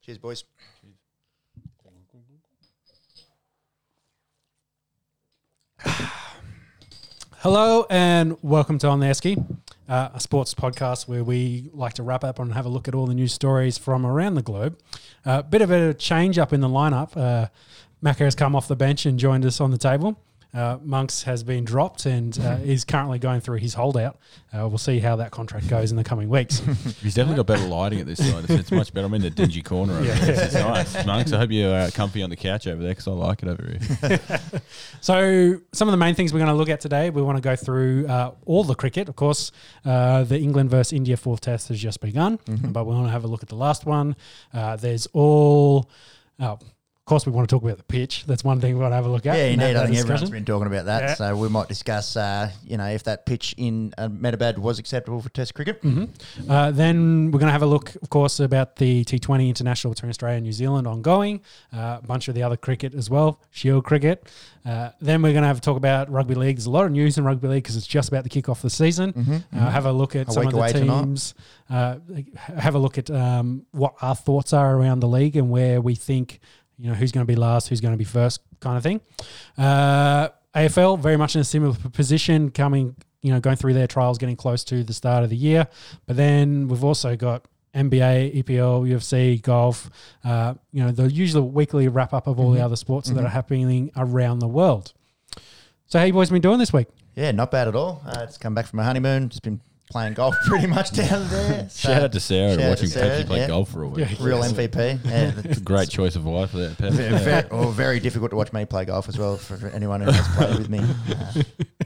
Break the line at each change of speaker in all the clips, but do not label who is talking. Cheers, boys.
Hello and welcome to On the Esky, uh, a sports podcast where we like to wrap up and have a look at all the news stories from around the globe. A bit of a change up in the lineup. Uh, Macca has come off the bench and joined us on the table. Uh, Monks has been dropped and uh, is currently going through his holdout. Uh, we'll see how that contract goes in the coming weeks.
He's definitely got better lighting at this side. It's, it's much better. I'm in the dingy corner over
Yeah.
here. It's nice. Monks, I hope you're uh, comfy on the couch over there because I like it over here.
So, some of the main things we're going to look at today, we want to go through uh, all the cricket. Of course, uh, the England versus India fourth test has just begun,
Mm-hmm.
but we want to have a look at the last one. Uh, there's all. Oh, of course, we want to talk about the pitch. That's one thing we want to have a look at.
Yeah,
and have
indeed. I
that
think everyone's been
discussion.
talking about that,
Yeah.
so we might discuss, uh, you know, if that pitch in uh, Metabad was acceptable for Test cricket.
Uh, then we're going to have a look, of course, about the T20 international between Australia and New Zealand ongoing, uh, a bunch of the other cricket as well, Shield cricket. Uh, then we're going to have a talk about rugby league. There's a lot of news in rugby league because it's just about to kick off the season. Uh, have a look at
Mm-hmm, A
some
week
of the
away tonight.
teams. Uh, have a look at um, what our thoughts are around the league and where we think you know who's going to be last, who's going to be first, kind of thing. Uh, AFL very much in a similar p- position, coming you know going through their trials, getting close to the start of the year. But then we've also got NBA, EPL, UFC, golf. Uh, you know the usual weekly wrap up of all
Mm-hmm.
the other sports that are happening around the world. So how you boys been doing this week?
Yeah, not bad at all. Uh, it's come back from my honeymoon. Just been playing golf pretty much down there. So,
Shout out to Sarah
Shout out
watching
to Sarah,
Pepsi play
yeah.
golf for a week.
Yeah.
real MVP. Yeah, that's
Great choice of wife there, Pep.
ve- ve- or very difficult to watch me play golf as well for for anyone who has played with me. Uh,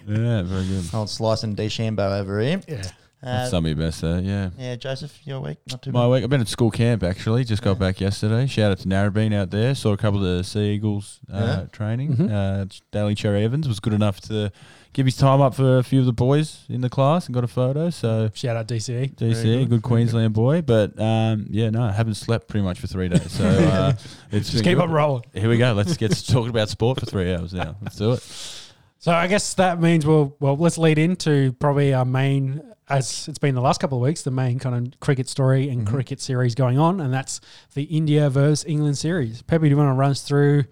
Yeah, very good.
old Slice and DeChambeau over here.
Yeah.
Uh,
Some of your best there, yeah.
yeah, Joseph, your week not too
My
bad.
week, I've been at school camp actually. Just got back yesterday. Shout out to Narrabeen out there. Saw a couple of the Sea Eagles uh,
Yeah. Mm-hmm.
training. Uh, Daly Cherry Evans was good enough to give his time up for a few of the boys in the class and got a photo. So
Shout out E. DCE.
DC,
Very
good, good Queensland boy. But um, yeah, no, I haven't slept pretty much for three days. So uh, it's
Just
been
keep
good.
on rolling.
Here we go. Let's get talking about sport for three hours now. Let's do it.
So I guess that means we'll well let's lead into probably our main as it's been the last couple of weeks the main kind of cricket story and
Mm-hmm.
cricket series going on and that's the India versus England series. Pepe, do you want to run us through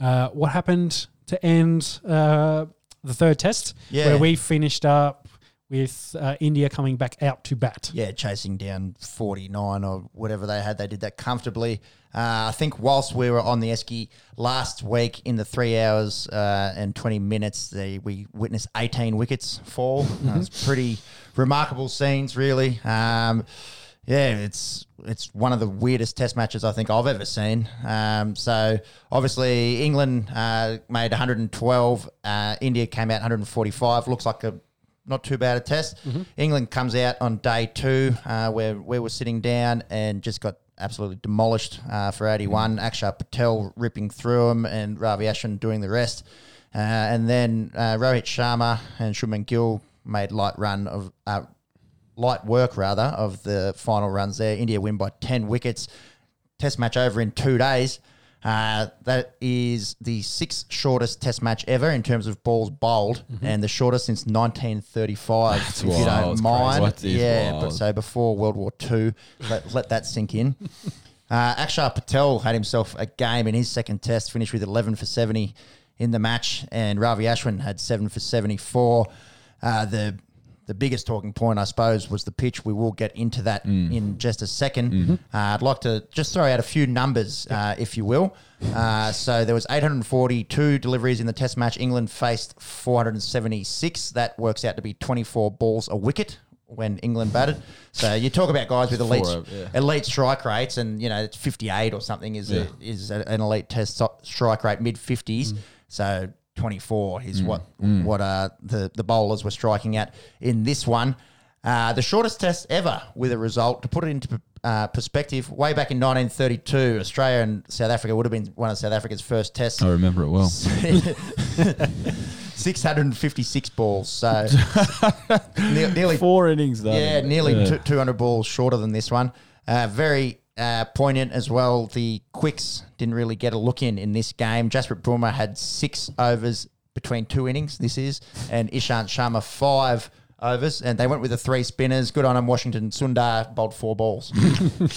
uh, what happened to end uh, the third test
Yeah.
where we finished up with uh, India coming back out to bat?
yeah, chasing down 49 or whatever they had. They did that comfortably. Uh, I think whilst we were on the Esky last week in the three hours uh, and 20 minutes, they, we witnessed 18 wickets fall. Uh, it's pretty remarkable scenes, really. Um, yeah, it's it's one of the weirdest test matches I think I've ever seen. Um, so obviously England uh, made 112, uh, India came out 145. Looks like a not too bad a test. England comes out on day two, uh, where where we're sitting down, and just got absolutely demolished uh, for 81. Akshar Patel ripping through him, and Ravi Ashwin doing the rest. Uh, and then uh, Rohit Sharma and Shubman Gill made light run of uh, light work rather of the final runs there. India win by 10 wickets. Test match over in two days. Uh, that is the sixth shortest test match ever in terms of balls bowled, and the shortest since 1935. if you
wild.
don't
Mm-hmm. That's crazy.
mind,
That is
yeah. But
wild.
so before World War Two, let, let that sink in. Uh, Akshar Patel had himself a game in his second test, finished with 11 for 70 in the match, and Ravi Ashwin had 7 for 74. Uh, the the biggest talking point, I suppose, was the pitch. We will get into that
Mm.
in just a 2nd
Mm-hmm.
Uh, I'd like to just throw out a few numbers, uh, if you will. Uh, so there was 842 deliveries in the Test match. England faced 476. That works out to be 24 balls a wicket when England batted. So you talk about guys with elite
Four, yeah.
elite strike rates, and you know it's 58 or something is
Yeah.
a, is a, an elite test so- strike rate mid 50s. So 24 is what what uh, the the bowlers were striking at in this one. Uh, the shortest test ever with a result. To put it into uh, perspective, way back in 1932, Australia and South Africa would have been one of South Africa's first tests.
Oh.
I remember it well.
656 balls, so ne- nearly
Four innings though.
yeah, nearly two- 200 balls shorter than this one. Uh, very uh, poignant as well. The quicks didn't really get a look in in this game. Jasper Brummer had six overs between two innings, this is, and Ishant Sharma five overs, and they went with the three spinners. Good on them. Washington Sundar bowled four balls.
Didn't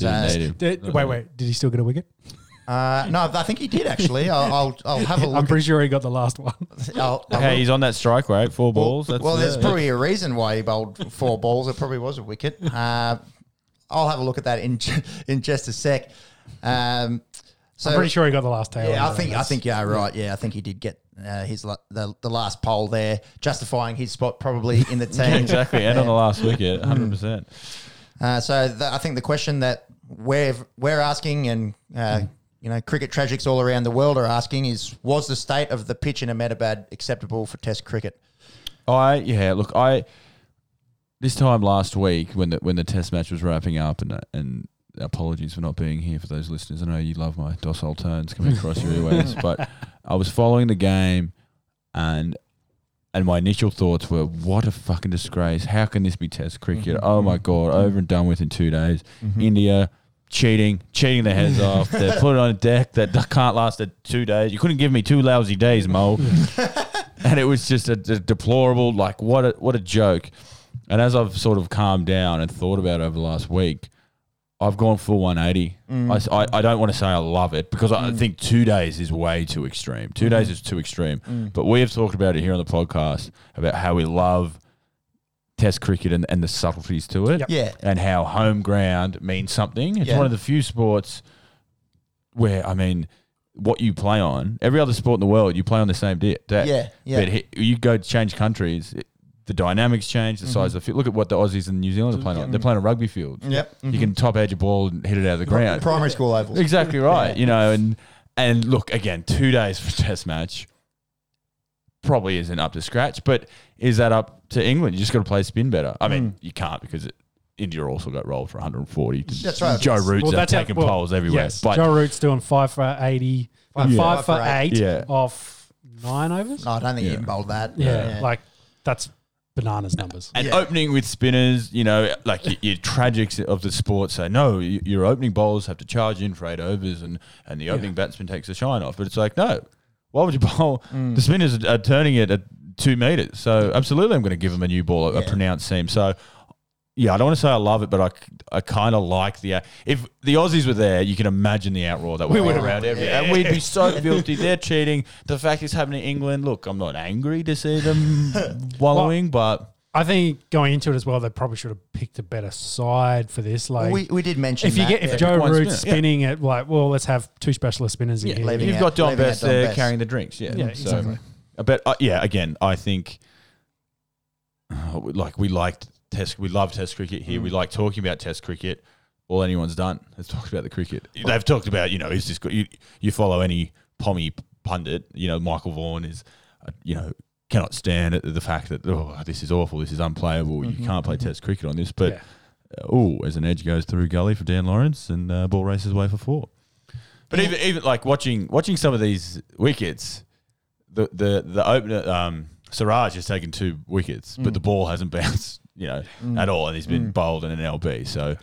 need him.
Did- wait, wait. Did he still get a wicket?
Uh, no, I think he did actually. I'll I'll, I'll have a
I'm
look.
pretty sure he got the last one.
at- I'll, I'll
Hey, he's on that strike rate, four balls. That's
well,
uh,
there's
yeah.
probably a reason why he bowled four balls. It probably was a wicket. Uh, I'll have a look at that in ju- in just a sec. Um, so
I'm pretty sure he got the last tail.
yeah, I
over.
think I
That's-
think yeah, right. Yeah, I think he did get uh, his la- the the last poll there, justifying his spot probably in the team.
Yeah, exactly. And on the last wicket,
Mm.
100%.
Uh, so the, I think the question that we're we're asking, and uh,
Hmm.
you know, cricket tragics all around the world are asking, is was the state of the pitch in Ahmedabad acceptable for Test cricket?
I yeah, look, I this time last week when the when the test match was wrapping up and and apologies for not being here for those listeners. I know you love my docile tones coming across your earwaves, but I was following the game and and my initial thoughts were, what a fucking disgrace. How can this be test cricket? Oh my god, over and done with in two days. India cheating, cheating their heads off. They're putting on a deck that can't last a two days. You couldn't give me two lousy days, Mo and it was just a, d- deplorable. Like what a what a joke. And as I've sort of calmed down and thought about it over the last week, I've gone full 180.
Mm.
I s- I, I don't want to say I love it because I think two days is way too extreme. Two days is too extreme.
Mm.
But we have talked about it here on the podcast about how we love Test cricket and, and the subtleties to it
Yep.
Yeah,
and how home ground means something. It's
Yeah.
one of the few sports where, I mean, what you play on, every other sport in the world, you play on the same di- deck.
Yeah, yeah.
But he, you go to change countries, it, the dynamics change, the
Mm-hmm.
size of the field. Look at what the Aussies and New Zealanders are playing on. They're playing a rugby field.
Yep. mm-hmm.
You can top edge a ball and hit it out of the ground.
primary school ovals.
Exactly right. You know, and and look again, two days for a test match probably isn't up to scratch, but is that up to England? You just got to play spin better. I
Mm.
mean, you can't because it, India also got rolled for 140.
That's right.
Joe Root's out
how-
taking
well,
poles everywhere.
yes,
but
Joe Root's doing five for 80, uh,
Yeah.
five for eight,
Yeah.
off nine overs.
No, I don't think he
Yeah.
bowled that.
yeah, like that's bananas numbers.
and
Yeah.
opening with spinners, you know, like your, your tragics of the sport say, no, y- your opening bowlers have to charge in for eight overs and, and the opening batsman takes the shine off. But it's like, no, why would you bowl? The spinners are, are turning it at two metres. So absolutely, I'm going to give them a new ball, a, a
Yeah.
pronounced seam. So, yeah, I don't want to say I love it, but I, c- I kind of like the. If the Aussies were there, you can imagine the outroar that we would around every, and we'd be so guilty. They're cheating. The fact is happening in England. Look, I'm not angry to see them wallowing, but.
I think going into it as well, they probably should have picked a better side for this. Like,
we, we did mention
if you
that,
get if
yeah.
Joe
one
Root's
spinner, yeah.
spinning it, like, well, let's have two specialist spinners in here.
leave it.
You've
out-
got Don
leaving out
Best
Don
there
Best.
carrying the drinks. Yeah,
Yeah,
So,
exactly.
But uh, yeah, again, I think uh, we- like we liked test, we love Test cricket here. We
Mm.
like talking about Test cricket. All anyone's done has talked about the cricket. They've talked about you know is this good? You, you follow any Pommy pundit? You know Michael Vaughan is, uh, you know. Cannot stand it, the fact that oh this is awful, this is unplayable.
Mm-hmm,
You can't play Test cricket on this, but
Yeah.
oh, as an edge goes through gully for Dan Lawrence and uh, ball races away for four. But even even like watching watching some of these wickets, the the the opener um, Siraj has taken two wickets, but the
Mm.
ball hasn't bounced you know at all, and he's been bowled in an LB. So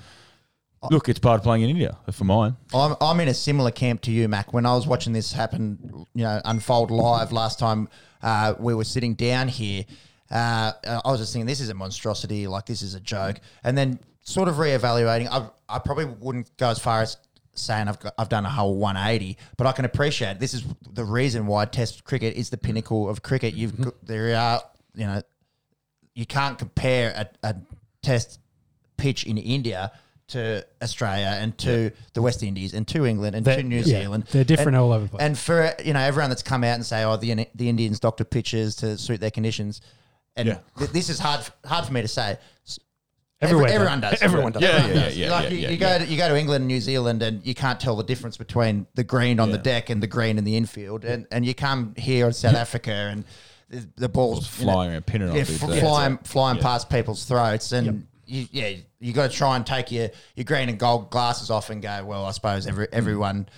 look, it's part of playing in India for mine.
I'm, I'm in a similar camp to you, Mac. When I was watching this happen, you know, unfold live last time uh, we were sitting down here, uh, I was just thinking, this is a monstrosity. Like, this is a joke. And then sort of reevaluating, I, I probably wouldn't go as far as saying I've, got, I've done a whole 180, but I can appreciate this is the reason why Test cricket is the pinnacle of cricket.
Mm-hmm.
You've got, there are, you know, you can't compare a, a test pitch in India to Australia and to the West Indies and to England and
They're-
to New
yeah,
Zealand.
they're different
And-
all over the place.
And for you know everyone that's come out and say, "Oh, the In- the Indians doctor pitches to suit their conditions," and
Yeah.
th- this is hard hard for me to say. S-
Everywhere
every-
does.
everyone does.
Everyone does.
Yeah,
Everyone
yeah,
does.
yeah,
Like
yeah,
you,
yeah,
you go to, you go to England and New Zealand, and you can't tell the difference between the green on the
Yeah.
deck and the green in the infield. And and you come here in South Africa, and the, the ball's you know,
Flying around, pinning
yeah,
on people.
f- flying flying past people's throats, and you, yeah, you got to try and take your your green and gold glasses off and go. Well, I suppose every
Mm.
everyone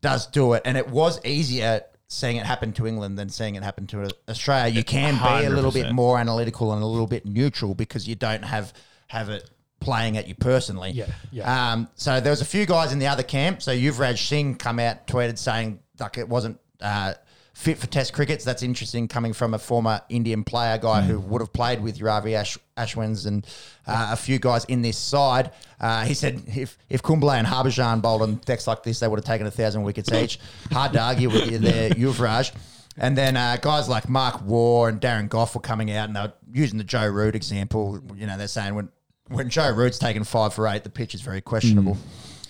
does do it, and it was easier seeing it happen to England than seeing it happen to Australia. You can be a little bit
100%.
more analytical and a little bit neutral because you don't have have it playing at you personally.
Yeah, yeah.
Um, so there was a few guys in the other camp. So Yuvraj Singh come out tweeted saying like it wasn't. Uh, fit for Test cricket. So that's interesting coming from a former Indian player guy who would have played with your RV Ash, Ashwins and uh, a few guys in this side. Uh, he said if if Kumbla and Harbhajan bowled on decks like this, they would have taken a thousand wickets each. Hard to argue with you there, Yuvraj. And then uh, guys like Mark Waugh and Darren Goff were coming out and they were using the Joe Root example. You know, they're saying when when Joe Root's taken five for eight, the pitch is very questionable.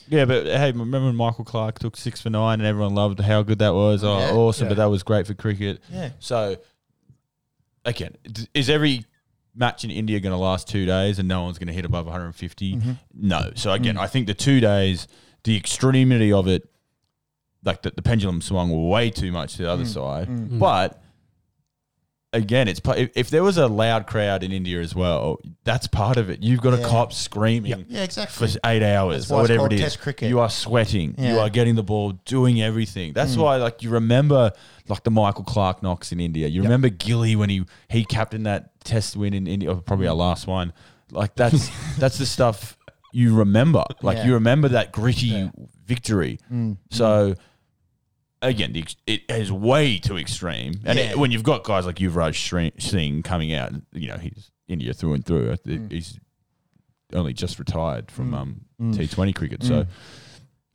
Yeah, but hey, remember when Michael Clark took six for nine and everyone loved how good that was? Oh,
Yeah.
awesome! But
Yeah.
that was great for cricket.
Yeah.
So, again, d- is every match in India going to last two days and no one's going to hit above 150?
Mm-hmm.
No. So
Mm.
again, I think the two days, the extremity of it, like the, the pendulum swung way too much to the
Mm.
other side. But again, it's pa- if, if there was a loud crowd in India as well, that's part of it. You've got
Yeah.
a cop screaming
Yeah,
for
exactly.
eight hours
That's why
or
it's
whatever
called
it is.
Test cricket.
You are sweating. You
Yeah. Mm.
are getting the ball, doing everything. That's why, like, you remember like the Michael Clark knocks in India. You remember Gilly when he he captained that Test win in India, or probably
Mm.
our last one. Like that's that's the stuff you remember. Like
Yeah.
you remember that gritty victory.
Mm.
So. Again, the ex- it is way too extreme, and it-
Yeah.
when you've got guys like Yuvraj Shri- Singh coming out, you know he's India through and through. I think
Mm.
He's only just retired from um,
Mm.
T20 cricket. So,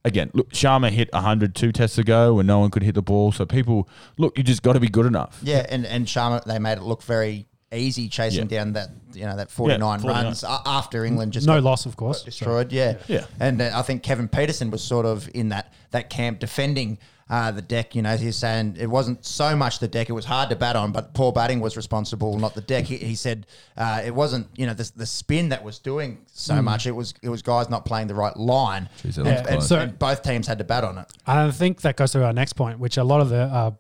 again, look, Sharma hit 100 two tests ago when no one could hit the ball. So, people, look, you just got to be good enough.
Yeah, and and Sharma, they made it look very easy chasing
Yeah.
down that you know that forty nine
49.
runs a- after England just
no
got
loss, of course.
destroyed. Yeah,
Yeah.
And uh, I think Kevin Peterson was sort of in that that camp defending. Uh, the deck, you know, he's saying it wasn't so much the deck; it was hard to bat on, but poor batting was responsible, not the deck. He, he said uh, it wasn't, you know, the, the spin that was doing so much. It was it was guys not playing the right line,
Jeez, that
and,
was
and-
close.
so- and both teams had to bat on it.
And I think that goes to our next point, which a lot of the uh,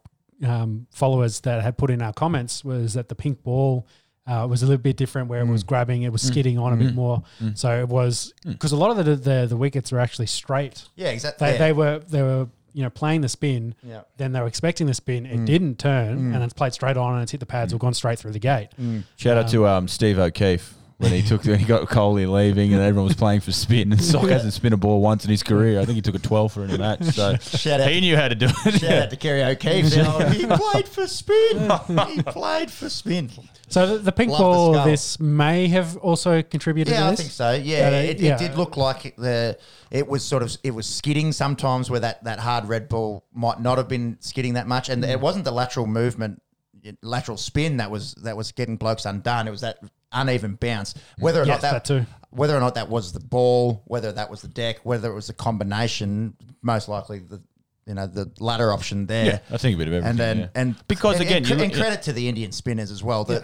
um, followers that had put in our comments was that the pink ball uh, was a little bit different, where
Mm.
it was grabbing, it was skidding on a
Mm-hmm.
bit more. So it was because a lot of the, the the wickets were actually straight.
Yeah, exactly.
They, they were they were you know playing the spin.
Yeah. Mm.
Then they were expecting the spin. It didn't turn, and it's played straight on, and it's hit the pads or gone straight through the gate.
Mm.
Shout out to um, Steve O'Keefe. When he took, when he got Coley leaving, and everyone was playing for spin, and Sock hasn't spin a ball once in his career. I think he took a twelve for in a match, so
Shout out
he knew how to do it.
Shout out to Kerry O'Keefe. he
"Oh."
played for spin. He played for spin.
So the, the pink
Love the
ball,
skull.
this may have also contributed
Yeah,
to
I
this.
think so. Yeah,
Yeah,
it,
yeah.
it did look like it- the it was sort of it was skidding sometimes where that that hard red ball might not have been skidding that much,
Mm.
and it wasn't the lateral movement, it- lateral spin that was that was getting blokes undone. It was that uneven bounce. Whether or
Yes,
not
that too.
whether or not that was the ball, whether that was the deck, whether it was a combination, most likely the you know the latter option there.
Yeah, I think a bit of everything.
and then
yeah.
and
Because
and-
again,
and,
you
cre-
look-
and credit to the Indian spinners as well. The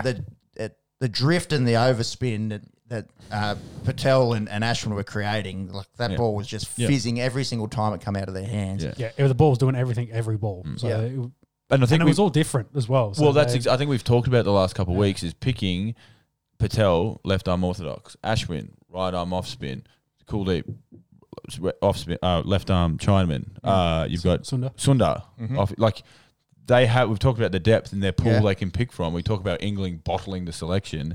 the it, the drift and the overspin that that uh, Patel and, and Ashwin were creating, like that
Yeah.
ball was just
Yeah.
fizzing every single time it come out of their hands.
Yeah.
Yeah, it was the ball was doing everything every ball. So
Mm. Yeah.
it-
and I think
and it
we-
was all different as well. So
well, that's.
they-
Ex- I think we've talked about the last couple of weeks is picking Patel left arm orthodox, Ashwin right arm off spin, Kuldeep off spin, uh, left arm Chinaman. Uh, you've got
Sundar.
Sundar off like. They have. We've talked about the depth in their pool
Yeah.
they can pick from. We talk about England bottling the selection.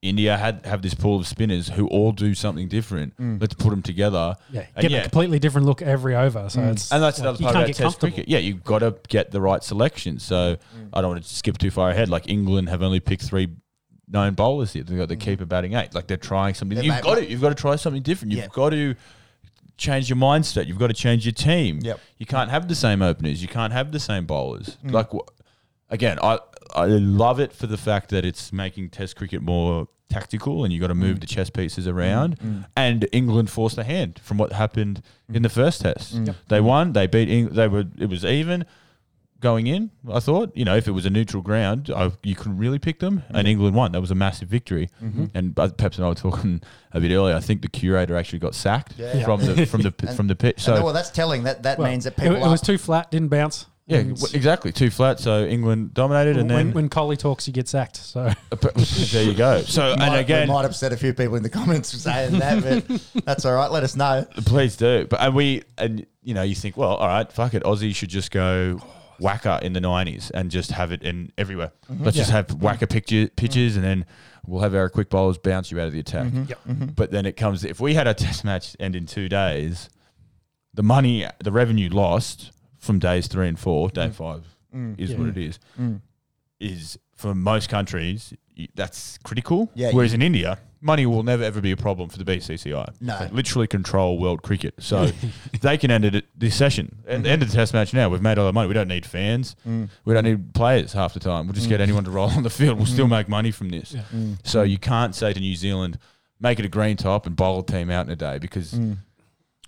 India had have this pool of spinners who all do something different. Let's put them together.
Yeah,
And
getting
Uh, yeah. Mm.
a completely different look every over. So it's
And
like,
that's another
you
part
can't
about
get
Test
comfortable. Mm.
cricket. Yeah, you've got to get the right selection. So I don't want to skip too far ahead. Like England have only picked three known bowlers here. They've got the
Mm.
keeper batting eight. Like they're trying something.
They
you've
might-
got to you've got to try something different. You've
Yeah.
got to change your mindset. You've got to change your team.
Yep. Mm.
You can't have the same openers. You can't have the same bowlers. Like wh- again, I I love it for the fact that it's making Test cricket more tactical, and you got to
Mm.
move the chess pieces around. And England forced a hand from what happened
Mm.
in the first Test. They won. They beat. Eng- they were. It was even going in. I thought, you know, if it was a neutral ground, I, you couldn't really pick them.
Mm.
And England won. That was a massive victory.
Mm-hmm.
And but Peps and I were talking a bit earlier. I think the curator actually got sacked
Yeah.
from the from the p
And-
from the pitch.
So,
So
well, that's telling. That that
Well,
means that
it-
people
it,
are
was too flat, didn't bounce.
yeah,
And
w- exactly. Two flat. So England dominated, and
when,
then
when Coley talks, you get sacked. So
there you go. So
might,
and
we
again,
might upset a few people in the comments for saying that, but that's all right. Let us know.
Please do. But and we and you know you think well, all right, fuck it. Aussie should just go whacker in the nineties and just have it in everywhere.
Mm-hmm.
Let's just have whacker picture, pitches and then we'll have our quick bowlers bounce you out of the
Mm-hmm.
attack.
Yep.
But then it comes if we had our test match end in two
Mm-hmm.
days, the money, the revenue lost from days three and four, day five is
Yeah.
what it is. Is for most countries y- that's critical.
Yeah,
Whereas in India, money will never ever be a problem for the BCCI.
No.
They literally control world cricket, so they can end it this session and end of the Test match now. We've made all the money. We don't need fans. We don't need players half the time. We'll just get anyone to roll on the field. We'll still make money from this.
Yeah.
So you can't say to New Zealand, make it a green top and bowl a team out in a day because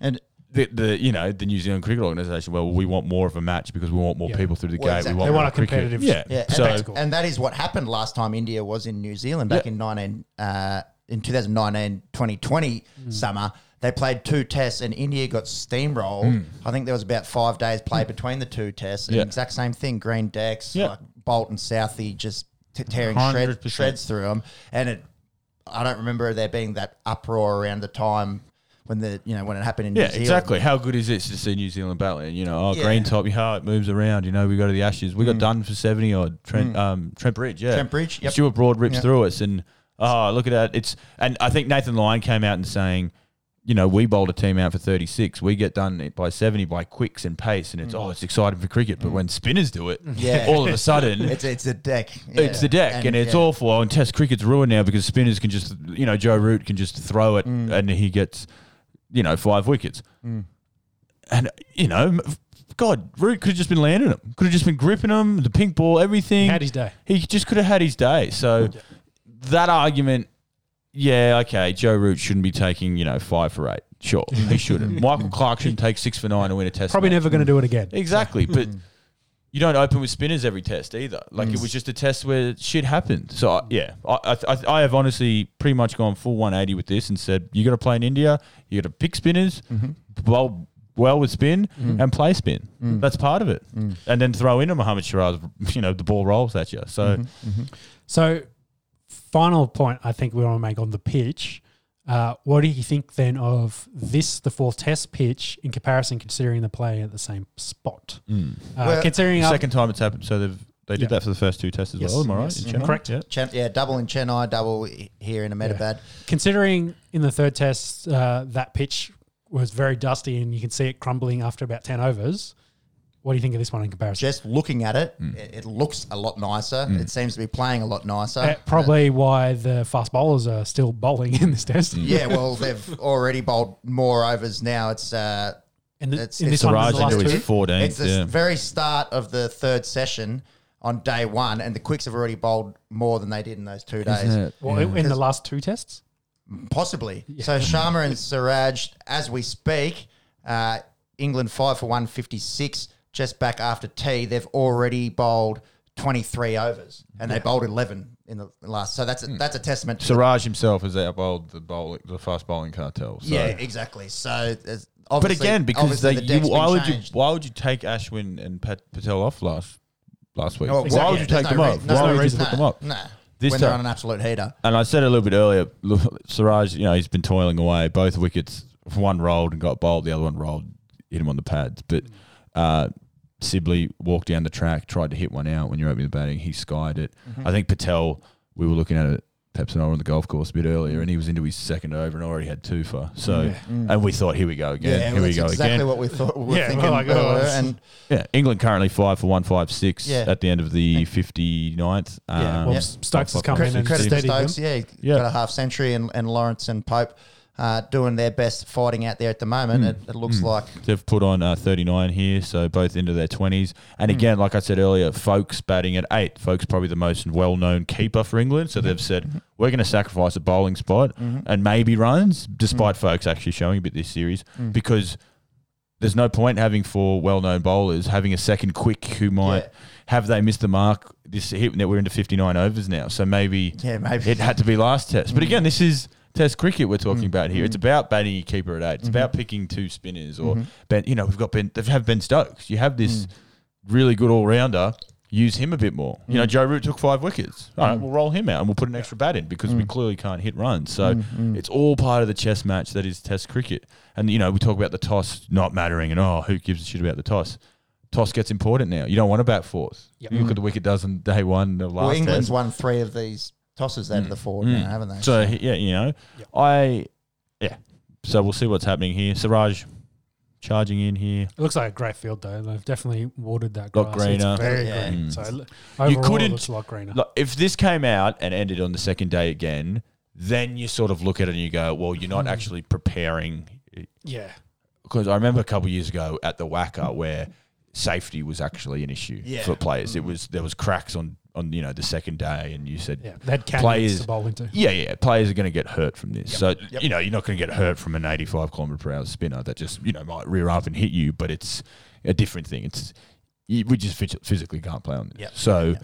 And
the, the you know the New Zealand Cricket Organisation. Well, we want more of a match because we want more
Yeah.
people through the
Well,
gate.
exactly.
We want
They want
more
a
cricket.
competitive-
Yeah.
Yeah, and,
so
that's- and that is what happened last time India was in New Zealand back in 19 uh, in 2019 2020
Mm.
summer. They played two tests and India got steamrolled. I think there was about five days play between the two tests. And
Mm. Yeah.
Exact same thing. Green decks,
Yeah.
like Bolt and Southey just t- tearing shred,
100%.
shreds through them. And it, I don't remember there being that uproar around the time when the you know when it happened in
yeah,
New Zealand.
exactly. How good is this to see New Zealand battling? You know, oh,
Yeah. Mm.
green top, yeah, it moves around. You know, we go to the Ashes. We got done for seventy odd. Trent, um, Trent Bridge, yeah,
Trent Bridge, yep.
Stuart Broad rips
Yep.
through us, and oh, look at that. It's and I think Nathan Lyon came out and saying. You know, we bowled a team out for 36. We get done by 70 by quicks and pace, and it's, oh, it's exciting for cricket. But when spinners do it,
Mm. Yeah.
all of a sudden,
It's it's a deck.
It's the deck, and, it's
all.
awful. Oh, and Test cricket's ruined now because spinners can just, you know, Joe Root can just throw it, and he gets, you know, five wickets. And you know, m- God, Root could have just been landing them, could have just been gripping them, the pink ball, everything.
Had his day.
He just could have had his day. So that argument, yeah, okay, Joe Root shouldn't be taking, you know, five for eight. Sure, he shouldn't. Michael Clark shouldn't take six for nine and win a Test.
Probably
match.
never going to do it again.
Exactly, but you don't open with spinners every test either. Like it was just a test where shit happened. So I, yeah, I, I I have honestly pretty much gone full 180 with this and said you got to play in India, you got to pick spinners, well well with spin and play spin. That's part of it, and then throw in a Mohammad Shiraz. You know the ball rolls at you. So
So, final point I think we want to make on the pitch. Uh, what do you think then of this, the fourth test pitch, in comparison, considering the play at the same spot? Uh,
Well-
considering up,
hmm. second time it's happened. So they've they did
Yeah.
that for the first two tests as
Yes.
well. Am I right?
Yes.
In Chennai?
Correct.
Yeah.
Chen- yeah, double in Chennai, double i- here in Ahmedabad.
considering in the third test uh, that pitch was very dusty and you can see it crumbling after about ten overs. What do you think of this one in comparison?
Just looking at it, it, it looks a lot nicer. It seems to be playing a lot nicer.
Uh, probably why the fast bowlers are still bowling in this test.
yeah, well, they've already bowled more overs now. It's uh,
And th-
It's-
in
it's
this one, was
Siraj
the
into
last
his
two.
fourteenth.
it's the
yeah.
s- very start of the third session on day one, and the quicks have already bowled more than they did in those two days.
it?
Well, in the last two tests.
Possibly. So Sharma and Siraj, as we speak, uh, England five for one fifty six. Just back after tea, they've already bowled twenty three overs, and they bowled eleven in the last. So
Hmm.
that's a, that's a testament. To
Siraj himself has outbowled the bowl, the fast bowling cartel. So.
yeah, exactly. So there's-
But
obviously,
again, because
obviously
they,
the
you,
deck's
why
been
would you
changed.
why would you take Ashwin and Pat Patel off last last week?
Oh, well,
Why would
yeah,
you
there's
take
no
them
rea-
off?
there's
why
no
would you
reason.
put them
No,
up?
No,
This
when they're
time-
on an absolute heater.
And I said a little bit earlier, look, Siraj, you know, he's been toiling away. Both wickets, one rolled and got bowled, the other one rolled, hit him on the pads. But uh, Sibley walked down the track, tried to hit one out when you're opening the batting. He skied it.
Mm-hmm.
I think Patel, we were looking at it, Peps and I were on the golf course a bit earlier, and he was into his second over and already had two for. So, and we thought, here we go again.
Yeah,
here
well,
we
that's
go
exactly
again.
what we thought we were
Yeah,
thinking.
well, like, oh,
earlier,
it's-
and
Yeah, England currently five for one five six
Yeah.
at the end of the 59th.
Yeah,
Um,
well,
yeah.
Stokes has come
Chris,
in and
credit to
steadied them.
Stokes, yeah, he
Yeah.
got a half century, and, and Lawrence and Pope uh, doing their best fighting out there at the
Hmm.
moment. It, it looks like
They've put on uh, 39 here, so both into their 20s. And again, like I said earlier, Folks batting at eight. Folks probably the most well-known keeper for England, so they've said we're going to sacrifice a bowling spot and maybe runs, despite Folks actually showing a bit this series, because there's no point having four well-known bowlers having a second quick who might
Yeah.
have they missed the mark this hit that we're into 59 overs now. So maybe
Yeah, maybe. Mm.
it had to be last test. But again, this is Test cricket we're talking about here. It's about batting your keeper at eight. It's
Mm-hmm.
about picking two spinners or Ben. You know, we've got Ben. They have Ben Stokes. You have
Mm.
this really good all rounder. Use him a bit more. You
Mm.
know, Joe Root took five wickets. All right, we'll roll him out and we'll put an extra bat in because
Mm.
we clearly can't hit runs. So it's all part of the chess match that is Test cricket. And you know, we talk about the toss not mattering and oh, who gives a shit about the toss? Toss gets important now. You don't want to bat fourth.
Yep.
You look at the wicket does on day one, the last
Mm. well, England's
test.
won three of these tosses out of the
Hmm.
forward now, haven't they?
So he- yeah, you know, I yeah. So we'll see what's happening here. Siraj charging in here.
It looks like a great field though. They've definitely watered that grass.
Lot greener.
It's very
Yeah.
green.
Mm.
So l- overall, it
couldn't-
looks a lot greener.
Look, if this came out and ended on the second day again, then you sort of look at it and you go, well, you're not actually preparing.
yeah.
Because I remember a couple of years ago at the Wacker where safety was actually an issue
Yeah.
for players. It was there was cracks on on you know the second day, and you said,
Yeah. They had canyons
Players-
to bowl into.
yeah, yeah, players are going to get hurt from this. So
Yep.
you know you're not going to get hurt from an 85 kilometer per hour spinner that just you know might rear up and hit you, but it's a different thing. It's you- we just phys- physically can't play on this.
Yep.
So.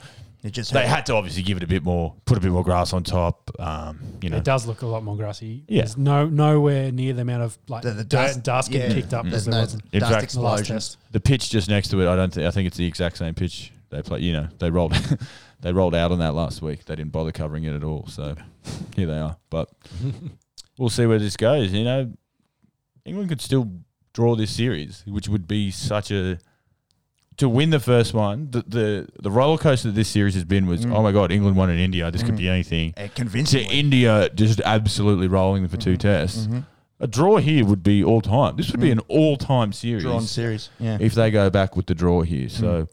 It just
They had to obviously give it a bit more, put a bit more grass on top. Um, you know,
It does look a lot more grassy.
Yeah.
There's no nowhere near the amount of like
The-
the,
the
dirt
dust-
and dust getting
yeah. Mm.
kicked up.
There's
as
no
there
dust
wasn't in
explosions.
the last test.
the pitch just next to it. I don't. Think, I think it's the exact same pitch they play. You know, they rolled, they rolled out on that last week. They didn't bother covering it at all. So here they are. But we'll see where this goes. You know, England could still draw this series, which would be such a to win the first one. The the, the roller coaster that this series has been was oh my god, England won in India. This could be anything.
had
to
convincingly.
India just absolutely rolling them for two tests. A draw here would be all time. This would be an all time series
drawn series. Yeah.
if they go back with the draw here. So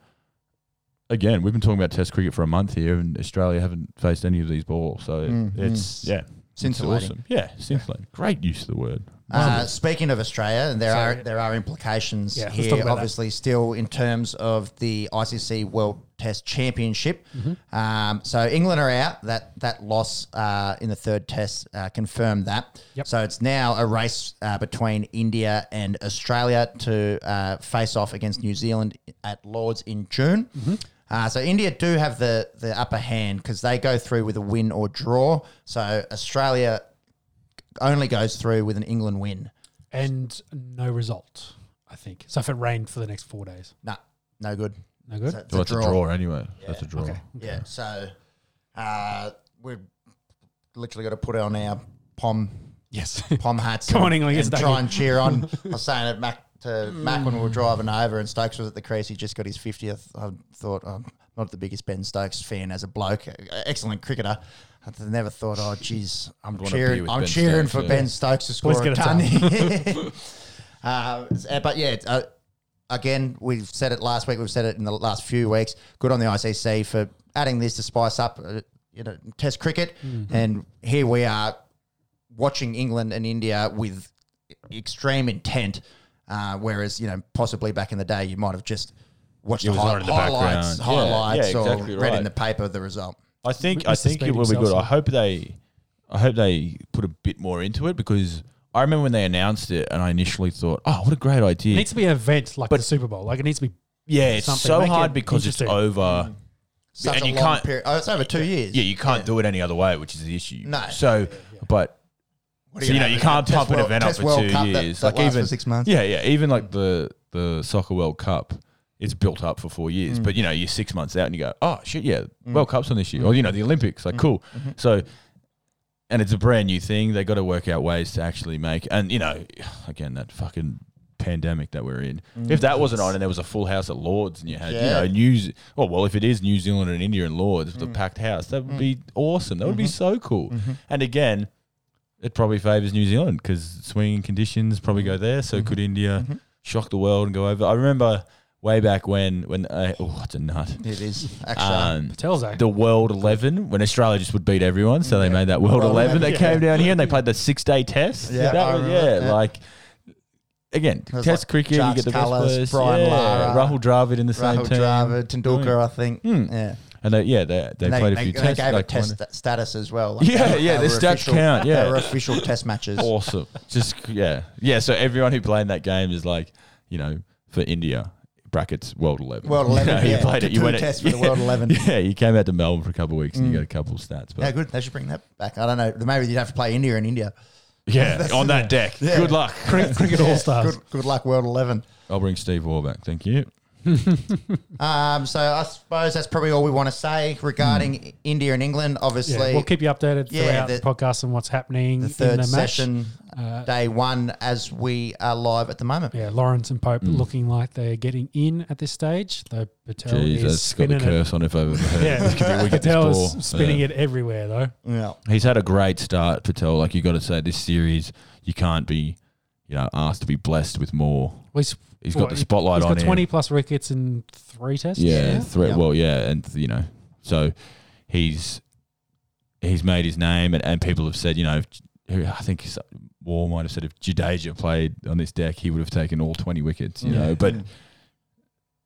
again, we've been talking about Test cricket for a month here, and Australia haven't faced any of these balls. So
Mm,
it's
mm.
yeah, it's
Scintillating.
awesome. Yeah, scintillating. Great use of the word.
Uh, speaking of Australia, there
Sorry.
are there are implications
Yeah, let's talk
here,
about that.
obviously, still in terms of the ICC World Test Championship.
Mm-hmm.
Um, so England are out. That that loss uh, in the third Test uh, confirmed that.
Yep.
So it's now a race uh, between India and Australia to uh, face off against New Zealand at Lords in June.
Mm-hmm.
Uh, so India do have the the upper hand because they go through with a win or draw. So Australia only goes through with an England win.
And no result, I think. So if it rained for the next four days,
No, no good.
no good.
So it's
Well, that's a draw anyway. That's a draw.
okay.
Yeah. So uh, we've literally got to put on our pom
Yes.
pom hats.
Come on,
and-
England, get
and
stuck
try
in.
and cheer on. I was saying it Mac to Mac when we were driving over, and Stokes was at the crease. He just got his fiftieth. I thought I'm not the biggest Ben Stokes fan as a bloke, excellent cricketer. I th- never thought, oh, geez, I'm
wanna be
cheering.
with
I'm
Ben
cheering
Stokes,
for
yeah.
Ben Stokes to score
Always
a
get a
ton. Uh, s- uh, but yeah, it's, uh, again, we've said it last week. We've said it in the last few weeks. Good on the ICC for adding this to spice up, uh, you know, Test cricket. And here we are watching England and India with extreme intent. Uh, whereas you know, possibly back in the day, you might have just watched the,
was
hi-
on in the
highlights,
background. Yeah,
highlights,
yeah,
or
exactly
read
right.
in the paper the result.
I think
Mr.
I think
Speed
it will be good.
himself.
I hope they I hope they put a bit more into it because I remember when they announced it and I initially thought, oh, what a great
It
idea.
needs to be an event like
But-
the Super Bowl. Like it needs to be.
yeah, it's
something.
so
Make
hard
it
because it's
interesting. Hmm.
over.
Such
and
a
you
long
can't-
period. Oh, it's over two years.
Yeah, you can't do it any other way, which is the issue.
No.
So, but
What are
So, you know,
gonna
you
have?
can't
Test
pump an
World-
event up
Test
for
World
two
Cup that-
years.
That,
Like
lasts
even-
for six months.
yeah, yeah, even like the the soccer World Cup, it's built up for four years.
Mm.
But you know, you're six months out and you go, oh shit, yeah, World Cup's on this year, or you know, the Olympics,
Mm.
like cool.
Mm-hmm.
So, and it's a brand new thing. They got to work out ways to actually make. And you know, again, that fucking pandemic that we're in. If that wasn't on and there was a full house at Lords and you had,
Yeah.
you know, New well, well, if it is New Zealand and India and Lords with a packed house, that would be awesome. That would be so cool. And again, it probably favours New Zealand because swinging conditions probably go there. So could India shock the world and go over? I remember way back when when uh, oh, that's a nut.
It is actually.
Um,
Patel's act.
the World Eleven when Australia just would beat everyone, so they made that World,
World
Eleven.
11,
They came down here and they played the six day test.
Yeah, I
that was,
remember
yeah,
that, yeah.
like. Again,
was
test
like
cricket, you
Jacques
get the best
Kallis,
players.
Brian
yeah.
Lara,
Rahul Dravid in the same
Rahul
team.
Dravid, Tendulkar, I think.
Hmm.
Yeah.
And they, yeah, they, they,
And
played a few
they
tests.
gave
like
it test
one-
sta- status as well.
Yeah, yeah,
they
their
were
stats
official-
count, yeah.
They were official test matches.
awesome. Just yeah, yeah. So everyone who played that game is like, you know, for India brackets World Eleven.
World
You
11,
know,
yeah.
You played it. You
Two
went
tests
it,
for the World 11.
Yeah, you came out to Melbourne for a couple of weeks and you got a couple of stats.
Yeah,
But
good. They should bring that back. I don't know. Maybe you'd have to play India in India.
yeah, on that deck.
Yeah.
Good luck.
Cricket All Stars.
Good, good luck, World 11.
I'll bring Steve Warback. Thank you.
Um, so I suppose that's probably all we want to say regarding
Hmm.
India and England.
Yeah,
Obviously,
we'll keep you updated
Yeah,
throughout
the-
the, podcast and what's happening
the
in
third
the match.
session,
Uh,
day one, as we are live at the moment.
Yeah, Lawrence and Pope
Mm.
looking like they're getting in at this stage. Though Patel
Jeez,
is
that's got the
spinning it.
curse on if I've ever heard.
Yeah,
This could be a wicked
Patel
score.
is spinning
Yeah.
it everywhere though.
Yeah.
He's had a great start, Patel. Like you got to say, this series you can't be you know, asked to be blessed with more.
Well, he's,
He's got
Well,
the spotlight
he's
on
got
him.
20 plus wickets in three tests.
Yeah,
Yeah.
thre-
Yeah.
well, yeah, and you know, so he's he's made his name, and, and people have said, you know, if- I think s- War might have said if Jadeja played on this deck, he would have taken all twenty wickets, you
Yeah.
know. But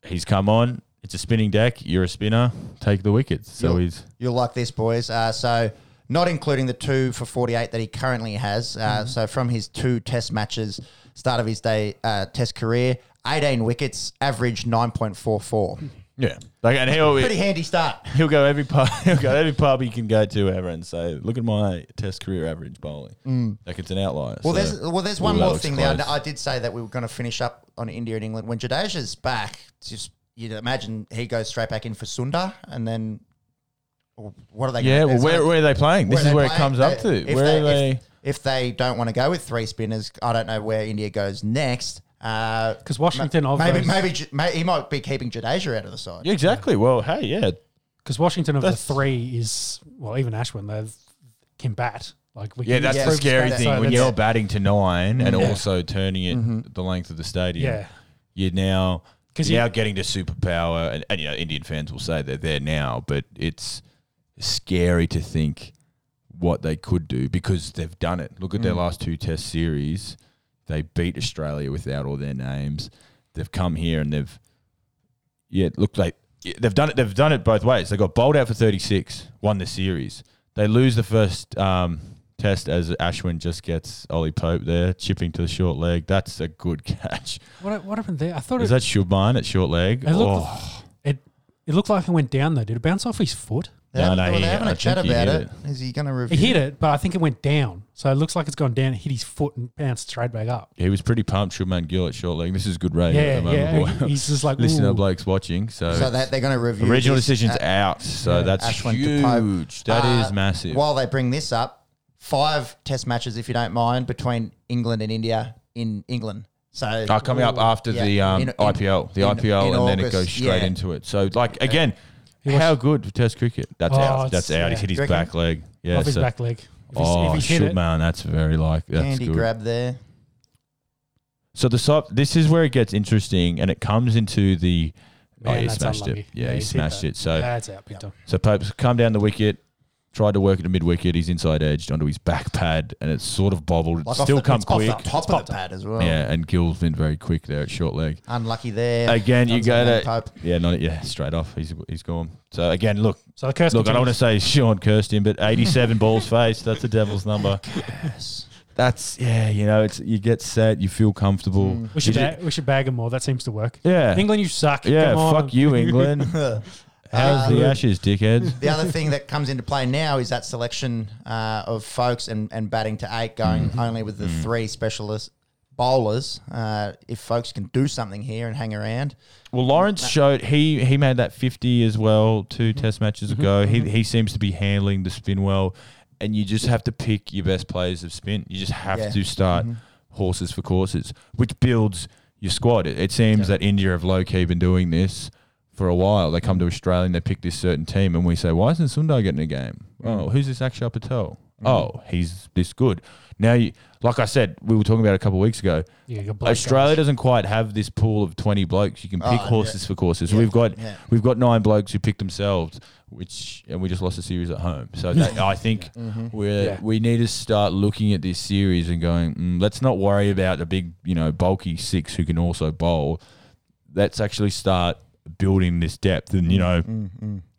he's come on; it's a spinning deck. You're a spinner, take the wickets. So
Yeah.
he's
You'll like this, boys. Uh, so, not including the two for 48 that he currently has. Uh,
Mm-hmm.
So, from his two test matches, start of his day uh, test career, 18 wickets, average 9.44.
yeah, like, and he'll
Pretty handy start.
he'll go every pub he'll go every pub he can go to ever and say, look at my Test career average bowling. Like it's an outlier.
Mm. Well,
so-
there's well, there's one
Ooh, that
more
looks
thing there.
close.
I I did say that we were going to finish up on India and England. When Jadeja's back, just you'd imagine he goes straight back in for Sunda, and then or what are they?
yeah.
gonna-
Well,
there's
where,
no-
where are they playing? This
they
is where it
playing?
comes up
They-
to.
if
Where
they,
are they?
If, if they don't want to go with three spinners, I don't know where India goes next. Uh,
Because Washington, of
maybe
those-
maybe J- may, he might be keeping Jadeja out of the side.
Yeah, exactly. Well, hey, yeah,
Because Washington of the
That's-
three is well, even Ashwin they can bat. Like we
yeah.
can
That's
Yeah.
the
prove
scary
that.
thing
So
when
that's-
you're batting to nine and
Yeah.
also turning it the length of the stadium.
yeah,
you're now
'Cause
you're
you-
now getting to superpower, and, and you know Indian fans will say they're there now, but it's scary to think what they could do because they've done it. Look at
Mm.
their last two Test series; they beat Australia without all their names. They've come here and they've yeah, look like yeah, they've done it. They've done it both ways. They got bowled out for thirty six, won the series. They lose the first um, test as Ashwin just gets Ollie Pope there, chipping to the short leg. That's a good catch.
what what happened there? I thought
Is
it,
that Shubman at short leg?
it looked
Oh,
it it looked like it went down though. Did it bounce off his foot?
They're, having-
No, no,
well,
he-
they're having
I
a chat
think he
about
hit
it. Is he going to
He
review?
hit it, but I think it went down. So it looks like it's gone down. It hit his foot and bounced straight back up.
he was pretty pumped. Shubman Gill at short leg. This is good radio.
Yeah,
at the
yeah.
moment, boy.
He's just like
Listen to
ooh.
blokes watching. So,
So that they're going to review
original
this,
decisions
uh,
out. So that's
Ashwin to Pope.
huge. That is
Uh,
massive.
While they bring this up, five test matches, if you don't mind, between England and India in England. So
Oh, coming up after
Yeah.
the um,
In- in-
IPL, the
in-
IPL,
in
and then it
August,
goes straight
yeah.
into it. So, like again, how good for Test cricket? That's
Oh,
out.
it's-
That's out.
yeah.
He's hit his
Do you reckon?
back leg. Yeah.
off his
so-
back leg. If he's-
oh,
if he hit
shoot,
it,
man, that's very like that's
handy
good.
grab there.
So the sub, this is where it gets interesting, and it comes into the.
man,
oh, he
that's
smashed
unlucky.
it. Yeah, he
he's hit
smashed
that.
it. So
that's out big time.
So Pope's come down the wicket, tried to work it to mid wicket. He's inside edged onto his back pad, and it's sort of bobbled.
Like
It's
off
still
the,
come
it's
quick.
off the top of the pad as well.
Yeah, and Gill's been very quick there at short leg.
Unlucky there.
Again, you
Doesn't
go
matter,
to
Pope.
yeah, not yeah, straight off. He's he's gone. So again, look,
So the curse.
look. I don't want to
continues.
say Sean cursed him, but eighty-seven balls faced. That's the devil's number. That's yeah. You know, it's you get set, you feel comfortable.
Mm. We should
You
ba- we should bag him more. That seems to work.
Yeah.
England, you suck.
Yeah,
Come on. Uh,
fuck you, England. How's the Ashes, dickheads?
The other thing that comes into play now is that selection uh, of folks and, and batting to eight, going
Mm-hmm.
only with the three specialist bowlers. Uh, if folks can do something here and hang around,
Well, Lawrence showed he he made that fifty as well 2 Test matches ago. He he seems to be handling the spin well, and you just have to pick your best players of spin. You just have
Yeah.
to start horses for courses, which builds your squad. It, it seems that India have low key been doing this for a while. They come to Australia and they pick this certain team, and we say, why isn't Sundar getting a game? Oh, who's this Akshar Patel? Oh, he's this good. Now, you, like I said, we were talking about it a couple of weeks ago.
Yeah, you're black
Australia
guys.
doesn't quite have this pool of twenty blokes. You can pick
yeah.
horses for courses. So
Yeah.
We've got
Yeah.
we've got nine blokes who picked themselves, which and we just lost a series at home. So that, I think we
Yeah.
are we need to start looking at this series and going. Mm, let's not worry about the big you know bulky six who can also bowl. Let's actually start building this depth and you know.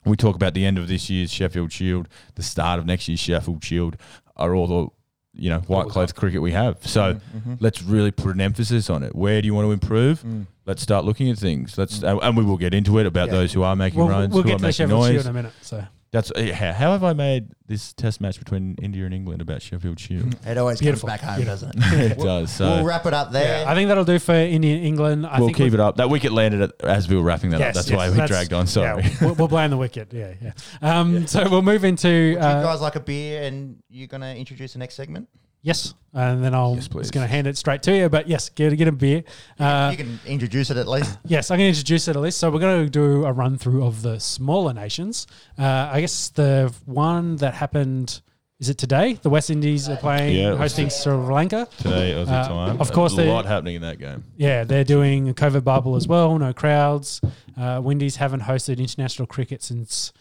We talk about the end of this year's Sheffield Shield, the start of next year's Sheffield Shield, are all the you know white clothes cricket we have. So let's really put an emphasis on it. Where do you want to improve?
Mm.
Let's start looking at things. Let's and- and we will get into it about
Yeah.
those who are making
We'll,
runs,
we'll
who
get
are
to the
making
Sheffield Shield
noise.
in a minute. So
That's yeah, how, how have I made this test match between India and England about Sheffield Shield?
it always
Beautiful.
comes back home,
Beautiful.
doesn't it?
it does. So
We'll wrap it up there.
I think that'll do for India England. I
we'll
think
keep it up. That wicket landed at, as we were wrapping that up. That's why we dragged on. Sorry.
Yeah, we'll, we'll blame the wicket. Yeah, yeah. Um, So we'll move into
Would you
uh,
guys like a beer and you're going to introduce the next segment?
yes, and then I'll
Yes, please.
just going to hand it straight to you. But yes, get get a beer. Uh,
you can introduce it at least.
Yes, I'm going to introduce it at least. So we're going to do a run through of the smaller nations. Uh, I guess the one that happened Is it today? The West Indies are playing,
Yeah, it was
hosting Sri Lanka.
today Aussie
Uh,
time.
of course
a
they-
lot happening in that game.
Yeah, they're doing a COVID bubble as well, no crowds. Uh, Windies haven't hosted international cricket since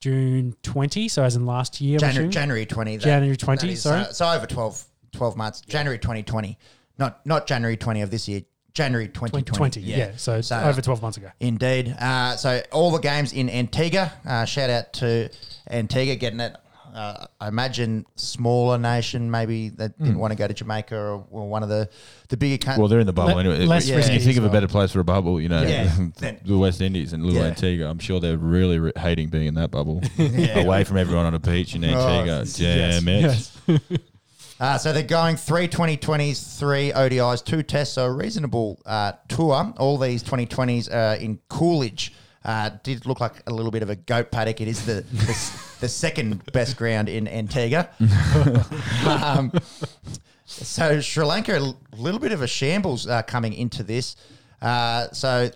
June 20, so as in last year. I'm
January,
assuming.
January 20. that-
January
that
20,
is,
sorry.
uh, so over 12, 12 months. January 2020. Not not January 20 of this year. January 2020.
20, yeah. so it's over 12 months ago.
Indeed. Uh, so all the games in Antigua. Uh, shout out to Antigua getting it. Uh, I imagine smaller nation maybe that didn't want to go to Jamaica or, or one of the the bigger countries.
Hmm. Well, they're in the bubble
Le-
anyway.
less
If
risky
you think
as
of a
well.
better place for a bubble, you know,
Yeah.
the West Indies and Little
Yeah.
Antigua. I'm sure they're really re- hating being in that bubble, away from everyone on a beach
Oh,
in Antigua. Damn it!
Yes.
Uh, so they're going three 2020s, three ODIs, two tests, so a reasonable uh, tour. All these 2020s are in Coolidge. Uh, did look like a little bit of a goat paddock. It is the the, s- the second best ground in Antigua. um, so Sri Lanka, a l- little bit of a shambles uh, coming into this. Uh, so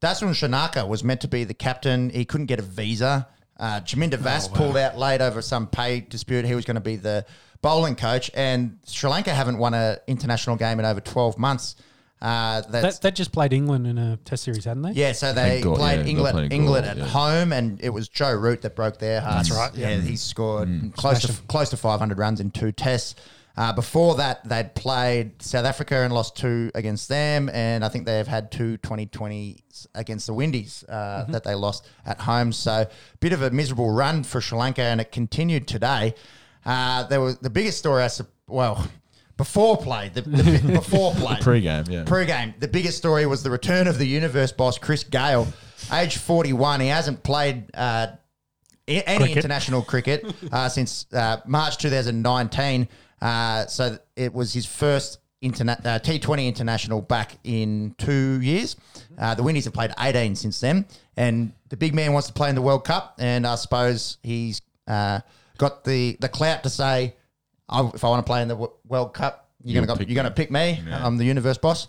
Dasun Shanaka was meant to be the captain. He couldn't get a visa. Uh, Jaminda Vass pulled out late over some pay dispute. He was going to be the bowling coach. And Sri Lanka haven't won an international game in over 12 months. Uh, that's,
That, that just played England in a test series, hadn't they?
yeah, so they
Thank God,
played
yeah, they
England
played
England
God,
at
yeah.
home, and it was Joe Root that broke their hearts. That's
right,
Yeah, he scored close to close to 500 runs in two tests. Uh, before that, they'd played South Africa and lost two against them, and I think they've had two 2020s against the Windies uh, that they lost at home. So, bit of a miserable run for Sri Lanka, and it continued today. Uh, there was the biggest story. I sup- well, before play, the, the bit before play,
Pre-game, yeah.
Pre-game, the biggest story was the return of the universe boss Chris Gale, age 41. He hasn't played uh, i- any international cricket uh, since uh, March 2019. Uh, so th- it was his first interna- uh, T20 international back in two years. Uh, the Windies have played 18 since then, and the big man wants to play in the World Cup. And I suppose he's uh, got the the clout to say, I, if I want to play in the w- World Cup, you're gonna go, you're gonna pick me. I'm the universe boss.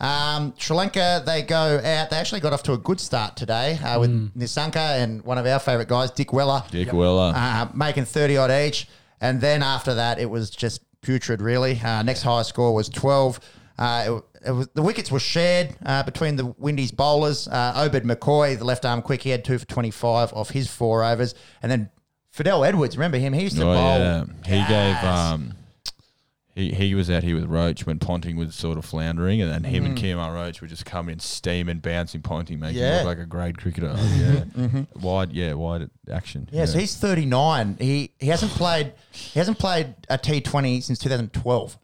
Um, Sri Lanka, they go out. They actually got off to a good start today uh, with Nisanka and one of our favourite guys, Dick Weller,
Mm. Dick Oh, Weller.
uh, making 30 odd each. And then after that, it was just putrid, really. Uh, next highest score was 12. Uh, it, it was, the wickets were shared uh, between the Windies bowlers. Uh, Obed McCoy, the left arm quick, he had two for 25 off his four overs. And then Fidel Edwards, remember him? He used to
oh
bowl.
yeah, he gave. Um, he, he was out here with Roach when Ponting was sort of floundering, and then
Mm.
him and Kemar Roach were just coming in steam and bouncing Ponting, making
Yeah. Mm-hmm.
him look like a great cricketer. yeah, wide, yeah, wide action.
Yeah, so he's 39. He he hasn't played he hasn't played a T20 since 2012.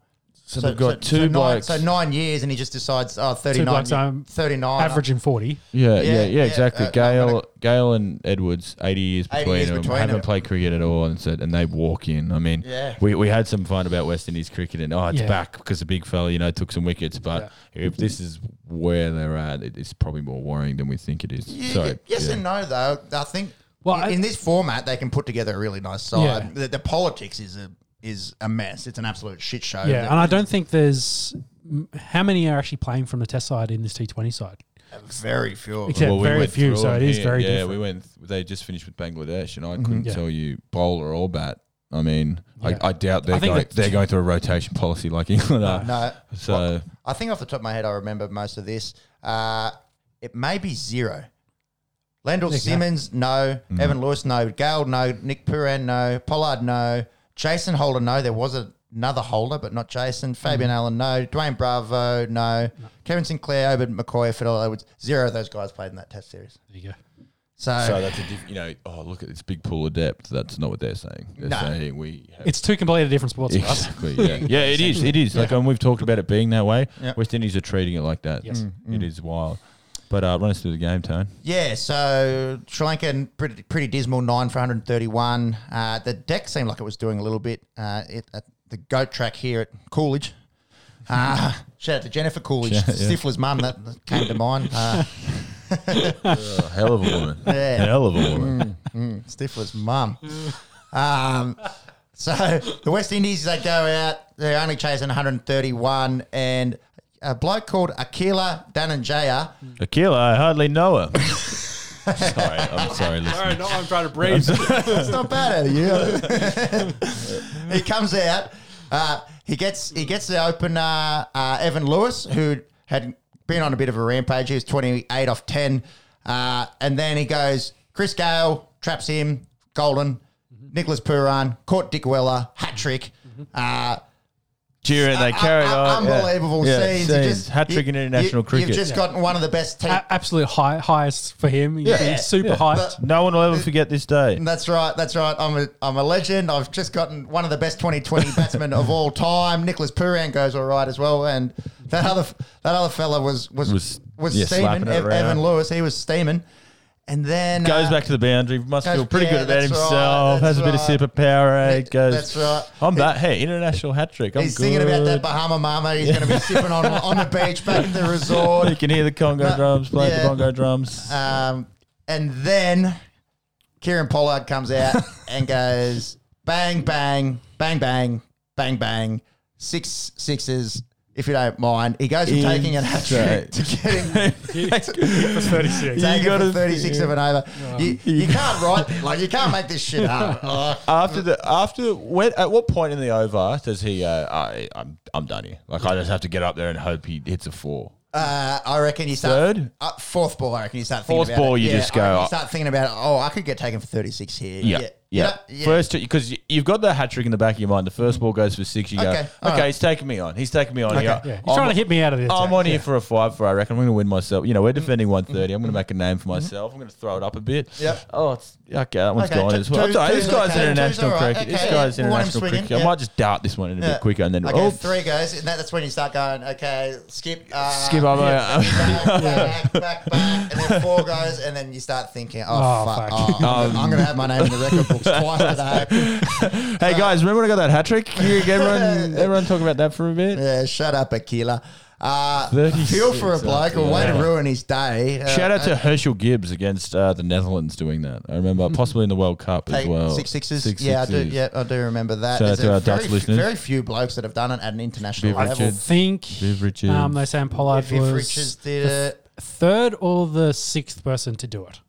So they've got two
nine,
blokes.
So nine years, and he just decides, oh, 39.
blokes, um,
39.
Averaging 40.
Yeah,
Yeah,
yeah, yeah,
yeah,
exactly.
uh, I'm
Gale,
gonna-
Gale and Edwards, eighty years
80
between
years
them,
between
haven't
them.
played cricket at all, and said, and they walk in. I mean,
Yeah.
we, we had some fun about West Indies cricket, and oh, it's
Yeah.
back because the big fella, you know, took some wickets. But if this is where they're at, it, it's probably more worrying than we think it is.
Yeah,
Sorry.
y- Yes
yeah.
and no, though. I think
Well,
in,
I-
in this format, they can put together a really nice side.
Yeah.
The, the politics is a is a mess. It's an absolute shit show.
Yeah, and I don't think there's. m- How many are actually playing from the test side in this T20 side?
very few. Of
Except-
them.
Yeah, very
went
few,
through
so
them
it is very
Yeah, we
different. Mm-hmm.
went. They just finished with Bangladesh, and I couldn't
Yeah.
tell you bowler or bat. I mean,
Yeah.
I, I doubt they're
I think
going,
that-
they're going through a rotation policy like England are.
No,
So.
I think off the top of my head, I remember most of this. Uh, it may be zero. Landell Simmons, no. Evan Lewis, no. Gale, no. Nick Puran, no. Pollard, no. Jason Holder, no. There was a, another Holder, but not Jason. Fabian Allen, no. Dwayne Bravo, no. Kevin Sinclair, Obed McCoy, Fidel Edwards. Zero of those guys played in that Test series.
There you go.
So,
So that's a diff- you know, oh look at this big pool of depth. That's not what they're saying. They're
No.
saying we have
It's two completely different sports for us.
exactly yeah yeah it is it is like and we've talked about it being that way. West Indies are treating it like that. Mm,
Yes.
it is wild. But uh, run us through the game, Tone.
Yeah, so Sri Lanka pretty, pretty dismal nine for 131. Uh, the deck seemed like it was doing a little bit. Uh, it, at the goat track here at Coolidge. Uh, shout out to Jennifer Coolidge,
Yeah, yeah.
Stifler's mum. That that came to mind. Uh,
hell of a woman. Mm.
Yeah.
Hell of a woman.
Stifler's mum. Um, so the West Indies, they go out. They're only chasing 131, and a bloke called Akila Dananjaya.
Akila, I hardly know her. sorry, I'm sorry, listeners.
no, I'm trying to breathe.
It's not bad out of you. he comes out. Uh, he gets he gets the open uh, uh, Evan Lewis, who had been on a bit of a rampage. He was twenty eight off ten, uh, and then he goes Chris Gale traps him. Golden, Nicholas Puran, caught Dick Weller, hat trick. Uh,
Cheering, they carried
un-
on. Yeah.
unbelievable
Yeah,
scenes. You just-
Hat trick
you-
in international
you-
cricket.
You've just gotten one of the best teams.
absolute high, highest for him. He's
Yeah.
super
Yeah.
hyped.
no one will ever forget this day.
That's right. That's right. I'm a, I'm a legend. I've just gotten one of the best 2020 batsmen of all time. Nicholas Puran goes all right as well, and that other that other fella was was was,
Was- yeah,
steaming.
slapping it
Ev- Evan
around.
Lewis, he was steaming, and then
Goes
uh,
back to the boundary. Must
goes-
feel pretty
yeah,
good about
that's right,
himself.
that's
has a bit of
right.
sip of Powerade.
That-
Goes.
that's right.
I'm that. Hey, international hat trick. I'm
uh, He's
good.
singing about that Bahama Mama. He's going to be sipping on on the beach back at the resort.
You can hear the Congo
But-
drums. Play
yeah.
the Congo drums.
Um, and then Kieran Pollard comes out and goes bang, bang, bang, bang, bang, bang, six sixes. If you don't mind, he goes from taking an hat trick to getting
Thirty-six.
taken
gotta-
for thirty six of an over. You, you can't write like you can't make this shit up. Like,
after the after when at what point in the over does he? Uh, I I'm I'm done here. Like I just have to get up there and hope he hits a four.
Uh, I reckon you start
Third.
uh, fourth ball. I reckon you start thinking
Fourth
about
ball,
it.
you
Yeah,
just
I reckon
go, uh,
You start thinking about oh, I could get taken for thirty six here.
Yeah.
yeah,
Yeah.
You know, yeah.
First, because you've got the hat trick in the back of your mind. The first ball goes for six. You go,
Okay,
okay,
all right.
he's taking me on. He's taking me on here.
Yeah, he's
I'm-
trying to hit me out of this.
I'm on
yeah.
here for a five for I reckon. I'm going to win myself. You know, we're defending
Mm-hmm.
130. I'm going to make a name for myself. I'm going to throw it up a bit.
Yep.
Oh, it's okay. That one's
Okay,
gone
two-
as well.
two-
It's all right.
two's
This guy's
okay.
international
Two's all right.
cricket. This
Okay,
guy's
yeah. We'll want him
international
swinging, yeah.
cricket. I might just dart this one in a
Yeah.
bit quicker and then
okay,
oh,
three goes, and that, that's when you start going. Okay, skip, uh,
skip over.
back, back, back, back, and then four goes, and then you start thinking, oh,
Oh,
fuck,
fuck.
oh, I'm, gonna, I'm gonna have my name in the record books twice today.
hey guys, remember when I got that hat trick? Can you- Everyone, everyone, talk about that for a bit.
Yeah, shut up, Akila. Uh,
36,
feel for a bloke, a way to
yeah.
ruin his day. Uh,
Shout out
uh,
to Herschel Gibbs against uh, the Netherlands doing that. I remember possibly in the World Cup as
take
well.
six sixes.
Six
yeah, I do.
sixes.
Yeah, I do remember that.
Shout out
There's
to
a
our
very,
Dutch
few-
listeners.
very few blokes that have done it at an international
Viv
level.
Richards.
think
Viv Richards.
um, they say Pollard
Viv
was
Richards did
the
it.
third or the sixth person to do it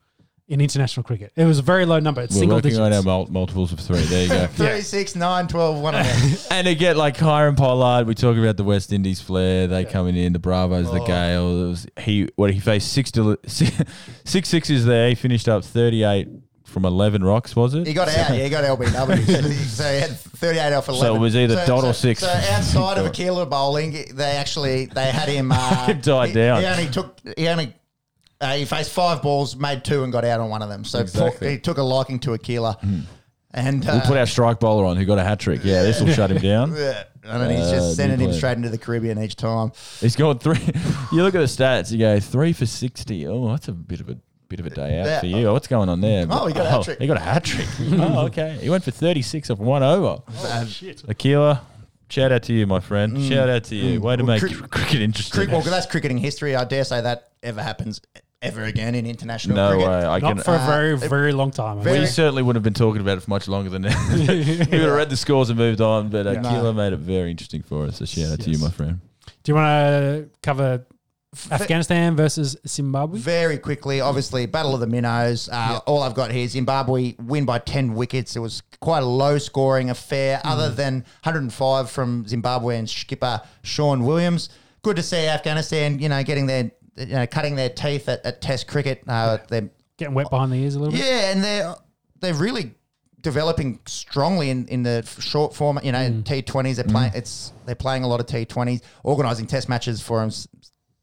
in international cricket. It was a very low number. It's
We're
single
working
digits.
on our mul- multiples of three. There you go.
Three, six, nine, twelve, one of them.
And again, like Hiram Pollard, we talk about the West Indies flair. They coming in, the Bravos,
Oh.
the Gales. It was, he what he faced six, del- six six sixes there. He finished up thirty eight from eleven rocks. Was it?
He got out. Yeah, he got LBW. so he had 38 off 11.
it was either dot or six.
So outside of Aquila bowling, they actually they had him. Uh,
He died
he,
down.
He only took. He only. Uh, he faced five balls, made two, and got out on one of them. So
Exactly. Hmm.
he took a liking to Aquila, and
We'll
uh,
put our strike bowler on, who got a hat trick. Yeah, this will shut him down.
yeah, and he's
Uh,
just
good
sending him
play.
straight into the Caribbean each time.
He's going three. You look at the stats. You go three for sixty. Oh, that's a bit of a bit of a day out
Yeah.
for you. What's going on there?
Oh, he got a hat trick.
He got a hat trick. oh, okay. He went for thirty six off one over.
Uh,
Akila, shout out to you, my friend. Shout out to you. Way to
Mm. Well,
make
cri-
cricket interesting.
cricket, well, that's cricketing history. I dare say that ever happens ever again in international
no
cricket.
way. I
Not
can.
for
uh,
a very, very long time. I
very-
we
mean,
certainly wouldn't have been talking about it for much longer than that. we would have read the scores and moved on, but uh, Akila made it very interesting for us. So shout out to you,
Yes.
my friend.
do you want to cover Afghanistan versus Zimbabwe?
Very quickly, obviously, Battle of the Minnows. Uh, All I've got here is Zimbabwe win by 10 wickets. It was quite a low scoring affair, other than 105 from Zimbabwean skipper Sean Williams. Good to see Afghanistan, you know, getting their, you know, cutting their teeth at, at Test cricket. Uh, They're
Getting wet behind the ears a little bit.
yeah, and they're they're really developing strongly in, in the f- short form. You know,
Mm.
T twenties. They're playing. It's they're playing a lot of T twenties. Organising test matches for them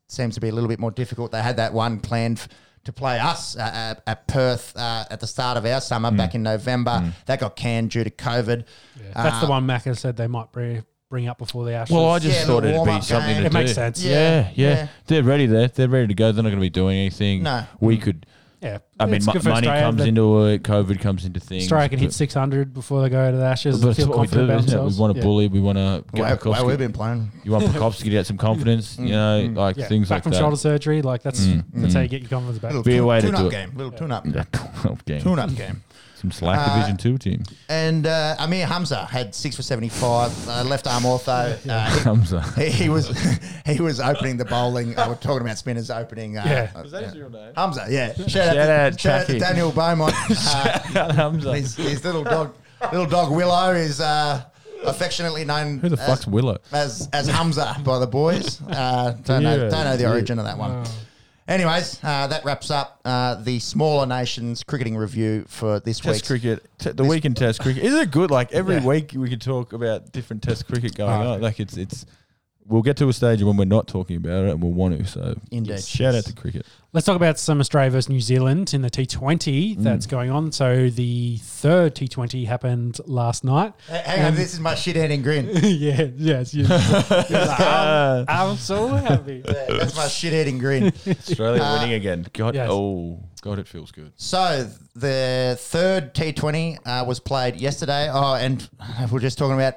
seems to be a little bit more difficult. They had that one planned. f- to play us uh, at, at Perth uh, at the start of our
Mm.
summer back in November, that got canned due to COVID. Uh,
That's the one Macca said they might bring, bring up before the Ashes.
Uh, Well, I just
Yeah,
thought
the
it'd be
warm-up
something
game.
to
It
do.
makes sense.
Yeah.
Yeah, yeah,
Yeah.
They're ready there. They're ready to go. They're not going to be doing anything.
No.
We could.
yeah.
I mean,
It's
mo-
good for
money
Australia
comes
that
into it. COVID comes into things.
Australia can hit
but-
600 before they go to the Ashes
but
and
that's
feel
what we
confident
do,
about
isn't it? We
themselves.
want to
Yeah.
bully. We want to
Wow,
get
wow,
Bukowski
we've been playing.
You want Pokopsky to get some confidence,
Mm,
you know, like
Yeah.
things
back
like
from
that. Mm.
shoulder surgery. Like that's that's how you get your confidence back.
Little
Be a
tune-
way to
tune-up
do it.
game, little tune-up,
Yeah, 12 game.
tune-up game.
Some slack
Uh,
Division Two team.
And uh, Amir Hamza had six for 75, uh, left arm ortho. Uh,
Comes up.
he, he was he was opening the bowling. Uh, we're talking about spinners opening. Uh,
Yeah.
uh,
Was that his real name?
Hamza, yeah. Shout,
Shout
out, to,
out,
shout out to
Chucky.
Daniel Beaumont. Uh, his, his little dog, little dog Willow, is uh, affectionately known
Who the fuck's Willow?
as, as Hamza by the boys. Uh, don't know,
Yeah,
don't know the
yeah.
origin of that one. Anyways, uh, that wraps up uh, the smaller nations cricketing review for this
Test
week's
cricket, t- the week in Test cricket. Is it good? Like every week we could talk about different Test cricket going
Oh,
Ah.
on. Like it's it's. We'll get to a stage when we're not talking about it, and we'll want to. So
Indeed.
shout out to cricket.
Let's talk about some Australia versus New Zealand in the T20
Mm.
that's going on. So the third T20 happened last night.
H- Hang on,
Um,
this is my shit eating grin.
yeah, yes, yes.
Um,
I'm, I'm so happy.
That's my shit eating grin.
Australia
uh,
winning again. God,
Yes.
oh God, it feels good.
So the third T20 uh, was played yesterday. Oh, and we're just talking about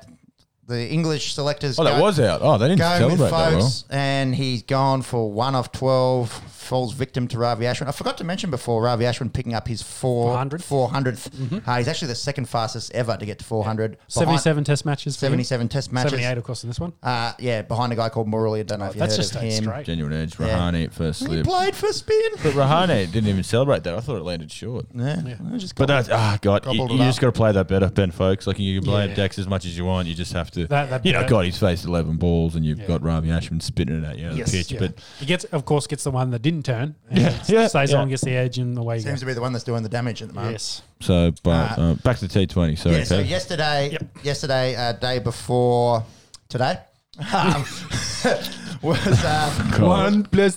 the English selectors.
Oh, that
go-
was out. Oh, they didn't
Going with
celebrate that well.
folks, and he's gone for one of 12, falls victim to Ravi Ashwin. I forgot to mention before Ravi Ashwin picking up his four,
400th.
400th.
Mm-hmm.
Uh, he's actually the second fastest ever to get to 400. behind
77 test matches. for him.
77 test matches.
78, of course, in this one.
Uh, yeah, behind a guy called Murali. I don't know if you
That's
heard
just
of
a
him.
straight.
Genuine edge.
Yeah.
Rahane at first
He
slip.
played for spin.
But Rahane didn't even celebrate that. I thought it landed short.
Yeah, I just
But that's ah god, you,
Gobbled
you
it up.
just got to play that better, Ben Folks. Like you can play
Yeah.
Dex as much as you want. You just have to.
That- that-
you know,
that-
God, he's faced eleven balls, and you've
Yeah.
got Ravi Ashman spitting it at you on
Yes.
the pitch.
Yeah.
But
He gets, of course, gets the one that didn't turn. And
Yeah,
Stays
yeah.
on, gets the edge, and away you
seems
go.
to be the one that's doing the damage at the moment.
Yes.
so, but uh, back to the T Twenty. Sorry,
Ah. Yeah, so
Kev.
yesterday,
Yep.
yesterday, uh, day before today, um, was uh,
God.
plus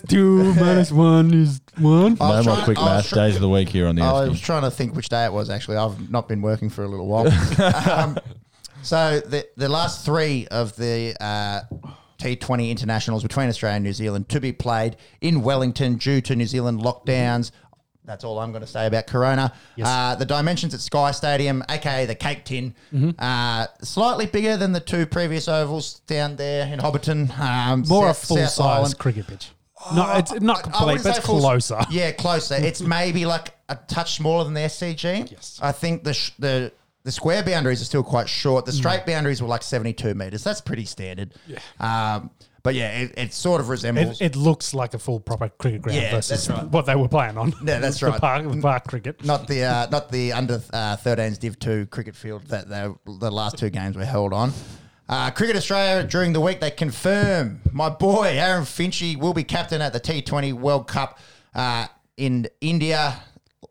two minus one is one.
I
No
was
more
trying-
quick
I was
math.
try-
Days of the week here on the
I
oh,
was trying to think which day it was. Actually, I've not been working for a little while. um, so the the last three of the uh, T20 internationals between Australia and New Zealand to be played in Wellington due to New Zealand lockdowns. That's all I'm going to say about Corona. Uh, the dimensions at Sky Stadium, aka the Cake Tin,
Mm-hmm.
uh, slightly bigger than the two previous ovals down there in Hobbiton. Um,
More
South-
a full
South
size
Island. Uh,
cricket pitch. No, it's not
I- I wouldn't
complete, but
say
it's
full-
closer.
Yeah, closer. It's maybe like a touch smaller than the SCG. Yes. I think the sh- the the square boundaries are still quite short. The straight
Mm.
boundaries were like seventy two meters. That's pretty standard. Yeah. Um, but yeah, it, it sort of resembles.
It, it looks like a full proper cricket ground
Yeah,
versus
that's right.
what they were playing on.
Yeah, that's
the
right.
Park, the park cricket.
not the uh, not the under uh, 13s Div Two cricket field that they, the last two games were held on. Uh, cricket Australia during the week they confirm my boy Aaron Finchie will be captain at the T20 World Cup uh, in India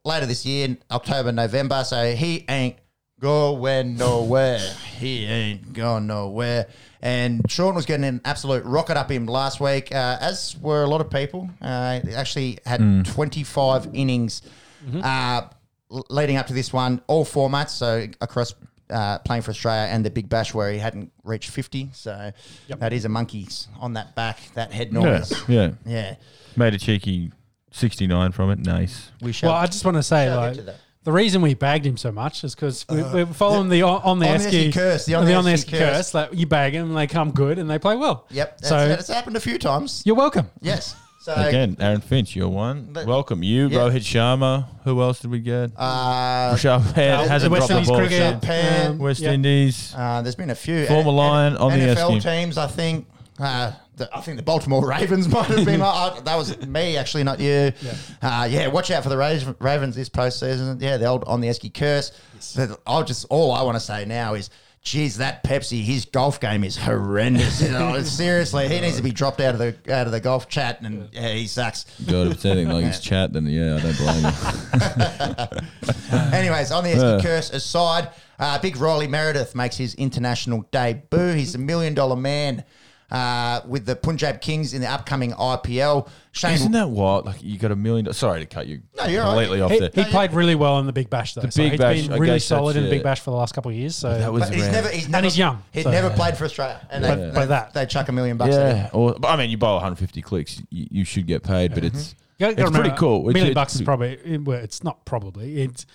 later this year, in October November. So he ain't going nowhere. He ain't going nowhere. And Sean was getting an absolute rocket up him last week, uh, as were a lot of people. Uh, he actually had 25 innings
Mm-hmm.
uh, l- leading up to this one, all formats, so across uh, playing for Australia and the Big Bash, where he hadn't reached 50. So that is a monkey's on that back, that head noise.
yeah, yeah,
Yeah.
made a cheeky sixty nine from it. Nice.
We shall.
Well, I just want to say,
Shall we
like,
do that?
the reason we bagged him so much is because we, we're following the on, on the
on the
Esky
Esky curse, the on the Esky curse.
Like, you bag them, they come good, and they play well.
yep. That's,
So
that's happened a few times.
you're welcome.
Yes. So
Again, Aaron Finch, you're one.
But-
Welcome you,
Yeah.
Rohit Sharma. Who else did we get?
Uh,
Russia
Uh,
hasn't
West
dropped the
Indies
ball.
cricket,
Shah.
Japan,
um,
West
yeah.
Indies.
Uh, there's been a few
Former
N-
Lion on the
NFL
Esky.
teams. I think uh, the, I think the Baltimore Ravens might have been. uh, that was me actually, not you. Yeah, uh, yeah watch out for the Ra- Ravens this postseason. Yeah, the old on the Esky curse. So I'll just all I want to say now is. Geez, that Pepsi, his golf game is horrendous. You know, Seriously, he needs to be dropped out of the out of the golf chat, and yeah, he sucks.
God, if it's anything like his chat, then yeah, I don't blame you.
Anyways, on the Esky
Yeah.
curse aside, uh, big Riley Meredith makes his international debut. He's a million dollar man uh, with the Punjab Kings in the upcoming IPL. Shane,
Isn't that wild? Like you got a million. do- Sorry to cut you
No, you're all right.
completely off
He,
there.
he played really well in the Big Bash, though. so
Big
he's
Bash, I
been really
guess that's
solid in the
it.
Big Bash for the last couple of years. So
that was
but he's
rare.
never, he's never,
he's young,
He'd
so-
never played for Australia, and they,
But-
they,
but that-
they chuck a million bucks. at him.
yeah. Or but, I mean, you bowl 150 clicks, you, you should get paid, but it's
You gotta-
it's
gotta
pretty
remember,
cool. It's-
million
it's
bucks is
pretty-
probably it- well, it's not probably it's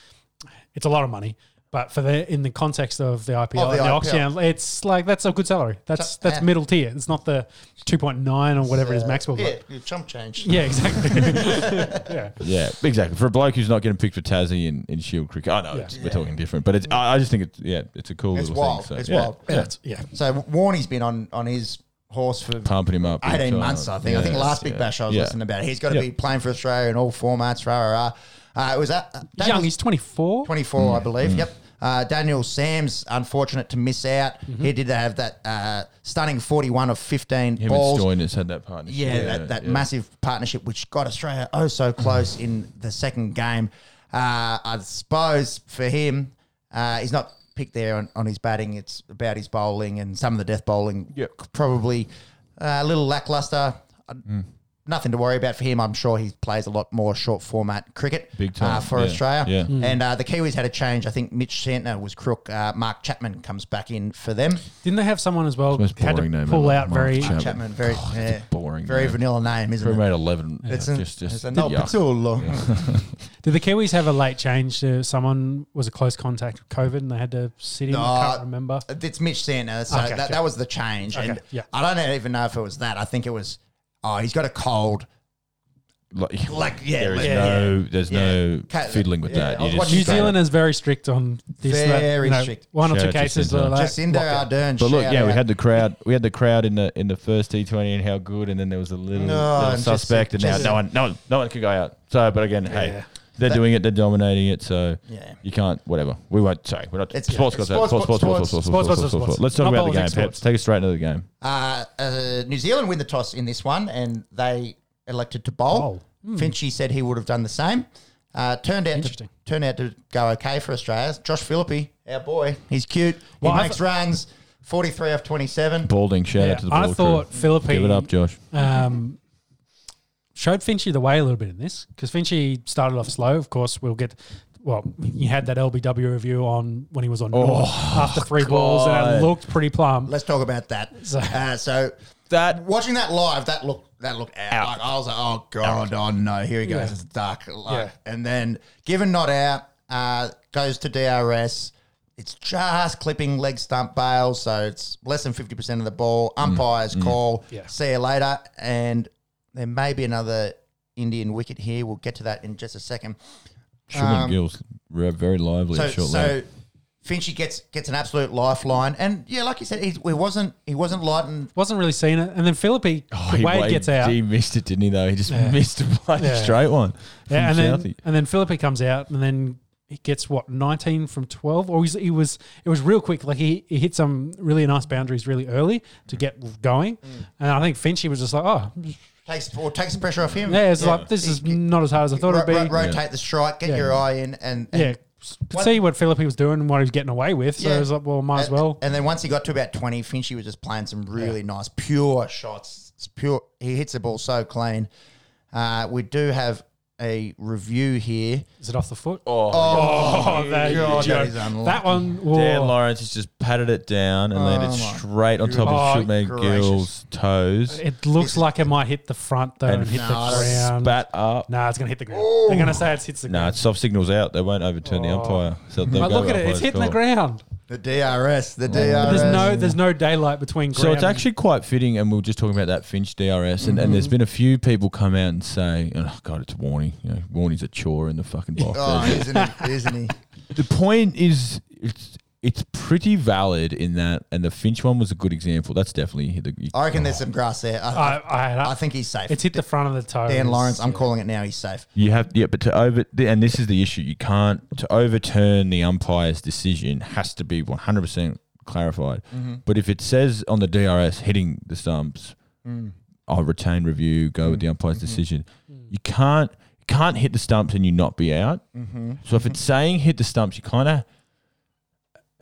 it's a lot of money. But for the in the context of the IPL,
Of the
and the,
IPL.
Oxygen, it's like that's a good salary. That's that's
yeah.
middle tier. It's not the two point nine or whatever it is
Uh,
Maxwell got.
Yeah, your chump change.
Yeah, exactly. yeah.
Yeah, exactly. For a bloke who's not getting picked for Tassie in, in Shield cricket, I know
Yeah.
it's, we're talking different, but it's I, I just think it's yeah, it's a cool
It's
little
wild.
thing. So,
It's
yeah,
wild.
yeah.
Yeah. yeah.
So Warney's been on on his horse for
pumping him up.
18
Yeah.
months, I think. I think
Yeah,
last Big
yeah,
Bash I was
yeah.
listening about. He's got to
Yep.
be playing for Australia in all formats, rah, rah, rah. Uh, it was that, uh,
Young,
Daniel-
he's 24.
24, I believe. Yep. Uh, Daniel Sam's unfortunate to miss out. He did have that uh, stunning 41 of 15
Him
balls.
and Stoinis had that partnership.
Yeah, that, that
yeah. Mm.
massive partnership which got Australia oh so close in the second game. Uh, I suppose for him, uh, he's not picked there on, on his batting. It's about his bowling and some of the death bowling.
Yep.
Probably uh, a little lackluster. Uh,
Mm.
Nothing to worry about for him. I'm sure he plays a lot more short format cricket
Big time,
uh, for
yeah,
Australia.
yeah.
And uh, the Kiwis had a change. I think Mitch Santner was crook. Uh, Mark Chapman comes back in for them.
Didn't they have someone as well?
Most
had to
boring name
pull
ever,
out
Mark
very.
Chapman. Oh,
Chapman, very
that's a
yeah,
boring
very
name.
vanilla name, isn't
Probably
it?
made eleven.
It's
yeah,
an,
just, just
it's a
yuck.
Nopatula.
Did the Kiwis have a late change? To someone was a close contact with COVID and they had to sit in. I
No.
can't remember.
It's Mitch Santner. So
Okay,
that,
okay.
that was the change. and
Okay, yeah.
I don't even know if it was that. I think it was, oh, he's got a cold.
Like,
Like, yeah.
there is
yeah,
no, there's
Yeah.
no
Ca-
fiddling with
yeah, I
that.
was watching
You just
New
Australia.
Zealand is very strict on this. that,
Very
you know,
strict.
One or
Shout
two
out to
cases.
Jacinto.
are like,
Jacinda
locked out.
Ardern.
But look,
shout
yeah, we
out.
had the crowd. We had the crowd in the in the first T Twenty, and how good. And then there was a little,
No,
little
and just-
suspect, and now
just-
no one, no one, no one could go out. So, but again,
Yeah.
hey, they're
That-
doing it. They're dominating it. So
Yeah.
you can't. Whatever. We won't. Sorry, we're not.
It's-
sports,
yeah, it's
gods out.
sports,
sports, sports,
sports,
sports,
sports, sports, sports,
sports,
sports,
sports.
sports. Let's talk
Not
about the game.
politics,
Peps.
sports.
Take us straight into the game.
Uh, uh, New Zealand win the toss in this one, and they elected to bowl. Finchie said he would have done the same. Uh, turned out to,
Hmm. Interesting.
turned out to go okay for Australia. Josh Philippi, our boy, he's cute. He
Well, I
makes runs. Forty-three off twenty-seven.
Balding, shout
Yeah,
out to the.
I
ball
thought
crew.
Philippine-
Give it up, Josh.
um, showed Finchie the way a little bit in this because Finchie started off slow. Of course, we'll get. Well, you had that LBW review on when he was on North after three balls, and it
Oh, God.
looked pretty plum.
Let's talk about that. So, uh, so
That-
watching that live, that looked that looked out.
Out.
Like, I was like, oh god, oh no, here he goes,
Yeah.
it's dark. Like,
Yeah.
And then given not out, uh, goes to DRS. It's just clipping leg stump bail, so it's less than fifty percent of the ball. Umpires call.
Mm. Yeah.
See you later. And there may be another Indian wicket here. We'll get to that in just a second.
Shubman
um,
Gills, re- very lively.
So,
at short
so
leg.
Finchie gets gets an absolute lifeline, and yeah, like you said, he, he wasn't he wasn't lighting
Wasn't really seeing it, and then Philippi
Oh,
Wade,
he Wade
gets out,
He missed it, didn't he? Though he just missed a bloody
Yeah.
straight one.
yeah, and
from
then
Southie.
and then Philippi comes out, and then he gets what nineteen from twelve, or he's, he was it was real quick. Like he, he hit some really nice boundaries really early
Mm.
to get going, and I think Finchie was just like, oh
takes or takes the pressure off him.
yeah, it's like this is not as hard as I thought
Ro-
it'd be.
ro- rotate the strike, get
Yeah.
your eye in, and, and
yeah, could
What-
see what Philippi was doing and what he was getting away with. So
Yeah. Uh,
it was like, well, might as
and-
well.
And then once he got to about twenty, Finchie was just playing some really nice pure shots. It's pure, he hits the ball so clean. Uh, we do have a review here.
Is it off the foot?
Oh,
that,
God, that
joke.
is unlucky.
That one. whoa.
Dan Lawrence has just patted it down and landed
my
straight on top
Oh,
of Shubman
gracious.
Gill's toes.
It looks like it might hit the front though and,
And
hit
no,
the ground.
Spat up.
Nah, it's gonna hit the ground. They're gonna say it's hits the
No,
ground.
it's soft signals out. They won't overturn the umpire. So they'll
Oh. but
go
look at
by
it. It's
umpire's
hitting the
call.
ground.
the DRS, the
But
DRS.
there's no there's no daylight between. Ground
So it's
and-
actually quite fitting, and we were just talking about that Finch DRS,
Mm-hmm.
and, and there's been a few people come out and say, "Oh God, it's Warney. You know, Warney's a chore in the fucking box."
Oh,
There's-
isn't he? Isn't he?
the point is, it's it's pretty valid in that, and the Finch one was a good example. That's definitely the. You,
I reckon there's some grass there. I,
I, I,
I think he's safe.
Uh, it's hit the front of the toe.
Dan Lawrence, I'm calling it now. He's safe.
You have yeah, but to over and this is the issue. You can't to overturn the umpire's decision has to be one hundred percent clarified. But if it says on the DRS hitting the stumps, I'll retain review, go with the umpire's decision. You can't you can't hit the stumps and you not be out.
Mm-hmm.
So if it's saying hit the stumps, you kind of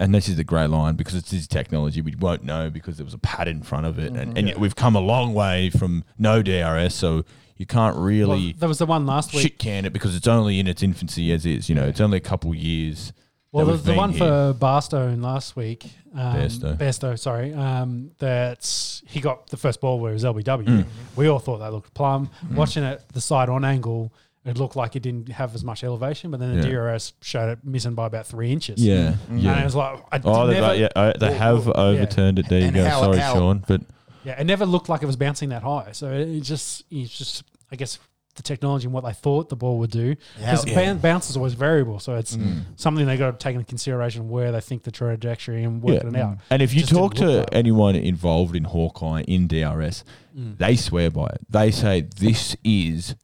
and this is the grey line because it's his technology. We won't know because there was a pad in front of it, and, and yet we've come a long way from no DRS. So you can't really
Well, there was the one last week.
shit can it because it's only in its infancy as is. You know, it's only a couple years.
Well,
that
the,
we've
the
been
one
here.
for Barstone last week, um,
Bairstow.
Bairstow, sorry, um, that he
Hmm.
got the first ball where it was LBW. We all thought that looked plum. Watching it, the side on angle, it it looked like it didn't have as much elevation, but then the
Yeah.
DRS showed it missing by about three inches.
Yeah,
And it
yeah.
was like, I
Oh, they,
Mm. never,
like, yeah, oh, they
Well,
have
well, yeah.
overturned it. There you
And
go.
how-
Sorry,
how-
Sean, but
Yeah, it never looked like it was bouncing that high. So it it just, it's just, I guess, the technology and what they thought the ball would do. Because
Yeah.
bounce is always variable, so it's
Mm.
something they got to take into consideration where they think the trajectory and work it out.
And if you
Just didn't
talk
look
to
that way.
anyone involved in Hawkeye in DRS,
Mm.
they swear by it. They say this is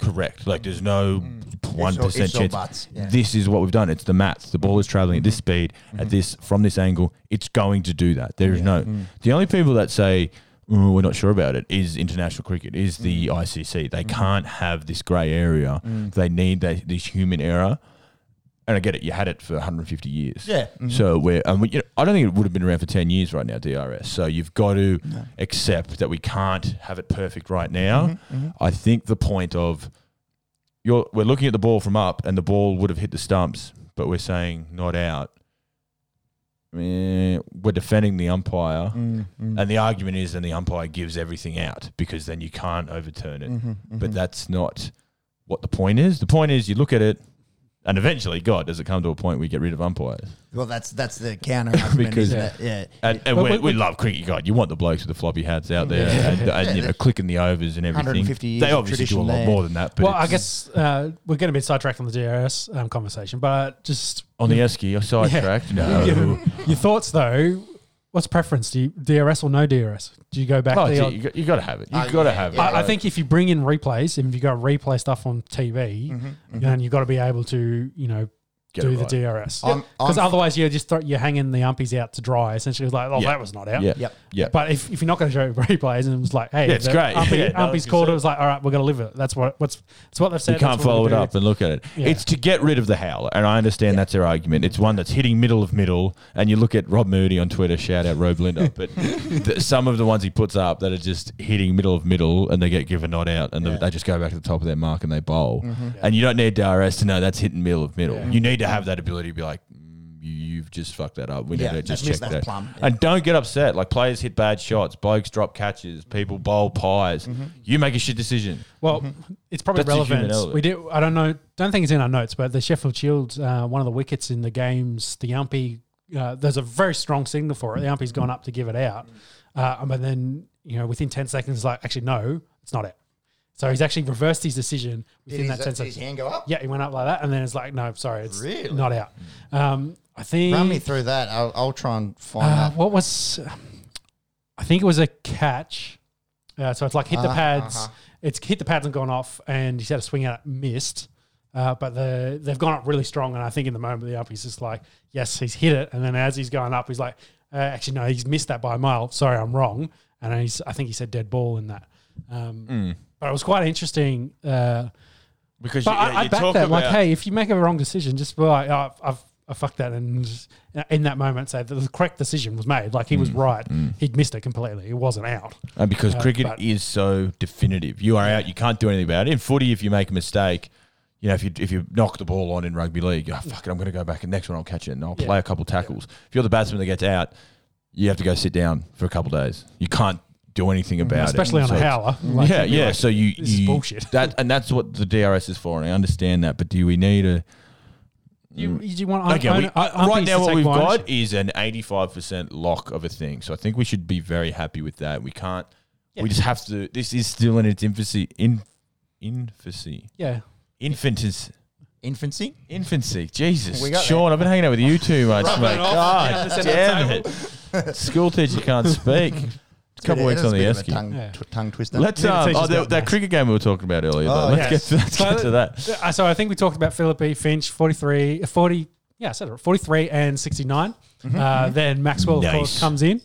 correct. Like there's no
Mm.
one
Ifs or- ifs or
chance.
buts, yeah.
This is what we've done. It's the maths. The ball is traveling at this speed,
Mm-hmm.
at this from this angle. It's going to do that. There is no.
Mm.
The only people that say. "Oh, we're not sure about it. Is international cricket? Is the
Mm.
ICC? They
Mm-hmm.
can't have this grey area. They need that, this human error. And I get it. You had it for 150 years.
Yeah. Mhm.
So we're, and we, you know, I don't think it would have been around for 10 years right now, DRS. So you've got to accept that we can't have it perfect right
Mm-hmm.
now. I think the point of you're, we're looking at the ball from up and the ball would have hit the stumps, but we're saying not out. Eh, We're defending the umpire,
Mm.
Mm-hmm.
and the argument is then the umpire gives everything out because then you can't overturn
Mm-hmm.
it.
Mm-hmm.
But that's not what the point is. The point is you look at it, and eventually, God, does it come to a point where we get rid of umpires?
Well, that's that's the counter argument,
Because-
isn't it? Yeah.
And, and
But
we,
we-
we, love cricket, God. You want the blokes with the floppy hats out there
Yeah.
and, and you
Yeah.
know, clicking the overs and everything.
150 years
they
of
obviously do a
tradition
lot
there.
more than that. But
well, I
it's-
guess uh, we're going to be sidetracked on the DRS um, conversation, but just
on the Oh. Esky, I sidetracked. No.
your, your thoughts though. What's preference? Do you DRS or no DRS? Do you go back?
Oh,
to the
gee,
old-
you, got, you got to have it. You
Oh,
got to
yeah,
have it.
I, I think if you bring in replays, and if you got replay stuff on TV, then you've got to be able to, you know,
Mm-hmm, Get it
do
right.
the DRS.
I'm-
Because
I'm-
otherwise, you're just throw, you're hanging the umpies out to dry. Essentially, it's like, oh,
Yeah.
that was not out.
Yeah.
Yep.
Yeah.
But if, if you're not going to show replays, and it was like, hey,
Yeah, it's
the
great.
Umpy,
Yeah, no, I was
umpies
gonna
called it.
say.
It was like, all right, we're going to live it. That's what what's that's what they've said.
you can't
that's what
follow
we're
it
gonna
up
do.
and look at it.
Yeah.
It's to get rid of the howl, and I understand that's their argument. It's one that's hitting middle of middle, and you look at Rob Moody on Twitter, shout out Rob Lindo, but th- some of the ones he puts up that are just hitting middle of middle, and they get given not out, and
Yeah.
they just go back to the top of their mark and they bowl. And you don't need DRS to know that's hitting middle of middle. You need to have that ability to be like. "Mm, you- You've just fucked that up. We
Yeah,
need to
that's
just
missed
check
that
that.
plum.
And don't get upset. Like players hit bad shots, blokes drop catches, people bowl pies. You make a shit decision.
Well,
Mm-hmm.
it's probably
That's a human
relevant.
element.
We do. I don't know. Don't think it's in our notes, but the Sheffield Shield, uh, one of the wickets in the games, the umpy. Uh, there's a very strong signal for it. The umpy's gone up to give it out, uh, but then you know within ten seconds, it's like actually no, it's not it. So he's actually reversed his decision
Did
within
his,
that ten
did his
seconds.
hand go up?
Yeah, he went up like that, and then it's like no, sorry, it's
Really?
not out. Um, I think.
Run me through that. I'll, I'll try and find
Uh,
that.
what was? I think it was a catch. Uh, so it's like hit the
Ah,
pads.
uh-huh.
It's hit the pads and gone off, and he's had a swing at it, missed. Uh, but the, they've gone up really strong, and I think in the moment the up he's just like, yes, he's hit it, and then as he's going up, he's like, uh, actually no, he's missed that by a mile. Sorry, I'm wrong. And then he's, I think he said dead ball in that. Um,
Mm.
But it was quite interesting. Uh,
Because
but
you,
I,
yeah,
I
you
back
talk
that. Like,
about-
hey, if you make a wrong decision, just be like, oh, I've, I've I fucked that, and just, in that moment, say that the correct decision was made. Like he
Mm.
was right. He'd missed it completely. It wasn't out.
And because
Uh,
cricket
but-
is so definitive, you are out. You can't do anything about it. In footy, if you make a mistake, you know if you if you knock the ball on in rugby league, oh, fuck it, I'm going to go back and next one I'll catch it and I'll
Yeah.
play a couple tackles. If you're the batsman that gets out, you have to go sit down for a couple days. You can't do anything about
Mm, Especially
it,
on
So
a
it's-
howler. Like,
yeah,
you'd be
yeah.
like,
so you,
this is
you-
bullshit.
That and that's what the DRS is for, and I understand that. But do we need a
you, you want
Okay,
un-
we,
un- un-
right
unpiece
now
to
what
take
we've
more
got
ownership.
is an 85% lock of a thing. So I think we should be very happy with that. We can't.
Yeah.
We just have to. This is still in its infancy. In infancy.
Yeah.
Infantis.
Infancy?
Infancy. Jesus,
We got
Sean, I've been hanging out with you too much,
Rubbing
mate.
it off.
God damn it! School teacher can't speak. A couple
It
weeks
is
on
a
the
bit of a
esky.
Tongue,
Yeah.
tw- tongue twister.
Let's
Yeah, the
um,
teacher's
oh,
got
that, that
that.
cricket game we were talking about earlier.
Oh,
though. let's
yeah.
get to, let's
So
get to that.
Uh, So I think we talked about Philip E. Finch, 43, uh, 40, yeah, I said it, right, 43 and 69. Uh, then Maxwell, of course,
Mm-hmm, Nice.
comes in.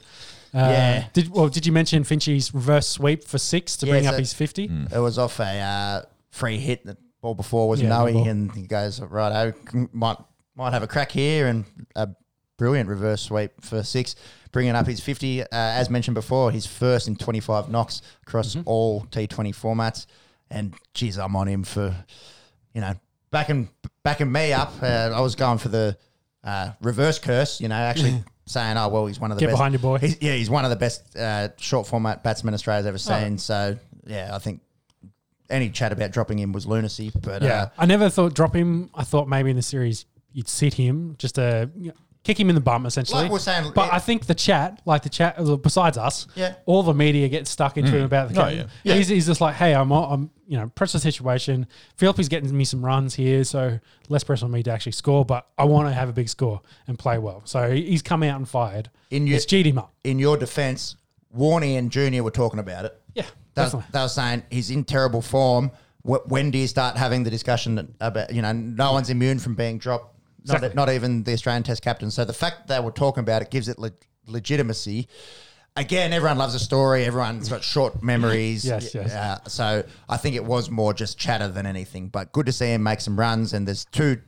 Uh,
Yeah.
Did, well, did you mention Finchie's reverse sweep for six to
Yeah,
bring up
so-
his 50?
Mm.
It was off a uh, free hit. The ball before was
Yeah,
Noe,
the ball.
and he goes, right, I might, might have a crack here, and a brilliant reverse sweep for six, bringing up his 50. Uh, as mentioned before, his first in 25 knocks across all T20 formats. And, geez, I'm on him for, you know, backing, backing me up. Uh, I was going for the uh, reverse curse, you know, actually saying, oh, well, he's one of the
Get
best.
behind your boy.
He's, yeah, he's one of the best uh, short format batsmen Australia's ever seen. So, yeah, I think any chat about dropping him was lunacy. But
Yeah,
uh,
I never thought drop him. I thought maybe in the series you'd sit him just to you know, kick him in the bum essentially.
Like we're saying-
but I think the chat, like the chat, uh, besides us,
Yeah.
all the media gets stuck into him about the
Oh,
game.
yeah.
Yeah.
He's, he's just like, hey, I'm, uh, I'm, you know, press the situation. Philippe's getting me some runs here, so less pressure on me to actually score. But I want to have a big score and play well. So he- he's come out and fired.
In your-
it's G'd him up.
in your defense, Warney and Junior were talking about it.
Yeah,
They was,
definitely.
they was saying he's in terrible form. Wh- When do you start having the discussion about, you know, no one's immune from being dropped, not,
Exactly.
not even the Australian Test captain. So the fact that they were talking about it gives it le- legitimacy. Again, everyone loves a story. Everyone's got short memories.
Yes, yes.
Uh, so I think it was more just chatter than anything. But good to see him make some runs. And there's two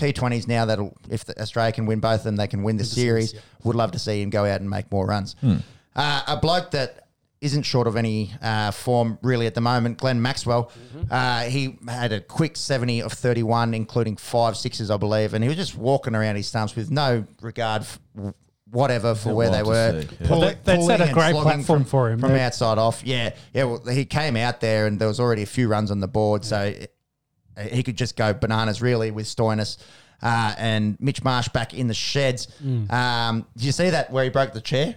T20s now that'll, if the, Australia can win both of them, they can win the series. Would love to see him go out and make more runs.
Hmm.
Uh, a bloke that isn't short of any uh, form really at the moment, Glenn Maxwell.
Mm-hmm.
Uh, he had a quick 70 of 31, including five sixes, I believe. And he was just walking around his stumps with no regard. f- whatever for where they
wild
were,
to see, yeah.
Pull-
That- that's
pulling
set a
and
great
slogging
platform
from-
for him.
from
They-
outside off. Yeah, yeah. Well, he came out there, and there was already a few runs on the board, so uh, he could just go bananas really with Stoinis. Uh, and Mitch Marsh back in the sheds.
Mm.
Um, did you see that where he broke the chair?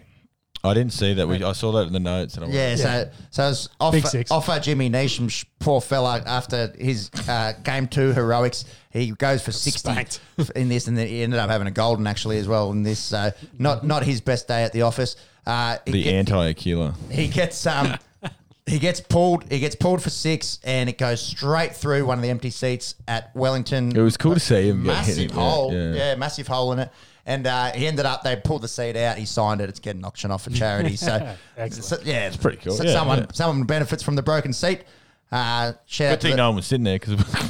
I didn't see that. We, I saw that in the notes. And I went,
Yeah, so so it's off
Big six.
off our Jimmy Neesham, sh- poor fella. After his uh, game two heroics, he goes for sixty
Spanked.
in this, and then he ended up having a golden actually as well in this. So not not his best day at the office. Uh, he
the
get-
anti-Aquila.
he gets um he gets pulled he gets pulled for six and it goes straight through one of the empty seats at Wellington.
It was cool to see him. get hit.
massive
Yeah,
hole.
yeah.
Yeah, massive hole in it. And uh, he ended up. They pulled the seat out. He signed it. It's getting auctioned off for charity. So,
Excellent.
so, yeah, it's
pretty cool.
So
Yeah,
someone
yeah.
someone benefits from the broken seat. Uh, shout out to
Good thing
the-
no one was sitting there because
Oh, that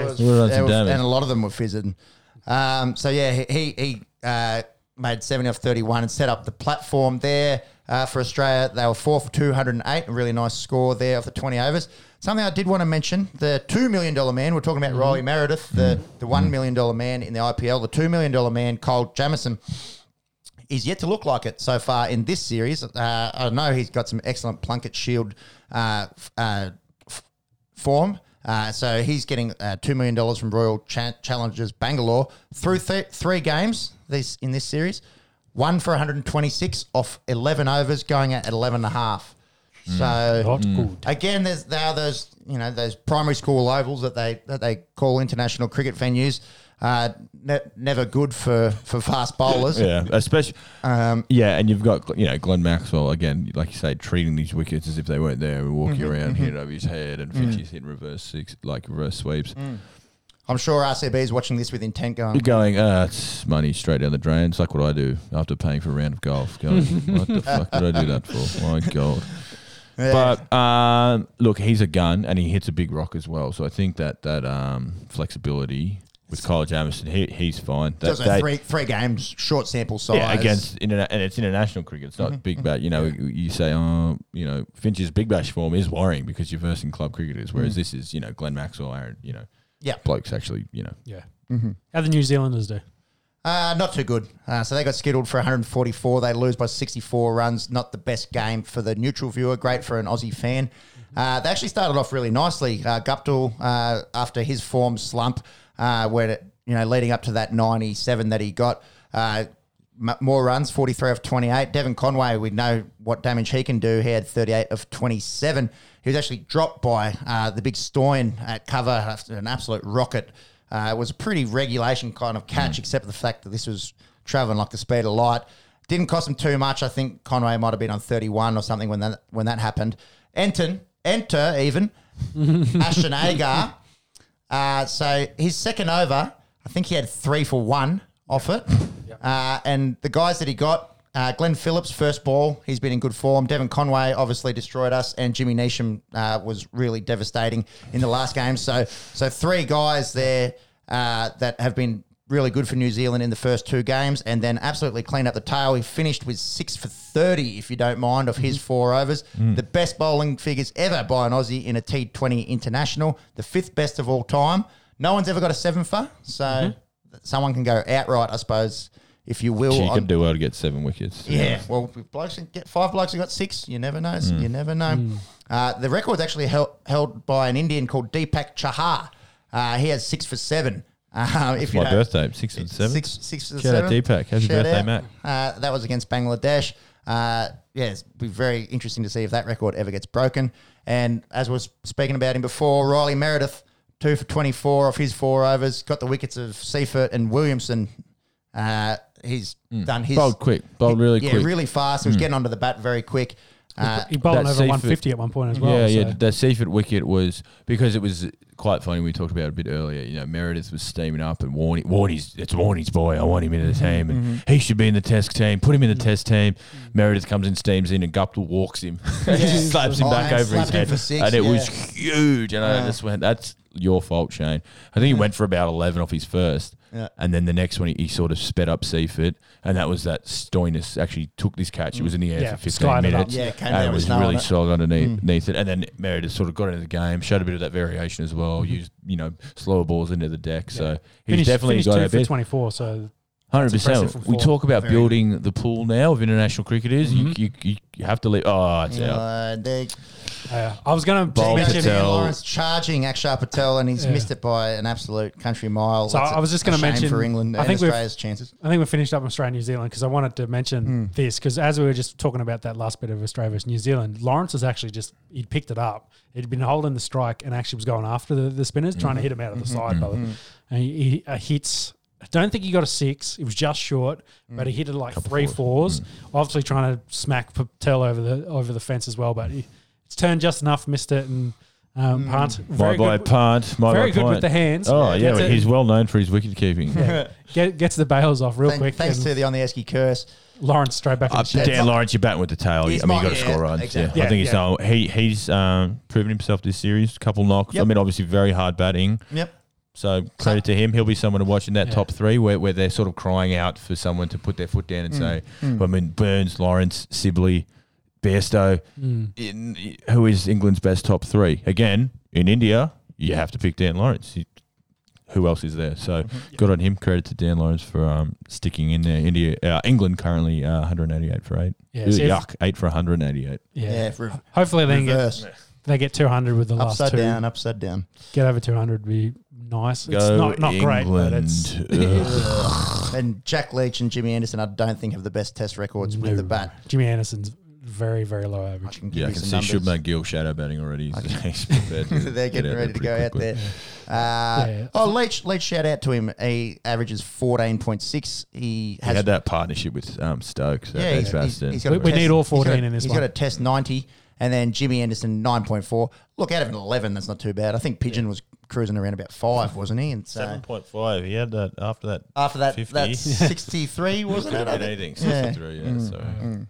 Oh,
was-
we're on
that
some
was-
damage.
and a lot of them were fizzing. Um, so yeah, he he, he uh, made seventy off thirty one and set up the platform there uh, for Australia. They were four for two hundred and eight, a really nice score there off the twenty overs. Something I did want to mention: the two million dollar man. We're talking about Riley Meredith, the the one million dollar man in the IPL. The two million dollar man, Cole Jamison is yet to look like it so far in this series. Uh, I know he's got some excellent Plunkett Shield uh, f- uh, f- form. Uh, so he's getting uh, two million dollars from Royal Cha- Challengers Bangalore through th- three games this in this series. One for 126 off 11 overs, going at 11 and a half. So
Not good.
Again, there's there are those you know those primary school ovals that they that they call international cricket venues. Uh, ne- never good for for fast bowlers.
yeah, especially
Um,
yeah, and you've got you know Glenn Maxwell again, like you say, treating these wickets as if they weren't there, and walking
Mm-hmm.
around hitting over his head, and Finchie's hitting reverse six, like reverse sweeps.
Mm. I'm sure RCB is watching this with intent
You're
going.
going, ah, it's money straight down the drain. It's like what I do after paying for a round of golf. Going, what the fuck did I do that for? My God. But um, look, he's a gun and he hits a big rock as well. So I think that that um, flexibility with Kyle Jamison, he, he's fine. That,
Those are
that-
three three games, short sample size.
yeah, against interna- and it's international cricket. It's not
Mm-hmm,
big bat. You know, you say, oh, you know, Finch's big bash form is worrying because you're versing club cricketers, whereas this is you know Glenn Maxwell, Aaron, you know,
Mm. Yeah.
blokes actually, you know,
Yeah. How the New Zealanders do?
Uh, not too good. Uh, so they got skittled for 144. They lose by 64 runs. Not the best game for the neutral viewer. Great for an Aussie fan. Uh, they actually started off really nicely. Uh, Guptill, uh, after his form slump, uh, where you know leading up to that 97 that he got, uh, m- more runs, 43 of 28. Devin Conway, we know what damage he can do. He had 38 of 27. He was actually dropped by uh, the big Stoin at cover after an absolute rocket. Uh, it was a pretty regulation kind of catch, except for the fact that this was traveling like the speed of light. Didn't cost him too much. I think Conway might have been on 31 or something when that when that happened. Enton, enter even Ashton Agar. Uh, so his second over, I think he had three for one off it. Uh, and the guys that he got, uh, Glenn Phillips, first ball, he's been in good form. Devin Conway obviously destroyed us, and Jimmy Neesham uh, was really devastating in the last game. So, so three guys there uh, that have been really good for New Zealand in the first two games, and then absolutely cleaned up the tail. He finished with six for thirty, if you don't mind, of his four overs. The best bowling figures ever by an Aussie in a T Twenty international. The fifth best of all time. No one's ever got a seven for, so th- someone can go outright, I suppose, if you will.
you
on-
can do well to get seven wickets. Mm.
yeah. Well, if blokes can get five blokes. who got six. You never know. You never know. Uh, the record's actually held, held by an Indian called Deepak Chahar. Uh, he has six for seven. Uh, if you
My
know-
birthday, six and seven.
Six, six and
Shout out
seven.
Deepak. Happy
Shout
birthday,
out.
Matt.
Uh, that was against Bangladesh. Uh, yeah, it's be very interesting to see if that record ever gets broken. And as we was speaking about him before, Riley Meredith, two for 24 off his four overs, got the wickets of Seifert and Williamson. Uh, he's
Mm.
done his.
Bowled quick, bowled Oh, really
yeah,
quick. Hmm.
really fast. He was getting onto the bat very quick. Uh,
He bowled
that
over
Seaford-
150 at one point as well.
yeah,
so.
yeah. That Seaford wicket was because it was quite funny. We talked about it a bit earlier. You know, Meredith was steaming up, and Warney, Warney's it's Warney's boy. I want him in the team, and he should be in the Test team. Put him in the Test team. Meredith comes in, steams in, and Guptill walks him, and
Yeah.
just slaps him
Oh,
back
and
over his
slapped him
head,
for six,
and it was
yeah.
huge. And I just went, "That's your fault, Shane." I think he went for about eleven off his first.
Yeah.
And then the next one, he, he sort of sped up Seaford, and that was that Stoinis actually took this catch. It was in the air
Yeah,
for 15
skied it up.
minutes.
Yeah, it came
and
down
it
with
was
snow on
really
it.
slog
Hmm.
underneath underneath it. And then Meredith sort of got into the game, showed a bit of that variation as well,
Mm-hmm.
used, you know, slower balls into the deck.
Yeah.
So he's
Finished,
definitely
finished
got
two
a
for
bit.
24, so
100%.
impressive from
We
four.
talk about
Very good.
building the pool now of international cricketers.
Mhm.
Mm-hmm.
You, you, you have to leave. Oh, it's out.
uh, they
uh, I was going to
Bowl
Team
mention.
Action
Patel.
Lawrence charging Akshar Patel, and he's
Yeah.
missed it by an absolute country mile.
So
That's
I was just
a
gonna
shame
mention-
for England
I
and
think we've-
Australia's chances.
I think we finished up Australia New Zealand because I wanted to
Hmm.
mention this because as we were just talking about that last bit of Australia versus New Zealand, Lawrence has actually just he'd picked it up. He'd been holding the strike and actually was going after the, the spinners, trying
Mm-hmm.
to hit him out of the side, brother. And he, he uh, hits. I don't think he got a six. It was just short,
Mm.
but he hit it like three fours. Obviously, trying to smack Patel over the over the fence as well, but he, it's turned just enough, missed it, and um,
Mm.
Pant
My
very
boy
good,
Pant. My
very
boy
good with
Pant.
the hands.
Oh yeah,
Gets
well,
it-
he's well known for his wicket keeping.
yeah, get, gets the bails off real
Thank-
quick.
thanks
and-
to the on the Esky curse.
Lawrence straight back in
Uh,
the shed.
Dan Lawrence, you're batting with the tail. I mean,
He's
you got
my-
to
yeah,
score runs.
exactly.
Yeah.
Yeah,
I think he's
yeah.
done- he he's um, proven himself this series. Couple knocks. I
Yep.
mean, obviously very hard batting.
Yep.
So credit to him. He'll be someone to watch in that
Yeah.
top three where, where they're sort of crying out for someone to put their foot down and
Mm.
say, I mean, Burns, Lawrence, Sibley, Bairstow,
Mm.
Mm,
in, who is England's best top three? Again, in India, you have to pick Dan Lawrence. He- who else is there? So
Mm-hmm.
good on him. Credit to Dan Lawrence for um, sticking in there. India, uh, England currently uh, 188 for eight.
Yeah,
Ugh,
so if-
Yuck, eight for 188.
Yeah.
Yeah.
re-
Hopefully they can get,
reverse.
they get 200 with the last
Upside
two.
down, upside down.
Get over 200 would be nice. It's
Go
not, not great, but it's
England. Ugh.
And Jack Leach and Jimmy Anderson, I don't think have the best test records
no.
with the bat.
Jimmy Anderson's very, very low
I
average.
can give
yeah, I
you
can
some
see
numbers.
Shubman Gill shadow batting already. He's prepared to
They're
get
getting
out
ready to
pretty
go out
quickly.
there. Uh,
Yeah.
Oh, Leach, Leach, shout out to him. He averages 14.6. He
He
has
had that partnership with um, Stokes.
Yeah, he's- he's-
Baston.
he's got
We,
a
we
test-
need all
he's got a-
14 in this
He's
one.
got a test 90, and then Jimmy Anderson 9.4. Look, out of an 11, that's not too bad. I think Pigeon was cruising around about five, wasn't he? And so
7.5. He had that after that.
after that,
50.
that's 63, wasn't it? Oh, I
Could've been
think?
anything.
Yeah. Mm,
63, yeah, so.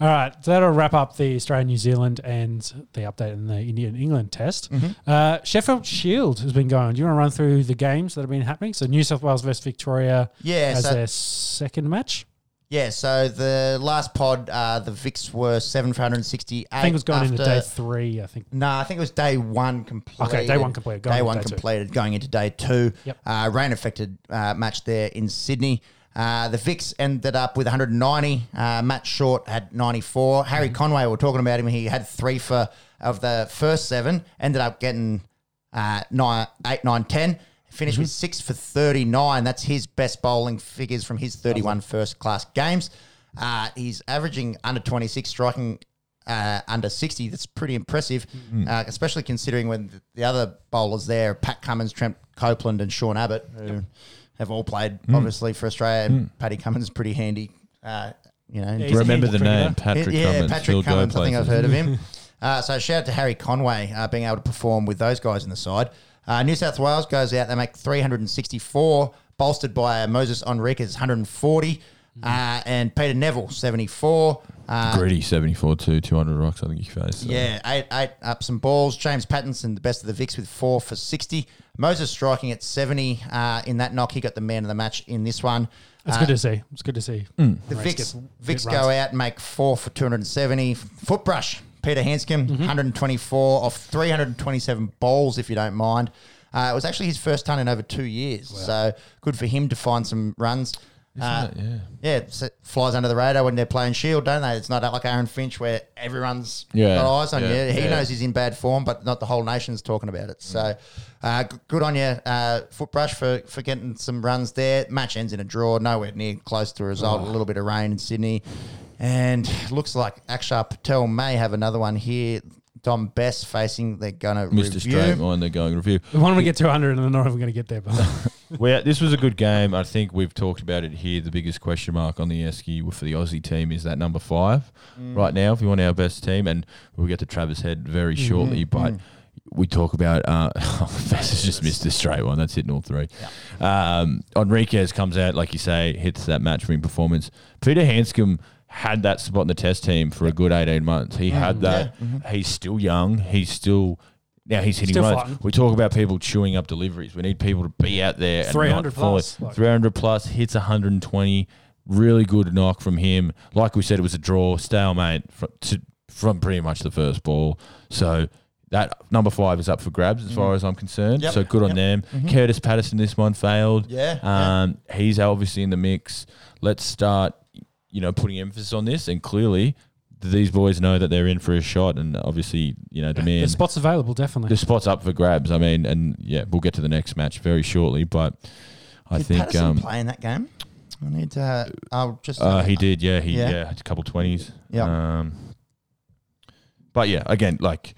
All right, so that'll wrap up the Australia New Zealand and the update in the India and England test.
Mm-hmm.
Uh, Sheffield Shield has been going. Do you want to run through the games that have been happening? So New South Wales versus Victoria
Yeah,
as
so-
their second match.
Yeah, so the last pod, uh, the Vicks were 7 for 168.
I think it was going into day
after-
three. I think
No, I think it was day one completed.
Okay, day one completed, going
day
into
one
day two.
completed, going into day two.
Yep.
Uh, rain affected uh, match there in Sydney. Uh, the Vicks ended up with 190. Uh, Matt Short had 94. Harry
Mm-hmm.
Conway, we're talking about him. He had three for of the first seven. Ended up getting uh, nine, eight, nine, ten. Finished
Mm-hmm.
with six for 39. That's his best bowling figures from his 31 first class games. Uh, he's averaging under 26, striking uh, under 60. That's pretty impressive, uh, especially considering when th- the other bowlers there, Pat Cummins, Trent Copeland, and Sean Abbott, who have all played obviously for Australia. And Paddy Cummins is pretty handy, uh, you know.
Yeah,
in
he's a
Remember
handy
the
cricketer.
name, Patrick
yeah,
Cummins.
Patrick
Still going
Cummins. I think I've
places.
heard of him. Uh, so shout out to Harry Conway uh, being able to perform with those guys in the side. Uh, New South Wales goes out. They make 364, bolstered by Moses Enriquez 140, uh, and Peter Neville 74. Uh,
Gritty 74 2, 200 rocks, I think he faced. so.
yeah, eight eight up some balls. James Pattinson, the best of the Vicks, with four for sixty. Moses striking at seventy uh, in that knock. He got the man of the match in this one.
It's
Uh,
good to see. It's good to see.
Hmm.
the
Race
Vicks
gets-
Vicks
get
go
runs.
out and make four for two hundred and seventy. Footbrush Peter Hanscom,
Mm-hmm.
and twenty four off three hundred and twenty seven balls, if you don't mind. Uh, it was actually his first ton in over two years, so good for him to find some runs. Uh,
Isn't it? Yeah.
yeah, so it flies under the radar when they're playing Shield, E don't they? It's not like Aaron Finch where everyone's
Yeah,
got eyes on
yeah,
you. He
yeah.
knows he's in bad form, but not the whole nation's talking about it. So uh, g- good on you, uh, Footbrush, for, for getting some runs there. Match ends in a draw, nowhere near close to a result.
Oh.
A little bit of rain in Sydney. And looks like Akshar Patel may have another one here. Dom Best facing, they're going to
Mr.
review.
Straight Line, they're going review.
We want them to get 200 and they're not even going to get there. But
Well, this was a good game. I think we've talked about it here. The biggest question mark on the Esky for the Aussie team is that number five right now. If you want our best team, and we'll get to Travis Head very shortly, but. We talk about uh, Festus just missed the straight one. That's hitting all three. Um, Enriquez comes out like you say, hits that match win performance. Peter Hanscom had that spot in the test team for a good eighteen months. He had that. He's still young. He's still now he's hitting
Still
runs.
fighting.
We talk about people chewing up deliveries. We need people to be out there and
300
not fall.
plus, like-
300 plus hits 120. Really good knock from him. Like we said, it was a draw, stalemate from, to, from pretty much the first ball. So that number five is up for grabs as far as I'm concerned.
Mm-hmm. Yep. Mm-hmm.
So good on them. Curtis Patterson, this one failed.
Yeah, yeah.
Um, He's obviously in the mix. Let's start, you know, putting emphasis on this. And clearly, these boys know that they're in for a shot. And obviously, you know, the man
the spot's available, definitely.
the spot's up for grabs. I mean, and yeah, we'll get to the next match very shortly, but I
Did
think
Patterson
um,
play in that game? I need to. Uh, I'll just.
uh, he did. Yeah, he
Yeah.
yeah, had a couple twenties.
Yep.
Um, but yeah, again, like,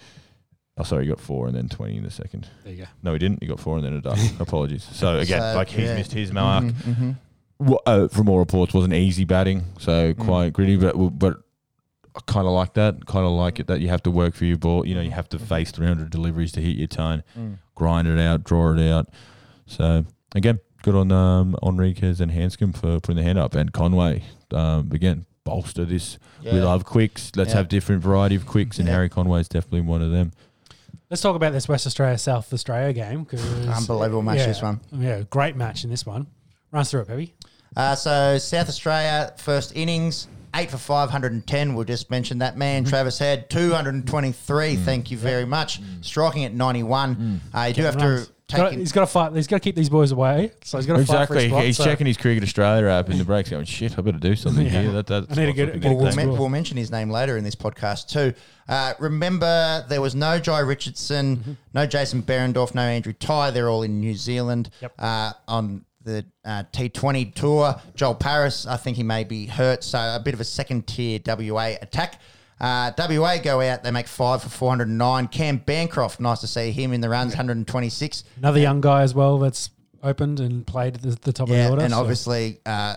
oh, sorry, he got four and then twenty in the second.
there you go.
No, he didn't. He got four and then a duck. Apologies. So again,
So,
like he's
yeah.
missed his mark.
Mhm, mhm.
Wha- uh, from all reports, wasn't easy batting, so
Mm.
quite gritty. But but I kind of like that. Kind of like it that you have to work for your ball. You know, you have
Mm.
to face 300 deliveries to hit your tone,
Mm.
grind it out, draw it out. So again, good on um, Enriquez and Hanscom for putting the hand up, and Conway um, again bolster this. We
Yeah.
love quicks. Let's
Yeah.
have different variety of quicks, and
Yeah.
Harry Conway's definitely one of them.
Let's talk about this West Australia South Australia game. 'cause-
Unbelievable match,
Yeah.
this one.
Yeah, great match in this one. Run us through it, baby.
Uh, so South Australia first innings. Eight for 510. We'll just mention that man,
Mm.
Travis Head, 223. Thank you very much. Striking at 91. Uh, you do have
Mm. Runs.
to
Gotta-
take in,
he's got to fight. He's got to keep these boys away. So he's got to fight for his
Exactly.
spot,
He's
so-
checking his Cricket Australia app in the breaks, going, "Shit, I better do something
Yeah.
here." That, that,
I need to get-
that's
get a
Well,
what
we'll,
Thanks,
men-
Will.
we'll mention his name later in this podcast too. Uh, remember, there was no Jai Richardson, no Jason Berendorf, no Andrew Ty. They're all in New Zealand
Yep.
uh, on the uh, T20 tour. Joel Paris, I think he may be hurt, so a bit of a second tier WA attack. Uh, WA go out, they make five for 409. Cam Bancroft, nice to see him in the runs, 126.
Another young guy as well that's opened and played at the, the top of
Yeah,
the order.
and
so-
obviously, uh,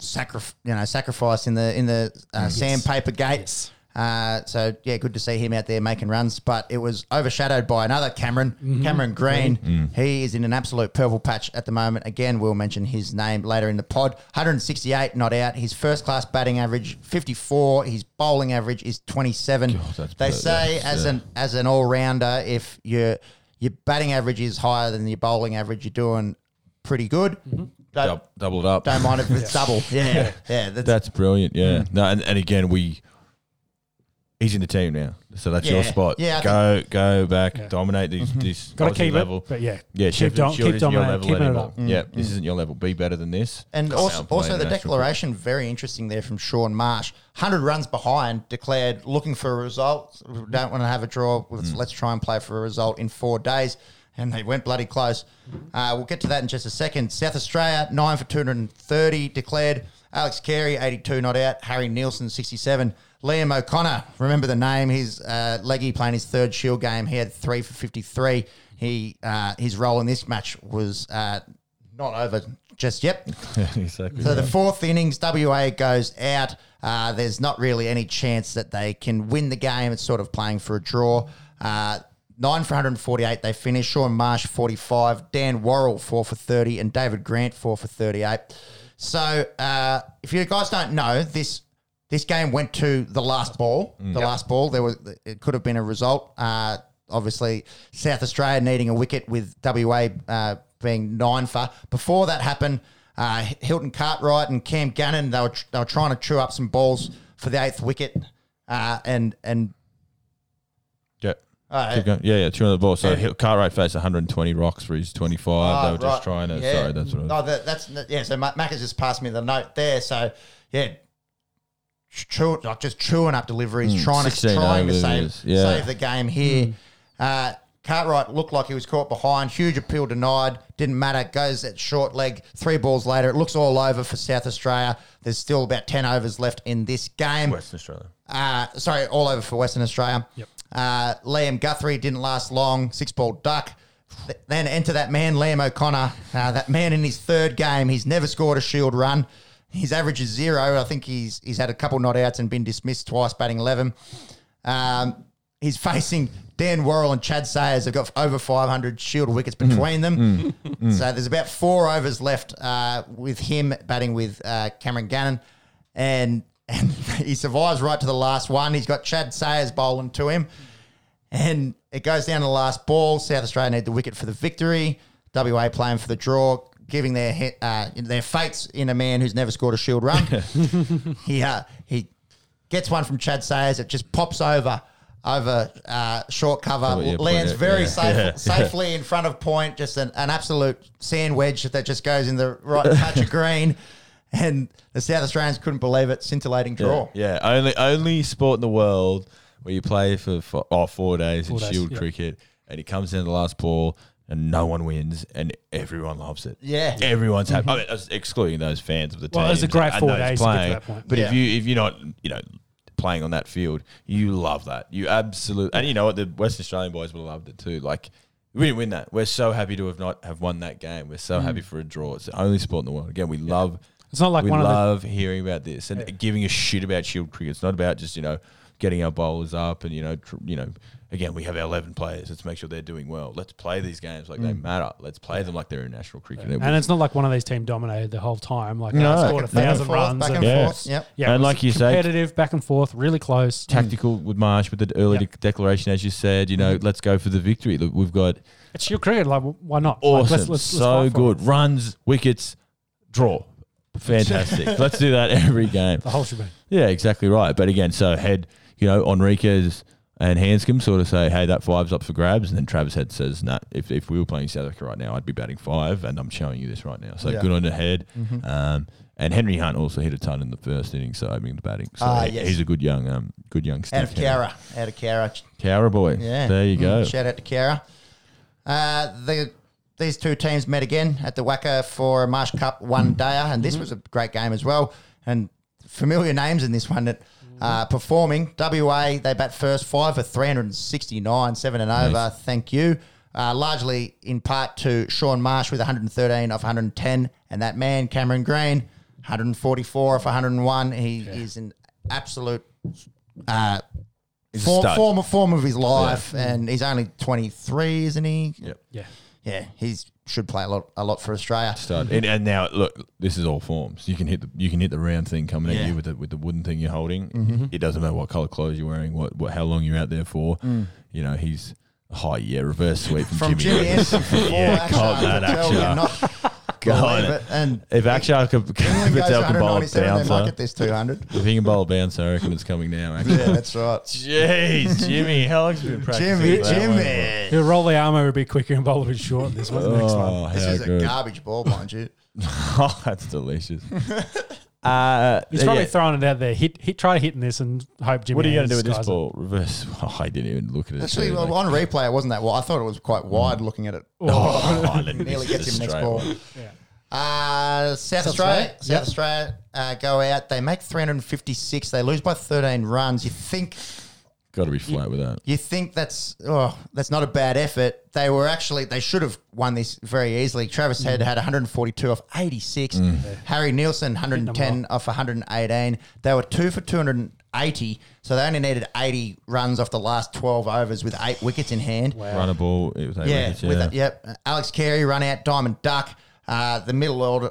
sacrif- you know, sacrifice in the in the uh, sandpaper gate.
Yes.
Uh, so yeah, good to see him out there making runs, but it was overshadowed by another Cameron,
Mm-hmm.
Cameron Green.
Mm.
He is in an absolute purple patch at the moment. Again, we'll mention his name later in the pod. 168 not out. His first class batting average 54. His bowling average is 27.
that's
they
bad,
say
yeah.
as
Yeah.
an as an all rounder, if your your batting average is higher than your bowling average, you're doing pretty good. Don't,
they- Dub- double it up.
don't mind if it's double. Yeah, yeah. That's,
That's brilliant. Yeah. No, and, and again, we he's in the team now, so that's your
Yeah.
spot.
Yeah, I
go go back,
Yeah.
dominate these this
Got to
Aussie
keep
level.
it. But yeah,
Yeah,
keep,
Sheffield
dom-
Shield
keep
isn't your
dominating,
level
keeping it
anymore.
up.
Yeah, this isn't your level. Be better than this.
Mm. And
That's how
also,
I'm playing
also the
national
declaration, very interesting there from Sean Marsh. 100 runs behind, declared looking for a result. We Don't want to have a draw.
Hmm.
Let's, let's try and play for a result in four days. And they went bloody close. Uh, we'll get to that in just a second. South Australia, 9 for 230 declared. Alex Carey, 82 not out. Harry Nielsen, 67. Liam O'Connor, remember the name. He's uh, leggy playing his third shield game. He had 3 for 53. He uh, His role in this match was uh, not over just yet.
exactly.
So the fourth innings, WA goes out. Uh, there's not really any chance that they can win the game. It's sort of playing for a draw. Uh, nine for 148. They finish. Sean Marsh 45. Dan Worrell four for 30, and David Grant four for 38. So uh, if you guys don't know this. This game went to the last ball. The last ball. There was it could have been a result. Uh, obviously, South Australia needing a wicket with WA uh, being nine for. Before that happened, uh, Hilton Cartwright and Cam Gannon. They were tr- they were trying to chew up some balls for the eighth wicket, uh, and and
yeah.
All right.
Keep going. Yeah, yeah, two on the ball. So
Yeah.
he'll- Cartwright faced 120 rocks for his 25.
Ah,
they were
right.
just trying to.
Yeah.
Sorry, that's what I
No, that, that's yeah. So Ma- Mac has just passed me the note there. So yeah, chew, like just chewing up deliveries,
Hmm,
trying to
16
trying to
overs,
save
yeah.
save the game here. Uh, Cartwright looked like he was caught behind. Huge appeal denied. Didn't matter. Goes at short leg. Three balls later, it looks all over for South Australia. There's still about ten overs left in this game.
Western Australia.
Uh, sorry, all over for Western Australia.
Yep.
Uh, Liam Guthrie didn't last long. Six ball duck. Th- Then enter that man, Liam O'Connor. Uh, that man in his third game. He's never scored a shield run. His average is zero. I think he's he's had a couple not outs and been dismissed twice, batting eleven. Um, he's facing Dan Worrell and Chad Sayers. They've got over 500 shield wickets between them.
Mm.
So there's about four overs left uh, with him batting with uh, Cameron Gannon. And, and he survives right to the last one. He's got Chad Sayers bowling to him. And it goes down to the last ball. South Australia need the wicket for the victory. WA playing for the draw, giving their he- uh, their fates in a man who's never scored a shield run. he uh, he gets one from Chad Sayers. It just pops over over uh, short cover,
what you're
lands
pointing at,
very
yeah.
safe,
Yeah.
safely in front of point. Just an, an absolute sand wedge that just goes in the right touch of green. And the South Australians couldn't believe it. Scintillating draw.
Yeah, only only sport in the world where you play for four, oh, four days
Four
in
days,
shield
yeah.
cricket, and it comes in the last ball, and no one wins, and everyone loves it.
Yeah. Mm-hmm.
everyone's happy. I mean, that's excluding those fans of the team.
Well, it was a great four days to get to that point.
But
Yeah.
if you if you're not you know playing on that field, you love that. You absolutely and you know what the West Australian boys would have loved it too. Like. We didn't win that. We're so happy to have not have won that game. We're so
Mm.
happy for a draw. It's the only sport in the world. Again, we love
It's not like
we
one of the
love hearing about this and giving a shit about shield cricket. It's not about just you know getting our bowlers up and you know tr- you know again we have our eleven players. Let's make sure they're doing well. Let's play these games like they
Mm.
matter. Let's play them like they're in national cricket. It
And
was-
it's not like one of these team dominated the whole time. Like
No.
they scored
Back
a
Back
and
thousand
forth,
runs.
back
and
and
Yeah.
forth. Yep.
yeah,
And
it was
like you say- Mm.
competitive back and forth, really close.
tactical with Marsh with the early
Mm. Yep. Mm-hmm.
de- declaration as you said. You know let's go for the victory. Look, we've got
It's your cricket. Like, why not?
awesome,
Like, let's, let's, let's
so
fight for
good
it.
runs, wickets, draw. Fantastic. let's do that every game.
The whole shebang.
Yeah, exactly right. But again, so head, you know, Enriquez and Hanscom sort of say, hey, that five's up for grabs. And then Travis Head says, nah, if, if we were playing South Africa right now, I'd be batting five. And I'm showing you this right now. So
Yeah.
good on the head.
Mm-hmm.
Um, and Henry Hunt also hit a ton in the first innings, so I mean the batting. So
Ah,
he-
yes.
he's a good young, um, good young
Out
Steve
of Kara. Out of Kara.
Cowra boy.
Yeah.
There you
Mm,
go.
Shout out to Kara. Uh, the, these two teams met again at the Wacker for a Marsh Cup one
Mm.
dayer, and
Mm-hmm.
this was a great game as well. And familiar names in this one that uh, performing. WA, they bat first, five for 369, seven and over. Thank you. Uh, largely in part to Sean Marsh with 113 off 110, and that man, Cameron Green, 144 off 101. He is an absolute uh,
He's a
form,
stud.
form, form of his life, and he's only 23, isn't he?
Yep.
Yeah.
Yeah, he should play a lot, a lot for Australia.
Stud. And, and now look, this is all forms. You can hit the you can hit the round thing coming
Yeah. Mm-hmm.
at you with the with the wooden thing you're holding. It doesn't matter what color clothes you're wearing, what, what how long you're out there for. You know he's high yeah reverse sweep from,
Mm. From Jimmy Anderson, from
yeah, caught that Akshar. God.
it. And
if Akshar could,
England goes
Patel can bowl a
197, they might
bouncer,
get this 200.
if he can bowl a bouncer, I reckon it's coming now.
yeah,
Actually.
that's right.
Jeez, Jimmy, how long's been practicing?
Jimmy,
that one
Jimmy.
He'll roll the arm over a bit quicker and bowl a bit short. This
for?
one, next one.
Oh,
This
how
is a
good.
garbage ball, mind you.
oh, that's delicious. uh,
He's probably
yeah.
throwing it out there. Hit, hit, try hitting this and hope Jimmy.
What are you going
Hayes
to do with this
skies it.
ball? Reverse. Oh, I didn't even look at it.
Actually,
too,
well,
like-
on replay, it wasn't that wide. I thought it was quite wide looking at it.
Mm. Oh, Ireland
Nearly
misses
gets
a
him next
straight
ball.
one.
Yeah.
Uh, South, Australia.
Australia?
South
Yep.
Australia uh, go out. They make 356. They lose by 13 runs. You think
Got to be flat with that.
you think that's oh that's not a bad effort. They were actually they should have won this very easily. Travis Head had 142 off 86. Harry Nielsen 110 off 118. They were two for 280, so they only needed 80 runs off the last 12 overs with eight wickets in hand.
Run a ball. It was eight
Yeah,
wickets,
with
yeah.
that, yep. Alex Carey run out, Diamond Duck. Uh, the middle order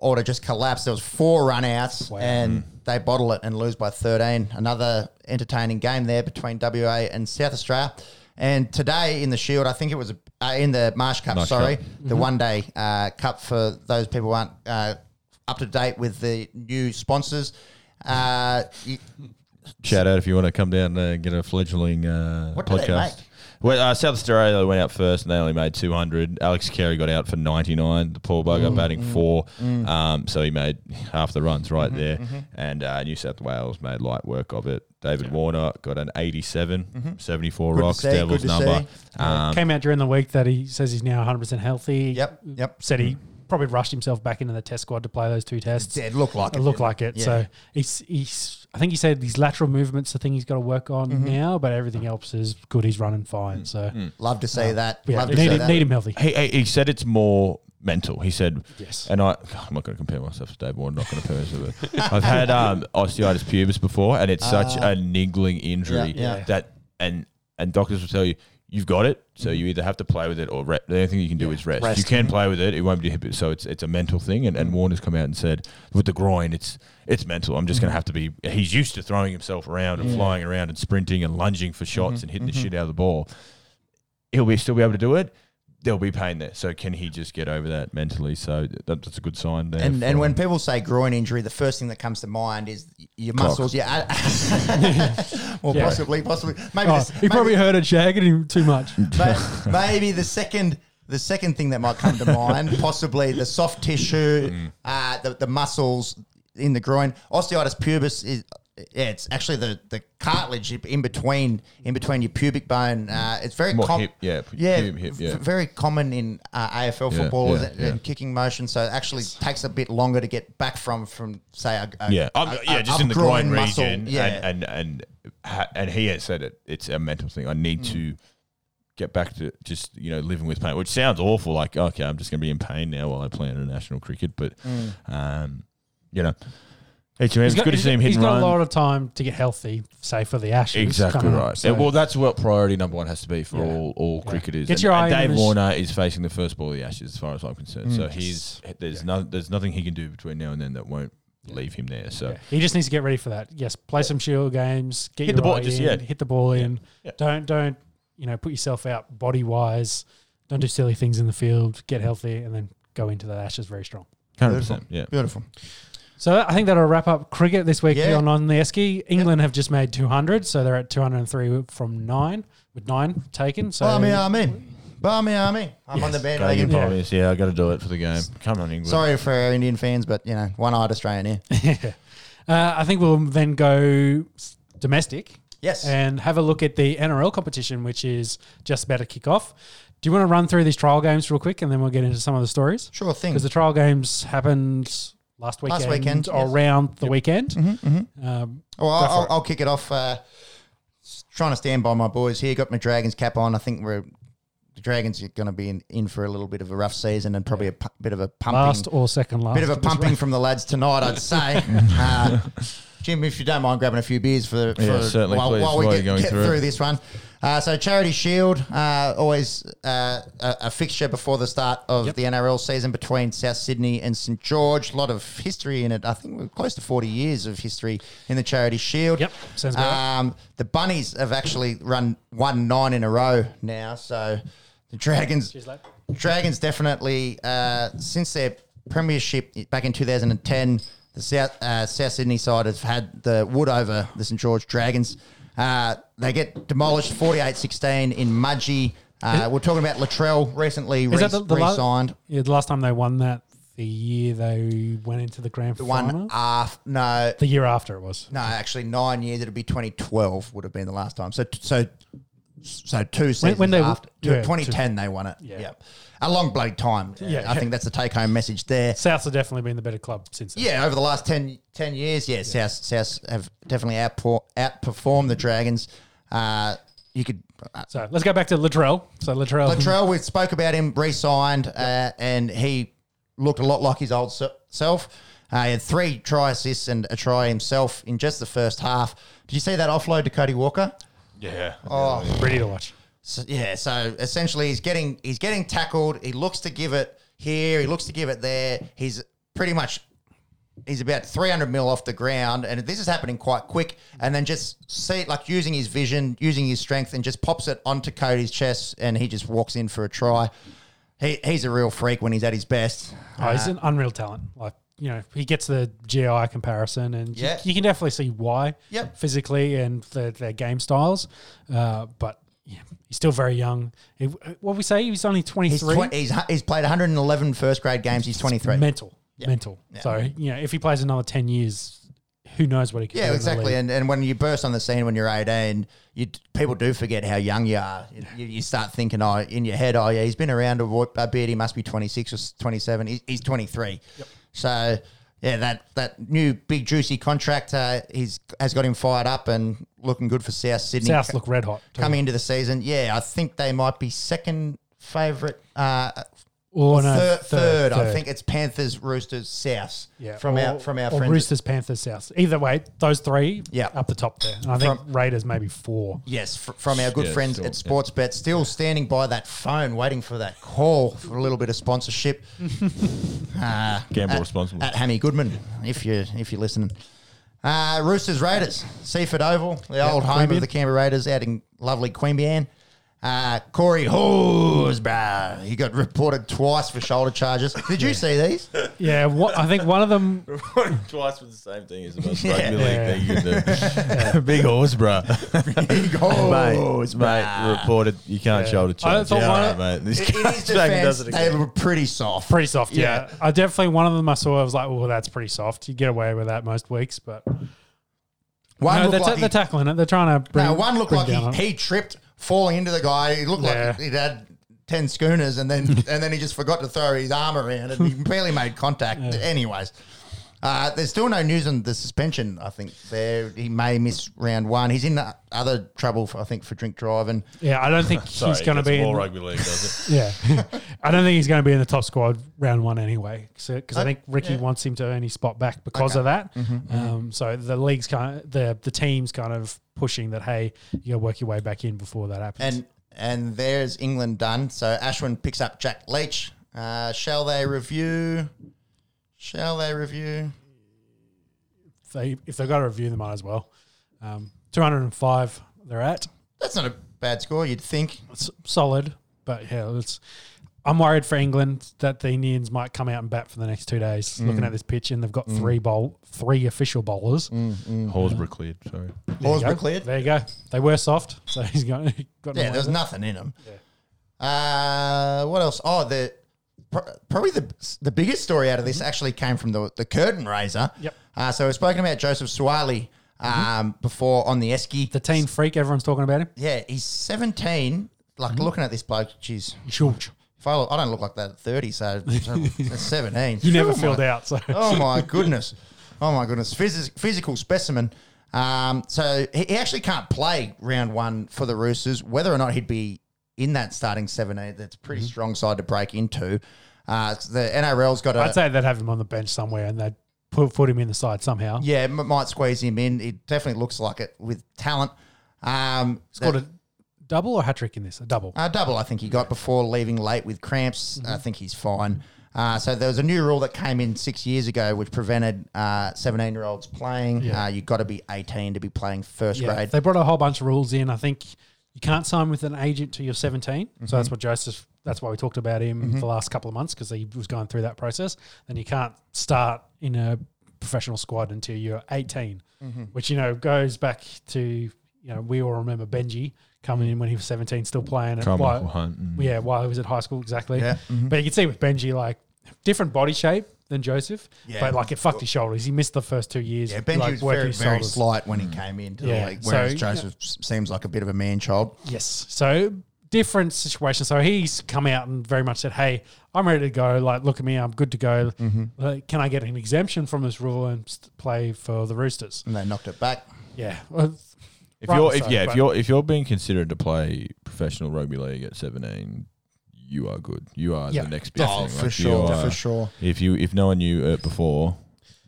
order just collapsed. There was four run outs, and they bottle it and lose by thirteen. Another entertaining game there between WA and South Australia. And today in the Shield, I think it was uh, in the Marsh Cup.
Marsh
sorry,
Cup.
the one day uh, cup for those people who aren't uh, up to date with the new sponsors. Uh, you-
Shout out if you want to come down and get a fledgling uh,
What do they
podcast. Well, uh, South Australia went out first and they only made 200. Alex Carey got out for 99. The Paul Bugger
Mm,
batting four. Um, so he made half the runs
Mm-hmm,
right there. And uh, New South Wales made light work of it. David Warner got an 87, 74
Mm-hmm. Good to
rocks,
see, good
Devil's
to
number.
see.
Um,
Came out during the week that he says he's now 100% healthy.
Yep, yep.
Said
Mm.
he probably rushed himself back into the test squad to play those two tests.
Yeah, it looked like it.
It looked
didn't
like it.
Yeah.
So he's, he's, I think he said his lateral movement's the thing he's got to work on
Mm-hmm.
now, but everything else is good. He's running
Mm.
fine. So
Love to see that.
yeah,
Love to
need,
see
him,
that.
need him healthy.
he, he, he said it's more mental. He said,
Yes.
And I, I'm not going to compare myself to Dave Warner. Not going to compare myself. to- I've had um, osteitis pubis before, and it's such a niggling injury
Ah. Yeah, yeah.
that and and doctors will tell you you've got it, so you either have to play with it or re- the only thing you can do is rest.
Rest. Mm.
You can play with it; it won't be hip. So it's it's a mental thing. And, and Warner's come out and said with the groin, it's it's mental. I'm
Mm.
just going to have to be. He's used to throwing himself around and flying around and sprinting and lunging for shots
Mm-hmm,
and hitting the shit out of the ball he'll be still be able to do it. There'll be pain there. So can he just get over that mentally? So that, that's a good sign
uh,
there.
And,
for-
and when people say groin injury, the first thing that comes to mind is your muscles. Yeah, well,
Yeah.
possibly, possibly. Maybe,
Oh,
this-
he
maybe,
probably heard it shagging him too much.
ma-
Mm.
maybe the second the second thing that might come to mind, possibly the soft tissue,
Mm.
uh, the the muscles in the groin. Osteitis pubis is. Yeah, it's actually the, the cartilage in between in between your pubic bone. Uh, it's very
More
com-
hip, yeah, pu-
yeah,
pubis hip, yeah.
v- very common in uh, AFL
Yeah,
footballers
yeah,
and,
yeah.
and kicking motion. So it actually takes a bit longer to get back from from say a, a-
yeah, I'm,
a-
yeah,
a-
just
a
in the groin,
muscle.
region.
Yeah,
And, and and ha- and he has said it. It's a mental thing. I need to get back to just you know living with pain, which sounds awful. Like okay, I'm just going to be in pain now while I play international cricket. But um, you know, it's, it's
got-
good to see him hit
he's
and
got
run.
a lot of time to get healthy, say for the Ashes.
Exactly
coming up,
right.
so-
Yeah, well, that's what priority number one has to be for
Yeah.
all all cricketers.
Get
and,
your
and
eye on
Dave
him.
Warner is facing the first ball of the Ashes, as far as I'm concerned. So he's there's no there's nothing he can do between now and then that won't leave him there. So
he just needs to get ready for that. Yes, play some shield games. Get
Hit
your
the ball,
eye
just-
in,
yeah.
Hit the ball in.
Yeah.
Don't don't you know put yourself out body wise. Don't do silly things in the field. Get healthy and then go into the Ashes very strong.
100%. Yeah.
beautiful.
So I think that'll wrap up cricket this week
Yeah.
on on the Esky. England have just made 200, so they're at 203 from nine with nine taken. So
Barmy Army, Barmy Army. I'm on the
Go, you
bandwagon.
promise. Yeah, I got to do it for the game. Come on, England.
Sorry for our Indian fans, but you know, one-eyed Australian here.
Uh, I think we'll then go s- domestic.
Yes.
And have a look at the NRL competition, which is just about to kick off. Do you want to run through these trial games real quick and then we'll get into some of the stories?
Sure thing.
Because the trial games happened last weekend,
Mm. Last weekend,
or
yes. Mm-hmm,
around the weekend. Um,
Well, I'll,
for
I'll,
it.
I'll kick it off. Uh, s- trying to stand by my boys here. Got my Dragons cap on. I think we're the Dragons are going to be in, in for a little bit of a rough season and probably a pu- bit of a pumping,
last or second last.
bit of a
at this
pumping
rate.
from the lads tonight. I'd say, uh, Jim, if you don't mind grabbing a few beers for, for
Yeah, certainly,
while,
please,
while we
while
get,
you're going
get
through
through,
it.
this one. Uh, so Charity Shield, uh, always uh, a, a fixture before the start of the NRL season between South Sydney and St George. A lot of history in it. I think we're close to 40 years of history in the Charity Shield.
Yep, sounds about right.
Um, the Bunnies have actually run one nine in a row now. So the Dragons,
Cheers, lad.
Dragons definitely uh, since their premiership back in 2010, the South uh, South Sydney side have had the wood over the St George Dragons. Uh, they get demolished 48-16 in Mudgee. Uh, we're talking about Latrell recently re-
Is that the, the la-
re-signed.
Yeah, the last time they won that, the year they went into the grand
The
final.
one after no
the year after it was.
no actually nine years. It'd be 2012 would have been the last time. So so so two seasons
when they-
after
yeah,
2010 they won it.
Yeah.
Yeah, a long bloody time.
Yeah.
I think that's the take home message there.
Souths have definitely been the better club since then.
Yeah, over the last 10, 10 years, yeah, South, South have definitely outpour, outperformed the Dragons. Uh, you could. Uh,
So let's go back to Latrell. So Latrell,
Latrell, we spoke about him, re signed, uh, and he looked a lot like his old se- self. Uh, he had three try assists and a try himself in just the first half. Did you see that offload to Cody Walker?
Yeah.
Oh,
pretty to watch.
So, yeah, so essentially he's getting he's getting tackled. He looks to give it here. He looks to give it there. He's pretty much he's about 300 mil off the ground, and this is happening quite quick. And then just see it like using his vision, using his strength, and just pops it onto Cody's chest, and he just walks in for a try. He, he's a real freak when he's at his best.
Oh, he's an
Uh,
unreal talent. Like you know, he gets the GI comparison, and you-
Yeah.
you, can definitely see why.
Yep.
physically and their, their game styles, uh, but he's still very young. He- uh, what we say, he's only twenty
He's,
three.
twen- he's, hu- he's played 111 first grade games. He's 23.
Mental,
Yeah.
mental.
Yeah.
So you know, if he plays another ten years, who knows what he could do
Yeah,
in the
exactly.
league.
And, and when you burst on the scene when you're 18, you d- people do forget how young you are. You, you- you start thinking, oh, in your head, oh yeah, he's been around a, wa- a bit. He must be 26 or s- 27. He's, he's 23. So yeah, that that new big juicy contract uh, he's has got him fired up and looking good for South Sydney.
South look red hot. too.
coming into the season. Yeah, I think they might be second favourite. Uh,
or no,
third, third, I
third.
think it's Panthers, Roosters, Souths.
Yeah,
from
or-
our from our
or
friends.
Roosters, Panthers, South. Either way, those three,
Yeah.
up the top there. And I think
From-
Raiders maybe four.
Yes, fr- from our good
Yeah,
friends
sure,
at
yeah.
Sportsbet, still standing by that phone, waiting for that call for a little bit of sponsorship. uh,
Gamble
at,
responsibly.
At Hammy Goodman, if you if you're listening. Uh, Roosters Raiders, Seaford Oval, the old home of the Canberra Raiders, out in lovely Queanbeyan. Uh, Corey Horsburgh, he got reported twice for shoulder charges. Did you see these?
Yeah, what, I think one of them.
Twice for the same thing is the most
Yeah.
rugby league
Yeah.
thing you can do. Big horse, bro.
Big Horsburgh.
mate, reported you can't shoulder
I
charge.
thought one
Yeah,
of-
mate. This
In his defense, they were pretty soft.
Pretty soft, yeah. I definitely one of them I saw. I was like, "Well, that's pretty soft." You get away with that most weeks, but
One
no,
looked
they're,
like he-
they're tackling it. They're trying to bring.
No, one looked
bring
like
down on it.
he, he tripped falling into the guy. He looked
Yeah.
like he'd had ten schooners, and then and then he just forgot to throw his arm around, and he barely made contact. Anyways, uh, there's still no news on the suspension. I think there he may miss round one. He's in uh, other trouble, for, I think, for drink driving.
Yeah, I don't think
Sorry,
he's going to
that's
be.
all
in-
rugby league, does
yeah, I don't think he's going to be in the top squad round one anyway. Because I
Uh,
think Ricky
yeah. Mm-hmm,
wants him to earn his spot back because of that. Um, so the league's kind of the the team's kind of pushing that. Hey, you got to work your way back in before that happens.
And and there's England done. So Ashwin picks up Jack Leach. Uh, shall they review? Shall they review?
if they if they've got to review, they might as well. Um, Two hundred and five, they're at
That's not a bad score, you'd think.
it's solid, but yeah, it's. I'm worried for England that the Indians might come out and bat for the next two days.
Mm.
Looking at this pitch, and they've got three bowl, three official bowlers.
it? Horsburgh cleared. Sorry.
There you
Horsburgh
go.
cleared.
There you go. They were soft, so he's got. he got
Yeah,
no
there's
way.
nothing in them. Uh, what else? Oh, the pr- probably the the biggest story out of this actually came from the the curtain raiser.
Mm-hmm. Yep. Mm-hmm.
Uh, so we've spoken about Joseph Swiley um, before on the Esky.
the teen freak. Everyone's talking about him.
yeah, he's 17. Like
Mm-hmm.
looking at this bloke, geez,
George,
if I, look, I don't look like that at 30, so at 17.
you never
Oh my
filled out, so
Oh my goodness. Oh my goodness. Physi- physical specimen. Um, so he he actually can't play round one for the Roosters. Whether or not he'd be in that starting 17, that's a
Mm-hmm.
pretty strong side to break into. Uh, the NRL's got a.
I'd say they'd have him on the bench somewhere, and they'd put, put him in the side somehow.
yeah, m- might squeeze him in. It definitely looks like it with talent. Um,
Scored a double or hat trick in this. A double.
A Uh, double, I think he got before leaving late with cramps. I
Mm-hmm.
think he's fine. Uh, so there was a new rule that came in six years ago, which prevented uh, seventeen-year-olds playing.
Yeah.
Uh, you've got to be eighteen to be playing first
Yeah,
grade.
they brought a whole bunch of rules in. I think you can't sign with an agent till you're 17.
Mm-hmm.
So that's what Joseph. That's why we talked about him for the last couple of months because he was going through that process. Then you can't start in a professional squad until you're 18,
Mm-hmm.
which you know goes back to you know we all remember Benji coming in when he was 17, still playing. at
Carmichael
while-
Hunt. and-
yeah, while he was at high school, exactly.
Yeah, mm-hmm.
But you can see with Benji, like different body shape than Joseph,
Yeah.
but like it fucked his shoulders. He missed the first two years.
Yeah, Benji
like,
was
working
very,
his
very
shoulders. Mm.
slight when he came in, to the
Yeah,
league, whereas
so-
Joseph s- seems like a bit of a man-child.
Yes. So different situation. So he's come out and very much said, "Hey, I'm ready to go. Like, look at me. I'm good to go. Like, can I get an exemption from this rule and st- play for the Roosters?"
And they knocked it back.
Yeah. Well,
If
Right,
you're, if
so,
yeah,
but-
if you're, if you're being considered to play professional rugby league at 17, you are good. You are
Yeah,
the next big thing. Like, you are-
Oh, sure.
If you, if no one knew it before,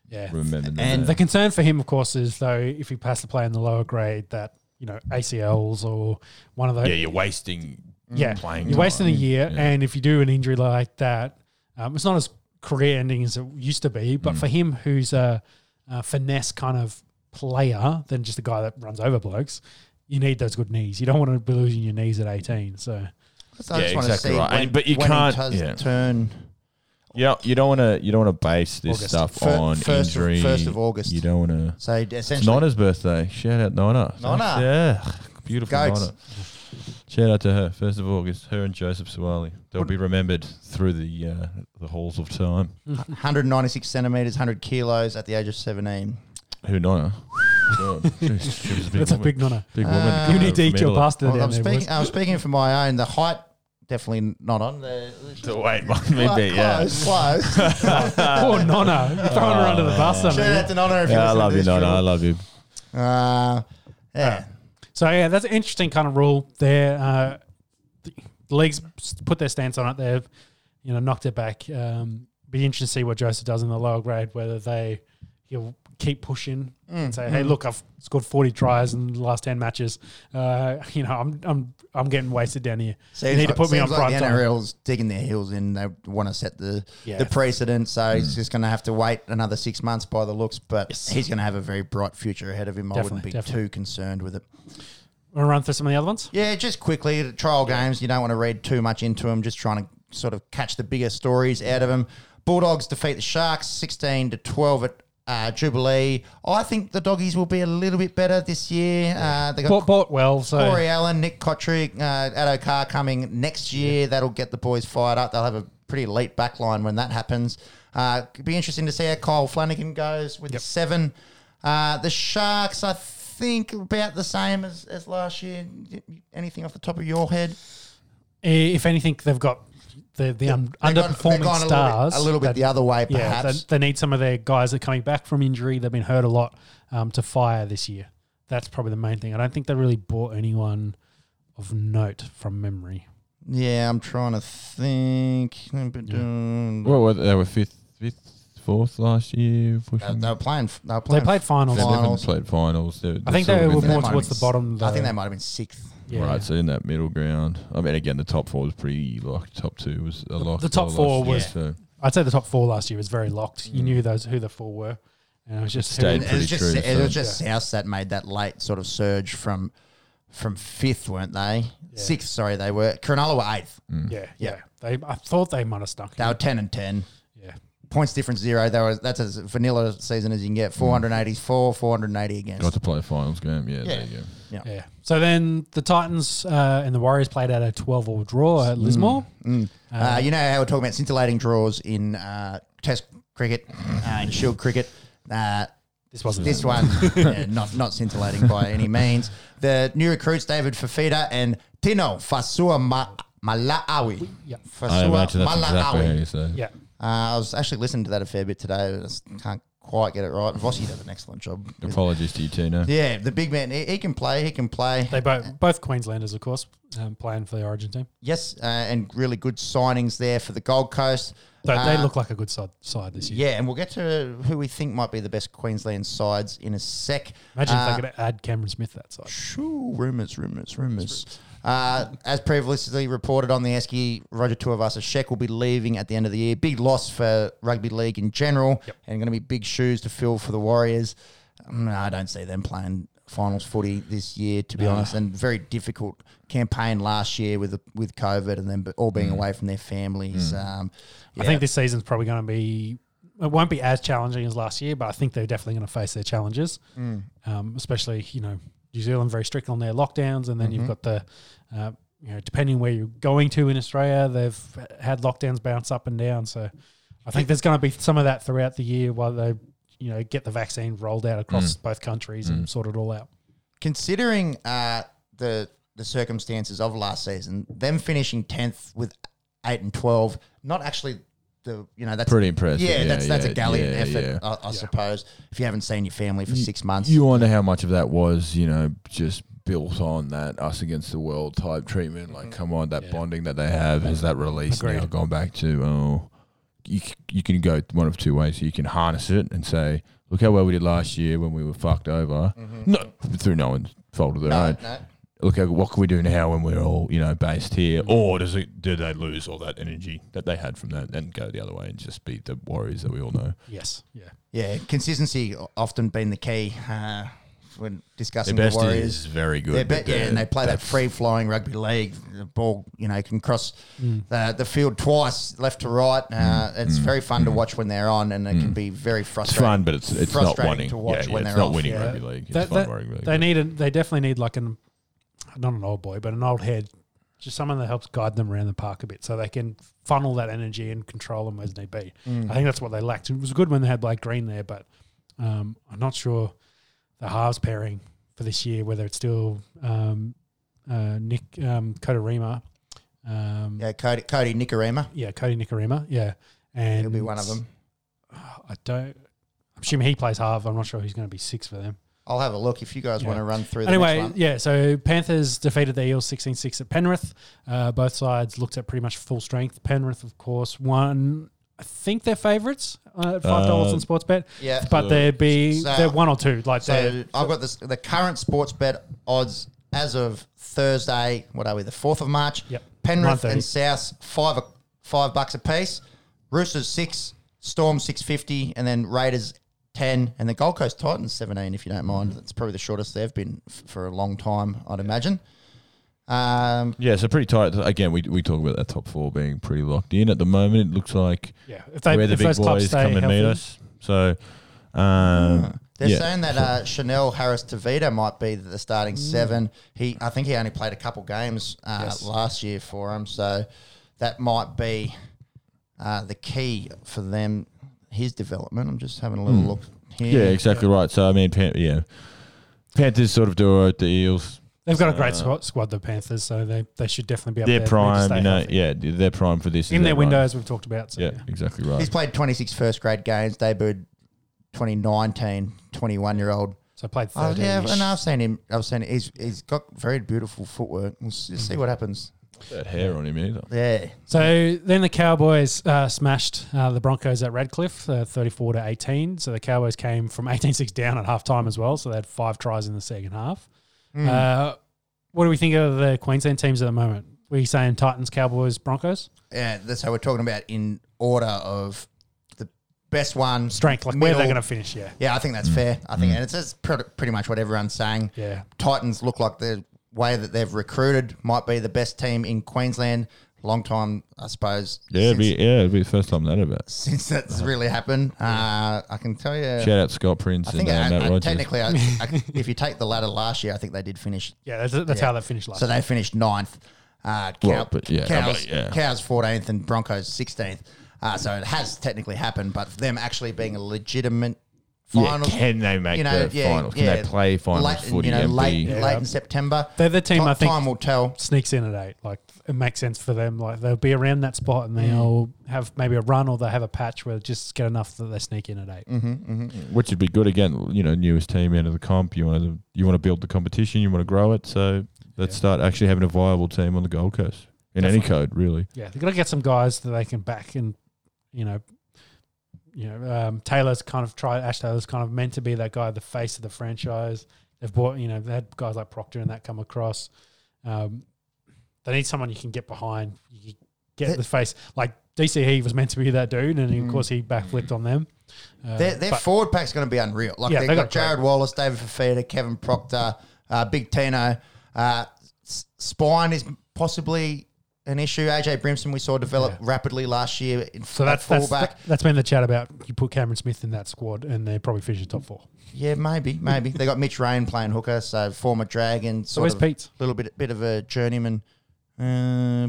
yeah.
remember that.
And
The concern for him, of course, is though if he passed the play in the lower grade, that you know ACLs or one of those.
yeah, you're wasting.
Mm. yeah,
Mm. playing
You're wasting a
time.
year,
Yeah.
and if you do an injury like that, um, it's not as career ending as it used to be. But
Mm.
for him, who's a, a finesse kind of player than just a guy that runs over blokes, you need those good knees. You don't want to be losing your knees at 18. So
So I
Yeah,
just want
exactly
to see
right.
when,
And- but you
when
can't-
he does
yeah.
turn.
Yeah, you don't want to. You don't want to base this
August.
stuff
Fir-
on
first of-
injury.
first of August.
You don't want to.
So
It's
essentially,
Nona's birthday. Shout out Nona.
Nonna.
Yeah, beautiful
Goats.
Nona. Shout out to her, first of August, her and Joseph Sawali. They'll be remembered through the uh, the halls of time.
196 centimeters, 100 kilos at the age of 17.
Who knows? God, jeez, she was
That's a big nonna.
big woman.
Uh,
You
coming
need to
over
eat
from
your
Italy.
pasta
Well,
down
I'm,
there,
speaking,
boys.
I'm speaking from my own. The height, definitely not on. The,
The weight might be bit, yeah.
Close, close.
Poor nonna. You're throwing her under the bus. I
Shout
mean.
out to Nonna if you
Yeah, I love you,
no,
Nona. I love you.
Uh, yeah.
So yeah, that's an interesting kind of rule there. Uh, the the leagues s- put their stance on it. They've you know knocked it back. Um, be interesting to see what Joseph does in the lower grade. Whether they he'll keep pushing
Mm,
and say, "Hey, look, I've scored forty tries in the last ten matches. Uh, you know, I'm I'm I'm getting wasted down here.
Seems
you need
like-
to put me on
seems
prime
like the
time."
NRL's digging their heels in. They want to set the
Yeah.
the precedent, so
Mm.
he's just going to have to wait another six months by the looks. But he's going to have a very bright future ahead of him. I wouldn't
Definitely,
be
definitely.
too concerned with it.
Want to run through some of the other ones?
Yeah, just quickly, the trial games, you don't want to read too much into them, just trying to sort of catch the bigger stories out of them. Bulldogs defeat the Sharks 16 to 12 at uh, Jubilee. I think the doggies will be a little bit better this year. Uh, they got
Bought, bought well, so
Corey Allen, Nick Kotrick, uh, Addo Carr coming next year. That'll get the boys fired up. They'll have a pretty elite back line when that happens. Uh, could be interesting to see how Kyle Flanagan goes with seven. Uh, the Sharks, I think, about the same as, as last year. Y- y- Anything off the top of your head?
i- if anything, they've got the the un-
They've gone-
underperforming
they've gone
stars
A little bit, a little bit
that-
the other way,
Yeah,
perhaps.
they, they need some of their guys that are coming back from injury. They've been hurt a lot um, to fire this year. That's probably the main thing. I don't think they really bought anyone of note from memory.
yeah, I'm trying to think. They
What were they? they were fifth, fifth, fourth last year. Pushing.
they were playing. They, were
They
playing
played finals.
They haven't
finals.
played finals. They're-
I think
they're
they
sort of
were
in
They
more
might have
towards
been
the bottom. Though.
I think they might have been sixth.
Yeah.
Right, so in that middle ground. I mean, again, the top four was pretty locked. Top two was a lock.
the top
last
four
year,
was-
so
I'd say the top four last year was very locked. You knew those who the four were, and it was just who-
Stayed.
it was
pretty
just
true,
it was
so-
just South that made that late sort of surge from from fifth, weren't they? Sixth, sorry, they were. Cronulla were eighth.
mm.
Yeah, yeah. They, I thought they might have stuck.
They were ten and ten.
Yeah,
Points difference zero. They were that's as vanilla season as you can get. Four hundred eighty four, four hundred eighty against.
Mm. got to play a finals game. Yeah,
Yeah.
there you go.
yeah. So then the Titans uh, and the Warriors played out a twelve-all draw at Lismore.
Uh, you know how we're talking about scintillating draws in uh, Test cricket, uh, in Shield cricket. Uh,
This wasn't
this one, yeah, not not scintillating by any means. The new recruits David Fafita and Tino Fasua Ma- Malaawi.
Yeah.
I
Fasua
imagine that's
Malaawi.
exactly how you say. it.
Yeah.
Uh, I was actually listening to that a fair bit today. I just can't quite get it right. Vossi does an excellent job.
Apologies to you, Tino.
Yeah, the big man. He, he can play. He can play.
They both both Queenslanders, of course, um, playing for the Origin team.
Yes, uh, and really good signings there for the Gold Coast.
They,
Uh,
they look like a good side side this year.
Yeah, and we'll get to who we think might be the best Queensland sides in a sec.
Imagine
Uh,
if they could add Cameron Smith that side.
Shoo, rumors, rumors, rumors. Uh, as previously reported on the Esky, Roger Tuivasa-Sheck will be leaving at the end of the year. Big loss for rugby league in general, and going to be big shoes to fill for the Warriors. Mm, I don't see them playing finals footy this year, to be honest. And very difficult campaign last year with the, with COVID and then all being away from their families. Um,
Mm. I think this season's probably going to be. It won't be as challenging as last year, but I think they're definitely going to face their challenges.
Mm.
Um, especially, you know, New Zealand very strict on their lockdowns, and then
Mm-hmm.
you've got the, uh, you know, depending where you're going to in Australia, they've had lockdowns bounce up and down. So, I think there's going to be some of that throughout the year while they, you know, get the vaccine rolled out across
Mm.
both countries and sort it all out.
considering uh, the the circumstances of last season, them finishing tenth with eight and twelve, not actually the you know that's
Pretty impressive.
Yeah,
Yeah,
that's that's a
yeah,
gallant
yeah,
effort,
yeah.
I, I suppose. If you haven't seen your family for six months,
You wonder how much of that was, you know, just built on that us against the world type treatment.
Mm-hmm.
Like, come on, that bonding that they have has that release now
Agreed.
gone back to oh, you c- you can go one of two ways. You can harness it and say, look how well we did last year when we were fucked over, not through no one's fault of their
Mm-hmm. no,
own.
no.
Look, how, what can we do now when we're all you know based here?
Mm-hmm.
Or does it do they lose all that energy that they had from that and go the other way and just be the warriors that we all know?
Yes. Yeah.
yeah, consistency o- often been the key uh, when
Their
discussing the
best
Warriors.
is very good.
They're
but
bet- yeah,
they're-
and they play that
that's-
free flowing rugby league. The ball, you know, can cross the, the field twice, left to right.
Mm.
Uh, it's very fun to watch when they're on, and it can be very
It's
frustrating.
fun, but it's it's not
frustrating
winning.
to watch
yeah, yeah,
when
it's
they're
not
off,
winning
yeah.
rugby league. It's
That-
fun
that-
rugby league.
They need a, They definitely need like an not an old boy, but an old head just someone that helps guide them around the park a bit so they can funnel that energy and control them as need be.
Mm.
I think that's what they lacked. It was good when they had Blake Green there, but um, I'm not sure the halves pairing for this year, whether it's still um, uh, Nick um, Kotorima. Um, yeah.
Yeah, Cody, Cody Nicarima.
Cody Nicarima. Yeah. And
He'll be one of them.
I don't. I'm assuming he plays half. I'm not sure who's going to be six for them.
I'll have a look if you guys
Yeah.
want to run through the
Anyway,
next one.
yeah, so Panthers defeated the Eels 16 6 at Penrith. Uh, both sides looked at pretty much full strength. Penrith, of course, won. I think they're favourites uh, at $5
Uh,
on sports bet,
Yeah.
but they'd be
So-
they're one or two. Like
So
they're
I've got this, the current sports bet odds as of Thursday. What are we? The fourth of March.
Yep.
Penrith
1:30.
and South five o- five bucks a piece. Roosters six, Storm six fifty, and then Raiders ten, and the Gold Coast Titans seventeen. If you don't mind, that's probably the shortest they've been f- for a long time, I'd imagine. Um,
Yeah, so pretty tight. Again, we, we talk about that top four being pretty locked in at the moment. It looks like
yeah. If they
where the
if
big
those clubs
boys
stay
come and meet
healthy-
us. So, um,
They're
yeah.
saying that uh, Chanel Harris Tavita might be the starting seven. He, I think he only played a couple games uh, last year for him, so that might be uh, the key for them. His development. I'm just having a little look
Mm. yeah,
here.
exactly right. So I mean, Pan- yeah, Panthers sort of do alright. The Eels,
They've got a great squad, squad, the Panthers, so they, they should definitely be up
Uh,
there.
they're
They just
prime.
stay
You know,
healthy.
yeah, they're prime for this.
in their
is that right?
window, as we've talked about. So,
Yeah,
yeah.
exactly
He's
right.
played 26 first grade games, debuted 2019, 21 year old.
So played
Oh,
13.
yeah, and I've seen him. I've seen he's he's got very beautiful footwork. We'll s- see what happens.
That hair on him either.
Mm. Yeah,
So then the Cowboys uh, smashed uh, the Broncos at Radcliffe, uh, 34 to 18. So the Cowboys came from 18-6 down at halftime as well. So they had five tries in the second half.
Hmm.
Uh, what do we think of the Queensland teams at the moment? Were you saying Titans, Cowboys, Broncos?
yeah. That's how we're talking about in order of the best one
Strength, like where they're
middle,
going to finish, yeah.
Yeah, I think
Mm.
that's fair. I think and it's it's pretty, pretty much what everyone's saying.
Yeah.
Titans look like the way that they've recruited might be the best team in Queensland. Long time, I suppose.
Yeah, it'd
since,
be, Uh-huh. yeah, it'd be the first time that ever.
since that's really happened. Uh, I can tell you.
Shout out Scott Prince
I
and
think
uh,
I,
Matt
I,
Rogers.
technically, I, I, if you take the ladder last year, I think they did finish.
Yeah, that's, that's
Yeah.
how they finished last
So they finished ninth. Uh, cow,
Well, but yeah,
cows,
but yeah.
cows 14th and Broncos 16th. Uh, so it has technically happened, but for them actually being a legitimate final,
can they make
you know,
the
yeah,
finals? Can
yeah.
they play finals
late,
footy?
You know,
and
late,
be,
late in September.
They're the team
Ti-
I think-
time will tell.
sneaks in at eight. Like it makes sense for them. Like they'll be around that spot
Hmm.
and they'll have maybe a run or they'll have a patch where they just get enough that they sneak in at 8
Mm-hmm,
which would be good again. You know, newest team out of the comp. You want to you want to build the competition. You want to grow it. So let's
Yeah.
start actually having a viable team on the Gold Coast in any code, really.
Yeah, they've got to get some guys that they can back and you know, you know, um, Taylor's kind of tried. Ash Taylor's kind of meant to be that guy, the face of the franchise. They've bought, you know, they had guys like Proctor and that come across. Um, they need someone you can get behind. You get the face like DCE was meant to be that dude, and
Mm.
of course he backflipped on them. Uh,
Their, their
but-
forward pack's going to be unreal. Like
Yeah,
they've
they
got
got great-
Jared Wallace, David Fafita, Kevin Proctor, uh, Big Tino. Uh, S- spine is possibly an issue. AJ Brimson we saw develop rapidly last year in
so that's that's,
fullback.
that's been the chat about you put Cameron Smith in that squad, and they're probably finishing top four.
yeah, maybe, maybe they got Mitch Rain playing hooker, so former Dragon.
So
Sort
where's
of
Pete?
Little bit bit of a journeyman. Uh,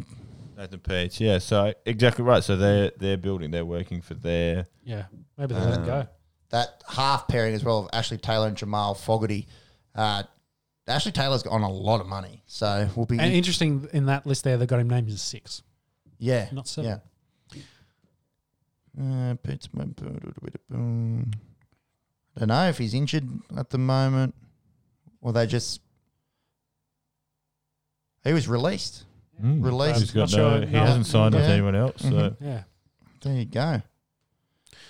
Nathan Peach, yeah. So exactly right. So they're they're building. They're working for their.
Yeah, maybe they let him go.
that half pairing as well of Ashley Taylor and Jamal Fogarty. Uh, Ashley Taylor's on a lot of money, so we'll be
And interesting in that list there, they got him named as six.
yeah,
not seven.
Yeah. Uh, Pittsburgh. Don't know if he's injured at the moment, or they just he was released. Released.
He's got
Um, Not
no,
sure.
he
No.
hasn't signed with
Yeah.
anyone else. So
Yeah.
There you go.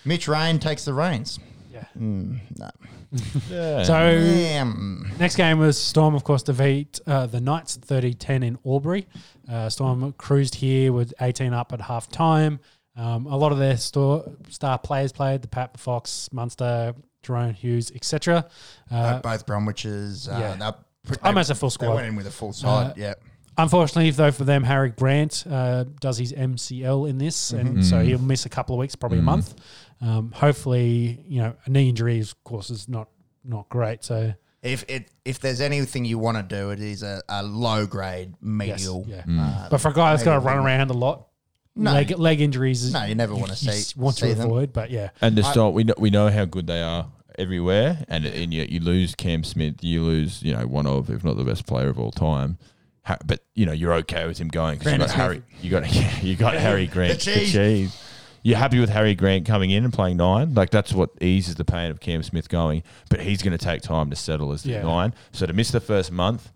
Mitch Rain takes the reins.
Yeah.
Mm, no. Mm-hmm.
yeah.
So
Damn.
next game was Storm, of course, defeat uh, the Knights 30-10 in Albury. Uh, Storm cruised here with 18 up at half time. Um, a lot of their store, star players played, the Pat Fox, Munster, Jerome Hughes, etc. Uh,
Both Bromwiches. Uh,
yeah.
they pr- they-
Almost a full
They
squad.
went in with a full side.
Uh,
yeah.
Unfortunately, though, for them, Harry Grant uh, does his MCL in this,
Mm-hmm.
and so he'll miss a couple of weeks, probably a month. Um, hopefully, you know, a knee injury, is, of course, is not not great. So
If it if there's anything you want to do, it is a, a low grade medial.
yeah.
Mm.
uh,
But for a guy that's got to
maybe-
run around a lot,
No.
leg, leg injuries, is-
No, you never wanna
you s-
see-
want to
see them.
avoid. But yeah,
And the style, we know, we know how good they are everywhere, and and yet you lose Cam Smith, you lose you know one of if not the best player of all time. Ha- but you know you're okay with him going because you
Brandon
got Harry, you got you got Harry Grant,
The cheese.
You're happy with Harry Grant coming in and playing nine, like that's what eases the pain of Cam Smith going. But he's going to take time to settle as the
Yeah.
nine. So to miss the first month,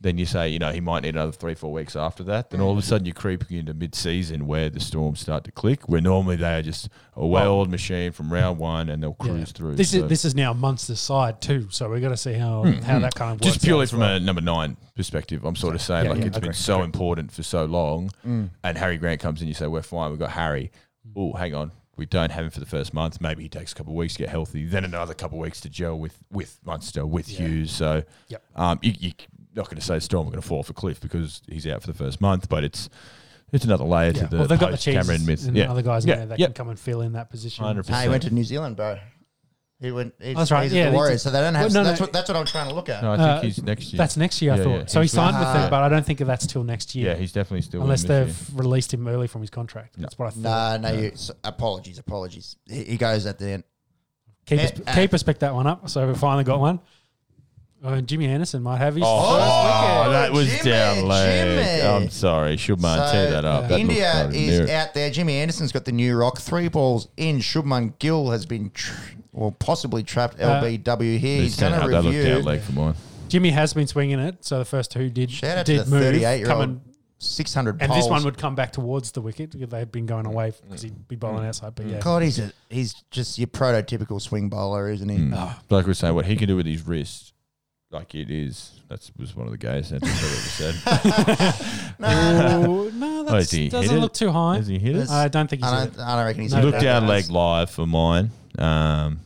then you say you know he might need another three four weeks after that. Then all
Mm.
of a sudden you're creeping into mid season where the storms start to click, where normally they are just a well-oiled machine from round one and they'll
yeah.
cruise through.
This
So Mm-hmm.
is this is now months this side too, so we got to see how how that kind of works
just purely
out as
from
well.
a number nine perspective. I'm sort of saying
Yeah,
like
yeah,
it's been
okay,
so important for so long,
Mm.
and Harry Grant comes in, you say we're fine, we've got Harry.
Mm.
Oh, hang on. We don't have him for the first month. Maybe he takes a couple of weeks to get healthy, then another couple of weeks to gel with with Munster, with
Yeah.
Hughes. So
Yep.
Um, you, you're not going to say Storm are going to fall off a cliff because he's out for the first month, but it's it's another layer
yeah.
to the
well, they've got the
post
cheese
Cameron Myth.
and
Yeah,
other guys in
Yeah,
there that
yeah.
can come and fill in that position.
hundred
Nah, he went to
percent.
New Zealand, bro. He went. He's,
That's right,
He's
yeah,
at
they
the Warriors,
did-
so they don't
Well,
have.
no,
that's
no.
what that's what I'm trying to look at.
No, I think
Uh,
he's next year.
That's next year, I
Yeah,
thought.
yeah.
So he signed with
Ah.
them, but I don't think that's till next year,
yeah, he's definitely still with
unless
him this
they've
year.
released him early from his contract. That's what I thought.
No, no. You, s apologies, apologies. He, he goes at the end.
Keepers,
Eh, eh.
keepers picked that one up, so we finally got one. Oh, and Jimmy Anderson might have his
Oh,
Oh,
that was
Jimmy,
down late.
Jimmy.
I'm sorry. Shubman,
So,
tear that up. That
India
looks
is
like-
out there. Jimmy Anderson's got the new rock. Three balls in. Shubman Gill has been, tr- well, possibly
Uh,
trapped LBW here. He's going to
That looked down
review.
leg for mine.
first. Jimmy has been swinging it, so the first two did
Shout out to
did
the
move.
38 year
come
old.
and,
600
and
poles.
this one would come back towards the wicket because they'd been going away because he'd be bowling outside.
Mm.
But yeah,
God, he's, a, he's just your prototypical swing bowler, isn't
Hmm.
he?
Mm.
Oh.
Like we we're saying, what he can do with his wrist, like it is. That's was one of the guys that said.
no, no,
Oh,
that
did he hit
doesn't
it?
look too high.
Has he hit it?
I don't think he's.
I don't, I don't reckon he's
No,
Look
that-
down
that's-
leg live for mine. Um,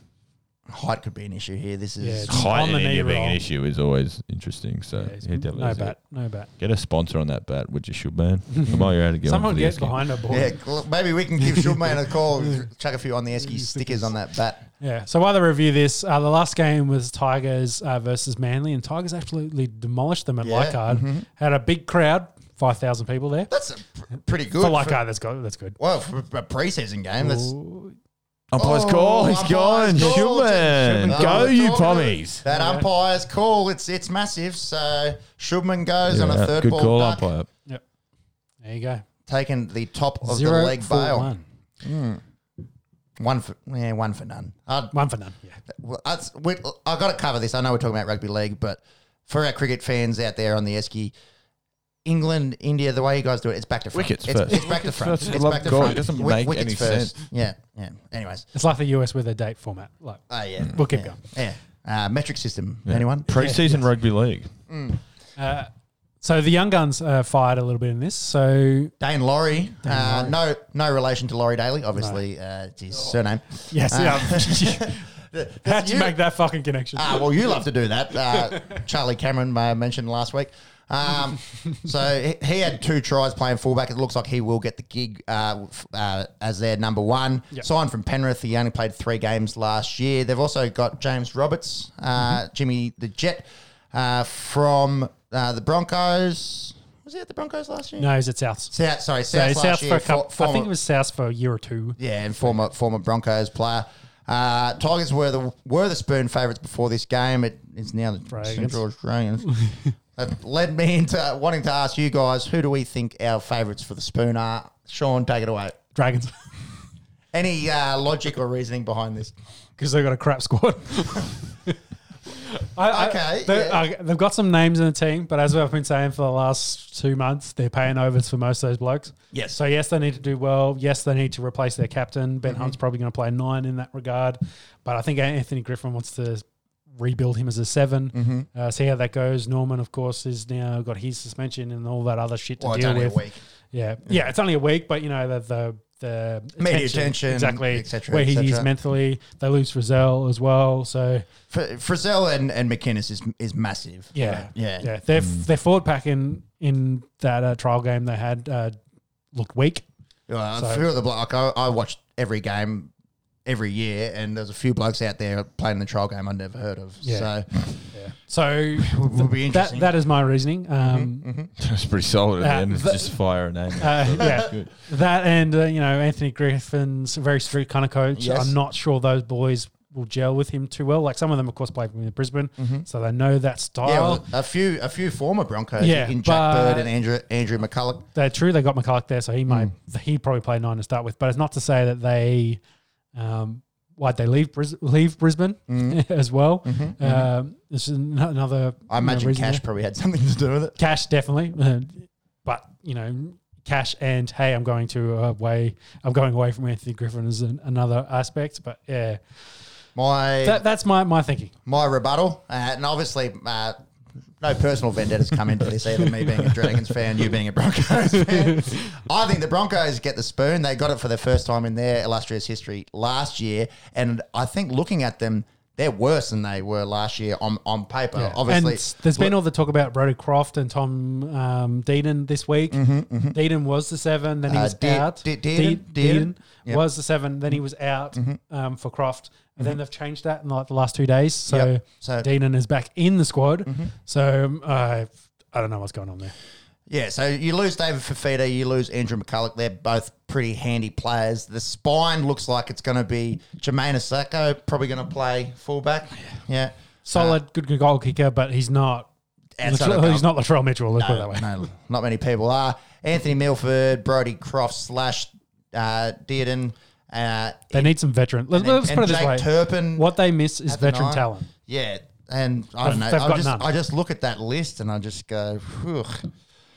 Height could be an issue here. This
Yeah,
is
it's-
height
on
in
the knee
India being an
roll.
issue is always interesting. So
Yeah, he's-
he definitely
no
is it.
bat, no bat.
Get a sponsor on that bat, would you, Shubman? Am I out to get
Someone
on for the
get
Esky?
behind a ball.
Yeah, gl- maybe we can give Shulman a call. Chuck a few on the Esky stickers on that bat.
Yeah. So while they review this, uh, the last game was Tigers uh, versus Manly, and Tigers absolutely demolished them at
Yeah, Mm-hmm.
Leichardt. Had a big crowd, five thousand people there.
That's a pr- pretty good.
For
for-
Leichardt, that's good. That's good.
well, for a preseason game, that's
Ooh,
Umpire's
Oh,
call. He's
umpire's
gone.
call.
Shubman.
Shubman.
Go,
Oh,
you
talking-
pommies.
That umpire's call. It's it's massive. So Shubman goes on a
Yeah,
third
Good
ball
call,
duck,
umpire.
There you go.
taking the top of
Zero
the leg
for
bail. One.
one.
for yeah, one for none. I'd,
One for none. Yeah.
well, that's, we, I've got to cover this. I know we're talking about rugby league, but for our cricket fans out there on the Esky, England, India, the way you guys do it, it's back to front.
Wickets
it's,
first.
It's back to front.
first.
It's
Love
back to
God,
front.
it doesn't
Wi-
make
wickets
any
first. Yeah, yeah. Anyways,
It's like the US with a date format. Like
oh yeah,
We'll keep
yeah,
going.
Yeah, uh, metric system. Anyone?
Preseason rugby league.
uh, so the young guns uh, fired a little bit in this. So
Dane Laurie. uh, No, no relation to Laurie Daly. Obviously, uh, it's his surname. Uh,
yes, yeah. how'd you
you-
make that fucking connection?
Ah, well, you love to do that. Uh, Charlie Cameron uh, mentioned last week. Um, so he- he had two tries playing fullback. It looks like he will get the gig uh, f- uh, as their number one.
Yep.
Signed from Penrith. He only played three games last year. They've also got James Roberts, uh,
Mm-hmm.
Jimmy the Jet uh, from uh, the Broncos. Was he at the Broncos last year?
no, it's at South.
South, sorry,
So
South,
South
last
for
year.
a couple,
for-
I think
former-
it was South for a year or two.
yeah, and former former Broncos player. Uh, Tigers were the were the Spoon favourites before this game. It is now the
Dragons.
Central Australians. that led me into wanting to ask you guys who do we think our favourites for the Spoon are? Sean, take it away.
Dragons.
Any uh, logic or reasoning behind this?
because they've got a crap squad. I, I-
Okay,
they,
yeah.
I- they've got some names in the team, but as I've been saying for the last two months, they're paying overs for most of those blokes.
Yes.
So yes, they need to do well. Yes, they need to replace their captain. Ben
Mm-hmm.
Hunt's probably going to play nine in that regard, but I think Anthony Griffin wants to rebuild him as a 7
Mm-hmm.
Uh, see how that goes. Norman, of course, is now got his suspension and all that other shit to
Well, it's
deal
only a
with.
week.
Yeah. yeah, It's only a week, but you know the the the
Media attention,
exactly,
et cetera,
where
et
he is
cetera.
mentally. They lose Frizzell as well, so
Fr- Frizzell and, and McInnes is is massive.
yeah,
yeah. Mm.
yeah. Their their forward pack in in that uh, trial game they had uh, looked weak.
Well,
So-
a few of the block. I, I watched every game every year, and there's a few blokes out there playing the trial game I never heard of.
Yeah.
So
So
will be
that,
interesting. Mm-hmm,
that is my reasoning. Um,
It's pretty solid
Uh,
at the end.
the-
Just fire a name.
uh, yeah,
Good.
that and uh, you know Anthony Griffin's a very strict kind of coach.
Yes.
I'm not sure those boys will gel with him too well. Like some of them, of course, play for him in Brisbane, so they know that style.
Mm-hmm. yeah, well, a few a few former Broncos
Yeah,
in Jack
but-
Bird and Andrew Andrew McCulloch.
They're true. They got McCulloch there, so he might
Hmm.
he probably played nine to start with. But it's not to say that they um, why'd they leave Bris- leave Brisbane as well. Um, this is an- another.
Hmm. Mm-hmm, I
you know,
imagine
reason
Cash
there.
probably had something to do with it.
Cash definitely, uh, but you know, Cash and hey, I'm going to away. I'm going away from Anthony Griffin is an, another aspect. But yeah,
My
that, that's my my thinking.
my rebuttal, uh, and obviously, uh, no personal vendettas come into this either. Me being a Dragons fan, you being a Broncos fan. I think the Broncos get the spoon. They got it for the first time in their illustrious history last year, and I think looking at them, they're worse than they were last year on on paper. Obviously,
and s- there's been all the talk about Brody Croft and Tom um, Deedon this week. Deedon was the seven, then he
Mm-hmm, Uh,
was
De-
out.
De- Deedon?
De-
Deedon?
Deedon
Yep. Mm-hmm.
was the seven, then he was out um, for Croft. And then they've changed that in like the last two days. So,
Yep. So- Mm-hmm.
Deedon is back in the squad. So um, I I don't know what's going on there.
Yeah, so you lose David Fafita, you lose Andrew McCulloch. They're both pretty handy players. The spine looks like it's going to be Jermaine Asako, probably going to play fullback. Yeah.
Solid, good, good goal kicker, but he's not.
Outside of
Latrell- he's not Latrell Mitchell. Let's put it that way.
Uh, No, not many people are. Anthony Milford, Brody Croft slash uh, Dearden. Uh,
They need some veteran. Let,
then-
us put it
and
this
Jake
way:
Turpin
what they miss is
at the
veteran
nine.
talent.
Yeah. And I
They've-
don't know.
they've
I
got
just,
none.
I just look at that list and I just go, Phew.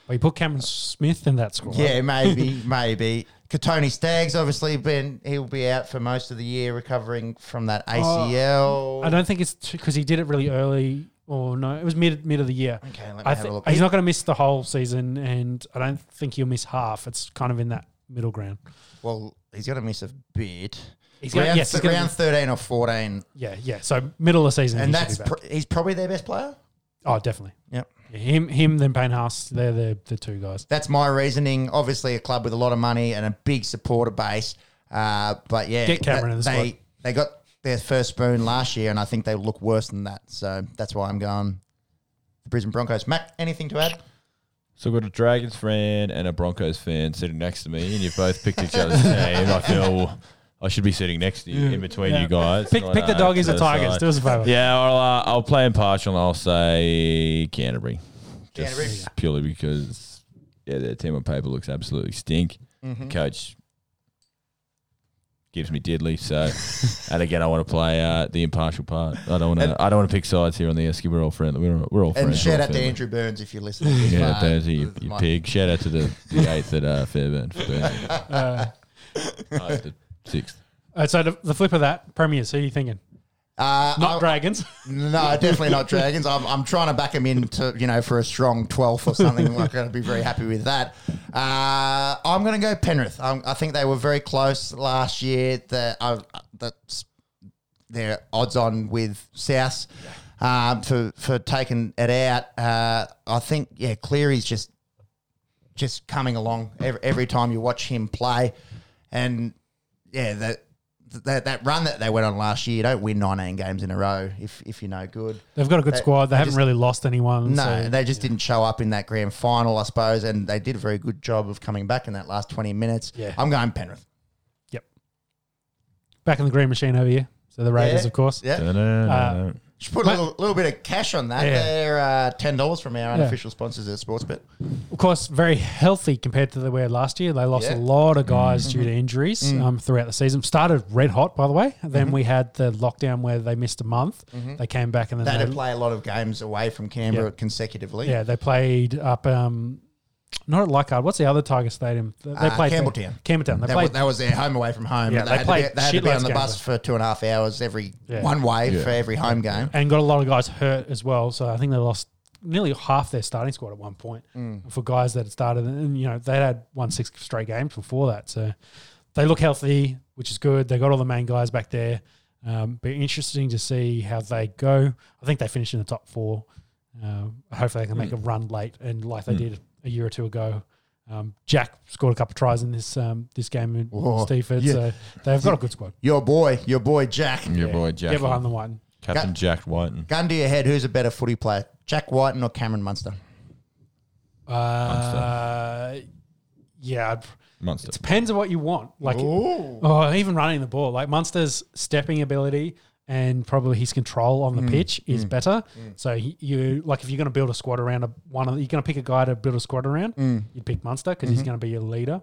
Well, you put Cameron Smith in that squad.
Yeah, maybe, maybe. Katoni Staggs obviously been he'll be out for most of the year recovering from that ACL.
Oh, I don't think it's because he did it really early, or no, it was mid mid of the year.
Okay, let me
I
have a
thi-
look.
He's not going to miss the whole season, and I don't think he'll miss half. It's kind of in that middle ground.
well, he's gonna miss a bit.
He's
round,
gonna- yes, he's gonna
round thirteen or fourteen,
Yeah, yeah. So middle of the season,
and that's
pr-
pr- he's probably their best player.
oh, definitely.
Yep.
Yeah, him, him, then Payne House. They're the the two guys.
That's my reasoning. Obviously, a club with a lot of money and a big supporter base. Uh, but yeah,
Get Cameron in the
they
squad.
they got their first spoon last year, and I think they look worse than that. So that's why I'm going the Brisbane Broncos. Matt, anything to add?
So I've got a Dragons fan and a Broncos fan sitting next to me, and you've both picked each other's team. I feel I should be sitting next to you, in between
Yeah.
you guys.
Pick,
not,
pick the
uh,
doggies
to
or tigers.
side.
Do us a favor.
Yeah, I'll, uh, I'll play impartial and I'll say Canterbury. Just
Canterbury.
Purely because, yeah, their team on paper looks absolutely stink.
Mm-hmm.
Coach gives me diddly. So, and again, I want to play uh, the impartial part. I don't want to. I don't want to pick sides here on the Esky. We're all friendly. We're, we're all friends.
And
we're
shout
all
out to
family.
Andrew Burns if you listen. To this
Yeah,
far.
Burnsy, you, you
My-
pig. Shout out to the, the eighth at uh, Fairburn for Burnsy. Oh, the sixth.
Uh, so the, the flip of that, premiers. Who are you thinking?
Uh,
Not
I-
dragons.
No, definitely not Dragons. I'm, I'm trying to back him in to, you know, for a strong 12th or something. like, I'd be very happy with that. Uh, I'm going to go Penrith. Um, I think they were very close last year. The, uh, that's their odds on with South um, for, for taking it out. Uh, I think, yeah, Cleary's just just coming along every, every time you watch him play. And yeah, that, that that run that they went on last year, you don't win 19 games in a row if if you're no good.
They've got a good squad. They haven't
just-
really lost anyone.
No,
so-
they just didn't show up in that grand final, I suppose, and they did a very good job of coming back in that last 20 minutes.
Yeah.
I'm going Penrith.
Yep. Back in the green machine over here. So the Raiders,
Yeah.
of course.
Yeah.
Da-da-da-da.
Should put a little, little bit of cash on that.
Yeah.
They're uh, $10 from our unofficial sponsors at Sportsbet.
Of course, very healthy compared to the way last year. They lost
Yeah.
a lot of
Mm.
guys due to injuries um, throughout the season. Started red hot, by the way. Then we had the lockdown where they missed a month. They came back and
They
then
had to
they,
play a lot of games away from Canberra
Yeah.
consecutively.
yeah, they played up. Um, not at Leichardt. What's the other Tiger Stadium? They
Uh,
played
Campbelltown.
Campbelltown. They
That,
played
was, that was their home away from home.
Yeah,
and
they
they,
played
had to be, they had to be
shitloads
on the
games
bus for two and a half hours every
Yeah.
one way
Yeah.
for every home game.
and got a lot of guys hurt as well. So I think they lost nearly half their starting squad at one point
Mm.
for guys that had started. And you know they had won six straight games before that, so they look healthy, which is good. They got all the main guys back there. Um, be interesting to see how they go. I think they finished in
Mm.
the top four. Uh, hopefully, they can make a run late and like they did a year or two ago. Um, Jack scored a couple of tries in this um, this game in
Whoa.
Steeford,
Yeah.
so they've got a good squad.
Your boy, your boy Jack.
Your boy
Get
Jack,
behind the one.
Captain Jack Whiten.
Gun to your head, who's a better footy player, Jack Whiten or Cameron Munster?
Uh, yeah, I'd-
Monster.
depends on what you want. Like,
Ooh.
oh, even running the ball. Like Munster's stepping ability and probably his control on the pitch is better. So he, you like if you're going to build a squad around a one, of- you're going to pick a guy to build a squad around. You'd pick Munster because he's going to be your leader.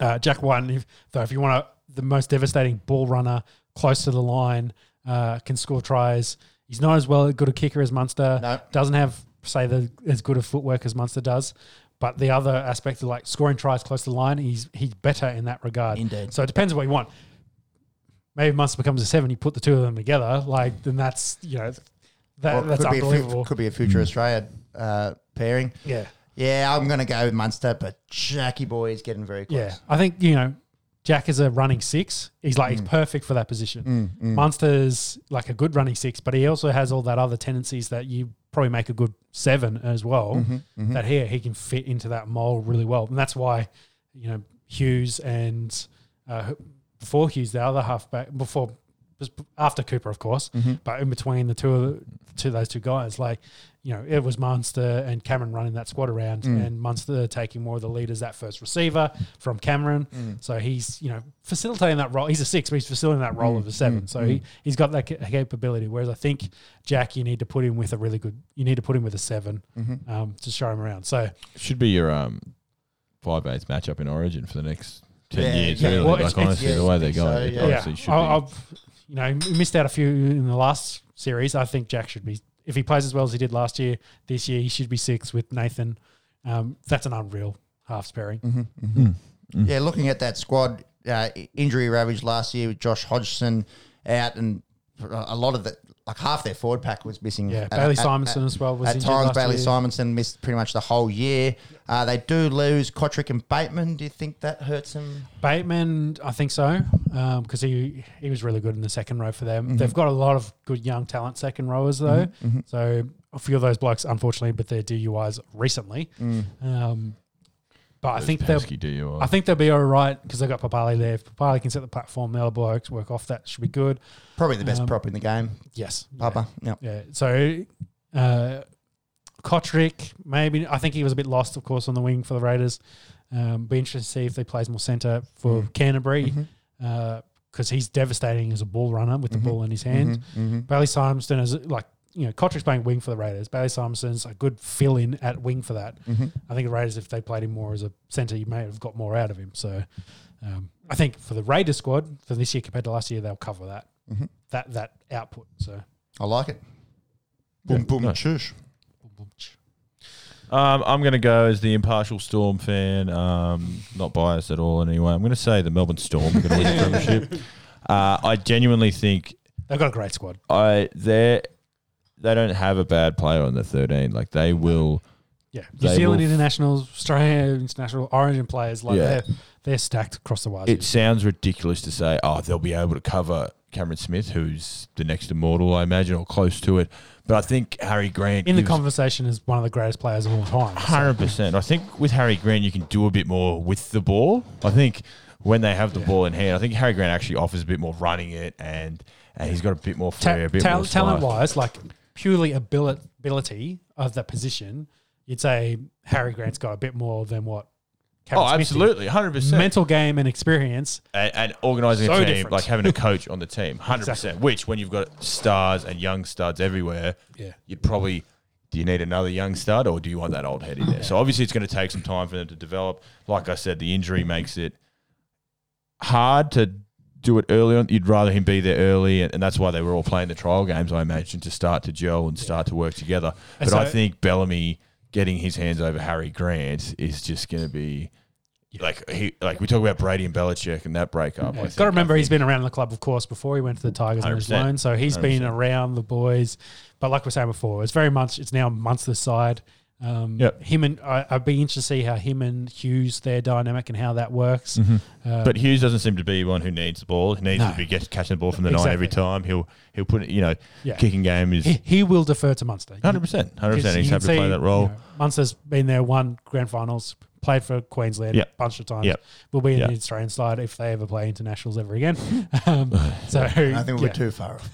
Uh, Jack White, if, though, if you want a, the most devastating ball runner close to the line, uh, can score tries. He's not as well good a kicker as Munster.
No.
Doesn't have say the as good a footwork as Munster does. But the other aspect of like scoring tries close to the line, he's he's better in that regard.
Indeed.
So it depends on what you want. Maybe Munster becomes a seven. You put the two of them together, like then that's you know that,
Well,
that's
could be a fu-
unbelievable.
could be a future Australia uh, pairing.
yeah,
Yeah, I'm going to go with Munster, but Jackie boy is getting very close.
yeah. I think you know Jack is a running six. He's like
Mm.
he's perfect for that position. Munster's like a good running six, but he also has all that other tendencies that you probably make a good seven as well.
Mm-hmm,
That here he can fit into that mold really well, and that's why you know Hughes and uh, who- before Hughes the other halfback before was after Cooper of course,
Mm-hmm.
but in between the two of to those two guys, like you know it was Munster and Cameron running that squad around, and Munster taking more of the lead as that first receiver from Cameron. So he's you know facilitating that role. He's a six, but he's facilitating that role of a seven. So he he's got that ca- capability. Whereas I think Jack, you need to put him with a really good. You need to put him with a 7
Mm-hmm.
um, to show him around. So
Should be your um five eights matchup in Origin for the next ten
Yeah,
years.
yeah.
Really,
Well,
like
it's- it's-
honestly,
yeah,
the way they
it's-
go,
so,
it
yeah.
honestly should
I,
be.
I've you know missed out a few in the last series. I think Jack should be if he plays as well as he did last year. This year he should be six with Nathan. Um, that's an unreal half pairing.
Mm-hmm. Yeah, looking at that squad, uh, injury ravaged last year with Josh Hodgson out, and a lot of the like half their forward pack was missing.
Yeah,
At-
Bailey
at-
Simonson
at-
as well was
at
injured
times,
last
Bailey
year.
Simonson missed pretty much the whole year. Uh, they do lose Kotrick and Bateman. Do you think that hurts them?
Bateman, I think so, because he he was really good in the second row for
Mm-hmm.
them. They've got a lot of good young talent second rowers though. So a few of those blokes, unfortunately, but their DUIs recently.
Mm.
Um, but I think they'll
Penske DUI.
I think they'll be all right because they've got Papali there. If Papali can set the platform, the other blokes work off that should be good.
Probably the best
Um,
prop in the game,
Yes,
Papa. Yep.
Yeah. So, uh, Kotrick, maybe I think he was a bit lost, of course, on the wing for the Raiders. Um, be interesting to see if he plays more centre for Canterbury
Mm-hmm.
because he's devastating as a ball runner with the ball in his
Mm-hmm.
hand. Bailey Simonson is like. You know, Kotrick's playing wing for the Raiders. Bailey Simonson's a good fill in at wing for that.
Mm-hmm.
I think the Raiders, if they played him more as a centre, you may have got more out of him. So um, I think for the Raiders squad for this year compared to last year, they'll cover that that that output. So
Mm-hmm. I like it. Boom, boom,
no.
shush.
Um, I'm going to go as the impartial Storm fan, um, not biased at all. Anyway, I'm going to say the Melbourne Storm are going to win the premiership. Uh, I genuinely think
They've got a great squad.
I they they don't have a bad player on the 13. Like they will.
Yeah,
They
New Zealand
will-
internationals, Australia international, Origin players like
Yeah.
they're, they're stacked across the wires.
It sounds ridiculous to say, oh, they'll be able to cover Cameron Smith, who's the next immortal, I imagine, or close to it. But I think Harry Grant
in the
gives-
conversation is one of the greatest players of all time. So,
Hundred percent. I think with Harry Grant, you can do a bit more with the ball. I think when they have the ball in hand, I think Harry Grant actually offers a bit more running it, and and he's got a bit more flair, a bit more slice.
talent wise, like purely abili- ability of that position, you'd say Harry Grant's got a bit more than what.
Oh,
Cameron Smith did.
absolutely, hundred percent.
Mental game and experience.
And, and organising
So
a team,
different.
like having a coach on the team, hundred percent.
Exactly.
Which, when you've got stars and young studs everywhere,
Yeah.
you probably do you need another young stud or do you want that old head in there? So obviously, it's going to take some time for them to develop. Like I said, the injury makes it hard to do it early on. You'd rather him be there early, and, and that's why they were all playing the trial games, I imagine, to start to gel and start to work together. But
And
I
so-
think Bellamy getting his hands over Harry Grant is just going to be. Like he, like we talk about Brady and Belichick and that breakup. I
Got
think-
to remember, he's been around the club, of course, before he went to the Tigers on his
100%.
loan. So he's been around the boys. But like we were saying before, it's very much it's now Munster's side. Um,
Yep.
Him and I, I'd be interested to see how him and Hughes their dynamic and how that works. Uh,
Mm-hmm. But Hughes doesn't seem to be one who needs the ball. He needs
No.
to be get, catching the ball from the nine
Exactly.
every time. He'll he'll put it. You know,
Yeah.
kicking game is
he, he will defer to Munster.
hundred percent, hundred
Because
percent. He's
you
happy
can
to
see,
play that role.
you know, Munster's been there, won grand finals, played for Queensland
Yeah.
a bunch of times.
Yeah.
Will be in
Yeah.
the Australian side if they ever play internationals ever again. um, so
I think we're
yeah.
too far off.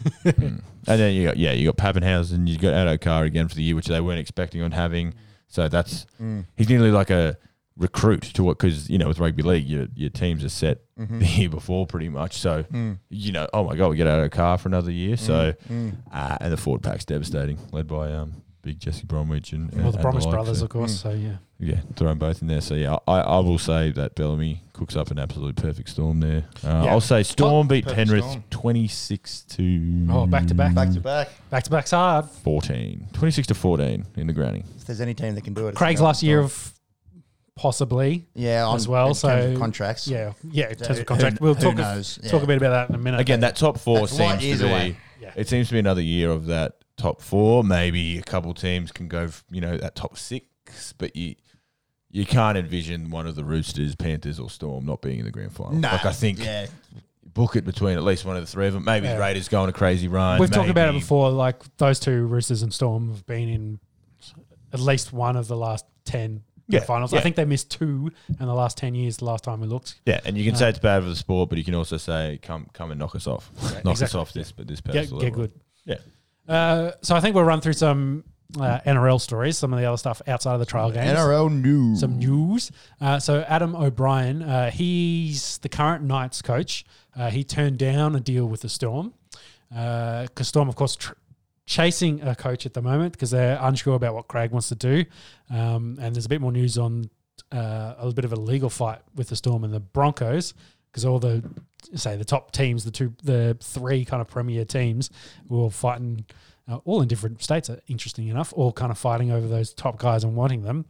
And then you got yeah, you got Pappenhausen, you got Addo Carr again for the year, which they weren't expecting on having. So that's
Mm.
he's nearly like a recruit to what because you know with rugby league your your teams are set
Mm-hmm.
the year before pretty much. So
Mm.
you know oh my god we get Addo Carr for another year. So
Mm-hmm.
uh, and the forward pack's devastating, led by um big Jesse Bromwich and
Well,
and
the Promise
like,
brothers,
so-
of course. So yeah,
yeah, throw 'em both in there. So yeah, I, I will say that Bellamy cooks up an absolute perfect storm there. Uh,
Yeah.
I'll say Storm beat
perfect
Penrith
storm.
twenty six to
Oh, back to back.
Back to back.
back uh, to back's hard.
14. 26 to 14 in the granny.
If there's any team that can do it, it's
Craig's
the
last year
Storm.
of possibly,
yeah on-
as well,
in terms of
so-
contracts.
yeah, yeah, in terms
Who-
of contract.
who
we'll talk a-
knows?
talk
Yeah.
a bit about that in a minute.
Again, that top four
That's light
seems
years
to be.
away.
Yeah.
It seems to be another year of that top four. Maybe a couple teams can go, f- you know, that top six, but you you can't envision one of the Roosters, Panthers, or Storm not being in the grand final.
Nah,
Like I think
yeah,
book it between at least one of the three of them. Maybe
Yeah.
the Raiders go on a crazy run.
We've talked about it
Maybe-
before. Like those two Roosters and Storm have been in at least one of the last ten
Yeah,
finals. I
yeah.
think they missed two in the last ten years. The last time we looked,
Yeah, and you can say it's bad for the sport, but you can also say come come and knock us off, knock us
exactly.
off this, but this
get,
pedestal.
get good.
Yeah.
Uh, so I think we'll run through some uh, NRL stories, some of the other stuff outside of the trial games.
NRL new.
some news. Uh, so Adam O'Brien, uh, he's the current Knights coach. Uh, he turned down a deal with the Storm because Storm, of course, tr- chasing a coach at the moment because they're unsure about what Craig wants to do. Um, and there's a bit more news on uh, a bit of a legal fight with the Storm and the Broncos because all the say the top teams, the two, the three kind of premier teams, were all fighting. Uh, all in different states, uh, interesting enough, all kind of fighting over those top guys and wanting them.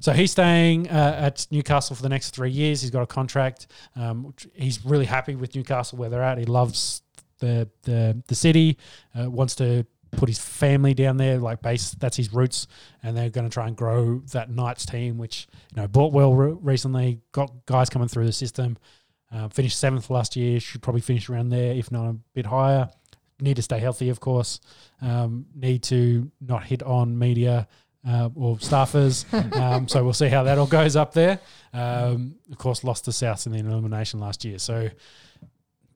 So he's staying uh, at Newcastle for the next three years. He's got a contract. Um, which- he's really happy with Newcastle where they're at. He loves the the, the city. Uh, wants to put his family down there, like base. That's his roots, and they're going to try and grow that Knights team, which you know bought well re- recently. Got guys coming through the system. Uh, finished seventh last year. Should probably finish around there, if not a bit higher. Need to stay healthy, of course. Um, need to not hit on media uh, or staffers. um, so we'll see how that all goes up there. Um, of course, lost to South in the elimination last year. So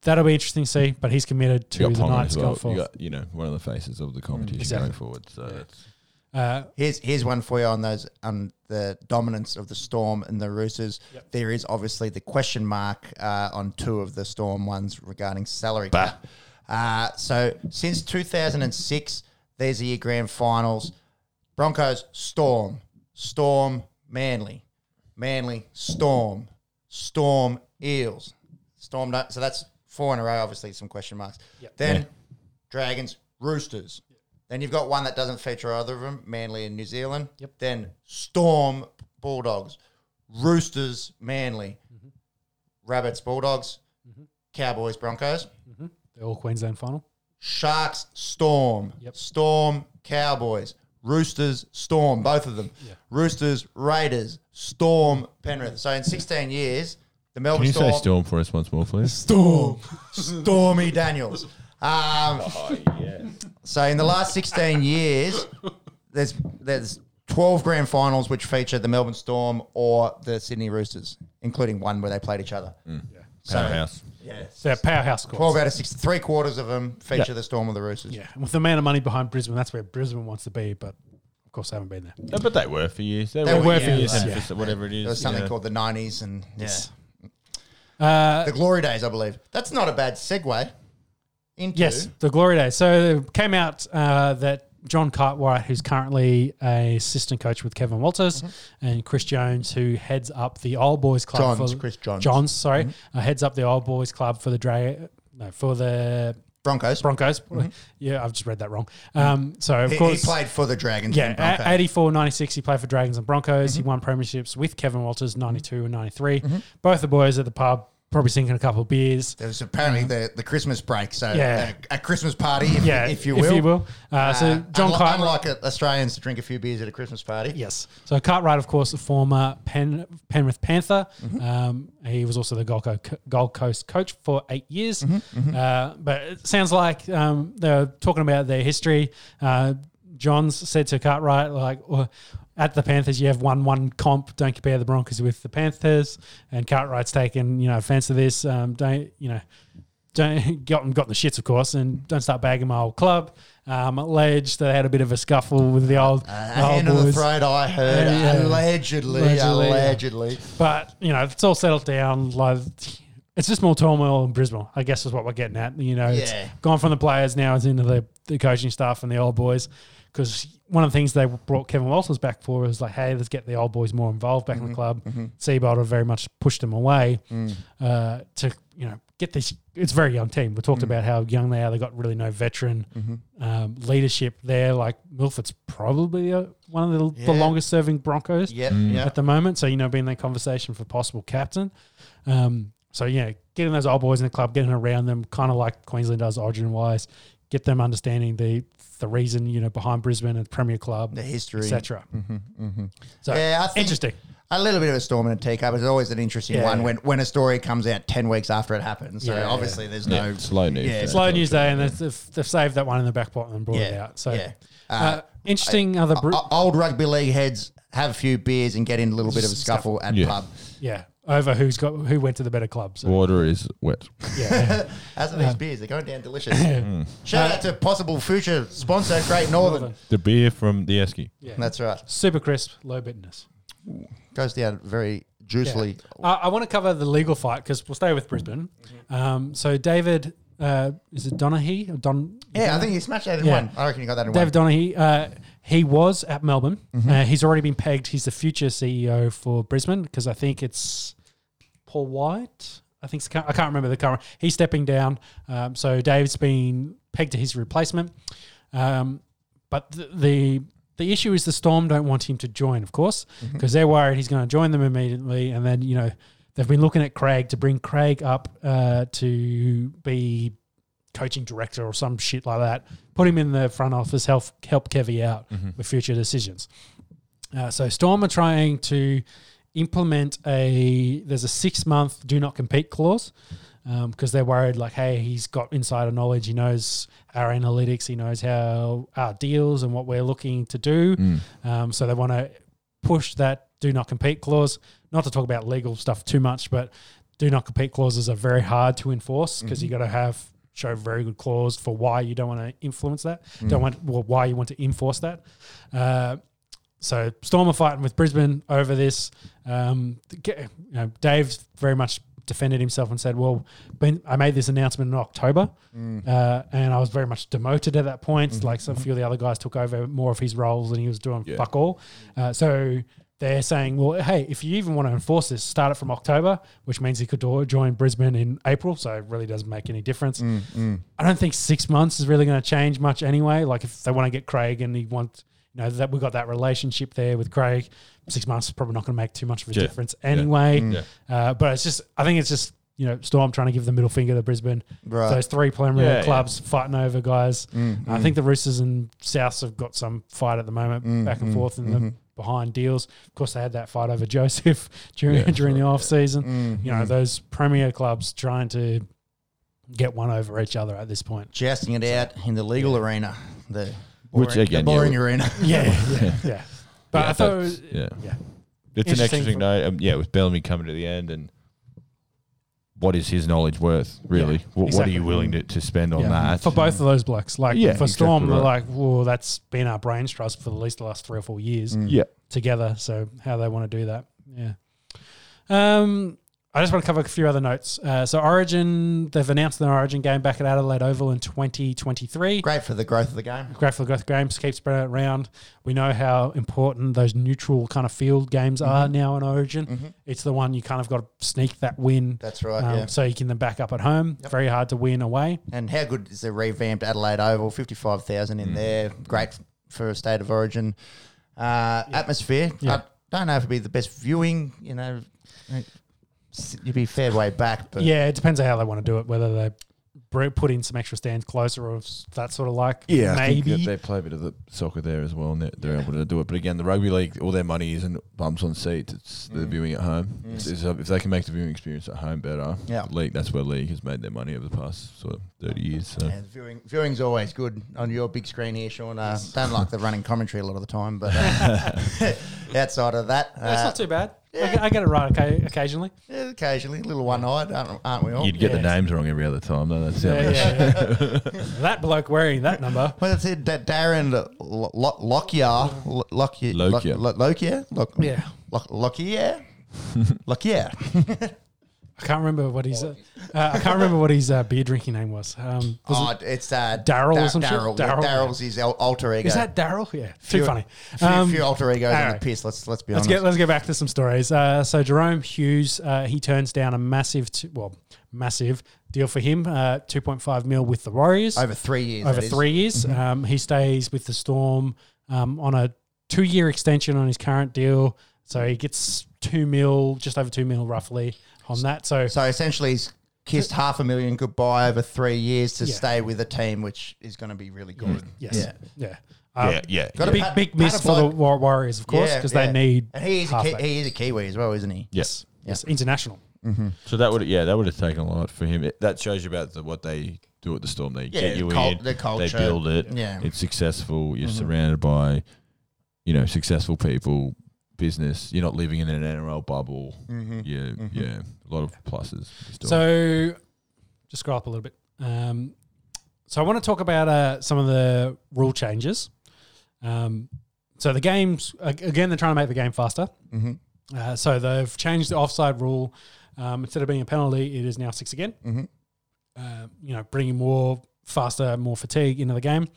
that'll be interesting to see. But he's committed to
You
the
got Ponga
Knights
as
going
well. You
forward.
got you know one of the faces of the competition
Exactly.
going forward. So it's-
Uh,
Here's here's one for you on those on the dominance of the Storm and the Roosters. There is obviously the question mark uh, on two of the Storm ones regarding salary cap. Uh, so since 2006, there's the year grand finals. Broncos, Storm, Storm, Manly, Manly, Storm, Storm, Eels, Storm. no- So that's four in a row. Obviously, some question marks. Then Dragons, Roosters. Then you've got one that doesn't feature either of them, Manly and New Zealand. Yep. Then Storm, Bulldogs, Roosters, Manly, Rabbits, Bulldogs, Cowboys, Broncos,
the All Queensland final.
Sharks, Storm,
Yep.
Storm, Cowboys, Roosters, Storm, both of them. Roosters, Raiders, Storm, Penrith. So in 16 years, the
Can
Melbourne
you
Storm,
say Storm for us once more, please?
Storm, Stormy Daniels. Um, So in the last 16 years, there's there's 12 grand finals which feature the Melbourne Storm or the Sydney Roosters, including one where they played each other. So,
Powerhouse.
yeah.
So they're powerhouse course.
12 out of six, three quarters of them feature the Storm or the Roosters.
Yeah, and with the amount of money behind Brisbane, that's where Brisbane wants to be. But of course, they haven't been there.
No, but they were for years. They,
They
were,
were
for
for
years.
years,
and
yeah.
for whatever it is.
There was something
you know.
called the 90s and yeah.
Uh,
the glory days, I believe. That's not a bad segue into
Yes, the glory days. So it came out uh, that John Cartwright, who's currently a assistant coach with Kevin Walters, and Chris Jones, who heads up the Old Boys Club.
Mm-hmm. Johns, Chris Johns. Mm-hmm.
Johns, sorry, uh, heads up the Old Boys Club for the Dra- no, for the
Broncos.
Broncos. Yeah, I've just read that wrong. Um, so
Mm-hmm.
of
He, he
course
played for the Dragons.
yeah,
and Broncos. Mm-hmm.
a- 84, 96, he played for Dragons and Broncos. He won premierships with Kevin Walters, 92 and 93. Both the boys at the pub, probably sinking a couple of beers.
there was apparently the, the Christmas break, so
Mm-hmm.
uh,
Yeah.
a, a Christmas party, if,
Yeah,
if you will.
Uh, so John
unlike,
Cartwright.
unlike uh, Australians to drink a few beers at a Christmas party.
Yes. So Cartwright, of course, a former Pen, Penrith Panther. Um, he was also the Gold Coast, Gold Coast coach for eight years. Uh, but it sounds like um, they're talking about their history. Uh, John's said to Cartwright, like, "Well, at the Panthers, you have one one comp. Don't compare the Broncos with the Panthers. And Cartwright's taken you know offense to this. Um, don't you know? Don't got got the shits, of course, and don't start bagging my old club. Um, alleged they had a bit of a scuffle with the old,
Uh, A
the old
hand on the
boys.
throat, I heard.
Yeah, yeah.
Allegedly,
Allegedly,
allegedly.
yeah. But you know, it's all settled down. Like it's just more turmoil in Brisbane, I guess, is what we're getting at. You know, it's
Yeah.
gone from the players now it's into the, the coaching staff and the old boys. Because one of the things they brought Kevin Walters back for was like, hey, let's get the old boys more involved back in
Mm-hmm.
the club. Seabold have very much pushed them away
Mm.
uh, to you know get this. It's a very young team. We talked
Mm.
about how young they are. They got really no veteran
Mm-hmm.
um, leadership there. Like Milford's probably uh, one of the, the
Yeah.
longest serving Broncos
Yep,
Mm.
at
yep.
the moment. So you know, being that conversation for possible captain. Um, so yeah, getting those old boys in the club, getting around them, kind of like Queensland does origin wise, get them understanding the the reason you know behind Brisbane and Premier Club,
The history. Mm-hmm,
etc. So
Yeah, I think
interesting.
A little bit of a storm in a teacup is always an interesting
Yeah,
one
yeah.
when, when a story comes out 10 weeks after it happens. So
Yeah, yeah.
obviously, there's
Yeah,
no.
slow news.
Yeah,
day.
it's
Slow news day, and they've, they've saved that one in the back pocket and brought it
Yeah,
out. So
yeah.
uh, interesting. other Bru-
O- old rugby league heads have a few beers and get in a little bit of a scuffle at
Yeah.
pub.
yeah, over who's got who went to the better club. So
Water is wet.
yeah,
As are these beers, they're going down delicious.
Hmm.
Shout out to possible future sponsor, Great Northern.
The beer from the Esky.
yeah.
That's right.
super crisp, low bitterness.
Goes down very
Yeah.
juicily.
I, I want to cover the legal fight because we'll stay with Brisbane. Um, so David, uh, is it Donaghy or Don?
Yeah, I think you smashed that in
Yeah.
one. I reckon you got that in
David
one.
Donaghy. Uh, he was at Melbourne. Uh, he's already been pegged. He's the future CEO for Brisbane because I think it's Paul White. I think it's, I can't remember the current. He's stepping down. Um, so Dave's been pegged to his replacement. Um, but the, the the issue is the Storm don't want him to join, of course, because they're worried he's going to join them immediately, and then you know they've been looking at Craig to bring Craig up uh, to be coaching director or some shit like that. Put him in the front office, help help Kevy out with future decisions. Uh, so Storm are trying to implement a there's a six month do not compete clause because they're worried like hey he's got insider knowledge he knows our analytics he knows how our deals and what we're looking to do um, so they want to push that do not compete clause not to talk about legal stuff too much but do not compete clauses are very hard to enforce because you got to have show very good clause for why you don't want to influence that don't want well, why you want to enforce that uh, so Storm are fighting with Brisbane over this. Um, ge- you know, Dave very much defended himself and said, "Well, been, I made this announcement in October, uh, and I was very much demoted at that point. Like some few of the other guys took over more of his roles, and he was doing
Yeah.
fuck all. Uh, so." They're saying, well, hey, if you even want to enforce this, start it from October, which means he could do- join Brisbane in April. So it really doesn't make any difference. I don't think six months is really going to change much anyway. Like if they want to get Craig and he wants, you know, that we got that relationship there with Craig, six months is probably not going to make too much of a
Yeah.
difference anyway.
Yeah.
Uh, but it's just, I think it's just, you know, Storm trying to give the middle finger to Brisbane.
Right.
Those three preliminary
Yeah, yeah.
clubs fighting over guys. I think the Roosters and Souths have got some fight at the moment, back and forth in the behind deals. Of course, they had that fight over Joseph during
Yeah,
during the
sure, yeah.
off season.
Mm.
You know, those premier clubs trying to get one over each other at this point.
Jousting it out in the legal arena. The
Which
boring,
again,
the
yeah,
boring
we-
arena.
Yeah, yeah, yeah. But
Yeah,
I thought it was,
that's- yeah.
yeah.
It's an
Interesting
interesting
for-
note. Um, yeah, with Bellamy coming to the end and what is his knowledge worth, really?
Yeah,
Wh- what,
exactly.
are you willing to, to spend on
yeah.
that?
for both of those blokes. Like
Yeah,
for Storm,
exactly
they're
right.
like, whoa, that's been our brains trust for at least the last three or four years
Mm.
Yeah.
together. So how they want to do that, yeah. Um, I just want to cover a few other notes. Uh, so Origin, they've announced their Origin game back at Adelaide Oval in 2023.
Great for the growth of the game.
Great for the growth games, keep spreading it around. We know how important those neutral kind of field games
Mm-hmm.
are now in Origin. It's the one you kind of got to sneak that win.
That's right,
um,
yeah.
So you can then back up at home. Very hard to win away.
And how good is the revamped Adelaide Oval? 55,000
Hmm.
in there. Great f- for a state of origin. Uh, Atmosphere.
Yeah.
I don't know if it'd be the best viewing, you know. You'd be fair way back, but
yeah, it depends on how they want to do it, whether they br- put in some extra stands closer or s- that sort of like.
Yeah, I think
maybe.
that they play a bit of the soccer there as well, and they're, they're able to do it. But again, the rugby league, all their money isn't bums on seats; it's the viewing at home. It's, it's, uh, if they can make the viewing experience at home better,
Yeah.
league that's where league has made their money over the past sort of thirty years. So
Yeah, viewing, viewing's always good on your big screen here, Sean. Uh, Don't like the running commentary a lot of the time, but uh, outside of that,
No, it's
uh,
not too bad. I, get, I get it right okay, occasionally.
yeah, occasionally a little one-eyed, aren't, aren't we all?
you'd get the
yeah.
names wrong every other time, though. That's how
Yeah,
much-
yeah, yeah. that bloke wearing that number.
Well, that's it. Da- Darren Lo- Lo- Lockyer, Lo- Lockyer, Lo-
Lockyer.
Lo- Lockyer, Lock-
Yeah.
Lock- Lockyer, Lockyer.
I can't remember what his. Uh, uh, I can't remember what his uh, beer drinking name was. Um, was
Oh, it's uh,
Daryl or
Da-
some shit?
Daryl. Yeah,
Daryl.
Daryl's his al- alter ego.
it, is that Daryl? Yeah, too
Few-
funny.
few,
Um,
few alter egos on the
alright.
piss? Let's let's be
Let's
honest.
get let's get back to some stories. Uh, so Jerome Hughes, uh, he turns down a massive, t- well, massive deal for him, uh, two point five mil with the Warriors
over three years.
over
that is. Mm-hmm.
three years. Um, he stays with the Storm um, on a two year extension on his current deal, so he gets two mil, just over two mil, roughly on that. So,
So essentially, he's kissed half a million goodbye over three years to
Yeah.
stay with a team which is going to be really good.
yes,
Yeah.
yeah, Um,
yeah, yeah.
Got a
Big
pat-
big
pat
miss
a
for the
bloke.
Wa- Warriors, of course,
Yeah,
because
yeah.
they need
And he is a
halfback.
ki- he is a Kiwi as well, isn't he?
Yes.
yes, international.
So that would yeah, that would have taken a lot for him. It, that shows you about the, what they do at the Storm. They
Yeah,
get you
cul-
in,
the culture.
they build it.
Yeah.
it's successful. You're surrounded by, you know, successful people, business. You're not living in an NRL bubble.
Mm-hmm.
Yeah, yeah, a lot of pluses. Storm.
So, just scroll up a little bit. Um, so, I want to talk about uh, some of the rule changes. Um, so, the games, ag- again, they're trying to make the game faster.
Mm-hmm.
Mhm.
Uh, so, they've changed the offside rule. Um, instead of being a penalty, it is now six again.
Mm-hmm.
Mhm.
Uh, you know, bringing more faster, more fatigue into the game.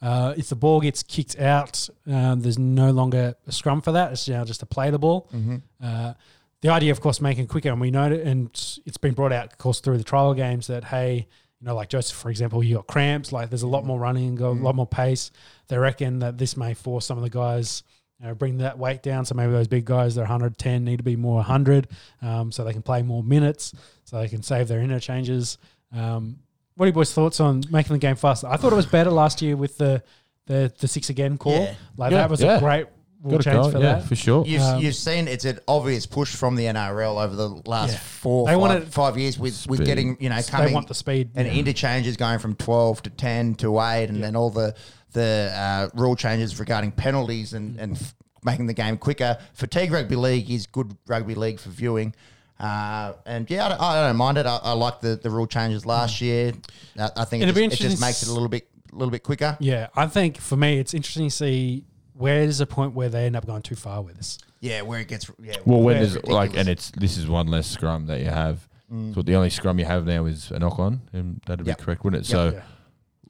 Uh, if the ball gets kicked out, um, there's no longer a scrum for that. It's now just a play the ball.
Mm-hmm.
Uh, the idea, of course, making it quicker, and we know it, and it's- it's been brought out, of course, through the trial games that hey, you know, like Joseph, for example, you got cramps. Like there's a
Mm.
lot more running and go a lot more pace. They reckon that this may force some of the guys. You know, bring that weight down, so maybe those big guys, they're 110, need to be more 100, um, so they can play more minutes, so they can save their interchanges. Um, what are your boys' thoughts on making the game faster? I thought it was better last year with the the, the six again call.
Yeah.
Like
Yeah,
that was
yeah.
a great rule
Gotta
change
go,
for
yeah,
that.
for sure.
You've,
Um,
you've seen it's an obvious push from the NRL over the last
Yeah.
four,
They
five,
wanted-
five years with, with
Speed.
getting, you know, coming.
They want the speed.
and
Yeah.
interchanges going from 12 to 10 to 8 and then all the the uh, rule changes regarding penalties and, and f- making the game quicker fatigue rugby league is good rugby league for viewing uh, and yeah, I don't, I don't mind it. I, I like the, the rule changes last year. I, I think it
Mm. It'll
just,
be
it just
interesting to
makes it a
s-
little bit little bit quicker.
Yeah, I think for me, it's interesting to see where is the point where they end up going too far with this.
Yeah, where it gets yeah.
Well, when
where it's
there's like,
ridiculous. Mm.
and it's this is one less scrum that you have. So the only scrum you have now is a knock on, and that'd
Yep.
be correct, wouldn't it? So
Yeah.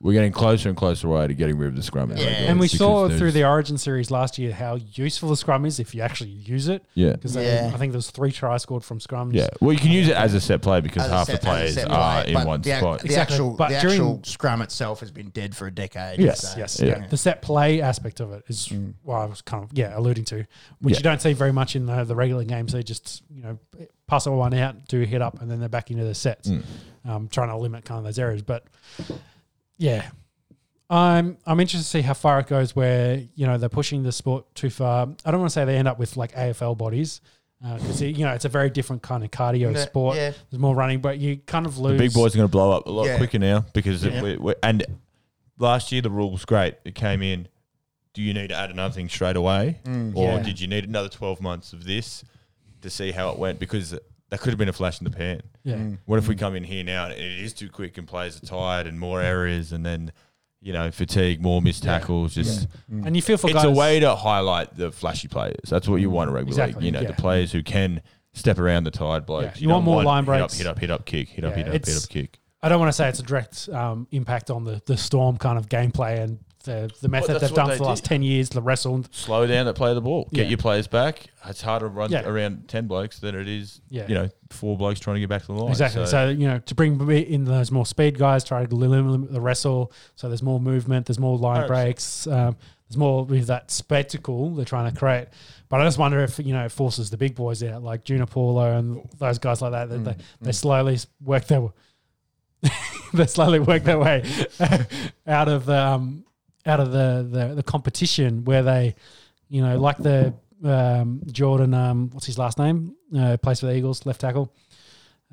we're getting closer and closer away to getting rid of the scrum. in
Yeah.
rugby
And we
because
saw
there's-
through the Origin series last year how useful the scrum is if you actually use it.
yeah
Because
Yeah.
I think there was three tries scored from scrums.
yeah. Well, you can use it as a set play because
as a
half
set-
the
as a
players
set
are
play,
in
but
one
the, ac-
spot.
The
Exactly,
actual
but
the
during-
actual scrum itself has been dead for a decade.
Yes,
so,
Yes.
Yeah.
Yeah. The set play aspect of it is what I was kind of yeah alluding to, which
Yeah.
you don't see very much in the, the regular games. They just you know pass it one out, do a hit up, and then they're back into their sets,
Mm.
um, trying to limit kind of those areas. But yeah, I'm I'm interested to see how far it goes. Where you know they're pushing the sport too far. I don't want to say they end up with like AFL bodies. Because you know it's a very different kind of cardio
Yeah,
sport.
uh, yeah.
There's more running, but you kind of
The
lose.
big boys are going to blow up a lot
Yeah.
quicker now because
Yeah.
it, we we and last year the rule was great. It came in. Do you need to add another thing straight away, or
Mm, Yeah.
did you need another twelve months of this to see how it went? Because that could have been a flash in the pan.
Yeah.
What if we come in here now and it is too quick and players are tired and more errors and then you know fatigue, more missed tackles, just.
and you feel for
It's
guys.
a way to highlight the flashy players. That's what you want in rugby
Exactly,
league. You know,
yeah.
the players who can step around the tired blokes.
Yeah, you want
don't
more line
hit
breaks.
Up, hit up, hit up, kick. Hit up,
Yeah,
hit up, hit
it's-
up, kick.
I don't want to say it's a direct um, impact on the, the Storm kind of gameplay and the, the method
that's
they've
what
done
they
for the last
did.
10 years, the wrestled.
Slow down that play the ball. Get
Yeah.
your players back. It's harder to run
Yeah.
around ten blokes than it is,
Yeah.
you know, four blokes trying to get back to the line.
exactly. So, you know, to bring in those more speed guys, try to limit the wrestle. So there's more movement, there's more line
Hundred
breaks, um, there's more with that spectacle they're trying to create. But I just wonder if, you know, it forces the big boys out, like Junior Paulo and those guys like that. that they, they slowly work their they slowly worked their way out of the um, out of the, the the competition where they, you know, like the um, Jordan, um, what's his last name? Uh, plays for the Eagles, left tackle.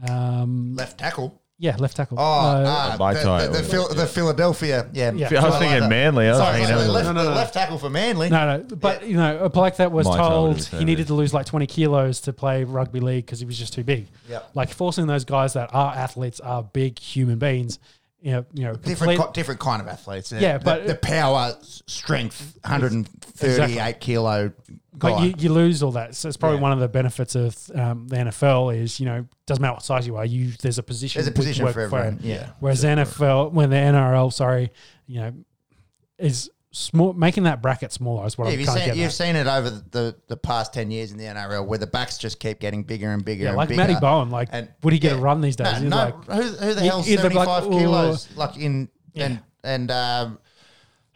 Um,
Left tackle.
yeah, left tackle.
Oh,
Uh,
ah,
my
the,
tie,
the, the,
wasn't it?
Phil- the Philadelphia. Yeah.
Yeah.
I was thinking
Like that.
Manly. I was
Sorry,
thinking
sorry,
other
left,
than-
no, no, no.
left tackle for Manly.
No, no, but you know, a bloke that was
My child
told
is
he
very-
needed to lose like twenty kilos to play rugby league because he was just too big.
Yeah.
Like forcing those guys that are athletes are big human beings. You know, you know,
Different, ki-
complete-
different kind of athletes.
Yeah,
the,
but-
the power, s- strength, 138 kilo guy.
But you, you lose all that. So it's probably
Yeah.
one of the benefits of um, the NFL is you know doesn't matter what size you are, you there's a position.
There's a
we can
position
work
for everyone.
it.
Yeah.
Whereas NFL, when the NRL, sorry, you know, is small, making that bracket smaller is what
Yeah,
I'm
you've,
kind of
seen,
getting.
you've
at.
seen it over the, the past 10 years in the NRL where the backs just keep getting bigger and bigger
Yeah,
and
like
bigger.
Matty Bowen, like would he get a run these
No,
days? He's
no,
like,
who, who the
You-
hell's
either
75
black or-
kilos? Like in,
Yeah.
and, and um,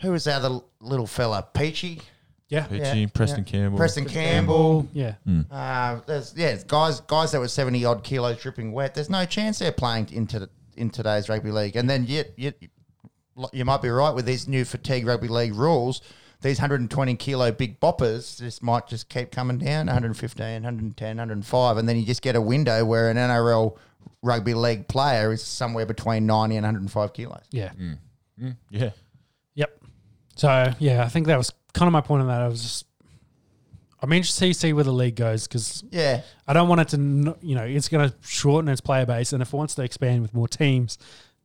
who was the other little fella? Peachy?
yeah,
Pitching,
Yeah,
Preston
yeah.
Campbell.
Preston Campbell.
yeah.
Uh, there's, yeah, it's guys, guys that were seventy odd kilos dripping wet. There's no chance they're playing into the, in today's rugby league. And then yet, yet you might be right with these new fatigue rugby league rules. These 120 kilo big boppers just might just keep coming down 115, 110, 105, and then you just get a window where an NRL rugby league player is somewhere between 90 and 105 kilos.
Yeah.
Yeah.
Yep. So yeah, I think that was kind of my point on that. I was just, I'm interested to see where the league goes because
Yeah,
I don't want it to, n- you know, it's going to shorten its player base, and if it wants to expand with more teams,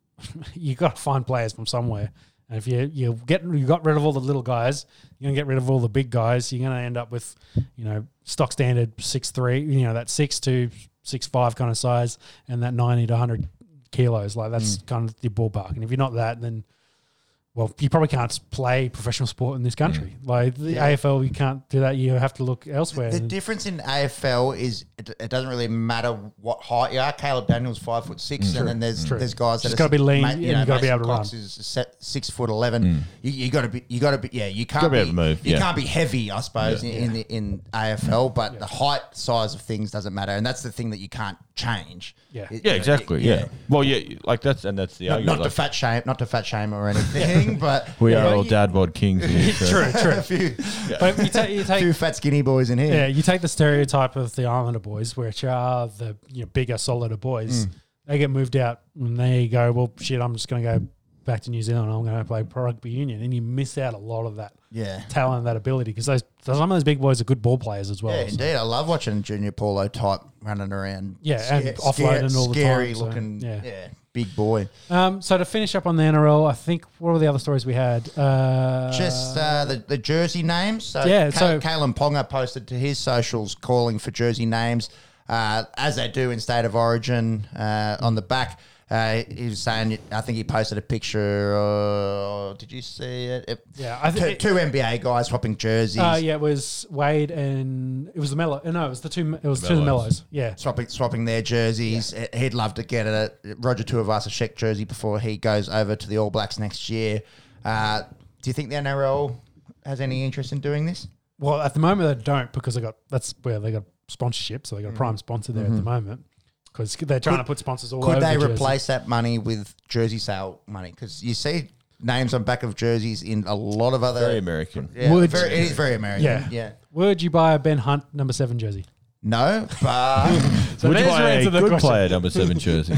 you got to find players from somewhere. And if you you get you got rid of all the little guys, you're gonna get rid of all the big guys. You're gonna end up with, you know, stock standard six three, you know, that six two, six five kind of size, and that ninety to hundred kilos. Like that's
Mm.
kind of your ballpark. And if you're not that, then well, you probably can't play professional sport in this country. Like the
Mm. Yeah.
AFL, you can't do that. You have to look elsewhere.
The
And-
difference in AFL is it, it doesn't really matter what height you are. Caleb Daniels five foot six, and then there's
True.
there's guys that
Just
are
gotta be
s-
lean
ma-
and you gotta be
Mason
able to
Cox
run.
Is set six foot eleven. You, you got to be you got to be yeah. You can't
Gotta
be,
be able to move,
you
yeah.
can't be heavy, I suppose, in, in the in AFL. But the height size of things doesn't matter, and that's the thing that you can't change.
Yeah.
It-
Yeah,
you know,
exactly. Yeah. Well, yeah, like that's and that's the
Not,
argument.
not to
like,
fat shame, not to fat shame or anything, but
we
you
are
know,
all
you-
dad bod kings. Here, so.
true, true.
A few,
But you, ta- you take
few fat skinny boys in here.
Yeah, you take the stereotype of the Islander boys, which are the you know, bigger, solider boys.
Mm.
They get moved out, and they go, "Well, shit, I'm just going to go back to New Zealand. I'm going to play pro rugby union," and you miss out a lot of that
yeah.
talent, and that ability, because those some of those big boys are good ball players as well.
Yeah,
So-
indeed. I love watching junior Paulo type running around.
Yeah, and offloading all the
scary
time, so,
looking.
yeah.
yeah. big boy.
Um, so to finish up on the NRL, I think what were the other stories we had? Uh,
Just uh, the the jersey names. So
Yeah,
yeah,
so-
Kalen Ponga posted to his socials calling for jersey names, uh, as they do in State of Origin. Uh, on the back, uh, he was saying. I think he posted a picture. Uh, did you see it? It-
Yeah, I think-
two, two NBA guys swapping jerseys.
uh, yeah, it was Wade and it was the Mello. No, it was the two. It was two of the Mellows. Yeah,
swapping swapping their jerseys. Eh, He'd love to get a Roger Tuivasa-Sheck jersey before he goes over to the All Blacks next year. Uh, do you think the NRL has any interest in doing this?
Well, at the moment they don't because they got that's where they got sponsorship, so they got a prime sponsor there at the moment because they're trying to put sponsors all over.
Mm. Mm-hmm. Could they
the jersey.
replace that money with jersey sale money? Because you see names on back of jerseys in a lot of other.
Very American.
Yeah,
Would-
very, it is very American.
Yeah.
Yeah.
Would you buy a Ben Hunt number seven jersey?
No, but
Would you
there's your
buy a
answer to the
good
question.
player number seven jersey?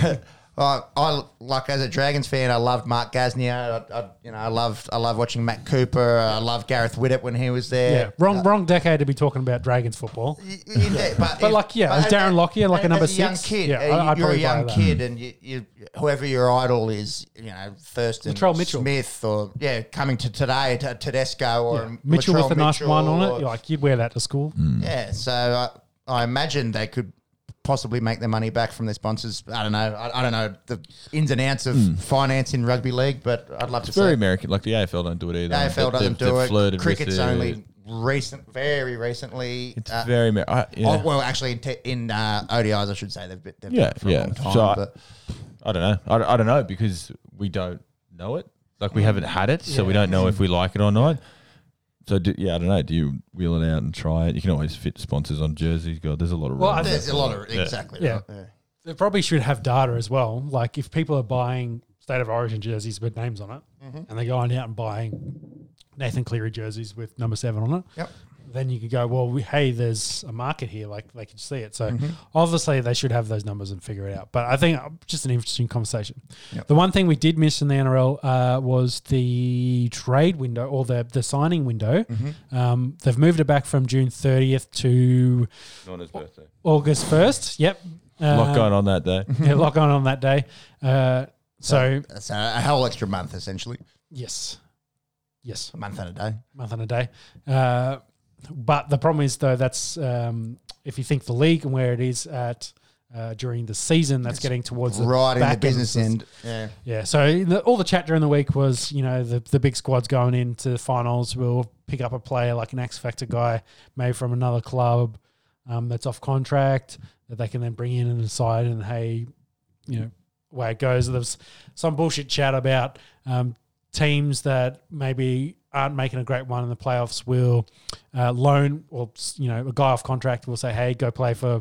I, I like as a Dragons fan, I loved Mark Gasnier. I, I, you know, I loved I love watching Matt Cooper. I loved Gareth Widdop when he was
Yeah,
there.
wrong, wrong decade to be talking about Dragons football.
Indeed, but,
But
if-
like, yeah, as Darren Lockyer, like
as
a number
a young
six,
kid,
yeah,
uh,
I-
you-
I'd
you're a
probably buy
young
that.
kid, and you, you, whoever your idol is, you know, Thurston
Latrell Mitchell.
Smith, or yeah, coming to today, to Tedesco or
Mitchell
um, Latrell
with a nice
Mitchell Mm.
one on it,
or-
you're like you'd wear that to school.
yeah, so I, I imagine they could possibly make their money back from their sponsors. I don't know. I, I don't know the ins and outs of finance in rugby league, but I'd love to
Hmm. It's very
see.
American. Like the AFL don't do it either.
The AFL
They-
doesn't
they've-
do
they've
it.
flirted with
Cricket's
the-
only recent, very recently.
It's
uh,
very Amer- I, yeah.
Oh, well, actually, in, te- in uh, ODIs, I should say they've been, they've
Yeah,
been for a
yeah.
long time.
So I-
but
I don't know. I, I don't know because we don't know it. Like we haven't had it, so we
Yeah.
don't know if we like it or not. So do, yeah, I don't know. Do you wheel it out and try it? You can always fit sponsors on jerseys. God, there's a lot of
Well, I
rules.
think-
there's a lot of exactly.
Yeah.
right, yeah.
They probably should have data as well. Like if people are buying state of origin jerseys with names on it,
Mm-hmm.
and they're going out and buying Nathan Cleary jerseys with number seven on it.
Yep.
Then you could go, well, we, hey, there's a market here. Like they could see it. So obviously they should have those numbers and figure it out. But I think uh, just an interesting conversation.
Yep.
The one thing we did miss in the NRL uh, was the trade window or the the signing window. Um, they've moved it back from June 30th to
Not his birthday.
August 1st. Yep.
A lot
Uh,
going on that day.
yeah, lock on on that day. Uh, so
That's a, a whole extra month, essentially.
yes, yes,
A month and a day.
month and a day. Uh, but the problem is though that's um, if you think the league and where it is at uh, during the season, that's getting towards the
right in the
back
business
end.
end. Yeah.
Yeah. So the, all the chat during the week was, you know, the, the big squad's going into the finals. We'll pick up a player like an X Factor guy, maybe from another club um, that's off contract that they can then bring in and decide. And hey, you know, way it goes. There was some bullshit chat about um, teams that maybe aren't making a great one in the playoffs will uh, loan or you know a guy off contract will say, hey, go play for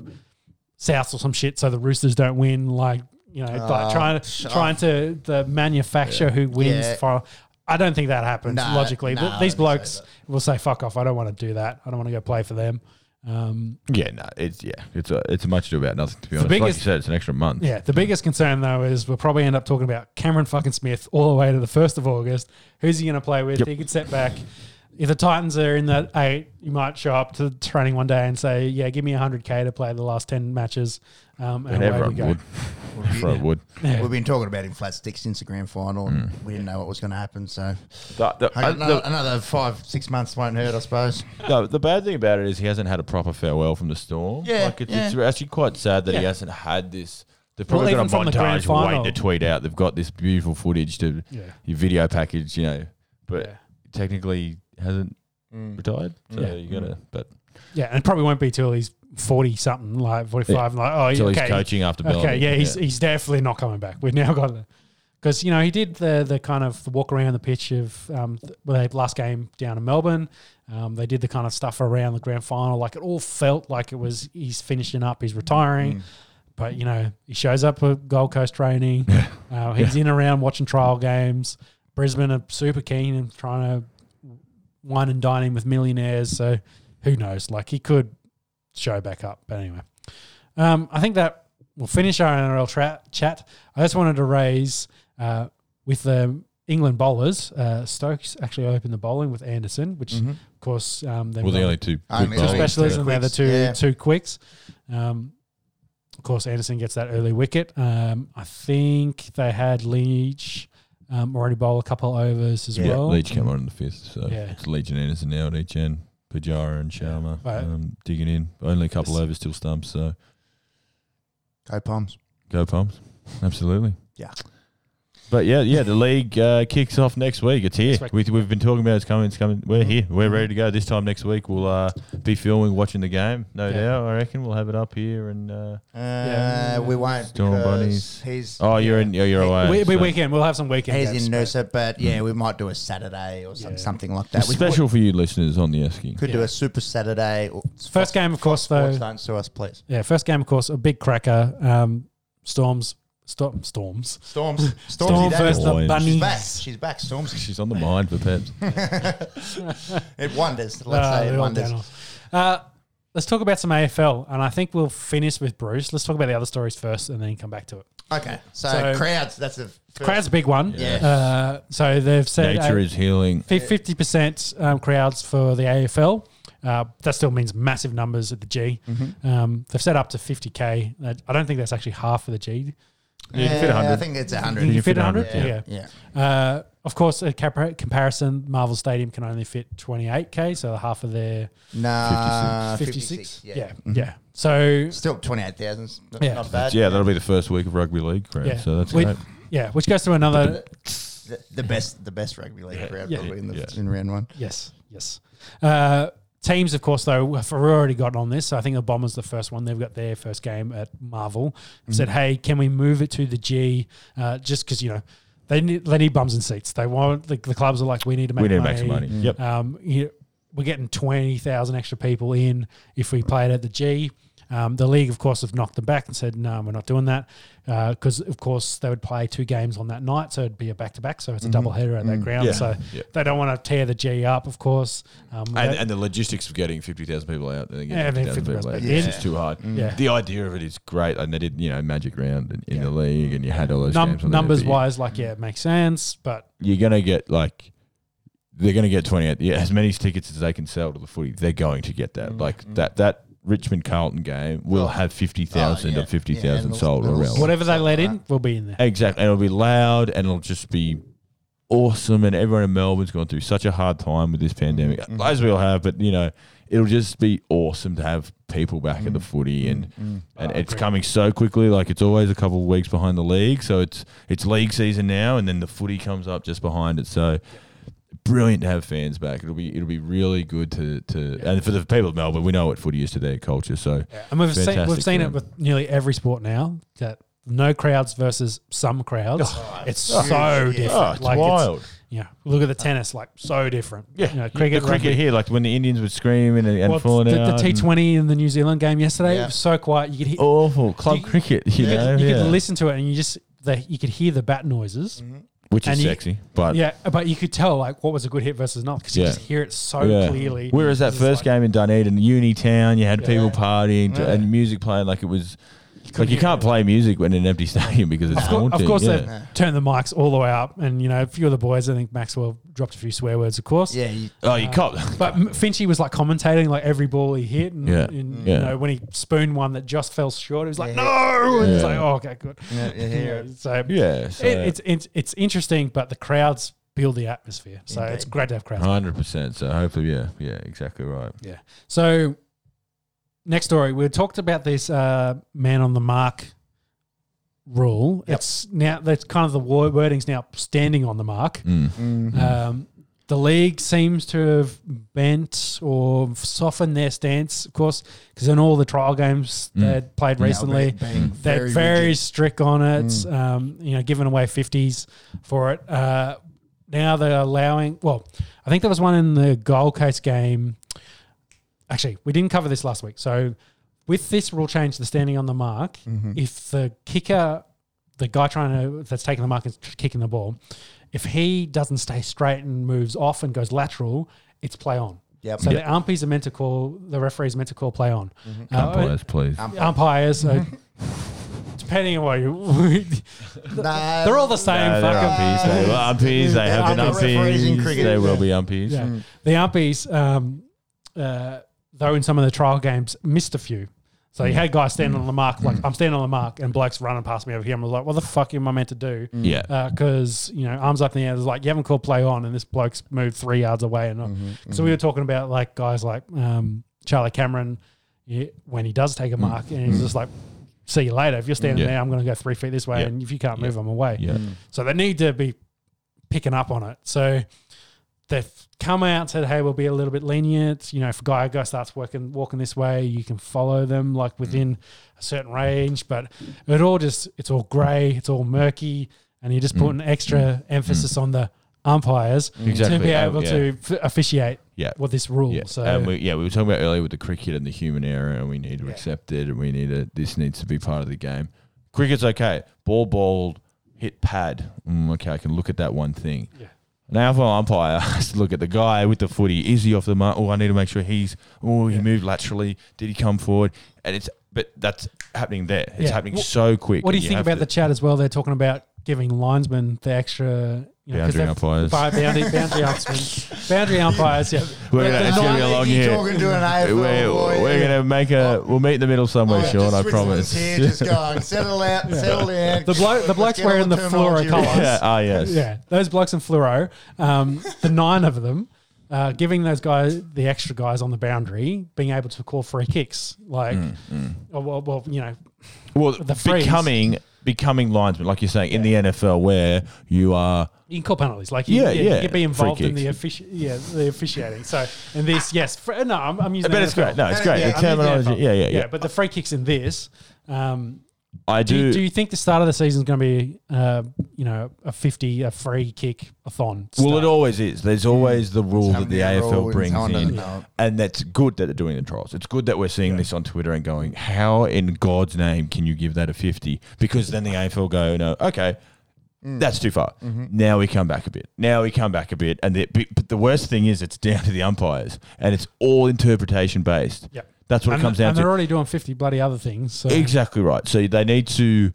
South or some shit, so the Roosters don't win. Like you know,
Oh,
like trying
sh-
to trying to the manufacturer who wins
Yeah.
for. I don't think that happens
Nah,
logically.
nah, I
These
don't think
blokes
so,
will say, "Fuck off! I don't want to do that. I don't want to go play for them." Um,
Yeah, no, it's yeah, it's a it's a much ado about nothing to be honest. like
biggest-
you said, it's an extra month.
Yeah, the biggest concern though is we'll probably end up talking about Cameron fucking Smith all the way to the first of August. Who's he going to play with? He could set back. If the Titans are in that eight, you might show up to training one day and say, "Yeah, give me hundred k to play the last ten matches," um, and,
And
away we
everyone
go.
would. Everyone would.
Yeah.
We've been talking about him flat sticks since the grand final, and
Mm.
we didn't know what was going to happen. So
The, the-
I-
uh,
another,
the-
another five, six months won't hurt, I suppose.
no, the bad thing about it is he hasn't had a proper farewell from the storm.
Yeah,
like it's,
yeah.
it's actually quite sad that he
Yeah.
hasn't had this. They've
Well,
probably
even
got
from
a
the grand
montage waiting
final.
to tweet out. They've got this beautiful footage to
Yeah.
your video package, you know, but
Yeah.
technically hasn't
Mm.
retired. So
Yeah.
you gotta, but
Yeah, and it probably won't be till he's forty something, like forty five. Like, oh,
until
okay,
he's coaching after Bellamy.
Okay, yeah, he's he's definitely not coming back. We've now got the because you know he did the the kind of the walk around the pitch of um th- well, they last game down in Melbourne. Um, they did the kind of stuff around the grand final. Like it all felt like it was he's finishing up, he's retiring.
Mm.
But you know he shows up at Gold Coast training. uh, he's in around watching trial games. Brisbane are super keen and trying to wine and dining with millionaires. So who knows? Like he could show back up. But anyway, um, I think that we'll finish our NRL tra- chat. I just wanted to raise uh, with the England bowlers, uh, Stokes actually opened the bowling with Anderson, which of course um, they
Mm-hmm. well, the only two good
Only
bowlers.
two
specialists
Yeah.
and the other
Quicks,
two
yeah.
two quicks. Um, of course, Anderson gets that early wicket. Um, I think they had Leach um, already bowl a couple overs as
Yeah,
well.
Leach came on in the fifth, so
Yeah.
it's Leach and Anderson now at each end. Pajara and Sharma
Right.
um, digging in. Only a couple
Yes.
overs still stumps, so
Go Palms.
go Pumps. Absolutely.
Yeah.
But yeah, yeah, the league uh, kicks off next week. It's here.
Next week.
We, we've been talking about it's coming. It's coming. We're here. We're ready to go. This time next week, we'll uh, be filming, watching the game. No
Yeah.
doubt, I reckon we'll have it up here. And uh,
Uh,
Yeah.
We won't.
Storm
because
Bunnies.
He's
oh, you're in. Oh, you're
Hey,
away.
we, we
so-
weekend. We'll have some weekend.
he's
games,
in
but-
Noosa, but yeah, we might do a Saturday or some,
Yeah.
something like that.
It's
We
Mm. special for you listeners on the Esky.
could do
Yeah.
a Super Saturday. Or
First game, of course, though.
Sports don't sue us, please.
Yeah, first game, of course, a big cracker. Um, storms, storm, storms,
Storms.
storm
Stormsy
versus the
Boys.
She's back.
bunnies.
She's back. Stormzy.
She's on the mind for Peps.
It wonders. Let's
Ah,
say
we
it
all
wonders.
down on. Uh, let's talk about some AFL, and I think we'll finish with Bruce. Let's talk about the other stories first, and then come back to it.
Okay, so,
So-
crowds. That's the first.
Crowd's a big one.
Yes.
Uh, so they've said
Nature is healing.
fifty percent um, crowds for the AFL. Uh, that still means massive numbers at the G. Um, they've set up to fifty k. I don't think that's actually half of the G.
You can
Yeah,
fit
I
100.
think it's
You
hundred.
can
you
fit
fit
hundred.
100?
yeah.
Yeah,
Uh, of course, a compar- comparison, Marvel Stadium can only fit 28k, so half of their
nah,
56.
56.
yeah,
Mm-hmm.
yeah. So
Still 28,000. Not,
Yeah.
not bad.
Yeah, that'll be the first week of rugby league, crowd,
yeah,
so that's
Which-
great.
yeah, which goes to another.
The, the best the best rugby league crowd
yeah,
probably in, the,
yeah.
in round one.
Yes, yes. Uh, teams, of course, though have already gotten on this. So I think the Bombers the first one. They've got their first game at Marvel. They've
Mm.
Said, hey, can we move it to the G? Uh, just because you know. They need, they need bums and seats. They want the, the clubs are like we need to make
We need to
money.
make some money. Yep.
Um, you know, we're getting 20,000 extra people in if we played at the G. Um, the league, of course, have knocked them back and said, no, we're not doing that. Because, of course, they would play two games on that night. So it'd be a back to back. So it's a double header at that ground.
Mm-hmm. Yeah.
So
Yeah.
they don't want to tear the G up, of course. Um,
And,
that-
and the logistics of getting 50,000 people out and then
Yeah,
getting
I mean,
50,000 people
50,000
out,
people
it's
in.
just too hard.
Yeah.
The idea of it is great. And they did, you know, magic round in, in the league and you had all those
Num-
games on there,
numbers
but you-
wise, like yeah, it makes sense, but
You're going to get like, they're going to get 28, yeah, as many tickets as they can sell to the footy. They're going to get
Mm,
that. Like that, that Richmond Carlton game will have 50,000
Oh, yeah.
or 50,000
Yeah,
sold
and
or
it'll-
around.
whatever they let in
Right.
will be in there.
Exactly. And it'll be loud and it'll just be awesome. And everyone in Melbourne's gone through such a hard time with this pandemic,
Mm-hmm.
as we all have. But, you know, it'll just be awesome to have people back
Mm.
at the footy. And,
Oh,
and it's coming so quickly. Like, it's always a couple of weeks behind the league. So it's, it's league season now. And then the footy comes up just behind it. So. Brilliant to have fans back. It'll be it'll be really good to, to and for the people of Melbourne, we know what footy is to their culture. So
And we've seen, we've
Fantastic
seen it
round.
with nearly every sport now that no crowds versus some crowds. it's so
huge, yeah.
different.
oh, it's wild.
yeah, look at the tennis, like so different.
Yeah,
you know, cricket,
the cricket
rugby.
here, like when the Indians were screaming and, and um,
Well,
falling
the,
out.
the T
and-
Twenty in the New Zealand game yesterday
Yeah.
it was so quiet. You could hear,
awful club
You-
cricket, you,
you,
know,
could, you
yeah.
could listen to it, and you just the, you could hear the bat noises.
which
and
is
you-
sexy. But
Yeah, but you could tell like what was a good hit versus not because
Yeah.
you just hear it so
yeah.
oh, clearly.
Whereas that
It's just
first
like-
game in Dunedin, Uni Town, you had people partying
Yeah.
and music playing like it was. like you
hear
can't play music when in an empty stadium because it's
Of, cour-
haunting.
of course,
yeah.
they've turned the mics all the way up, and you know a few of the boys. I think Maxwell dropped a few swear words, of course.
Yeah, you,
Oh, you cop.
But M- Finchie was like commentating like every ball he hit, and,
Yeah.
and,
Yeah.
you know when he spooned one that just fell short, it was like
Yeah.
no, and it's
Yeah.
like oh okay good.
yeah, yeah, yeah.
Yeah, so
yeah, so
it, it's it's it's interesting, but the crowds build the atmosphere, so
Indeed.
it's great to have crowds.
hundred percent. So hopefully, yeah, yeah, exactly right.
Yeah. So next story, we talked about this uh, man on the mark rule.
Yep.
It's now that's kind of the wo- wording's now standing on the mark.
Mm.
Um, the league seems to have bent or softened their stance, of course, because in all the trial games
Mm.
they'd played recently,
being
they're
very,
very,
rigid. Mm.
strict on it. Um, you know, giving away fifties for it. Uh, now they're allowing. Well, I think there was one in the Gold Coast game. Actually, we didn't cover this last week. So, with this rule change, the standing on the mark,
Mm-hmm.
if the kicker, the guy trying to that's taking the mark is tr- kicking the ball, if he doesn't stay straight and moves off and goes lateral, it's play on.
Yep.
So the umpies are meant to call the referees meant to call play on.
Mm-hmm.
Uh,
Umpires, please.
umpires. So depending on what you,
Nah,
they're all the same.
No, they're
fuck 'em.
umpies. They were umpies. They have been
Umpire referees in
umpies.
cricket.
They will be umpies.
Yeah. The umpies, um, uh, though, in some of the trial games, missed a few. So you had guys standing on the mark, like I'm standing on the mark, and blokes running past me over here. I'm like, what the fuck am I meant to do?
Yeah.
because Uh, you know arms up in the air. There's like you haven't called play on, and this bloke's moved three yards away. And
Mm-hmm,
so we were talking about like guys like um, Charlie Cameron yeah, when he does take a mark, and he's just like, "See you later." If you're standing
Mm. Mm-hmm. Yeah.
there, I'm going to go three feet this way,
Yeah.
and if you can't move, I'm away.
Yeah.
So they need to be picking up on it. So they've come out and said, "Hey, we'll be a little bit lenient." You know, if a guy guy starts working walking this way, you can follow them
Mm.
like within a certain range. But it all just it's all grey, it's all murky, and you're just
Mm.
putting extra emphasis on the umpires
Exactly.
to be
Oh,
able
yeah.
to f- officiate
Yeah.
what this rule.
Yeah.
So
and we, yeah, we were talking about earlier with the cricket and the human error, and we need to
Yeah.
accept it, and we need to. This needs to be part of the game. Cricket's okay. Ball bowled, hit pad. Mm, okay, I can look at that one thing.
Yeah.
Now, if I'm an umpire, I has to look at the guy with the footy. Is he off the mark? Oh, I need to make sure he's. Oh, he moved laterally. Did he come forward? And it's. But that's happening there. It's
Yeah.
happening
Wh-
so quick.
What do
and
you think
have
about
to-
the chat as well? They're talking about giving linesmen the extra you know, 'cause
Boundary
they've-
umpires.
by boundary, boundary umpies, boundary umpires. Yeah,
We're
But
gonna-
the
it's gonna be a
non-
long
You're
year.
talking to an AFL
We're,
boy.
we're gonna make a. We'll meet in the middle
Oh,
somewhere,
Yeah,
Sean.
just
I
Switzerland's
promise.
Here, just going, settle out, settle down.
The bloke- the
Let's
bloke's
get all
wearing the
terminology
fluoro
right.
colours.
yeah. Ah, yes.
yeah, those blokes in fluoro, um, the nine of them, uh, giving those guys the extra guys on the boundary, being able to call free kicks, like,
Mm,
oh, well, well, you know,
Well,
The phrase.
becoming becoming linesman, like you're saying, in the NFL, where you are
you can call penalties, like, you,
Yeah,
yeah, you
yeah,
can be
free
involved in
kicks.
the offici- yeah, the officiating. So, and this, yes, fr- no, I'm, I'm using.
But
the
it's
NFL.
great. No, it's great.
Yeah,
the
I mean,
The
terminology.
NFL.
Yeah, yeah, yeah.
But the free kicks in this. Um,
I
do, you,
do.
do you think the start of the season is going to be, uh, you know, a 50, a free kick, a thon.
Well, it
start.
always is. There's always the rule that Mm. the AFL brings in.
Yeah.
And that's good that they're doing the trials. It's good that we're seeing this on Twitter and going, how in God's name can you give that a 50? Because then the AFL go, no, okay, that's too far. Now we come back a bit. Now we come back a bit. And the, but the worst thing is it's down to the umpires and it's all interpretation based.
Yep.
That's what
and,
it comes down
and
to.
they're already doing 50 bloody other things. So.
Exactly right. So they need to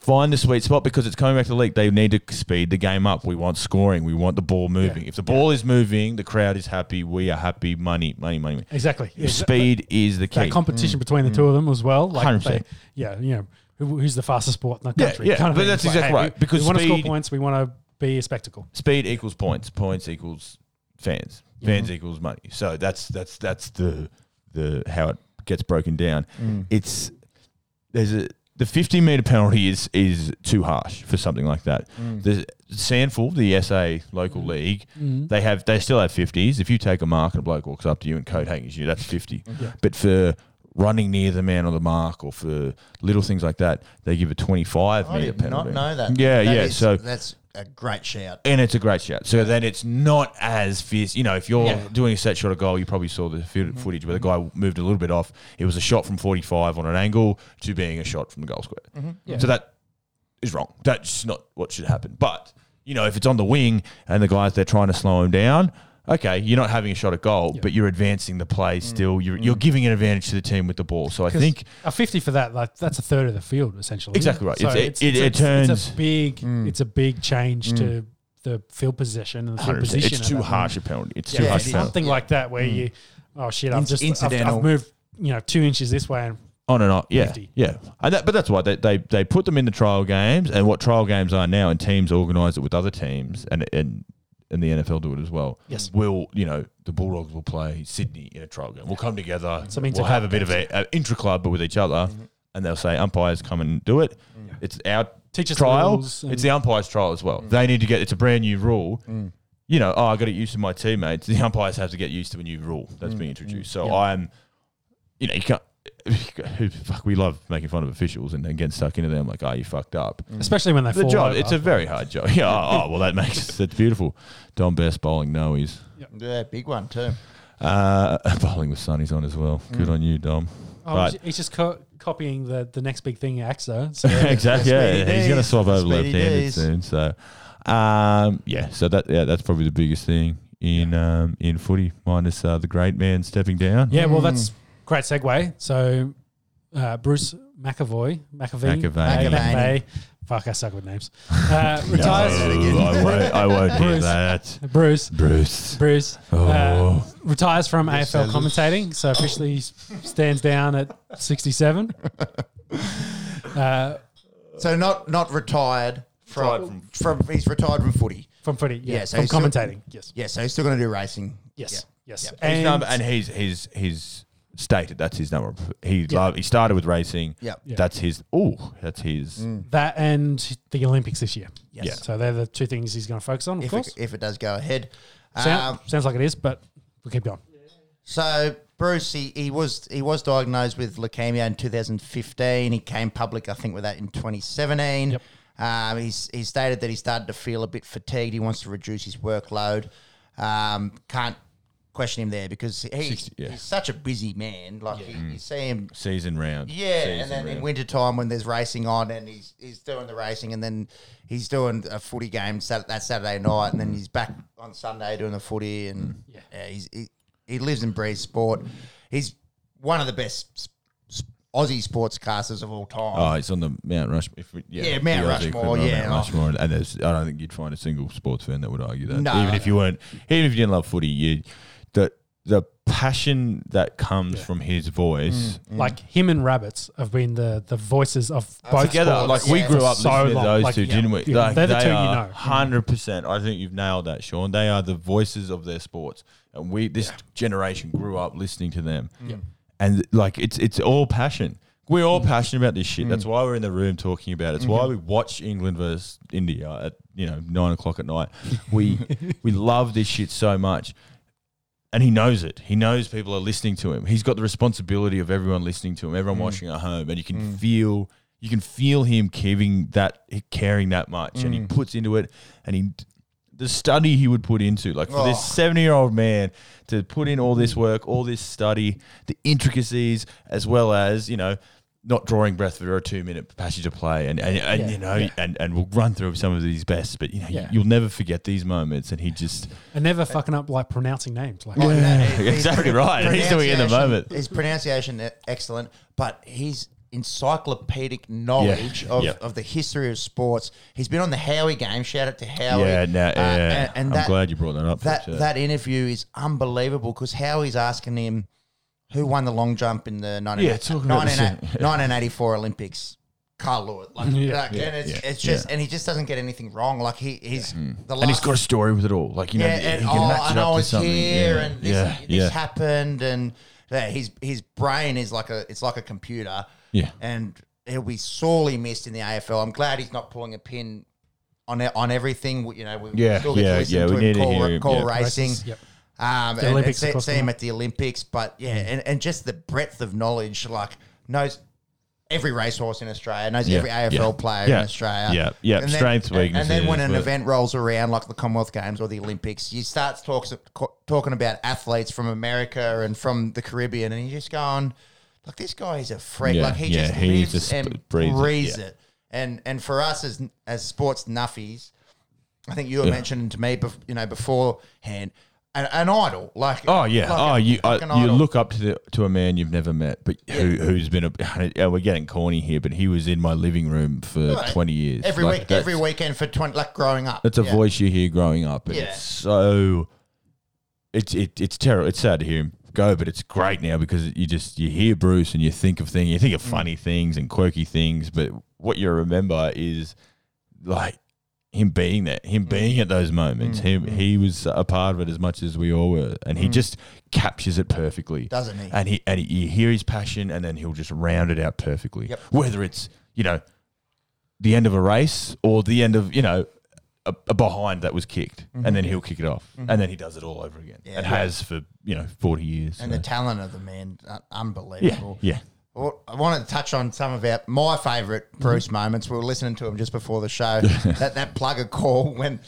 find the sweet spot because it's coming back to the league. They need to speed the game up. We want scoring. We want the ball moving. If the ball is moving, the crowd is happy. We are happy. Money, money, money. money.
Exactly. Yeah, that-
Speed is the
That
key.
competition between the two of them as well. Like they,
100%.
yeah, you know, who, who's the fastest sport in the
Yeah,
country?
yeah,
kind of
but
thing.
that's
It's like,
exactly
hey,
right, because
we want to score
speed-
points. We want to be a spectacle.
speed equals points. Points equals fans. Fans equals money. So that's that's that's the the how it gets broken down.
Mm.
It's there's a the 50 meter penalty is is too harsh for something like that.
Mm.
The Sandful, the SA local league, they have they still have 50s. If you take a mark and a bloke walks up to you and coat
Mm.
hangs you, that's 50. But for running near the man on the mark or for little things like that, they give a 25
I
meter
did
penalty.
not know that.
Yeah,
That
yeah.
is-
so
that's a great shout.
and it's a great shot. So then it's not as fierce. You know, if you're doing a set shot of goal, you probably saw the
Mm-hmm.
fi- footage where the guy moved a little bit off. It was a shot from 45 on an angle to being a shot from the goal square.
Mm-hmm.
So that is wrong. That's not what should happen. But, you know, if it's on the wing and the guys, they're trying to slow him down, okay, you're not having a shot at goal, but you're advancing the play
Mm.
still. You're, you're giving an advantage to the team with the ball. So I
'Cause
think
a 50 for that, like that's a third of the field essentially.
Exactly right. It's- it- it- it
It's
turns-
a big, it's a big change to the field possession and the field
100%,
position.
it's
at
too
that
harsh a penalty. It's too
moment. Yeah,
harsh
it's
a penalty.
something like that where you, oh shit, I've
Inc-
just I've- I've,
incidental.
moved, you know, two inches this way and
on and off. Yeah,
50.
yeah. And that, but that's why they, they they put them in the trial games, and what trial games are now, and teams organise it with other teams, and and and the NFL do it as well.
Yes.
we'll you know the Bulldogs will play Sydney in a trial game. We'll come together.
Something to Mm-hmm.
we'll have a
cut
bit of a, a intra club, but with each other. And they'll say umpires come and do it.
Mm.
It's our
Teach us the
trial.
rules and- Mm.
it's the umpires' trial as well. They need to get. It's a brand new rule. You know, oh, I got to get used to my teammates. The umpires have to get used to a new rule that's being introduced.
Mm.
So I'm you know, you can't. Fuck, we love making fun of officials and then getting stuck into them. Like, oh, you fucked up.
especially when they
The
fall
job,
over.
it's a very hard job. Yeah. Oh, oh, well, that makes that's beautiful. Don Best bowling noes.
Yeah, big one too.
Uh, bowling with sunnies on as well. Good on you, Dom.
Oh,
right.
he's- He's just co- copying the, the next big thing, AXA. So
exactly. Yeah,
Speedy
he's going to
D's.
swap over
Speedy
left-handed
D's.
soon. So, um, yeah. So that yeah, that's probably the biggest thing in um in footy. Minus uh, the great man stepping down.
Yeah, well, that's great segue. So, uh, Bruce McAvoy, McAvey,
McAvaney.
McAvaney.
Fuck, I suck with names. Uh, retires.
No, I won't. I won't hear
Bruce.
that.
Bruce.
Bruce.
Bruce uh,
Oh.
retires from
Yes,
AFL
that is-
commentating, so officially s- stands down at 67. Uh,
So not not retired from,
Retired
from he's retired from footy.
from footy, yeah,
Yeah, so
from
he's still-
commentating, yes,
Yeah, so he's still going to do racing.
yes, yes,
Yeah.
His
and,
number, and he's he's he's stated that's his number. He
Yeah.
loved, he started with racing.
Yeah. Yeah.
that's his. Oh, that's his.
that and the Olympics this year.
Yes. Yeah.
so they're the two things he's going to focus on. Of
If
course,
it, if it does go ahead.
Sound-
Um,
sounds like it is, but we'll keep going.
so Bruce, he, he was he was diagnosed with leukemia in 2015. He came public, I think, with that in 2017.
Yep.
Um, he's, he stated that he started to feel a bit fatigued. He wants to reduce his workload. Um, can't question him there because he's,
yeah.
he's such a busy man. Like you- you see him
Season round.
Yeah,
Season
and then in
round.
winter time when there's racing on, and he's he's doing the racing, and then he's doing a footy game Sat that Saturday night, and then he's back on Sunday doing the footy,
Mm.
and yeah, he's, he he lives and breathes sport. He's one of the best s- s- Aussie sportscasters of all
Oh,
time.
it's on the Mount Rushmore. If we, yeah,
Yeah, Mount
the Aussie
Rushmore,
equivalent of
yeah. oh.
Mount Rushmore, and- and there's, I don't think you'd find a single sports fan that would argue that.
No.
even if you weren't, even if you didn't love footy, you the the passion that comes from his voice.
Mm.
Like him and rabbits have been the the voices of both
together.
sports
Like we
Yeah.
grew
for
up listening to
long.
those
Like,
two,
yeah.
didn't we?
Yeah.
Like,
They're the two you
are
know.
Hundred percent. I think you've nailed that, Sean. They are the voices of their sports, and we this generation grew up listening to them. And like it's it's all passion. We're
Mm.
all passionate about this shit. That's why we're in the room talking about it. It's
Mm-hmm.
why we watch England versus India at you know nine o'clock at night. We we love this shit so much and he knows it. He knows
Mm.
people are listening to him. He's got the responsibility of everyone listening to him, everyone watching at home, and you can feel you can feel him caring that caring that much, and
Mm.
he puts into it, and he the study he would put into like for this
Oh.
seventy year old man to put in all this work, all this study, the intricacies, as well as you know. Not drawing breath for a two-minute passage of play, and and, and
Yeah.
you know, and, and we'll run through some of these best, but you know,
Yeah.
you'll never forget these moments. And he just
And never fucking up like pronouncing names. Like,
Oh, no, he- he's
Exactly right. He's doing it in the
pronunciation-
moment.
His pronunciation e- excellent, but his encyclopedic knowledge
Yeah.
Of,
Yeah.
of the history of sports. He's been on the Howie game. Shout out to Howie.
Yeah, no,
Uh,
yeah.
and, and
I'm
that,
glad you brought that up.
that
Richard.
that interview is unbelievable because Howie's asking him who won the long jump in the 19,
Yeah, talking about the
19 1984 Olympics. Carl Lewis. Like,
Yeah.
like, and it's,
yeah, Mm.
it's just, and he just doesn't get anything wrong. Like he, he's the last
and he's got a story with it all. Like you know,
yeah,
he
and
can
oh,
match it
and I
up to
was
something.
here,
yeah,
and this,
yeah,
this
yeah.
happened, and yeah, his his brain is like a it's like a computer,
Yeah.
and he'll be sorely missed in the AFL. I'm glad he's not pulling a pin on e- on everything. We- You know, we
Yeah,
still get
yeah,
to listen
yeah,
to
we
him
need to
call,
hear him,
call
yeah.
racing.
Yep.
Um,
The
and, and
Olympics
see,
across
see
the Mm.
him
night.
at the Olympics, but yeah, and, and just the breadth of knowledge, like knows every racehorse in Australia, knows
Yeah,
every AFL
yeah,
player
yeah,
in Australia.
yeah, yeah,
And then-
strengths,
and- And then
weaknesses,
when an
but-
event rolls around, like the Commonwealth Games or the Olympics, you start talks, co- talking about athletes from America and from the Caribbean, and you're just going, like, this guy is a freak.
Yeah,
like, he
yeah,
just
he
lives
just
and
breathes
breathes,
it,
it.
yeah.
And and for us as as sports nuffies, I think you were mentioning to me, bef- you know, beforehand, an, an idol. Like,
Oh yeah!
like
oh,
a
you I,
fucking
you
idol.
look up to the, to a man you've never met, but who who's been a. yeah, we're getting corny here, but he was in my living room for
Right.
twenty years.
every
Like,
week,
that's-
every weekend for twenty, like growing up.
That's a
Yeah.
voice you hear growing up, and
Yeah.
it's so. It's it, it's terrible. It's sad to hear him go, but it's great now because you just you hear Bruce and you think of things, you think
Mm.
of funny things and quirky things, but what you remember is like him being there,
Mm.
him being at those moments. Him he was a part of it as much as we all were, and he just captures it perfectly,
Mm. Doesn't he?
And he and he, you hear his passion, and then he'll just round it out perfectly.
Yep.
Whether it's you know the end of a race or the end of you know a, a behind that was kicked, and then he'll kick it off, and then he does it all over again,
Mm-hmm. Yeah.
and has for you know forty years.
And
so.
the talent of the man, uh,
yeah,
unbelievable.
yeah,
Well, I wanted to touch on some of our my favourite
Mm-hmm.
Bruce moments. We were listening to him just before the show. that that plugger call when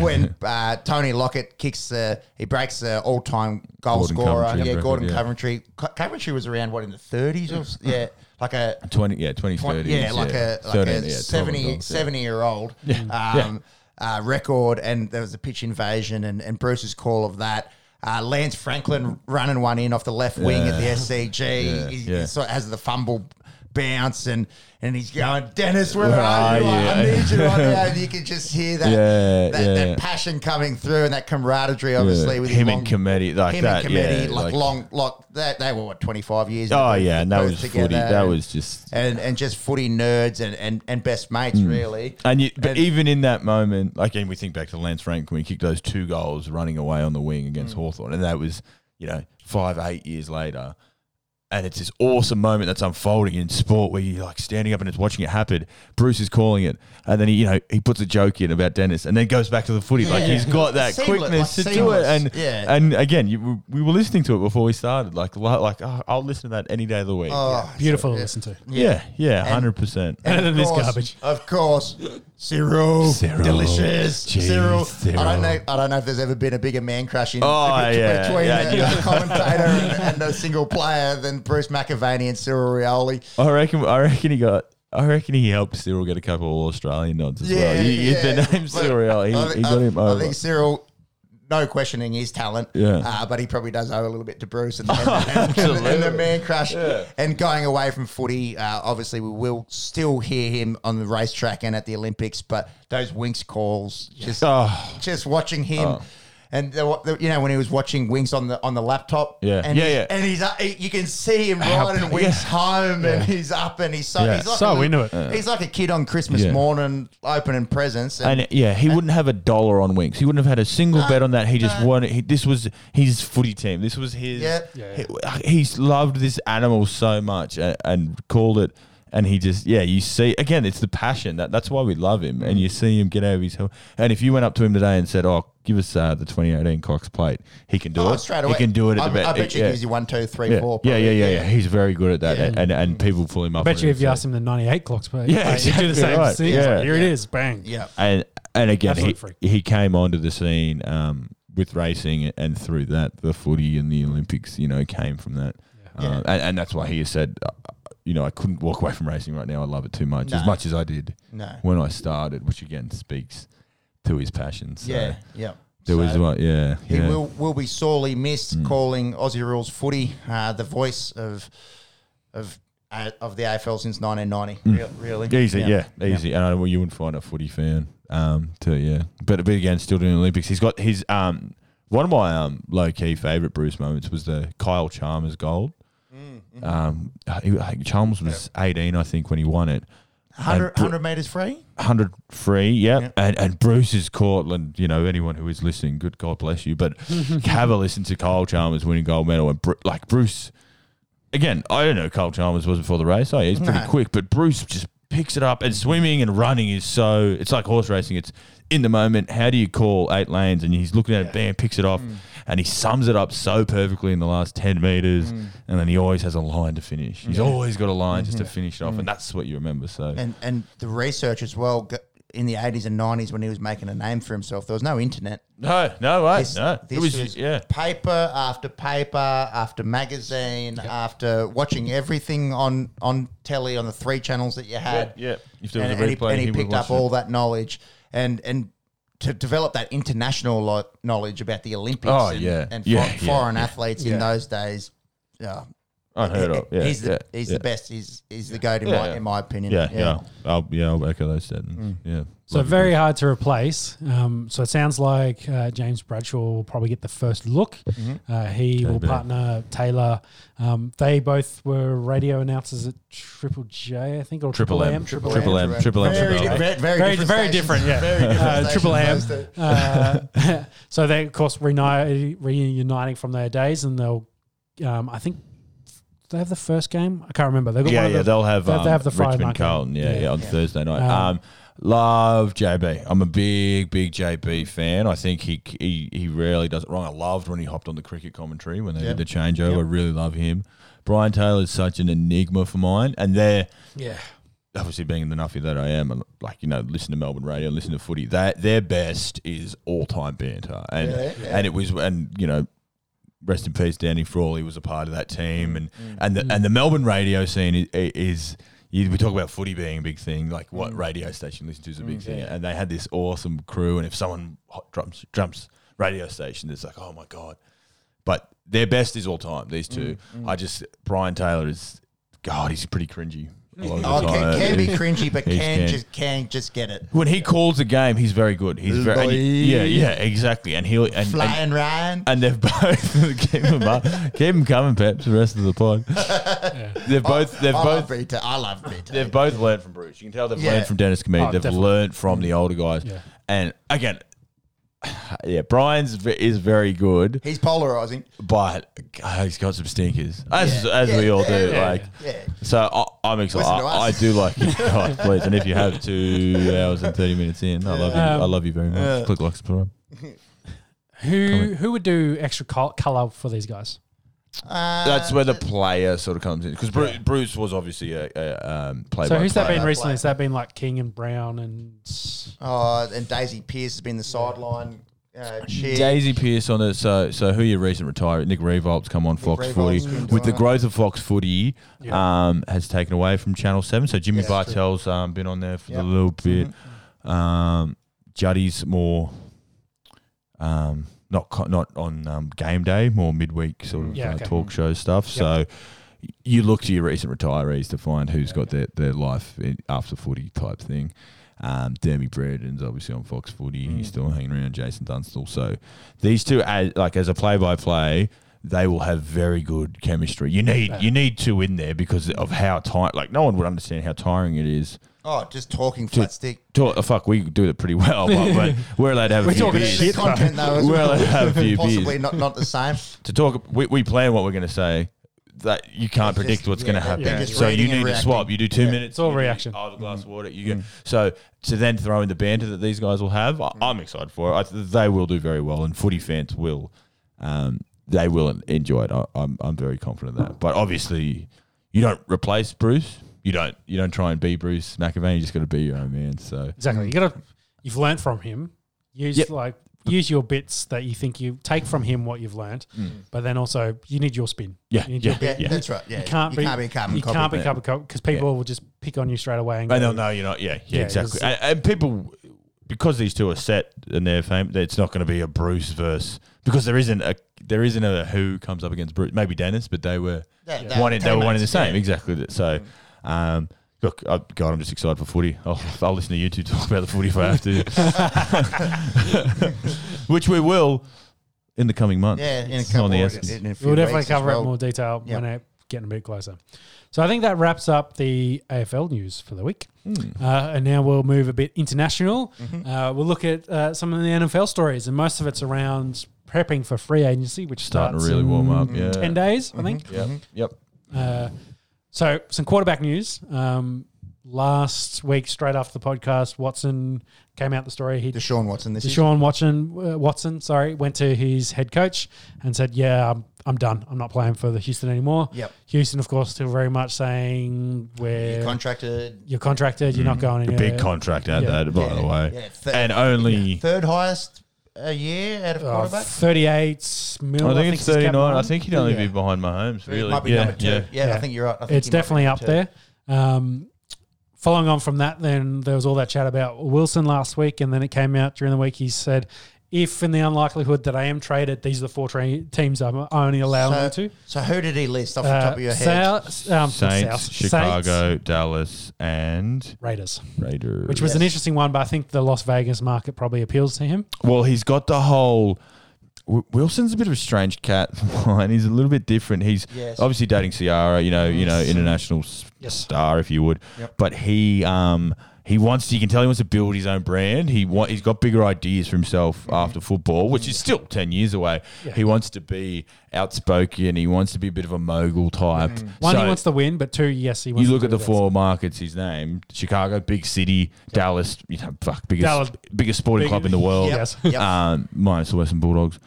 when uh, Tony Lockett kicks the he breaks the all time goal
Gordon
scorer.
Coventry
yeah,
record,
Gordon
yeah.
Coventry. Co- Coventry was around what in the thirties or s- yeah, like a
twenty, yeah, twenty,
point,
thirty,
yeah, like a like a
13, yeah, 12 and
70,
goals, yeah.
70 year old um, Uh, record, and there was a pitch invasion, and, and Bruce's call of that. Uh, Lance Franklin running one in off the left wing at the SCG.
Yeah,
He, he
yeah.
sort of has the fumble bounce, and and he's going, Dennis, where,
Where
are you?
are
I- I
you?"
need you right now. And you can just hear that
Yeah,
that,
yeah.
that passion coming through, and that camaraderie, obviously, with his
him
long-
and committee, like
him
that,
and committee,
yeah,
like, long, like they, they were what twenty five years.
Oh
in
yeah, and that
Perth
was footy.
together,
That
and-
was just
and and just footy nerds and and, and best mates really.
Mm. And you, but
And-
even in that moment, like, and we think back to Lance Frank when he kicked those two goals running away on the wing against
Mm.
Hawthorn, and that was, you know, five, eight years later. And it's this awesome moment that's unfolding in sport where you're like standing up and it's watching it happen. Bruce is calling it. And then he, you know, he puts a joke in about Dennis and then goes back to the footy. Like
Yeah.
he's got that
Seamless,
quickness
like
to do it.
seamless.
And
Yeah.
and again, you, we were listening to it before we started. Like, li- like oh, I'll listen to that any day of the week.
Oh,
Beautiful to listen to.
yeah, yeah,
And-
100%.
Better
of
than this
course-
garbage.
Of course, Cyril,
Cyril.
delicious
Jeez,
Cyril. I
Cyril.
don't know. I don't know if there's ever been a bigger man crush in
Oh,
between,
yeah,
between
yeah,
a,
yeah.
a commentator and, and a single player than Bruce McAvaney and Cyril Rioli.
I reckon. I reckon he got. I reckon he helped Cyril get a couple of All Australian nods as well. You, you- The name
Look,
Cyril, he,
I,
he
think-
got
I-
him
I
over.
think Cyril, no questioning his talent.
Yeah.
Uh, but he probably does owe a little bit to Bruce and, and, and- and- and the man crush. And going away from footy, uh, obviously we will still hear him on the racetrack and at the Olympics. But those Winks calls, just
Oh.
just watching him. And the, wa- the, you know when he was watching Winks on the on the laptop,
Yeah.
and
Yeah,
he's,
yeah.
and he's uh, he- you can see him
How-
riding Winks home, and he's up, and he's so
Yeah.
he's like
So
a,
into it.
He's like a kid on Christmas
Yeah.
morning opening presents, and,
and yeah, he wouldn't have a dollar on Winks. He wouldn't have had a single bet on that. He just
no.
won. He, this was his footy team. This was his.
Yeah.
Yeah,
He, uh, he's loved this animal so much and, and called it. And he just yeah, you see
Mm.
again, it's the passion that that's why we love him. And you see him get over his hill. And if you went up to him today and said, "Oh, give us uh, the 2018 Cox plate. He can do
Oh,
it
straight away.
He can do it at
I,
the best.
I bet you
yeah.
gives you one, two, three,
yeah.
four.
yeah, yeah,
probably.
yeah, yeah. He's very good at that,
Yeah.
and and people pull him up.
bet
on
you
it,
if you
so-
asked him the 98 clocks, but you do
Yeah, exactly
the same
right.
thing. It's
Yeah.
like, here it
Yeah.
is, bang.
Yeah.
and and again, he,
Absolute freak.
he came onto the scene um, with racing, and through that, the footy and the Olympics, you know, came from that.
Yeah.
Um, and, and that's why he has said, uh, you know, I couldn't walk away from racing right now. I love it too much,
No.
as much as I did
No.
when I started, which again speaks to his passion. So
Yeah, yeah.
there was
So-
one, yeah,
He
yeah. Mm.
will, will be sorely missed calling Aussie rules footy uh, the voice of of uh, of the AFL since 1990. Real really,
Mm. Easy, yeah, easy. And I, well, you wouldn't find a footy fan, um, too, yeah. But but again, still doing Olympics. He's got his um. One of my um, low key favorite Bruce moments was the Kyle Chalmers gold. Um, he, I think Chalmers was eighteen, I think, when he won it.
100,
And Bru-
100 meters free.
100 free, yeah.
Yeah.
And and Bruce is Cortland, you know, anyone who is listening, good God bless you. But have a listen to Kyle Chalmers winning gold medal. And Bru- like Bruce, again, I don't know, Kyle Chalmers was before the race. Oh, yeah, he's pretty
No.
quick, but Bruce just picks it up. And swimming and running is so, it's like horse racing. It's in the moment. How do you call eight lanes? And he's looking at it, bam, picks it off.
Mm.
And he sums it up so perfectly in the last 10 meters.
Mm.
And then he always has a line to finish. He's always got a line just to finish it off. And that's what you remember. So.
Mm-hmm. Mm. And and the research as well go- in the 80s and 90s when he was making a name for himself, there was no internet.
No, no way.
This,
no,
this
it was, yeah.
paper after paper after magazine after watching everything on on telly on the three channels that you had.
Yeah, yeah. If there was
and,
a
and he,
replay,
and he
he would
picked
watch
up
it.
all that knowledge and and to develop that international lo- knowledge about the Olympics
Oh,
and,
yeah.
and
Yeah,
fo-
yeah,
foreign athletes in
Yeah.
those days. Yeah.
Unheard
He-
of. Yeah,
he's the,
yeah,
he's
yeah.
the best. He's he's the go to
Yeah,
my,
yeah.
in my opinion.
Yeah, yeah. I'll, yeah, I'll echo those
Mm.
statements. Yeah.
So
Love you,
very
Bruce.
hard to replace. Um, so it sounds like uh, James Bradshaw will probably get the first look.
Mm-hmm.
Uh, he will
Maybe.
partner Taylor. Um, they both were radio announcers at Triple J, I think, or Triple,
Triple M.
M. Triple M.
Triple M, Triple M,
Very,
Triple
di-
M.
very, very
Very-
different.
very
stations.
different, yeah.
Very different
Uh,
stations,
Triple M.
those two.
Uh, so they, of course, reuni- reuniting from their days, and they'll. Um, I think they have the first game. I can't remember. They got
Yeah,
one of
yeah.
the,
They'll have,
they
um,
have- they have the Friday
Richmond
night game.
Carlton. Yeah,
Yeah.
yeah, on
Yeah.
Thursday night.
Um,
Um, love JB. I'm a big, big JB fan. I think he he he rarely does it wrong. I loved when he hopped on the cricket commentary when they
Yeah.
did the changeover. I really love him. Brian Taylor is such an enigma for mine, and they're
yeah.
obviously being the nuffy that I am, and like you know, listen to Melbourne radio, listen to footy. That their best is all time banter, and
Yeah,
and it was and you know, rest in peace, Danny Frawley was a part of that team, and
Mm.
and the and the Melbourne radio scene is. is you, we talk about footy being a big thing, like
Mm.
what radio station you listen to is a big thing, and they had this awesome crew. And if someone hot drums, drums radio station, it's like, oh my god, but their best is all time. These two,
Mm.
I just Brian Taylor is God, he's pretty cringy. a lot of the
Oh, can,
time.
can be
He's-
cringy, but
he's
can
can.
just can just get it.
When he calls the game, he's very good. He's very and you- yeah,
Boy.
yeah, exactly. And he'll and and,
Flying Ryan.
and they've both keep him up, keep him coming, Pep, for the rest of the pod. They've
Oh,
both they've
I love
both
Vita. I love Vita.
they've both learned from Bruce. You can tell they've
Yeah.
learned from Dennis Comedic.
Oh,
they've
definitely.
learned from the older guys.
Yeah.
And again, yeah, Brian's ve- is very good,
He's polarizing.
but God, he's got some stinkers, as
Yeah.
as we
Yeah,
all
yeah,
do.
yeah,
like.
Yeah.
So I, I'm excited.
Listen to
I, I
us.
do like you guys, please. And if you have two hours and thirty minutes in, I love you.
Um,
I love you very much.
yeah.
Click like subscribe.
Who who would do extra col- color for these guys?
Uh,
That's where the player sort of comes in because Bruce, Bruce was obviously a, a um, player.
So who's that
player.
been recently?
Player.
Has that been like King and Brown and
Oh, and Daisy Pierce has been the sideline uh, chick.
Daisy Pierce on the so so who your recent retiree Nick Revolt's come on Fox
Revolt's
Footy
been
with the
doing it.
growth of Fox Footy um, has taken away from Channel Seven. So Jimmy
Yeah, that's true. Mm-hmm.
Bartels um, been on there for
Yep.
a little bit. Um, Juddy's more um, not co- not on um, game day, more midweek sort of
Yeah,
uh,
okay.
talk show stuff. So. You look to your recent retirees to find who's got their, their life in, after footy type thing. Um, Dermy Brereton's obviously on Fox Footy. He's still hanging around Jason Dunstall. So these two, as, like as a play-by-play, they will have very good chemistry. You need you need two in there because of how tight. Like no one would understand how tiring it is.
Oh, just talking flat stick.
To, oh, fuck, we do it pretty well, but, but we're allowed to have a few
talking
The
beers.
shit.
content though, is
Well, I have a few beers.
possibly not, not the same.
To talk, we, we plan what we're going to say. that you can't
It's
predict
just-
what's
yeah,
going to
they're
happen.
just
So you
reading
need
and
to swap.
reacting.
You do two
Yeah.
minutes.
It's all
you do-
reaction.
Oh, the
Mm.
glass of water. You go. So to then throw in the banter that these guys will have,
Mm.
I, I'm excited for it. I, th- they will do very well, and footy fans will. Um, they will en- enjoy it. I, I'm I'm very confident of that. But obviously, you don't replace Bruce. You don't you don't try and be Bruce McAvaney. You just got to be your own man. So
Exactly. You got to. You've learnt from him. Use
Yep.
like use your bits that you think you take from him what you've learnt, but then also you need your spin.
Mm. Yeah,
You need
yeah.
your
Yeah,
bit.
Yeah.
that's right. Yeah,
You can't be.
a carbon
you
copy.
can't be carbon copy because people will just pick on you straight away and
I
go,
don't know. You're not. Yeah. Yeah.
Yeah,
exactly.
it's-
And, and people, because these two are set and they're famous, it's not going to be a Bruce verse because there isn't a there isn't a who comes up against Bruce. Maybe Dennis, but they were
They-
one.
they're
in- They were one in the
teammates, yeah. Mm-hmm.
same. Exactly. So, um, look, I, God, I'm just excited for footy. I'll, I'll listen to you two talk about the footy if I have to, which we will in the coming months.
Yeah, in a
It's
couple
on the
of-
essence.
in a few
We'll definitely
weeks as
cover it
well.
in more detail
Yeah.
when it getting a bit closer. So I think that wraps up the AFL news for the week.
Hmm.
Uh, and now we'll move a bit international.
Mm-hmm.
Uh, we'll look at uh, some of the NFL stories, and most of it's around prepping for free agency, which
starting
starts
to really warm up.
in
Yeah.
ten days,
Mm-hmm.
I think.
Yep. Yep.
Uh, so some quarterback news. Um, last week, straight after the podcast, Watson came out the story. He
Deshaun Watson this year.
Deshaun Watson, uh, Watson, sorry, went to his head coach and said, "Yeah, I'm, I'm done. I'm not playing for the Houston anymore."
Yep.
Houston, of course, still very much saying we're
He contracted.
you're contracted. You're not going
Mm-hmm. The
anywhere.
big contract out
Yeah.
there, by
Yeah.
the way,
Yeah, thir-
and only.
Third highest a year out of
Uh,
quarterback.
38 mil.
I think it's 39. I think he'd only
Yeah.
be behind Mahomes, really.
Might be
yeah,
number two.
yeah.
Yeah. I think you're right. I think
it's
he might be
definitely up
number two.
there. Um, following on from that, then there was all that chat about Wilson last week, and then it came out during the week. He said, "If in the unlikelihood that I am traded, these are the four tra- teams I'm I only allowing them
So,
to."
so who did he list off the
Uh,
top of your head?
Sou- um,
Saints,
South-
Chicago, Dallas, and
Raiders,
Raiders.
which was an interesting one, but I think the Las Vegas market probably appeals to him.
well, he's got the whole. W- Wilson's a bit of a strange cat, and he's a little bit different. He's
Yes.
obviously dating Ciara, you know, you know, international s-
Yes.
star, if you would.
Yep.
But he, um, he wants. You can tell he wants to build his own brand. He want, He's got bigger ideas for himself after football, which is still ten years away.
Yeah.
He wants to be outspoken. He wants to be a bit of a mogul type.
One,
So-
he wants to win, but two, yes, he wants.
You
to
look at
do that.
the four markets he's named: Chicago, big city, Dallas, you know, fuck, biggest
Dallas.
biggest sporting
Big-
club in the world.
Yes.
Yep.
Um, minus the Western Bulldogs.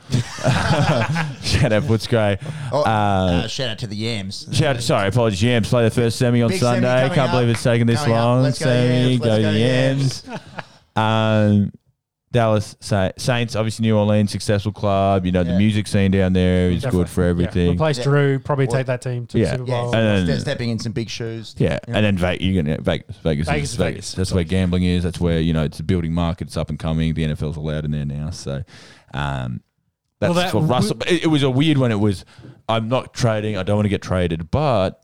shout out Footscray.
Oh,
Uh,
uh, shout out to the Yams.
shout out, sorry, apologies, Yams. Play the first semi on
Big semi
Sunday.
coming
Can't
up.
believe it's taken this
Coming up.
long.
Let's go
semi,
Yams.
go,
Let's
to
go
Yams. um, Dallas Sa- Saints, obviously New Orleans, successful club. You know the
Yeah.
music scene down there is
Definitely.
good for
Yeah.
everything.
Replace
Yeah.
Drew, probably
Well,
take that team to
yeah.
the Super
Yeah,
Bowl.
And
ste-
then-
stepping in some big shoes.
Yeah,
Yeah.
and then Ve- you're gonna Vegas, Vegas,
Vegas
is
is
Vegas.
Vegas.
That's where gambling is. That's where you know it's building markets up and coming. The NFL's allowed in there now, so um,
Well,
that's
that
what
w-
Russell. It, it was a weird one. It was I'm not trading. I don't want to get traded, but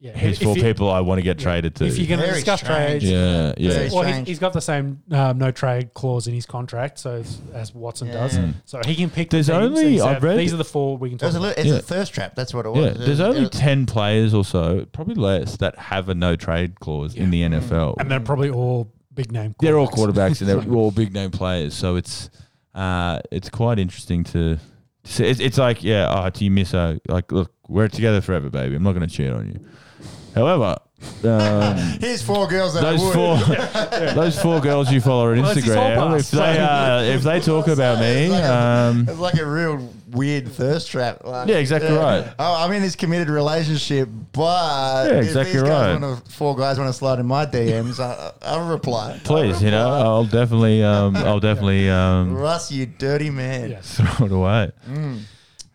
Yeah.
here's
If
four
you-
people I want to get
yeah.
traded to.
If you're going to
Very
discuss
strange.
trades,
yeah, yeah,
Very
Well, he's,
strange.
he's got the same um, no trade clause in his contract, so as- as Watson
Yeah.
does,
Mm.
so he can pick.
There's
the teams and
only-
he said,
I've read-
these are the four we can
It
talk
was a
about.
little, it's
Yeah.
a thirst trap. That's what it
yeah.
was.
There's only
ten.
ten players or so, probably less, that have a no trade clause in the NFL.
and they're probably all big name.
they're all
quarterbacks.
quarterbacks and they're all big name players. So it's uh, it's quite interesting to. to see. It's, it's like yeah, oh, do you miss a like? Look, we're together forever, baby. I'm not going to cheat on you. However, um,
Here's four girls that I
those
would.
four those four girls you follow on
Well, it's his whole
Instagram, if
past.
they uh, if they talk about me, um,
It's like a real weird thirst trap. Like,
Yeah, exactly right.
Oh, I'm in this committed relationship, but
Yeah,
if
exactly
these
right.
guys wanna, four guys want to slide in my DMs, I, I'll reply.
please, you know, I'll definitely, um, I'll definitely um,
Russ, you dirty man.
Yes.
throw it away.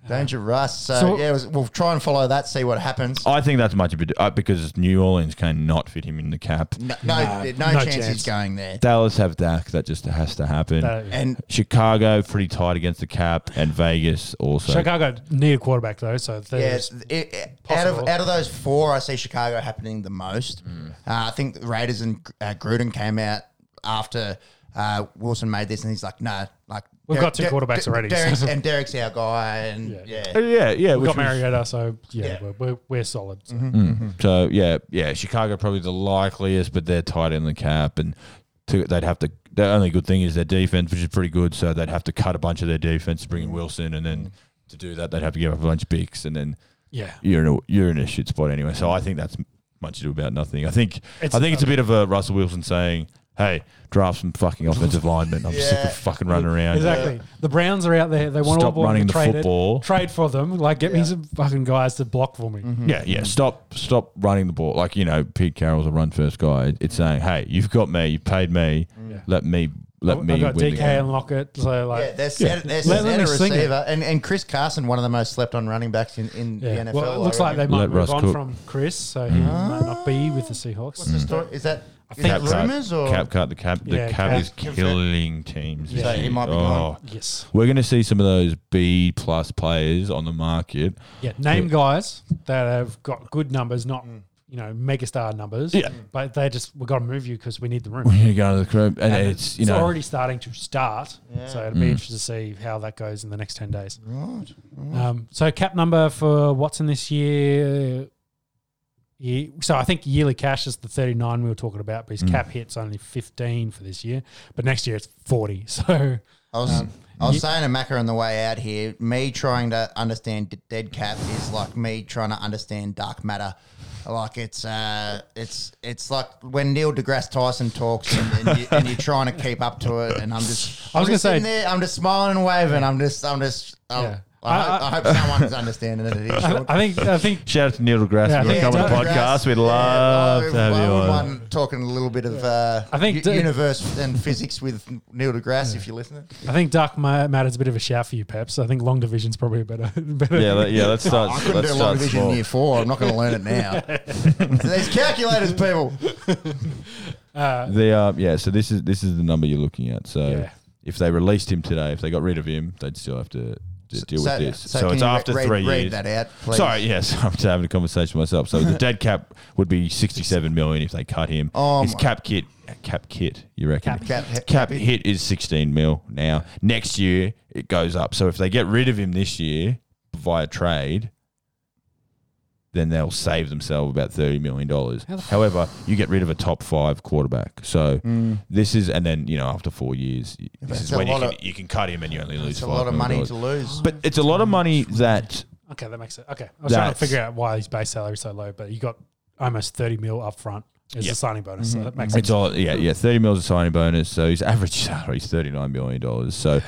Danger Russ. So,
So-
yeah, it was, we'll try and follow that, see what happens.
I think that's much a bit uh, because New Orleans cannot fit him in the cap.
No, no, no,
Nah, no
chance,
chance.
he's going there.
Dallas have Dak. That just has to happen.
Uh,
And
Chicago pretty tight against the cap, and Vegas also.
Chicago need a quarterback though, so
yeah,
there's
it, it- out of
possible. Mm.
out of those four, I see Chicago happening the most. Uh, I think the Raiders and uh, Gruden came out after uh, Wilson made this, and he's like, "No, like
We've got two
Der-
quarterbacks
Der-
already."
Derek's, and Derek's our guy." And
Yeah.
yeah,
Uh, yeah, yeah.
we've
which
got
was-
Mariota, so yeah,
Yeah. Mm-hmm.
We're, we're, we're solid. So.
Mm. So yeah, yeah. Chicago probably the likeliest, but they're tight in the cap, and to, they'd have to. The only good thing is their defense, which is pretty good. So they'd have to cut a bunch of their defense to bring in Wilson, and then to do that, they'd have to give up a bunch of picks, and then
Yeah.
you're in a, you're in a shit spot anyway. So I think that's much ado about nothing. I think
It's-
I think it's a bit of a Russell Wilson saying, "Hey, draft some fucking offensive linemen. I'm sick
Yeah.
of fucking running around.
Exactly. The Browns are out there. They want all
Stop
the ball to
running
be
the
traded.
football.
Trade for them. Like, get me some fucking guys to block for me.
Mm-hmm.
Yeah, yeah. Stop, stop running the ball. Like you know, Pete Carroll's a run first guy. It's saying, "Hey, you've got me. You paid me.
Yeah.
Let me, let
I've
me
got
win the
DK
game."
and Lockett. So, like,
yeah, they're set, they're
Let
set
them
a
sing it.
receiver. And, and Chris Carson, one of the most slept on running backs in, in
Yeah.
the NFL.
Well, it looks
I
like they
reckon.
might
Let
move
Russ
on
cook.
from Chris, so he might not be with the Seahawks.
Ah. What's the story? Is that
I
is
think
that
cut.
rumors or
cap cut the cap. The
Yeah,
cap,
cap.
is killing teams. this
So
he
year.
might be
Oh.
gone.
Yes.
We're going to see some of those B plus players on the market.
Yeah. Name guys that have got good numbers, not you know megastar numbers.
Yeah.
But they just we got to move you because we need the room.
We're going to go to the crib, and, it's you know Mm.
already starting to start.
Yeah.
So it'll be interesting to see how that goes in the next ten days. Um, so cap number for Watson this year. ye- So I think yearly cash is the thirty nine we were talking about, but his
Mm.
cap hit's only fifteen for this year. But next year it's forty. So
I was,
Um,
I was saying to Macca on the way out here, me trying to understand d- dead cap is like me trying to understand dark matter. Like it's uh, it's it's like when Neil deGrasse Tyson talks and, and, you, and you're trying to keep up to it, and I'm just
I was
I'm just
gonna say-
sitting there, I'm just smiling and waving. I'm just I'm just I'm,
Yeah.
I, ho-
I- I-
I, hope someone's understanding it. It is
I,
short.
I think I think
Shout out to Neil deGrasse
Yeah,
for
yeah,
coming on the
Neil
podcast. We'd
Yeah,
love
I-
to have
I
you
wouldn't
on.
mind Talking a little bit of uh,
I think
u-
d-
universe and physics with Neil deGrasse, if you're listening.
I think dark ma- matter's a bit of a shout for you, Peps. I think long division's probably better. better
Yeah, let, yeah. Let's start.
Oh, I couldn't
let's
do long
start
division in
small.
year four. I'm not going to learn it now. These calculators, people.
The uh, yeah. So this is this is the number you're looking at. So
Yeah.
if they released him today, if they got rid of him, they'd still have to, to deal
So-
with this. So,
can
it's
you re-
after
read,
three
read
years.
that out, please.
Sorry, yes, I'm just having a conversation with myself. So the dead cap would be 67 million if they cut him.
Oh
His
my-
cap kit, cap kit, you reckon?
Cap
Cap hit.
cap hit is 16 mil now. Next year it goes up. So if they get rid of him this year via trade, then they'll save themselves about 30 million dollars. However, you get rid of a top 5 quarterback. So
Mm.
this is and then, you know, after 4 years, this
That's
is
a
when you
lot
can,
of-
you can cut him and you only lose
It's a
5
lot of
million
money
dollars.
to lose.
But it's a lot of money that
Okay, that makes it. Okay, I was trying to
That's-
figure out why his base salary is so low, but you got almost thirty mil up front as
Yeah. Mm-hmm.
a signing bonus. So that makes sense.
It's all yeah, yeah. Thirty mils a signing bonus, so his average salary is thirty nine million dollars. So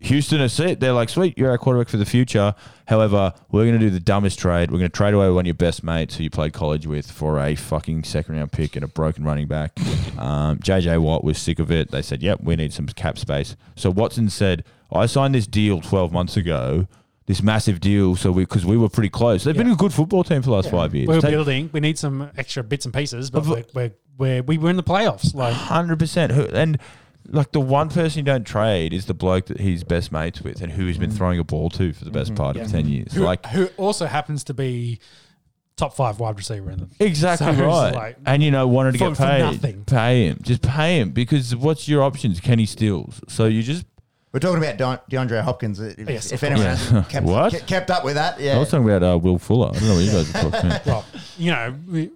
Houston are set. They're like, sweet, you're our quarterback for the future. However, we're going to do the dumbest trade. We're going to trade away one of your best mates who you played college with for a fucking second round pick and a broken running back. Um, JJ Watt was sick of it. They said, yep, we need some cap space. So Watson said, I signed this deal twelve months ago. This massive deal, so we because we were pretty close. They've been
Yeah.
a good football team for the last five years.
We're
Take-
building. We need some extra bits and pieces, but
Of-
we're, we're, we're, we were in the playoffs. Like,
hundred percent. And like the one person you don't trade is the bloke that he's best mates with, and who he's been throwing a ball to for the best part
Mm. Mm-hmm. Yeah.
of ten years.
who,
Like
who also happens to be top five wide receiver in the
exactly
So it's
right.
like-
and you know wanted to
For-
get
for
paid.
nothing.
Pay him, just pay him because what's your options? Kenny Stills. So you just.
We're talking about Don, DeAndre Hopkins. If,
Yes, of
if anyone
course.
hasn't kept,
What?
ke- kept up with that,
I
yeah.
was talking about uh, Will Fuller. I don't know what you guys are talking about.
well, you know, we,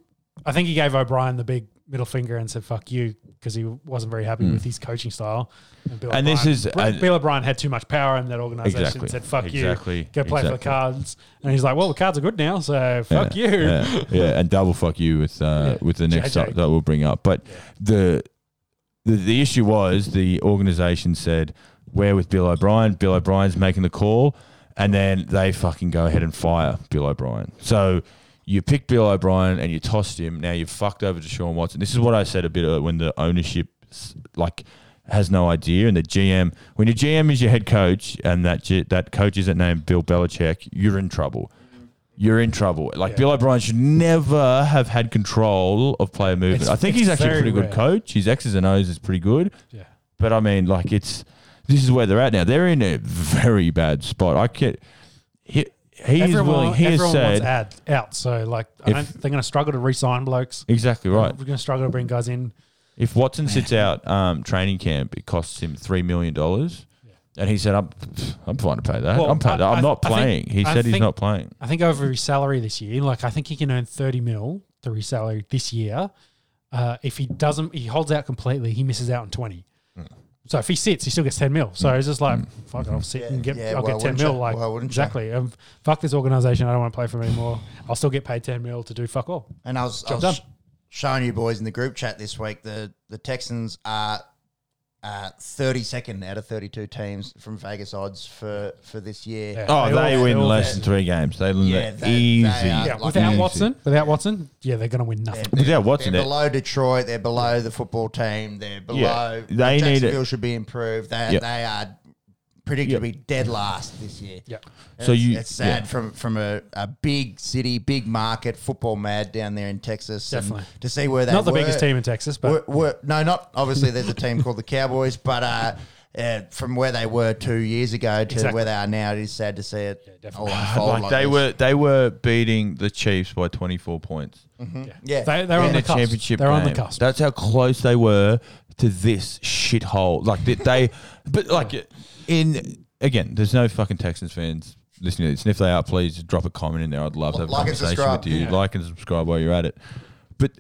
I think he gave O'Brien the big middle finger and said "fuck you" because he wasn't very happy with his coaching style. And, Bill
Hmm. And this
O'Brien-
is-
Br-
and-
Bill O'Brien had too much power in that organization.
Exactly.
and said "fuck you,
Exactly.
go play for the
Exactly.
Cards," and he's like, "Well, the Cards are good now, so fuck
yeah,
you."
Yeah, yeah, and double fuck you with uh,
Yeah.
with the next
JJ.
up that we'll bring up. But the, the the issue was the organization said we're with Bill O'Brien. Bill O'Brien's making the call, and then they fucking go ahead and fire Bill O'Brien. So. You picked Bill O'Brien and you tossed him. Now you've fucked over to Sean Watson. This is what I said a bit uh, when the ownership, s- like, has no idea, and the GM. When your GM is your head coach, and that G, that coach isn't named Bill Belichick, you're in trouble you're in trouble. Like
Yeah.
Bill O'Brien should never have had control of player movement.
It's-
I think
it's
he's actually a
very
pretty
rare.
good coach. His X's and O's is pretty good.
Yeah.
But I mean, like it's this is where they're at now. They're in a very bad spot. I can he, he is
everyone
willing. He has
everyone wants
said
ad, out, so like I
If-
don't, they're going to struggle to re-sign blokes.
exactly right.
We're going to struggle to bring guys in.
If Watson sits out um, training camp, it costs him three million dollars. And he said, "I'm, I'm fine to pay that.
Well,
I'm, pay that.
I-
I'm
I-
not
I think-
playing." he
I
said he's
think-
not playing.
I think over his salary this year, like I think he can earn thirty mil through his
Hmm.
salary this year. Uh, if he doesn't, he holds out completely. He misses out on twenty. So if he sits, he still gets ten mil. So it's just like fuck, I'll sit and get
Yeah,
I'll
why
get ten
wouldn't
mil.
you?
Like
Why wouldn't you?
exactly. Um, fuck this organization. I don't want to play for them anymore. I'll still get paid ten mil to do fuck all.
And I was, I
Job
was
done.
showing you boys in the group chat this week the the Texans are uh, 32nd out of 32 teams from Vegas odds for for this year.
Yeah.
Oh, they,
They all-
win
they all-
less than three games. They win
Yeah,
that
they-
easy.
they are.
Yeah,
Like
without
easy.
Watson, without Watson, yeah, they're gonna win nothing.
They're,
Without Watson,
they're
it-
below Detroit. They're below the football team. They're below.
they need it.
Jacksonville should be improved. They,
Yeah.
they are predicted to be dead last this year.
Yeah.
So
So
it's,
you-
it's sad
yeah.
from from a, a big city, big market, football mad down there in Texas. and
Definitely.
to see where they
Not the
were-
biggest team in Texas, but
were, were, no, not obviously. There's a team called the Cowboys, but uh, uh, from where they were two years ago to
Exactly.
where they are now, it is sad to see it all
definitely.
unfold.
like,
like
they
this.
were they were beating the Chiefs by 24 points
yeah,
They, they're on
in
the
the
cusp.
championship.
They're on the
game.
cusp.
That's how close they were to this shithole. Like they, they but like in again, there's no fucking Texans fans listening to this. And if they are, please drop a comment in there. I'd love to have a
Like and
conversation
subscribe.
with you.
Yeah.
Like and subscribe while you're at it. But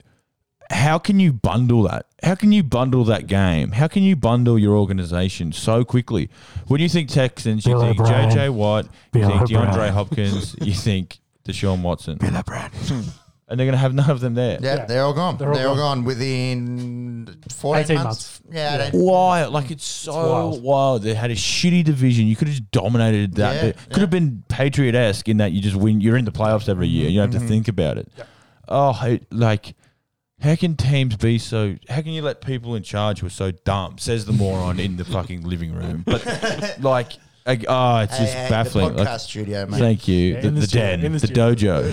how can you bundle that? How can you bundle that game? How can you bundle your organization so quickly? When you think Texans, you
Bill
think
O'Brien.
JJ Watt, you
Bill
think DeAndre
O'Brien.
Hopkins, you think Deshaun Watson. And they're going to have none of them there.
Yeah,
Yeah.
they're all gone. They're,
They're all
all gone, within 14
18
months.
months.
Yeah,
Yeah.
they-
Why? Like it's so
wild.
wild. They had a shitty division. You could have just dominated that.
Yeah,
It could have been Patriot esque in that you just win. You're in the playoffs every year. You don't
Mm-hmm.
have to think about it. Oh, it- like how can teams be so? How can you let people in charge who are so dumb? Says the moron in the fucking living room. But like, like oh, it's
Hey,
just
hey,
baffling.
The
Like,
podcast studio, mate.
Thank you.
Yeah,
the
in
the,
the studio, in
den,
the
the,
studio.
dojo.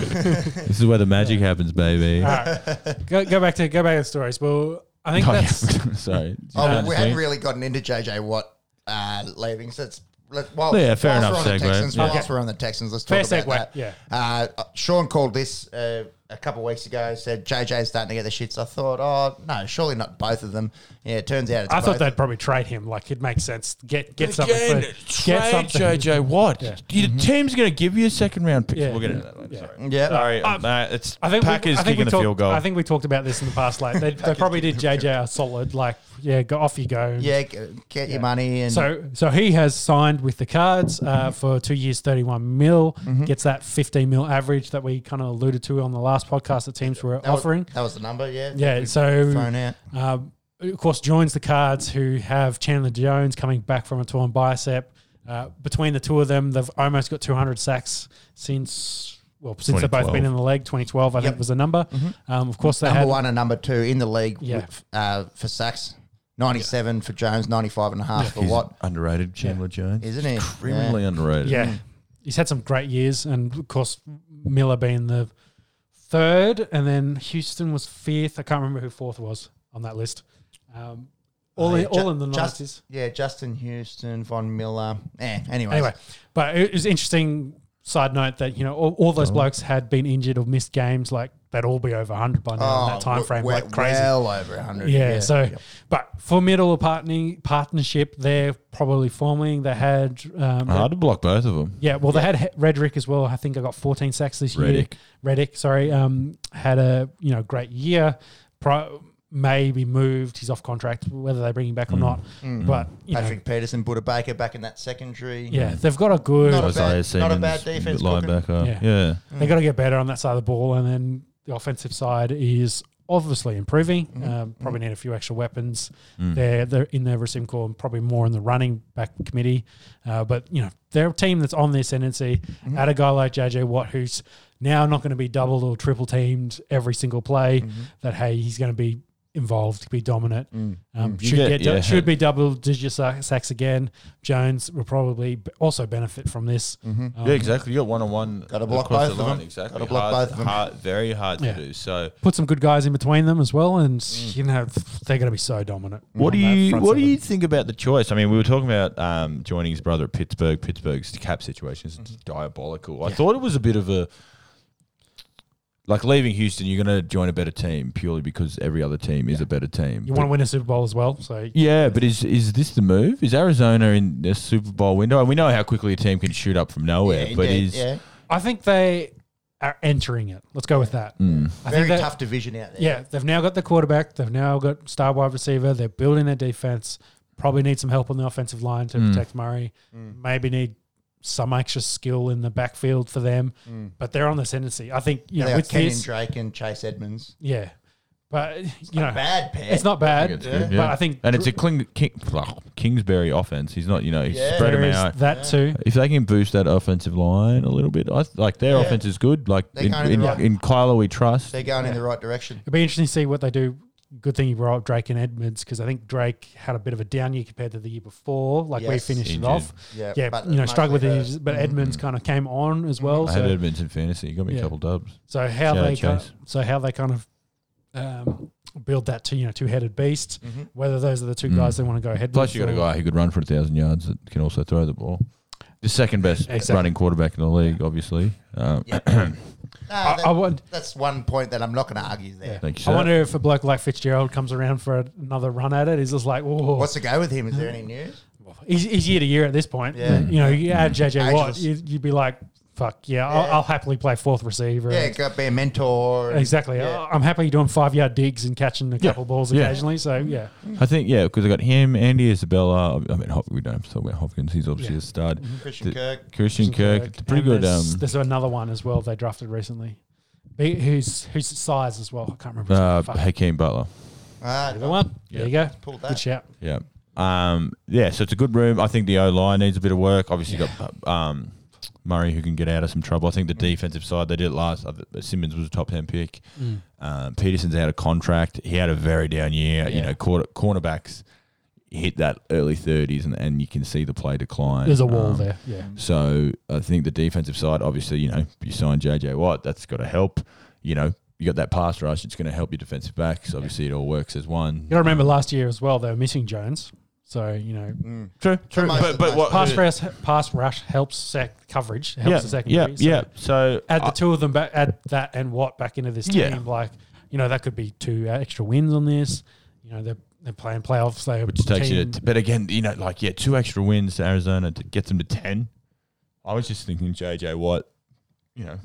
this is where the magic happens, baby.
All right. go, go back to go back to the stories. Well, I think
Oh, yeah.
that's
Sorry.
Oh,
Uh,
we haven't really gotten into JJ Watt uh, leaving, so it's. Let, while,
Yeah, fair
whilst We're on
enough
the
segue.
Texans,
Yeah.
Whilst we're on the Texans, let's
Fair
talk about
segue,
that.
yeah.
Uh, uh, Sean called this uh, a couple of weeks ago. Said JJ's starting to get the shits. I thought, oh no, surely not both of them. Yeah, it turns out it's
I thought
both.
they'd probably trade him. Like it makes sense. Get get something.
Again,
for,
trade
get something.
JJ Watt.
Yeah.
Your team's going to give you a second round pick.
Yeah.
We'll get into that later.
Yeah.
Sorry.
Yeah.
Sorry.
Uh,
no, it's
I think
Packers
we, I think we
kicking the
talked,
field goal.
I think we talked about this in the past. Like they, they probably did JJ a solid. Like yeah, go off you go.
Yeah, g- get your money and
So so he has signed with the Cards uh, for two years, thirty one mil.
Mm-hmm.
Gets that fifteen mil average that we kind of alluded to on the last podcast that teams were
that was-
offering.
that was the number. Yeah,
yeah. So
thrown out.
Um, of course, joins the Cards, who have Chandler Jones coming back from a torn bicep. Uh, between the two of them, they've almost got 200 sacks since well, since they've both
2012.
been in the league. 2012, I
Yep. Mm-hmm.
think, was the number. Um, of course, they
number
had
one and number two in the league
Yeah.
with, uh, for sacks. 97 for Jones, 95 and a half for
He's
Watt,
underrated Chandler Jones.
isn't he?
Criminally underrated.
yeah, he's had some great years, and of course, Miller being the third, and then Houston was fifth. I can't remember who fourth was on that list. Um, all in,
Yeah.
all in the
Uh, Ju-
nineties.
just- Yeah, Justin Houston, Von Miller. Eh, anyway.
anyway, but it was interesting. Side note that you know all, all those blokes had been injured or missed games. Like they'd all be over hundred by now in that time frame. like crazy.
Oh, Well over 100.
yeah, So, but formidable partnering partnership. They're probably forming. They had um,
Hard to block both of them.
yeah. Well, they had had Redrick as well. I think I got fourteen sacks this year.
Reddick.
Reddick, sorry, um, had a you know great year. Pro, maybe moved. He's off contract, whether they bring him back or not. But you know,
Patrick Peterson, Buddha Baker back in that secondary.
yeah, they've got a good.
Not a
Isaiah
bad- not a
Siemens,
bad defense,
Linebacker.
Yeah.
Yeah.
They got to get better on that side of the ball, and then the offensive side is obviously improving. Um, probably need a few extra weapons.
Mm.
They're they're in their receiving core, and probably more in the running back committee. Uh, but you know, they're a team that's on the ascendancy. Add a guy like JJ Watt, who's now not going to be doubled or triple teamed every single play. That hey, he's going to be involved, be dominant. Um,
You
should
get-
get, do-
yeah.
should be double digit sa- sacks again. Jones will probably b- also benefit from this. Um,
Yeah, exactly. You got one on one.
Gotta block
across
both
the
of
line,
them.
Exactly.
Gotta block
hard,
both of them.
Hard, very hard
Yeah.
to do. So,
put some good guys in between them as well, and
Mm.
you know they're going to be so dominant.
what do
on that
you
front
what do
seven.
you think about the choice? I mean, we were talking about um, joining his brother at Pittsburgh. Pittsburgh's cap situation is
Mm-hmm.
diabolical. I thought it was a bit of a like leaving Houston. You're going to join a better team purely because every other team is a better team.
You want to win a Super Bowl as well, so
Yeah, but is is this the move? Is Arizona in the Super Bowl window? And we know how quickly a team can shoot up from nowhere.
Yeah,
but
yeah,
is
yeah.
I think they are entering it. Let's go with that.
mm.
I
very
think that,
tough division out there.
Yeah, they've now got the quarterback. They've now got star wide receiver. They're building their defense. Probably need some help on the offensive line
Mm.
to protect Murray.
Mm.
Maybe need some extra skill in the backfield for them. But they're on the ascendancy. I think you
Mm. They
know
got
with
Kenyon
this,
Drake and Chase Edmonds.
yeah. But you know,
Bad pair.
it's not bad.
it's good,
but
yeah.
I think
And it's a Kling, King, Kingsbury offense. He's not, you know, he's
Yeah.
spread
there
him
is
out.
that too.
If they can boost that offensive line a little bit, I, like their
Yeah.
offense is good. Like
They're
in,
going in
in,
the right-
in Kyler, we trust.
They're going in the right direction.
It'd be interesting to see what they do. Good thing you brought up Drake and Edmonds because I think Drake had a bit of a down year compared to the year before. Like we
Yes.
finished
Injured.
it off,
Yeah,
yeah.
but
you know, struggled with
mostly
injuries, but Edmonds kind of came on as well.
I
so
had Edmonds in fantasy. He got me
Yeah.
a couple dubs.
So how
Shout out
they kind
Chase.
so how they kind of um, build that two you know two headed beast.
Mhm.
Whether those are the two
Mm.
guys they want to go ahead.
Plus,
with
you got a
or-
guy who could run for a thousand yards that can also throw the ball. The second best
Exactly.
running quarterback in the league, obviously. Um,
Yeah. No,
I,
that-
I want.
that's one point that I'm not going to argue there.
Yeah.
Thank
I
you, sir.
wonder if a bloke like Fitzgerald comes around for another run at it. He's just like, oh,
What's the go with him? Is there any news?
he's, he's year to year at this point.
Yeah.
You know, you add JJ Watt,
Ageless.
you, you'd be like, fuck yeah, I'll,
Yeah.
I'll happily play fourth receiver.
Yeah, got to be a mentor. and-
Exactly.
Yeah.
I- I'm happy doing five yard digs and catching a couple balls
Yeah.
occasionally. So yeah,
I think, yeah, because I got him, Andy Isabella. I mean, Hop- we don't have to talk about Hopkins. He's obviously
Yeah. Mm-hmm.
a stud.
Ah.
Christian
The-
Kirk.
Christian Kirk, it's a pretty
And
good. Um,
There's, there's another one as well they drafted recently. Be, who's who's size as well? I can't remember. his
uh,
name. Fuck.
Hakeem Butler.
Ah,
Another one. There you go.
pulled
Good
that.
shout.
Yeah. Um, yeah, so it's a good room. I think the O line needs a bit of work. Obviously, you got um, Murray who can get out of some trouble. I think the defensive side, they did it last. uh, Simmons was a top 10 pick. Um, Peterson's out of contract. He had a very down year. You
Yeah.
know, quarter, cornerbacks hit that early 30s, and, and you can see the play decline.
There's a wall
Um,
there. Yeah.
So I think the defensive side, obviously, you know, you sign JJ Watt, that's got to help. You know, you got that pass rush, it's going to help your defensive backs. Obviously, it all works as one.
You got to remember last year as well they were missing Jones. So you know,
Mm.
True,
true. Most of
But, but
those-
what,
pass rush, pass rush helps sec coverage, helps the secondary. so
Yeah, yeah. So
Add the
I-
two of them back, add that and Watt back into this team.
Yeah.
Like you know, that could be two uh, extra wins on this. You know, they're they're playing playoffs. They
which takes you to, but again, you know, like yeah, two extra wins to Arizona to get them to ten. I was just thinking, JJ Watt, you know,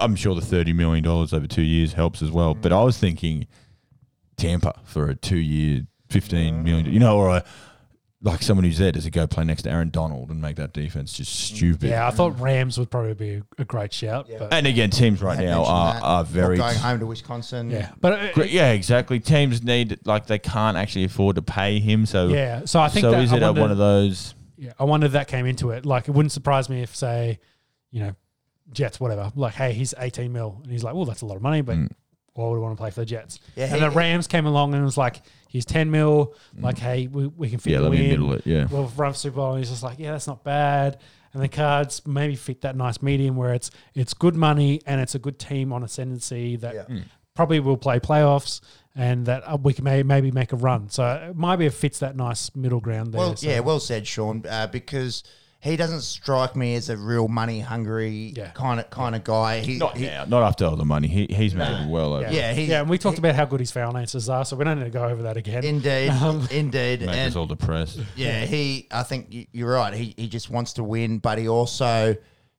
I'm sure the thirty million dollars over two years helps as well. But I was thinking Tampa for a two year, fifteen million, you know, or a, like someone who's there does it go play next to Aaron Donald and make that defense just stupid.
yeah, I thought Rams would probably be a, a great shout.
Yeah.
But
And again, teams right
Had
now
mentioned
are,
that.
are
Or
very
going home to Wisconsin.
Yeah, but uh,
Great- Yeah, exactly. Teams need like they can't actually afford to pay him, so
yeah. So I think
so
that
is
I
it
wonder,
one of those?
Yeah, I wonder if that came into it. Like, it wouldn't surprise me if, say, you know, Jets, whatever. Like, hey, he's eighteen mil, and he's like, well, that's a lot of money, but
Mm.
why would I want to play for the Jets?
Yeah,
and
he-
the Rams came along and was like, he's ten mil. Like, hey, we, we can fit
Mm. Yeah,
you
let me
in.
middle it. Yeah,
We'll run for Super Bowl, and he's just like, yeah, that's not bad. And the cards maybe fit that nice medium where it's it's good money and it's a good team on ascendancy that
Yeah.
probably will play playoffs and that uh, we can may, maybe make a run. So it might be it fits that nice middle ground there.
Well,
so.
yeah, well said, Sean. Uh, because he doesn't strike me as a real money hungry
Yeah.
kind of kind of guy. He,
not
he-
now, not after all the money. He he's made well over.
Yeah, he-
yeah, and we talked
he-
about how good his finances are, so we don't need to go over that again.
Indeed,
Um,
indeed,
Make us
and
all depressed.
yeah, he. I think y- you're right. He he just wants to win, but he also,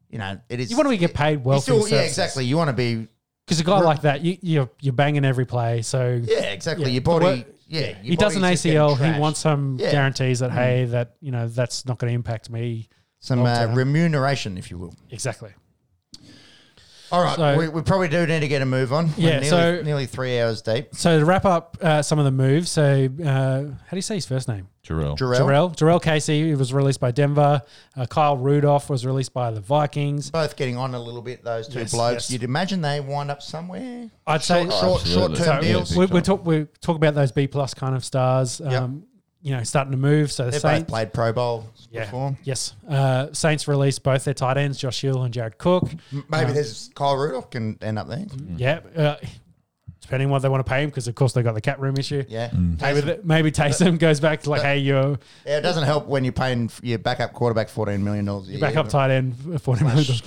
you know, it is.
you want to get paid well
you
for your
still, yeah,
services.
exactly. You want to be,
Because a guy like that, you, you're you're banging every play, so
yeah, exactly.
Yeah,
Your
the wor-
body, yeah. your
he does an
body's just getting
ACL.
trashed.
He wants some
Yeah. Mm.
guarantees that hey, that you know that's not going to impact me.
some
long
uh,
term.
remuneration, if you will.
Exactly.
All right,
So-
we, we probably do need to get a move on. We're
Yeah,
nearly,
so-
nearly three hours deep.
So to wrap up uh, some of the moves, so uh, how do you say his first name?
Jarrell.
Jarrell,
Jarrell. Jarrell Casey was released by Denver. Uh, Kyle Rudolph was released by the Vikings.
both getting on a little bit. Those two
Yes,
blokes,
yes.
you'd imagine they wind up somewhere.
I'd say
Short, short
Absolutely.
term
So
Yeah,
deals.
big
we, we
time.
talk we talk about those B plus kind of stars. Um, You know, starting to move. So the
They both
Saints,
played Pro Bowl
yeah,
before.
yes. Uh, Saints released both their tight ends, Josh Hill and Jared Cook.
Maybe there's Kyle Rudolph can end up there.
Yeah, uh, depending what they want to pay him, because of course they got the cap room issue.
Yeah,
Mm.
Maybe
Taysom-
th- maybe Taysom goes back to like, hey, you're
yeah, it doesn't help when you're paying f- your backup quarterback fourteen million dollars a year.
backup tight end forty million.
Slash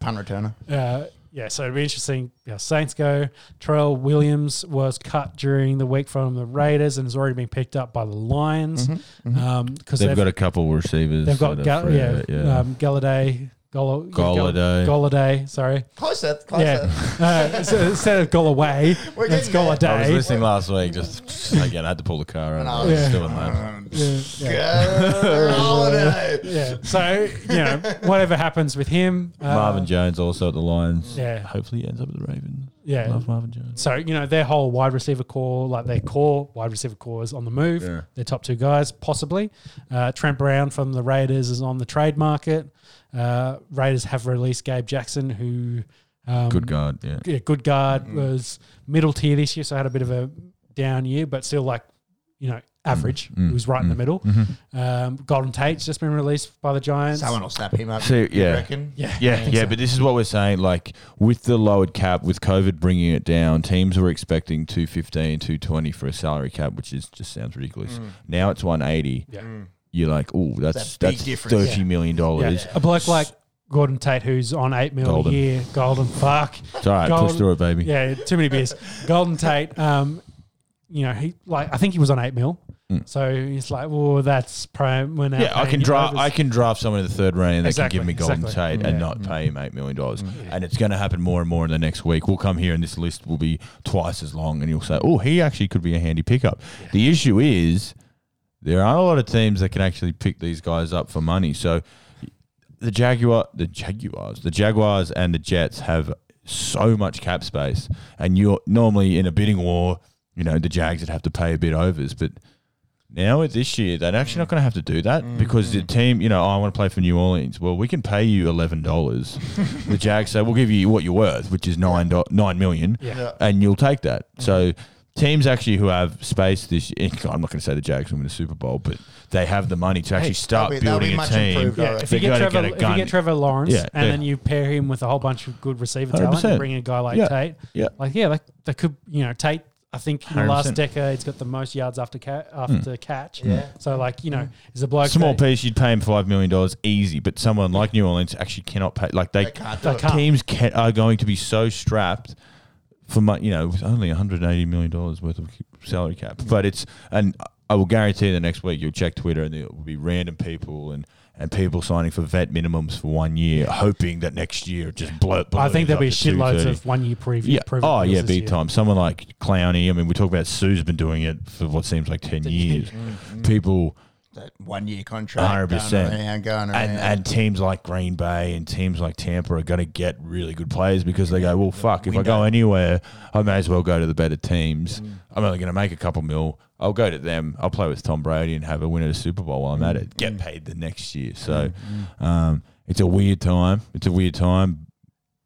punt returner.
Uh, yeah, so it'd be interesting. Yeah, Saints go. Terrell Williams was cut during the week from the Raiders and has already been picked up by the Lions because
They've got a couple receivers.
They've got
that are
Gal-
free,
yeah,
yeah.
Um, Galladay, Gol- yeah,
Golladay.
Gol- Golladay, sorry.
Closer, closer.
Yeah. Uh, so instead of Gollaway,
We're
it's
getting there.
I was
Golladay.
listening last week. Just again, I had to pull the car out. I was
Yeah.
just doing that.
Yeah, yeah.
Holiday.
Yeah. So, you know, whatever happens with him. uh,
Marvin Jones also at the Lions.
Yeah.
Hopefully, he ends up at the Ravens.
Yeah.
Love Marvin Jones.
So, you know, their whole wide receiver core, like their core wide receiver core is on the move.
Yeah.
Their top two guys, possibly. Uh, Trent Brown from the Raiders is on the trade market. Uh, Raiders have released Gabe Jackson, who. Um,
Good Mm-hmm. guard. Yeah.
yeah, good guard was middle tier this year, so had a bit of a down year, but still like you know
Mm-hmm.
average. He was right in the middle. Um, Golden Tate's just been released by the Giants.
Someone will snap him up.
So,
You
yeah.
reckon?
yeah, I
Yeah,
think
yeah,
so.
but this is what we're saying. Like with the lowered cap, with COVID bringing it down, teams were expecting 215, 220 for a salary cap, which is just sounds ridiculous.
Mm.
Now it's 180.
Yeah.
You're like, oh, that's
That big
that's
difference.
thirty million dollars.
Yeah. a bloke like Gordon Tate who's on eight mil
Golden.
a year, Golden fuck,
It's all right,
Gold-
push through it, baby.
yeah, too many beers. Golden Tate, um, you know he like I think he was on eight mil, so he's like, well, that's prime. We're now
Hmm. Yeah, I
paying
can
you
draft.
overs.
I can draft someone in the third round that
Exactly,
can give me Golden
exactly. Mm.
Tate and not pay him eight million dollars. And it's going to happen more and more in the next week. We'll come here and this list will be twice as long, and you'll say, "Oh, he actually could be a handy pickup." The issue is there aren't a lot of teams that can actually pick these guys up for money. So the Jaguar, the Jaguars, the Jaguars, and the Jets have so much cap space, and you're normally in a bidding war. You know, the Jags would have to pay a bit overs, but now with this year, they're actually not going to have to do that
Mm.
because the team, you know, "Oh, I want to play for New Orleans. Well, we can pay you eleven dollars. the Jags say we'll give you what you're worth, which is nine do- nine million,
Yeah.
Yeah. Mm-hmm.
and you'll take that. So teams actually who have space this, year, I'm not going to say the Jags will win the Super Bowl, but they have the money to actually start
they'll be- they'll be
building a
much
team.
improved.
Yeah,
Alright.
if you,
They
get
gotta
Trevor,
get a
if you
gun.
get Trevor Lawrence
Yeah,
and
yeah.
then you pair him with a whole bunch of good receiver talent,
100%.
and bring a guy like
Yeah,
Tate,
yeah.
like yeah, like that could you know Tate. I think in the last
100%. Hmm.
decade, he's got the most yards after ca- after catch. Yeah. So like you know, he's a bloke.
Small
that,
piece, you'd pay him five million dollars easy, but someone like New Orleans actually cannot pay. Like they,
They can't do
that
it.
can't.
teams can, are going to be so strapped for my, you know, with only 180 million dollars worth of salary cap. But it's and I will guarantee the next week you'll check Twitter and there will be random people and and people signing for vet minimums for one year, hoping that next year it just blow.
I think there'll be
blows up to
shitloads
230.
of one year preview.
Yeah.
preview
Oh, yeah,
this
big
year.
time. Someone like Clowney. I mean, we talk about Sue's been doing it for what seems like 10 years. People
That one year contract.
100%.
Going around, going around.
and, and teams like Green Bay and teams like Tampa are going to get really good players because they go, well, fuck, if I go anywhere, I may as well go to the better teams.
Mm.
I'm only going to make a couple mil. I'll go to them. I'll play with Tom Brady and have a win at a Super Bowl while I'm
Mm.
at it. Get paid the next year. So um, it's a weird time. It's a weird time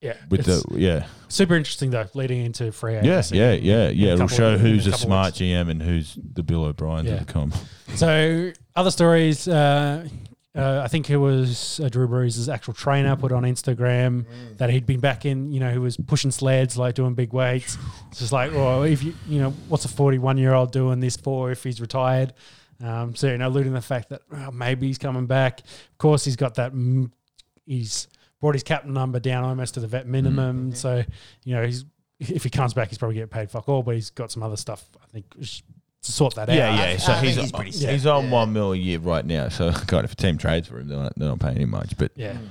Yeah.
with
it's
the, yeah.
super interesting though, leading into free
Yeah,
agency.
yeah, yeah, yeah. It'll
couple-
show
in a
who's a
couple
smart GM and who's the Bill O'Brien
Yeah.
to become.
So other stories. Uh, uh, I think it was uh, Drew Brees' actual trainer put on Instagram Mm. that he'd been back in. You know, he was pushing sleds, like doing big weights. It's just like, well, if you, you know, what's a forty-one-year-old doing this for if he's retired? Um, so you know, alluding to the fact that oh, maybe he's coming back. Of course, he's got that. Mm, he's brought his cap number down almost to the
Mm-hmm.
vet minimum. So you know, he's if he comes back, he's probably getting paid fuck all. But he's got some other stuff. I think to sort that out.
Yeah,
I-
yeah. So
I think
he's,
he's pretty
he's,
set.
on
Yeah.
one mil a year right now. So God, if a team trades for him, they're not, they're not paying him much. But
Yeah. Mm.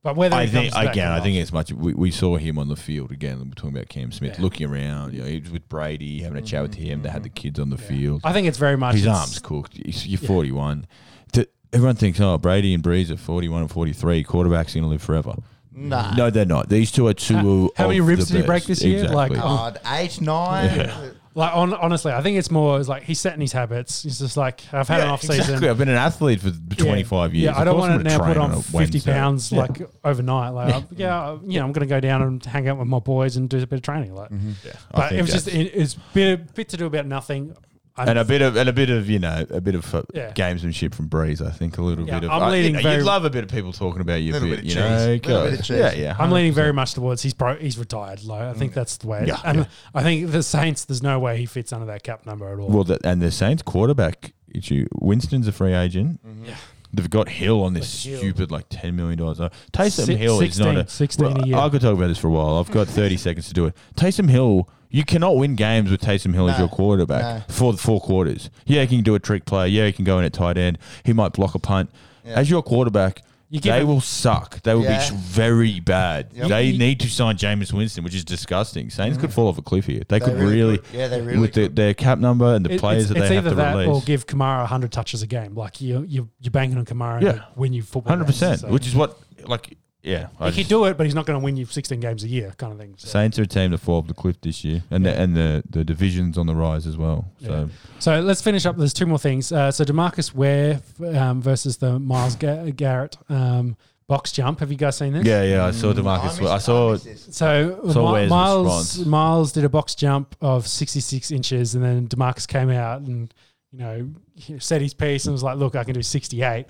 But whether
I
he
think
comes back
again,
or
I
not.
think it's much. We, we saw him on the field again. We're talking about Cam Smith
Yeah. Mm-hmm.
looking around. You know, he was with Brady having a chat with him. They had the kids on the field.
I think it's very much
His
it's-
arms cooked. He's- You're
Yeah.
41. Th- Everyone thinks, oh, Brady and Breeze are 41 and 43. Quarterbacks going to live forever.
Nah.
No, they're not. These two are two.
How-
of
how many
the
ribs did he
best.
break this year? Like, oh,
Exactly.
God, eight, nine.
Like on, honestly, I think it's more it's like he's setting his habits. He's just like I've had an
Yeah,
off season.
Exactly. I've been an athlete for 25
yeah.
years.
Yeah, I
Of
don't
course I'm
want to
gonna
now put
train
on
a
fifty
Wednesday.
pounds like overnight. Like, I'm- yeah, I- you know, I'm going to go down and hang out with my boys and do a bit of training. Like,
Mm-hmm. I
but
think
it was just
that's-
it, it's bit bit to do about nothing. I'm,
and a bit of and a bit of you know a bit of uh,
Yeah.
gamesmanship from Breeze. I think a little
Yeah,
bit of.
I'm
I- you
leading
know,
very-
You'd love a bit of people talking about you. a
Little
bit,
bit of
you
cheese.
know,
Little
God.
bit of cheese.
Yeah, yeah. Mm.
I'm leaning very much towards he's pro, he's retired. Like, I think that's the way.
Yeah,
and
yeah.
I think the Saints. There's no way he fits under that cap number at all.
Well, the, and the Saints quarterback issue. Winston's a free agent.
Yeah.
They've got Hill on this
Mm-hmm. Hill.
stupid like ten million dollars. Taysom
Si-
Hill is
16,
not a
16 a year.
I could talk about this for a while. I've got thirty seconds to do it. Taysom Hill, you cannot win games with Taysom Hill as
No,
your quarterback for the four quarters. Yeah, he can do a trick play. Yeah, he can go in at tight end. He might block a punt. As your quarterback,
You give
They
it-
will suck. They will
Yeah.
be very bad.
Yep.
They need to sign Jameis Winston, which is disgusting. Saints could fall off a cliff here. They,
They
could
really
really,
could. Yeah, they really
with the,
could.
their cap number and the
it-
players
it's,
that
it's
they have
either
to
that
release.
or give Kamara 100 touches a game. Like you, you you're banking on Kamara
Yeah.
to win you football.
Hundred
games,
percent,
so.
which is what like yeah. I
he could
just-
do it, but he's not going to win you 16 games a year, kind of thing. So,
Saints are a team to fall off the cliff this year, and the, and the the divisions on the rise as well. So
So let's finish up. There's two more things. Uh, so Demarcus Ware um, versus the Miles Ga- Garrett um, box jump. Have you guys seen this?
yeah, yeah, I
Mm.
saw
I
Demarcus.
missed-
I, saw
missed this.
So uh,
So
Mi-
where's the
Miles
response?
Miles did a box jump of 66 inches, and then Demarcus came out and you know he said his piece and was like, "Look, I can do 68,"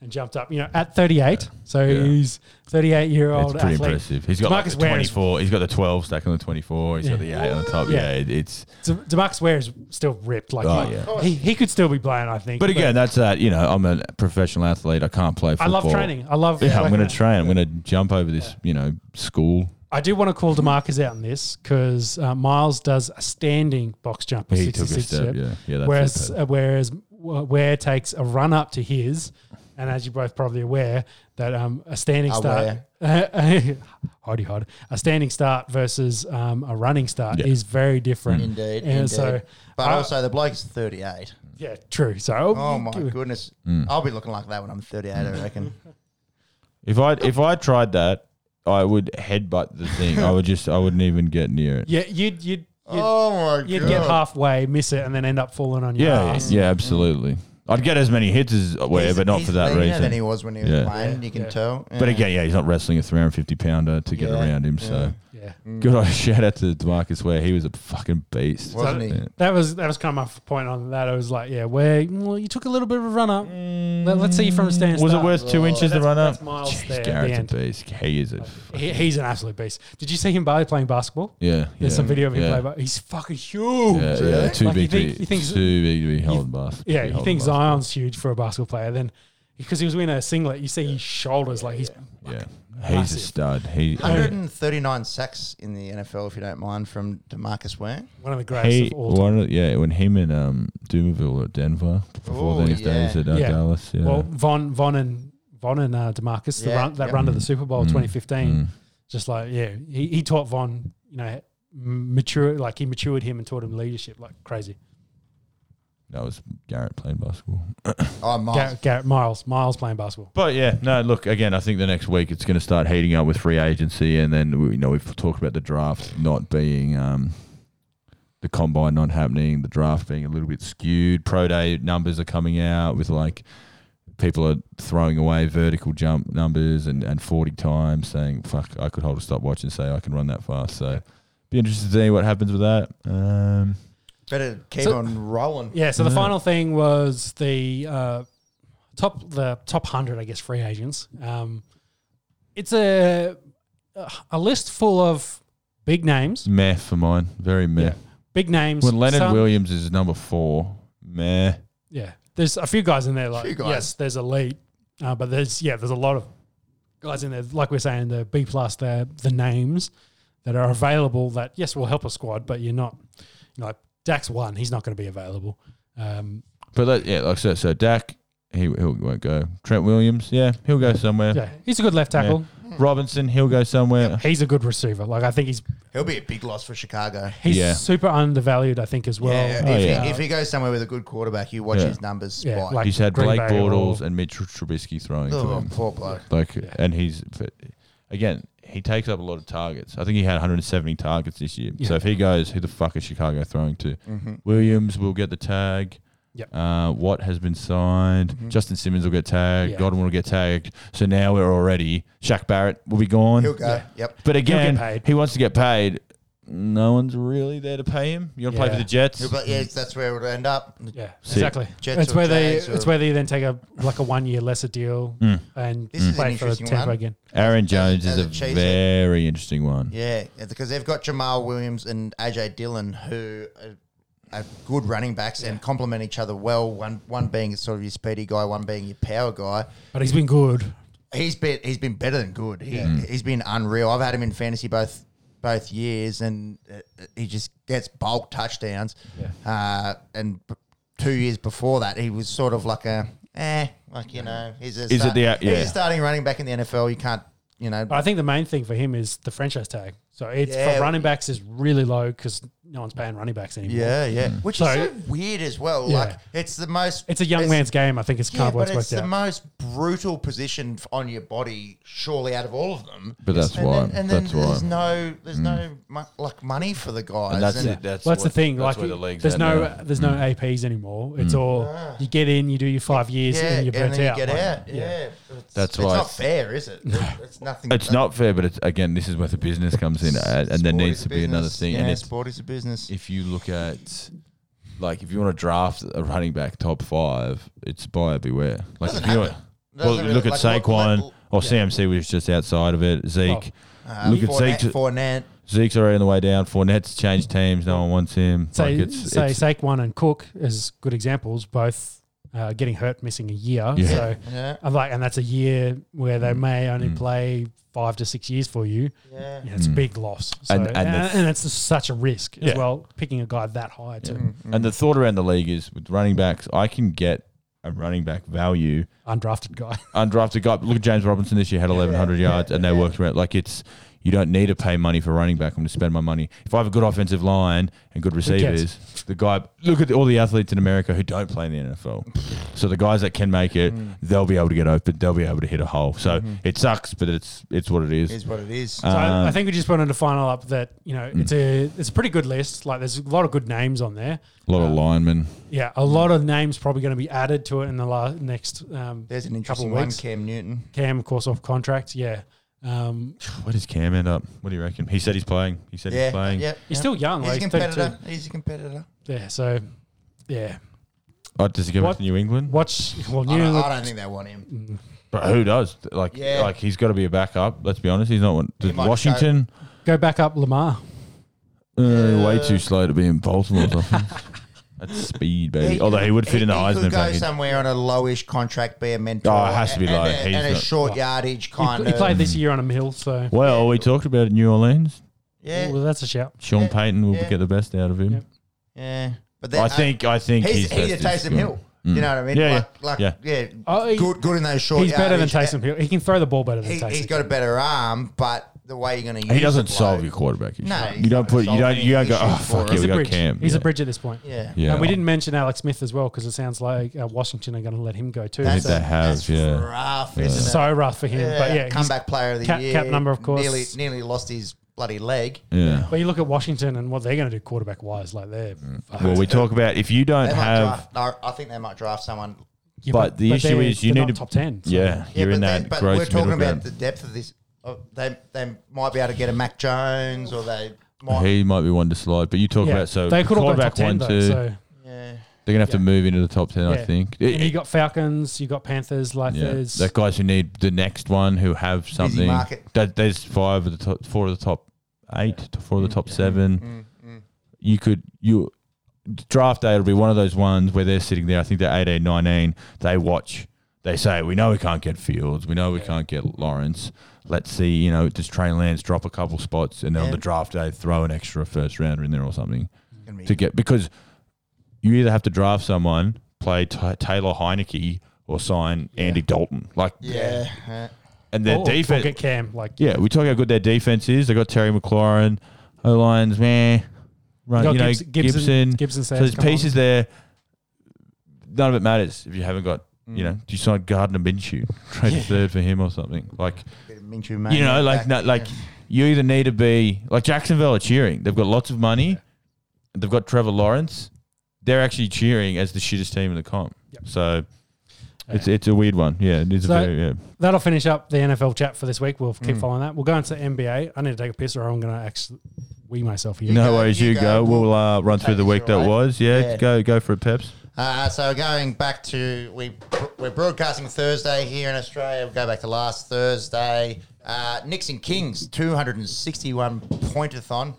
and jumped up. You know, at 38. So
Yeah.
he's 38 year
it's
old
pretty
athlete.
impressive. He's got like
Demarcus
the
Ware
twenty
is-
four. He's got the twelve stack on the twenty four. He's got the
Yeah.
eight on the top.
Yeah.
Yeah, it, it's
So Demarcus Ware is still ripped. Like
Oh,
he,
yeah.
he he could still be playing, I think.
But again, that's that. You know, I'm a professional athlete. I can't play
I
football.
love training. I love.
Yeah, I'm
working
going
out.
to train. I'm going to jump over this. You know, school.
I do want to call Demarcus out on this because uh, Miles does a standing box jump. of
He took a
66
step. Yeah, yeah. That's
whereas
it.
uh, whereas w- Ware takes a run up to his, and as you're both probably aware, that um, a standing start, hardy hard, a standing start versus um, a running start
Yeah.
is very different.
Indeed,
and
indeed.
so
but
I-
also the bloke is 38.
yeah, true. So
Oh my goodness,
Mm.
I'll be looking like that when I'm 38.
Mm.
I reckon.
If I if I tried that, I would headbutt the thing. I would just. I wouldn't even get near it.
yeah, you'd you'd. You'd,
oh my
you'd
god!
get halfway, miss it, and then end up falling on your
Yeah,
ass.
yeah, absolutely. I'd get as many hits as Ware,
He's-
but not
he's
for that
leaner than
reason.
he was when he was
Yeah.
playing. You can
Yeah.
tell.
But
Yeah.
again, yeah, he's not wrestling a 350 pounder to get
Yeah,
around him. So
Yeah. Mm.
good. I shout out to Demarcus Ware. He was a fucking beast.
wasn't he?
Yeah.
That was that was kind of my point on that. I was like, yeah, where well, you took a little bit of a run up.
Mm.
Let, us see you from a stand.
Was it
start.
worth two inches to
Oh, That's-
run up?
that's Miles
Jeez,
there at the
Garrett's a beast. He is a.
He, he's an absolute beast. Did you see him Bali playing basketball?
Yeah,
There's
yeah,
some video of him
yeah.
play, but he's fucking huge.
Yeah,
Really?
yeah, too
Like, you
big.
think-
to,
you think-
too big to be held basketball.
Yeah, you think Zion's huge for a basketball player? Then because he was wearing a singlet, you see his shoulders like he's
Yeah, he's
Massive.
a stud. He
139 sacks in the NFL, if you don't mind, from Demarcus Ware.
one of the greatest
he
of all time.
one of, yeah when him and um Doomerville were at Denver before
Ooh,
then his
yeah.
days at uh,
Yeah.
Dallas. Yeah.
Well, Von Von and Von and uh, Demarcus, the
Yeah,
run, that
yeah.
run to the Super Bowl 2015,
Mm.
just like yeah, he, he taught Von, you know, m- mature like he matured him and taught him leadership like crazy.
That was Garrett playing basketball.
Oh, Miles.
Garrett, Garrett Miles, Miles playing basketball.
But yeah, no. Look, again, I think the next week it's going to start heating up with free agency, and then we- you know we've talked about the draft not being um, the combine not happening, the draft being a little bit skewed. Pro day numbers are coming out with like people are throwing away vertical jump numbers and, and forty times, saying "fuck, I could hold a stopwatch and say I can run that fast." So, be interested to see what happens with that. Um,
Better keep
So-
on rolling.
Yeah. So the final thing was the uh, top the top hundred, I guess, free agents. Um, it's a a list full of big names.
meh for mine, very meh.
Yeah. Big names.
When Leonard
Some-
Williams is number four, meh.
Yeah. There's a few guys in there. Like
Few guys.
yes, there's elite, uh, but there's yeah, there's a lot of guys in there. Like we're saying, the B plus, the the names that are available that yes will help a squad, but you're not. You know, like Dax one, he's not going to be available. Um,
But that, yeah, like I said, so Dak, he he won't go. Trent Williams, yeah, he'll go somewhere.
yeah, he's a good left tackle.
Robinson, he'll go somewhere.
He's a good receiver. Like I think he's
He'll be a big loss for Chicago.
He's
Yeah.
super undervalued, I think, as well.
yeah,
Oh,
if,
yeah.
He, if he goes somewhere with a good quarterback, you watch
Yeah.
his numbers spike.
Yeah, like-
He's had
Green
Blake
Bay or-
Bortles and Mitch Trubisky throwing to
oh,
him.
poor bloke.
Like, and he's but again, he takes up a lot of targets. I think he had 170 targets this year.
Yeah.
So if he goes, who the fuck is Chicago throwing to? Williams will get the tag.
Yep. Mm-hmm.
Uh, Watt has been signed. Justin Simmons will get tagged.
Yeah.
Godwin will get tagged. So now we're already. Shaq Barrett will be gone.
He'll go. Yep.
But again,
paid.
he wants to get paid. No one's really there to pay him. You want to play
Yeah.
for the Jets?
He'll, but yeah, that's where it'll end up.
Yeah,
Sick.
exactly.
Jets
That's
or
where they.
Jags or-
It's where they then take a like a one year lesser deal
Mm.
and
This is
play
an
for
interesting
Tampa
one.
again.
Aaron Jones
as
is
a
a
cheesehead.
very interesting one.
Yeah, because they've got Jamal Williams and AJ Dillon, who are, are good running backs and complement each other well. One one being sort of your speedy guy, one being your power guy.
But he's been good.
He's been he's been better than good. He,
Mm.
He's been unreal. I've had him in fantasy both both years, and uh, he just gets bulk touchdowns. Uh, and b- two years before that, he was sort of like a eh, like you know, he's a
Is it the- uh,
he's
yeah.
a starting running back in the NFL. You can't, you know,
I think the main thing for him is the franchise tag. So it's
Yeah.
for running backs is really low because no one's paying running backs anymore.
yeah, yeah,
Mm.
which
So-
is so weird as well.
Yeah.
Like it's the most,
It's a young man's game. I think it's kind
yeah,
of what's
but it's
worked
the
out.
most brutal position f- on your body, surely out of all of them.
But that's
and
why-
Then, and then
that's why.
there's no, there's no mo- like money for the guys.
Mm. And that's
and-
it. That's
well, that's
what-
the thing.
That's
Like,
where the league's
there's
at
no
now. Mm.
there's no APs anymore. It's all you get in, you do your five years,
Ah. Yeah,
and
and
you're burnt
then you
out.
get
Like,
out. Yeah, It's,
That's
it's
why
not
it's-
fair, is it? It's nothing.
It's not fair, but it's, again, this is where the business comes in, uh, and there
Sport
needs
is
to
a
be another
business.
thing.
Yeah,
and it's
sport is a business.
if you look at like if you want to draft a running back top five, it's buyer beware. Like
Doesn't
if you
happen.
well,
Doesn't
you look at
really- like, what
Saquon
level-
or
yeah.
CMC was just outside of it.
Oh.
Zeke,
Uh,
look at
Fournette,
Zeke.
Fournette.
Zeke's already on the way down. Fournette's changed teams. No one wants him.
Say,
like it's,
say
it's
Saquon and Cook is good examples, both uh, getting hurt, missing a year.
Yeah. Mm.
So
Yeah,
I'm like, and that's a year where they may only play five to six years for you.
yeah.
Yeah, it's a big loss. So,
Mm. And-
and,
and
and,
the f-
it's just such a risk as
Yeah.
well, picking a guy that high too.
and the thought around the league is with running backs, I can get a running back value
Undrafted guy.
undrafted guy. Look at James Robinson this year had 1,100 yards, and they worked around. Like it's you don't need to pay money for running back. I'm going to spend my money. If I have a good offensive line and good
cares?
receivers, the guy look at all the athletes in America who don't play in the NFL. so the guys that can make it, they'll be able to get open. They'll be able to hit a hole. So it sucks, but it's it's what it is.
Is what it is.
So I- I
Um, mm.
think we just wanted to final up that you know it's a it's a pretty good list. Like there's a lot of good names on there.
a lot of linemen.
Yeah, a lot of names probably going to be added to it in the la- next um,
There's an
couple
interesting
of
one,
weeks.
Cam Newton.
Cam, of course, off contract. Yeah, um,
Where does Cam end up? What do you reckon? He said he's playing. He said
Yeah,
he's playing.
yeah.
he's still young.
He's a
like, he's 32.
competitor. He's a competitor.
Yeah, so yeah,
Oh, does he go back
What-
to New England?
watch. Well,
I
New
don't,
England-
I don't think they want him.
But who does? Like,
Yeah.
like he's got to be a backup. Let's be honest. He's not one.
He might go-
Washington.
go back up Lamar.
Uh, way too slow to be in Baltimore's offense. That's speed, baby.
He
Although
could-
he would fit in the
he could
Heisman
go
package.
somewhere on a lowish contract, be a mentor.
Oh, it has to be
and
low.
A,
He's
and a
not-
short yardage
He,
kind
he
of.
played this year on a hill, so
Well, we talked about New Orleans.
yeah,
well, that's a shout.
Sean
Yeah,
Payton will
yeah.
get the best out of him.
Yep.
yeah. But then,
I
uh,
think. I think
he's,
he's,
he's a Taysom Hill. You know what I mean?
Yeah,
like, like,
yeah.
yeah.
Oh, he-
good, good in those short.
He's better than
yardage.
Taysom Hill. He can throw the ball better than
He,
Taysom.
has got a better arm, but the way you're going to use
He doesn't
the blow-
solve your quarterback issue.
No, he's
you don't
not
put. You don't.
solving
You don't go.
issues
Oh
for
fuck
us."
yeah,
He's
we
a
got
bridge.
Cam.
He's
yeah.
a bridge at this point.
Yeah,
Yeah.
And we didn't mention Alex Smith as well because it sounds like uh, Washington are going to let him go too.
That's,
think they
a-
have,
that's
yeah.
rough,
Yeah.
isn't it?
so rough for him. but yeah, he's-
comeback player of the
cap-
year.
cap number, of course.
Nearly, nearly lost his bloody leg.
Yeah.
But you look at Washington and what they're going to do quarterback wise, like they're. fucked.
Mm. Well, we talk about if you don't
They might
have.
draft, I- I think they might draft someone.
Yeah,
but the issue
they're-
is you
they're
need
not
to-
top ten. so-
Yeah, you're
but
in
they-
that
But
gross
we're talking
middle
about
ground.
the depth of this. of- They they might be able to get a Mac Jones, or they might.
He might be one to slide, but you talk
yeah.
about so
they could all go top
quarterback
ten
one,
though.
two.
So
yeah.
They're gonna have to move into the top ten, I
Yeah.
think.
and you got Falcons, you got Panthers, like
Yeah,
there's
that guys who need the next one who have something.
market.
That there's five of the top, four of the top eight, to four of
Mm.
the top seven.
Mm,
You could you draft day will be one of those ones where they're sitting there. I think they're 18, 19. They watch. They say, we know we can't get Fields. We know we can't get Lawrence. Let's see, you know, does Trey Lance drop a couple spots and then on
Yeah.
the draft day throw an extra first rounder in there or something
Gonna be-
to get because you either have to draft someone, play Ty Taylor Heineke, or sign Andy Dalton. Like,
yeah. yeah.
and their
or- or
defense.
Oh, get Cam, like
yeah, we talk how good their defense is. They got Terry McLaurin, O lines, man. Run,
You
you,
got
know,
Gibson-
Gibson.
Gibson-
Gibson,
Gibson
so
says,
there's
"Come on."
pieces there. None of it matters if you haven't got.
Mm.
You know, do you sign Gardner Minshew? Trade a third for him or something. Like,
Bit of Minshew, mate,
you know, like
back,
no, like
yeah.
you either need to be like Jacksonville are cheering. They've got lots of money. They've got Trevor Lawrence. They're actually cheering as the shittest team in the comp. So it's it's a weird one. Yeah, it is
So-
a very yeah.
that'll finish up the NFL chat for this week. We'll keep
Hmm.
following that. We'll go into NBA. I need to take a piss, or I'm going to actually wee myself here.
No
go,
worries, you,
you
go.
go.
We'll uh, run through the
this
week that
away.
was. Yeah,
Yeah.
go go for it, Peps.
Uh, so going back to we we're broadcasting Thursday here in Australia. We'll go back to last Thursday. Uh, Knicks and Kings, two hundred and sixty-one pointathon,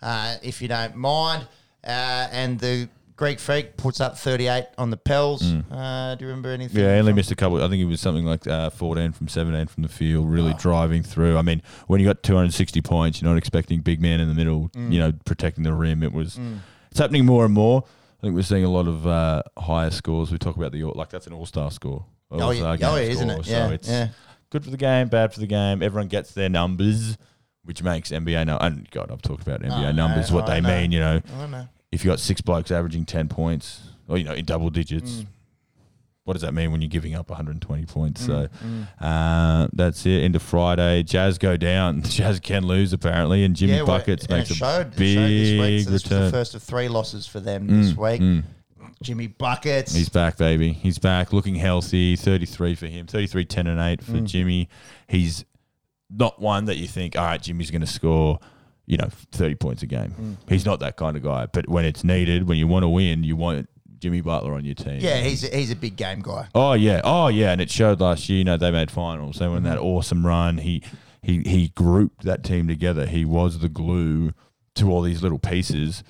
uh, if you don't mind. Uh, and the Greek Freak puts up thirty-eight on the Pels. Uh, do you remember anything?
Mm. Yeah, he only
from-
missed a couple. I think it was something like uh, 14 from 17 from the field, really
Oh.
driving through. I mean, when you got 260
Mm.
points, you're not expecting big man in the middle, you know, protecting the rim. It was, it's happening more and more. I think we're seeing a lot of uh, higher scores. We talk about the all- like that's an all star score.
Oh, yeah,
All-star
oh,
game
yeah isn't
score.
it? Yeah,
so it's
yeah.
good for the game, bad for the game. Everyone gets their numbers, which makes NBA now. And God, I've talked about NBA
I know,
numbers, what
I
they
know.
mean. You know,
I don't know.
if you got six blokes averaging ten points, or you know, in double digits,
Mm.
what does that mean when you're giving up 120 points?
Mm,
So
mm.
uh, that's it. Into Friday, Jazz go down. Jazz can lose apparently, and Jimmy
Yeah, well,
Buckets
and
makes
it
a
showed, it showed this week.
big
So this was
return.
the first of three losses for them
Mm,
this week.
mm.
Jimmy Buckets.
He's back, baby. He's back, looking healthy. 33 for him. 33, 10 and 8 for
Mm.
Jimmy. He's not one that you think, all right, Jimmy's going to score, you know, 30 points a game.
Mm.
He's not that kind of guy. But when it's needed, when you want to win, you want Jimmy Butler on your team.
yeah, he's a, he's a big game guy.
Oh yeah, oh yeah, and it showed last year. You know, they made finals. They won that
Mm-hmm.
awesome run. He he he grouped that team together. He was the glue to all these little pieces.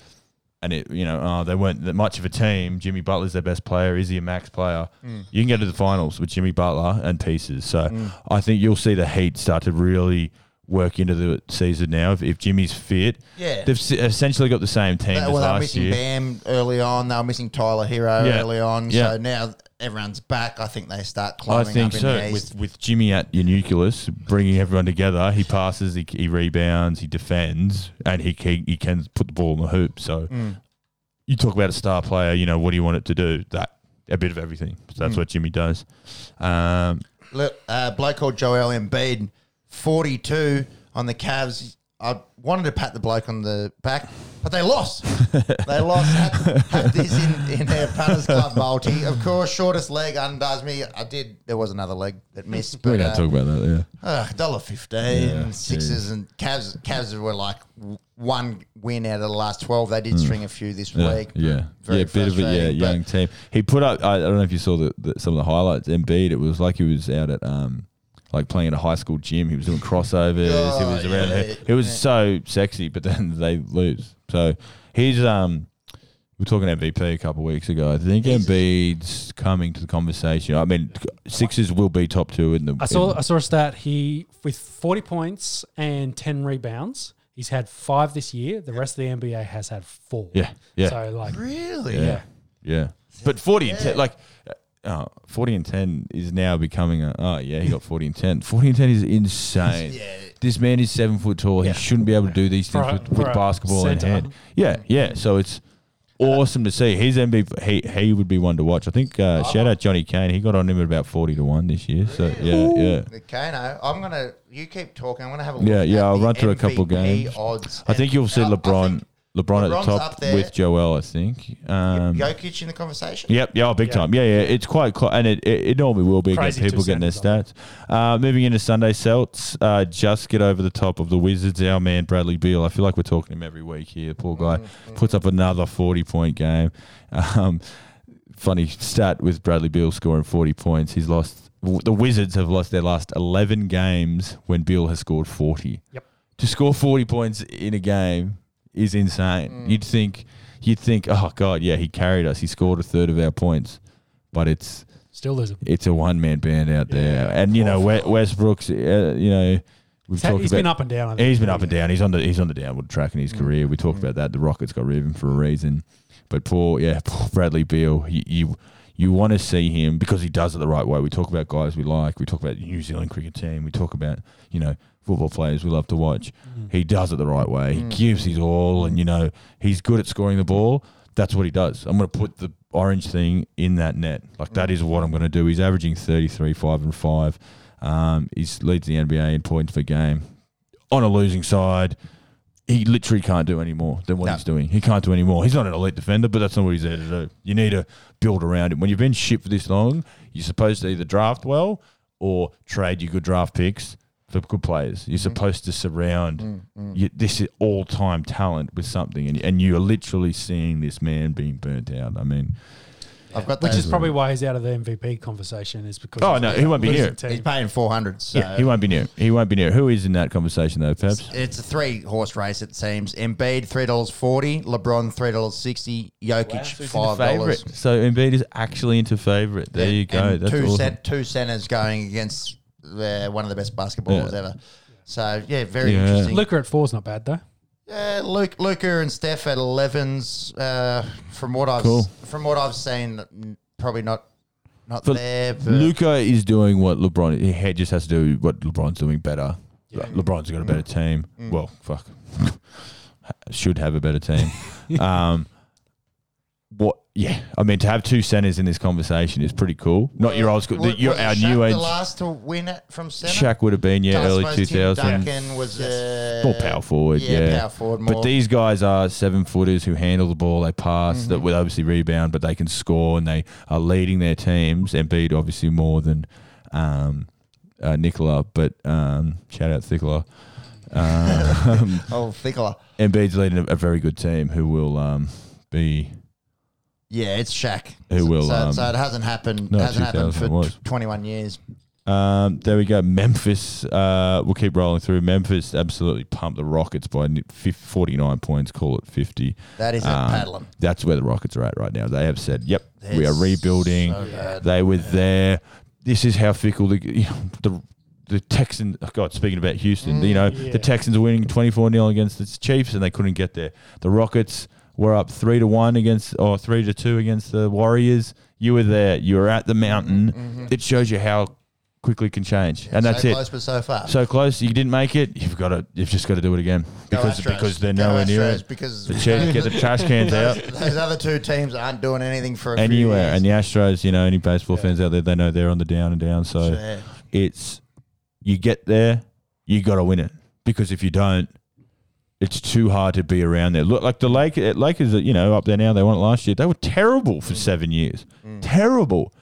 And it, you know, uh, they weren't that much of a team. Jimmy Butler's their best player. Is he a max player?
Mm.
You can get to the finals with Jimmy Butler and pieces. So I think you'll see the Heat start to really work into the season now. If, if Jimmy's fit,
Yeah.
they've s- essentially got the same team
They- well,
as
they were
last
missing
year.
Bam early on. They were missing Tyler Hero
Yeah.
early on.
Yeah.
So now everyone's back. I think they start
I
climbing
think
up
so.
in the East.
With with Jimmy at your nucleus, bringing everyone together, he passes, he, he rebounds, he defends, and he can, he can put the ball in the hoop. So
Mm.
you talk about a star player. You know what do you want it to do? That a bit of everything. So
Mm.
that's what Jimmy does. Um,
Look, uh, bloke called Joel Embiid, 42 on the Cavs. I wanted to pat the bloke on the back, but they lost. they lost. Had, had this in, in their punters club multi. Of course, shortest leg undoes me. I did. There was another leg that missed. But,
we don't
uh,
talk about that.
Uh, dollar fifteen,
Yeah,
sixes, and Cavs. Cavs were like w- one win out of the last twelve. They did string a few this
Mm. Yeah, yeah,
week.
yeah,
Very
yeah bit of a yeah
frustrating, but-
young team. He put up. I, I don't know if you saw the, the some of the highlights. Embiid. It was like he was out at um. Like playing at a high school gym, he was doing crossovers. he
Oh,
was around.
yeah,
here. It was
yeah.
so sexy, but then they lose. So he's um, we were talking MVP a couple of weeks ago. I think
He's-
Embiid's coming to the conversation. I mean, Sixers will be top two in the.
I saw
in
I saw a stat. He with forty points and ten rebounds. He's had five this year. The rest of the NBA has had four.
Yeah, yeah.
So like,
Really?
Yeah. Yeah. But 40 and 10, like, uh, oh, 40 and 10 is now becoming a, oh, yeah, he got 40 and 10. 40 and 10 is insane.
Yeah.
This man is seven foot tall. He shouldn't be able to do these
For
things
a-
with,
for
with
a
basketball in
centre.
hand. Yeah, yeah. So it's awesome to see. He's MVP. He, he would be one to watch. I think, uh, shout out Johnny Kane. He got on him at about 40 to 1 this year. So, yeah, yeah.
The Kano. I'm gonna. You keep talking. I'm gonna have a look.
Yeah,
at
yeah, I'll
the
run through a couple
MVP
games.
Odds.
I think you'll see
And I- I
LeBron.
think
LeBron at the
LeBron's
top
up there.
with Joel, I think. Um,
Jokic in the conversation.
Yep, yeah, oh, big
Yeah.
time. Yeah, yeah, it's quite close, and it, it, it normally will be against
Crazy
people
two
getting their stats. Uh, moving into Sunday, Celts uh, just get over the top of the Wizards. Our man Bradley Beal, I feel like we're talking him every week here. Poor
Mm,
guy puts up another forty-point game. Um, funny stat with Bradley Beal scoring forty points. He's lost. The Wizards have lost their last eleven games when Beal has scored forty to score 40 points in a game is insane.
Mm.
You'd think you'd think oh god, yeah, he carried us. He scored a third of our points. But it's
still losing.
it's a one man band out there. And you know, Wes- Westbrook's uh, you know, we've
He's, had-
talked
he's
about
been up and down. I think.
He's been up and down. He's on the he's on the downward track in his career. We talked about that. The Rockets got rid of him for a reason. But poor, yeah, poor Bradley Beal. You you, you want to see him because he does it the right way. We talk about guys we like. We talk about the New Zealand cricket team. We talk about you know football players we love to watch. He does it the right way. He gives his all, and you know he's good at scoring the ball. That's what he does. I'm going to put the orange thing in that net. Like that is what I'm going to do. He's averaging 33, five and five. Um, he leads the NBA in points per game on a losing side, he literally can't do any more than what
No.
he's doing. He can't do any more. He's not an elite defender, but that's not what he's there to do. You need to build around him. When you've been shit for this long, you're supposed to either draft well or trade your good draft picks for good players.
Mm.
You're supposed to surround you, this all time talent with something, and, and you are literally seeing this man being burnt out. I mean,
I've got
Which
those.
is probably why he's out of the MVP conversation is because
Oh,
he's
no,
got
he won't be
losing
here.
team.
he's paying four hundred. So
yeah, he won't be near. He won't be near. Who is in that conversation though, Peps?
It's a three horse race, it seems. Embiid three dollars forty, LeBron three dollars sixty, Jokic five dollars.
So Embiid is actually into favorite. There you go.
And
That's
two
awesome.
cent two centers going against the, one of the best basketballers
Yeah.
ever. So yeah, very
Yeah.
interesting.
Luca at four's not bad though.
Uh, Luke, Luca, and Steph at 11s. Uh, from what I've
Cool.
from what I've seen, n- probably not not
But
there. But
Luca
is doing what LeBron he had- just has to do what LeBron's doing better. Le- LeBron's got a
Mm.
better team. Well, fuck. Should have a better team. um what yeah. I mean to have two centers in this conversation is pretty cool. Not your old school.
Wa-
your
was
our
Shaq
new age
The last to win it from center.
Shaq would have been, yeah,
I
early
suppose
two
Tim
thousand.
Duncan was uh,
More power forward,
Yeah,
yeah.
power forward. More.
But these guys are seven footers who handle the ball. They pass that will obviously rebound, but they can score and they are leading their teams. Embiid obviously more than um, uh, Nicola, but um, shout out to Nicola. Um,
oh, Fickler.
Embiid's leading a, a very good team who will um, be
Yeah, it's Shaq.
Who
so,
will,
So,
um,
so it hasn't happened.
no,
hasn't happened
2000
for
was.
tw 21 years.
Um, there we go. Memphis. Uh, we'll keep rolling through. Memphis absolutely pumped the Rockets by ni- fif- 49 points. Call it 50.
That is a
Um,
paddling.
That's where the Rockets are at right now. They have said, "Yep, we are
It's
rebuilding."
so bad.
they were there. This is how fickle the the, the Texans. Oh God, speaking about Houston, you know
yeah.
the Texans are winning 24 0 against the Chiefs, and they couldn't get there. The Rockets were up three to one against, or three to two against the Warriors. You were there. You were at the mountain. It shows you how quickly it can change, and that's
Mm-hmm. so
it.
Close, but so far.
So close, you didn't make it. You've got to. You've just got to do it again
Go
because
Astros.
because they're
Go
nowhere near
Astros,
it.
Because
The Chiefs get the trash cans out.
those, those other two teams aren't doing anything for a few
Anywhere
years.
and the Astros, you know, any baseball fans out there, they know they're on the down and down. So,
Yeah.
it's you get there, you got to win it because if you don't, it's too hard to be around there. Look, like the Lake, Lakers, you know, up there now, they won it last year. They were terrible for seven years, terrible.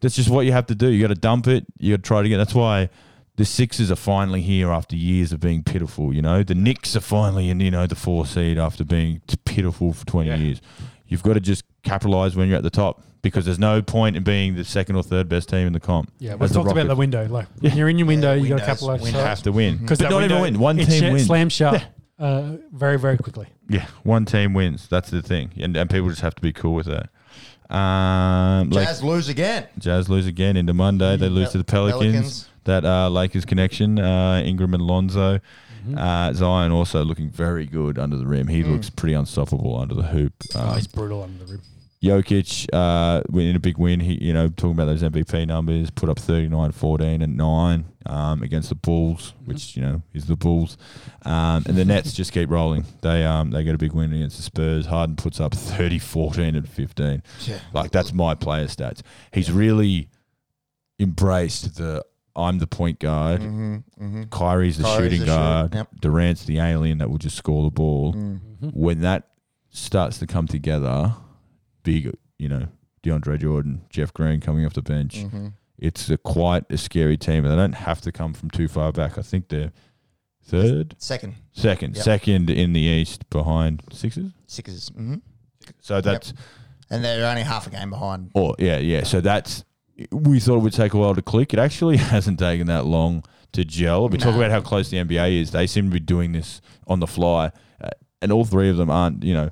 That's just what you have to do. You got to dump it. You got to try it again. That's why the Sixers are finally here after years of being pitiful. You know, the Knicks are finally in. You know, the four seed after being t- pitiful for twenty years. You've got to just capitalize when you're at the top because there's no point in being the second or third best team in the comp.
Yeah, we've
As the
talked about
Rockets.
the window. Like when you're in your window, you got to
windows,
capitalize.
windows.
You have to win.
Because
but not even win. One team wins.
Slam shut uh, very very quickly.
Yeah, one team wins. That's the thing, and, and people just have to be cool with that. Um, like
Jazz lose again. Mm-hmm.
Jazz lose again into Monday. They lose
Pel-
to the Pelicans.
Pelicans.
That uh, Lakers connection, uh, Ingram and Lonzo. Uh, Zion also looking very good under the rim.
Mm.
He looks pretty unstoppable under the hoop.
Oh,
Um,
he's brutal under the rim.
Jokic uh, in a big win. He, you know, talking about those MVP numbers, put up 39, 14, and 9 um, against the Bulls,
Mm-hmm.
which, you know, is the Bulls. Um, and the Nets just keep rolling. They um, they get a big win against the Spurs. Harden puts up 30, 14, and 15.
Yeah.
Like, that's my player stats. He's really embraced the I'm the point guard.
Mm-hmm, mm-hmm.
Kyrie's the
Kyrie's
shooting
the shooter,
guard.
yep. Mm.
Durant's the alien that will just score the ball
Mm-hmm.
when that starts to come together, big, you know, DeAndre Jordan, Jeff Green coming off the bench,
Mm. Mm-hmm.
it's a quite a scary team. And they don't have to come from too far back. I think they're third,
Second,
second,
Yep.
second in the East behind Sixers.
Sixers. Mm-hmm.
So that's,
And they're only half a game behind.
or yeah, yeah. So that's, we thought it would take a while to click. It actually hasn't taken that long to gel. We talk
Nah.
about how close the NBA is. They seem to be doing this on the fly. Uh, and all three of them aren't, you know,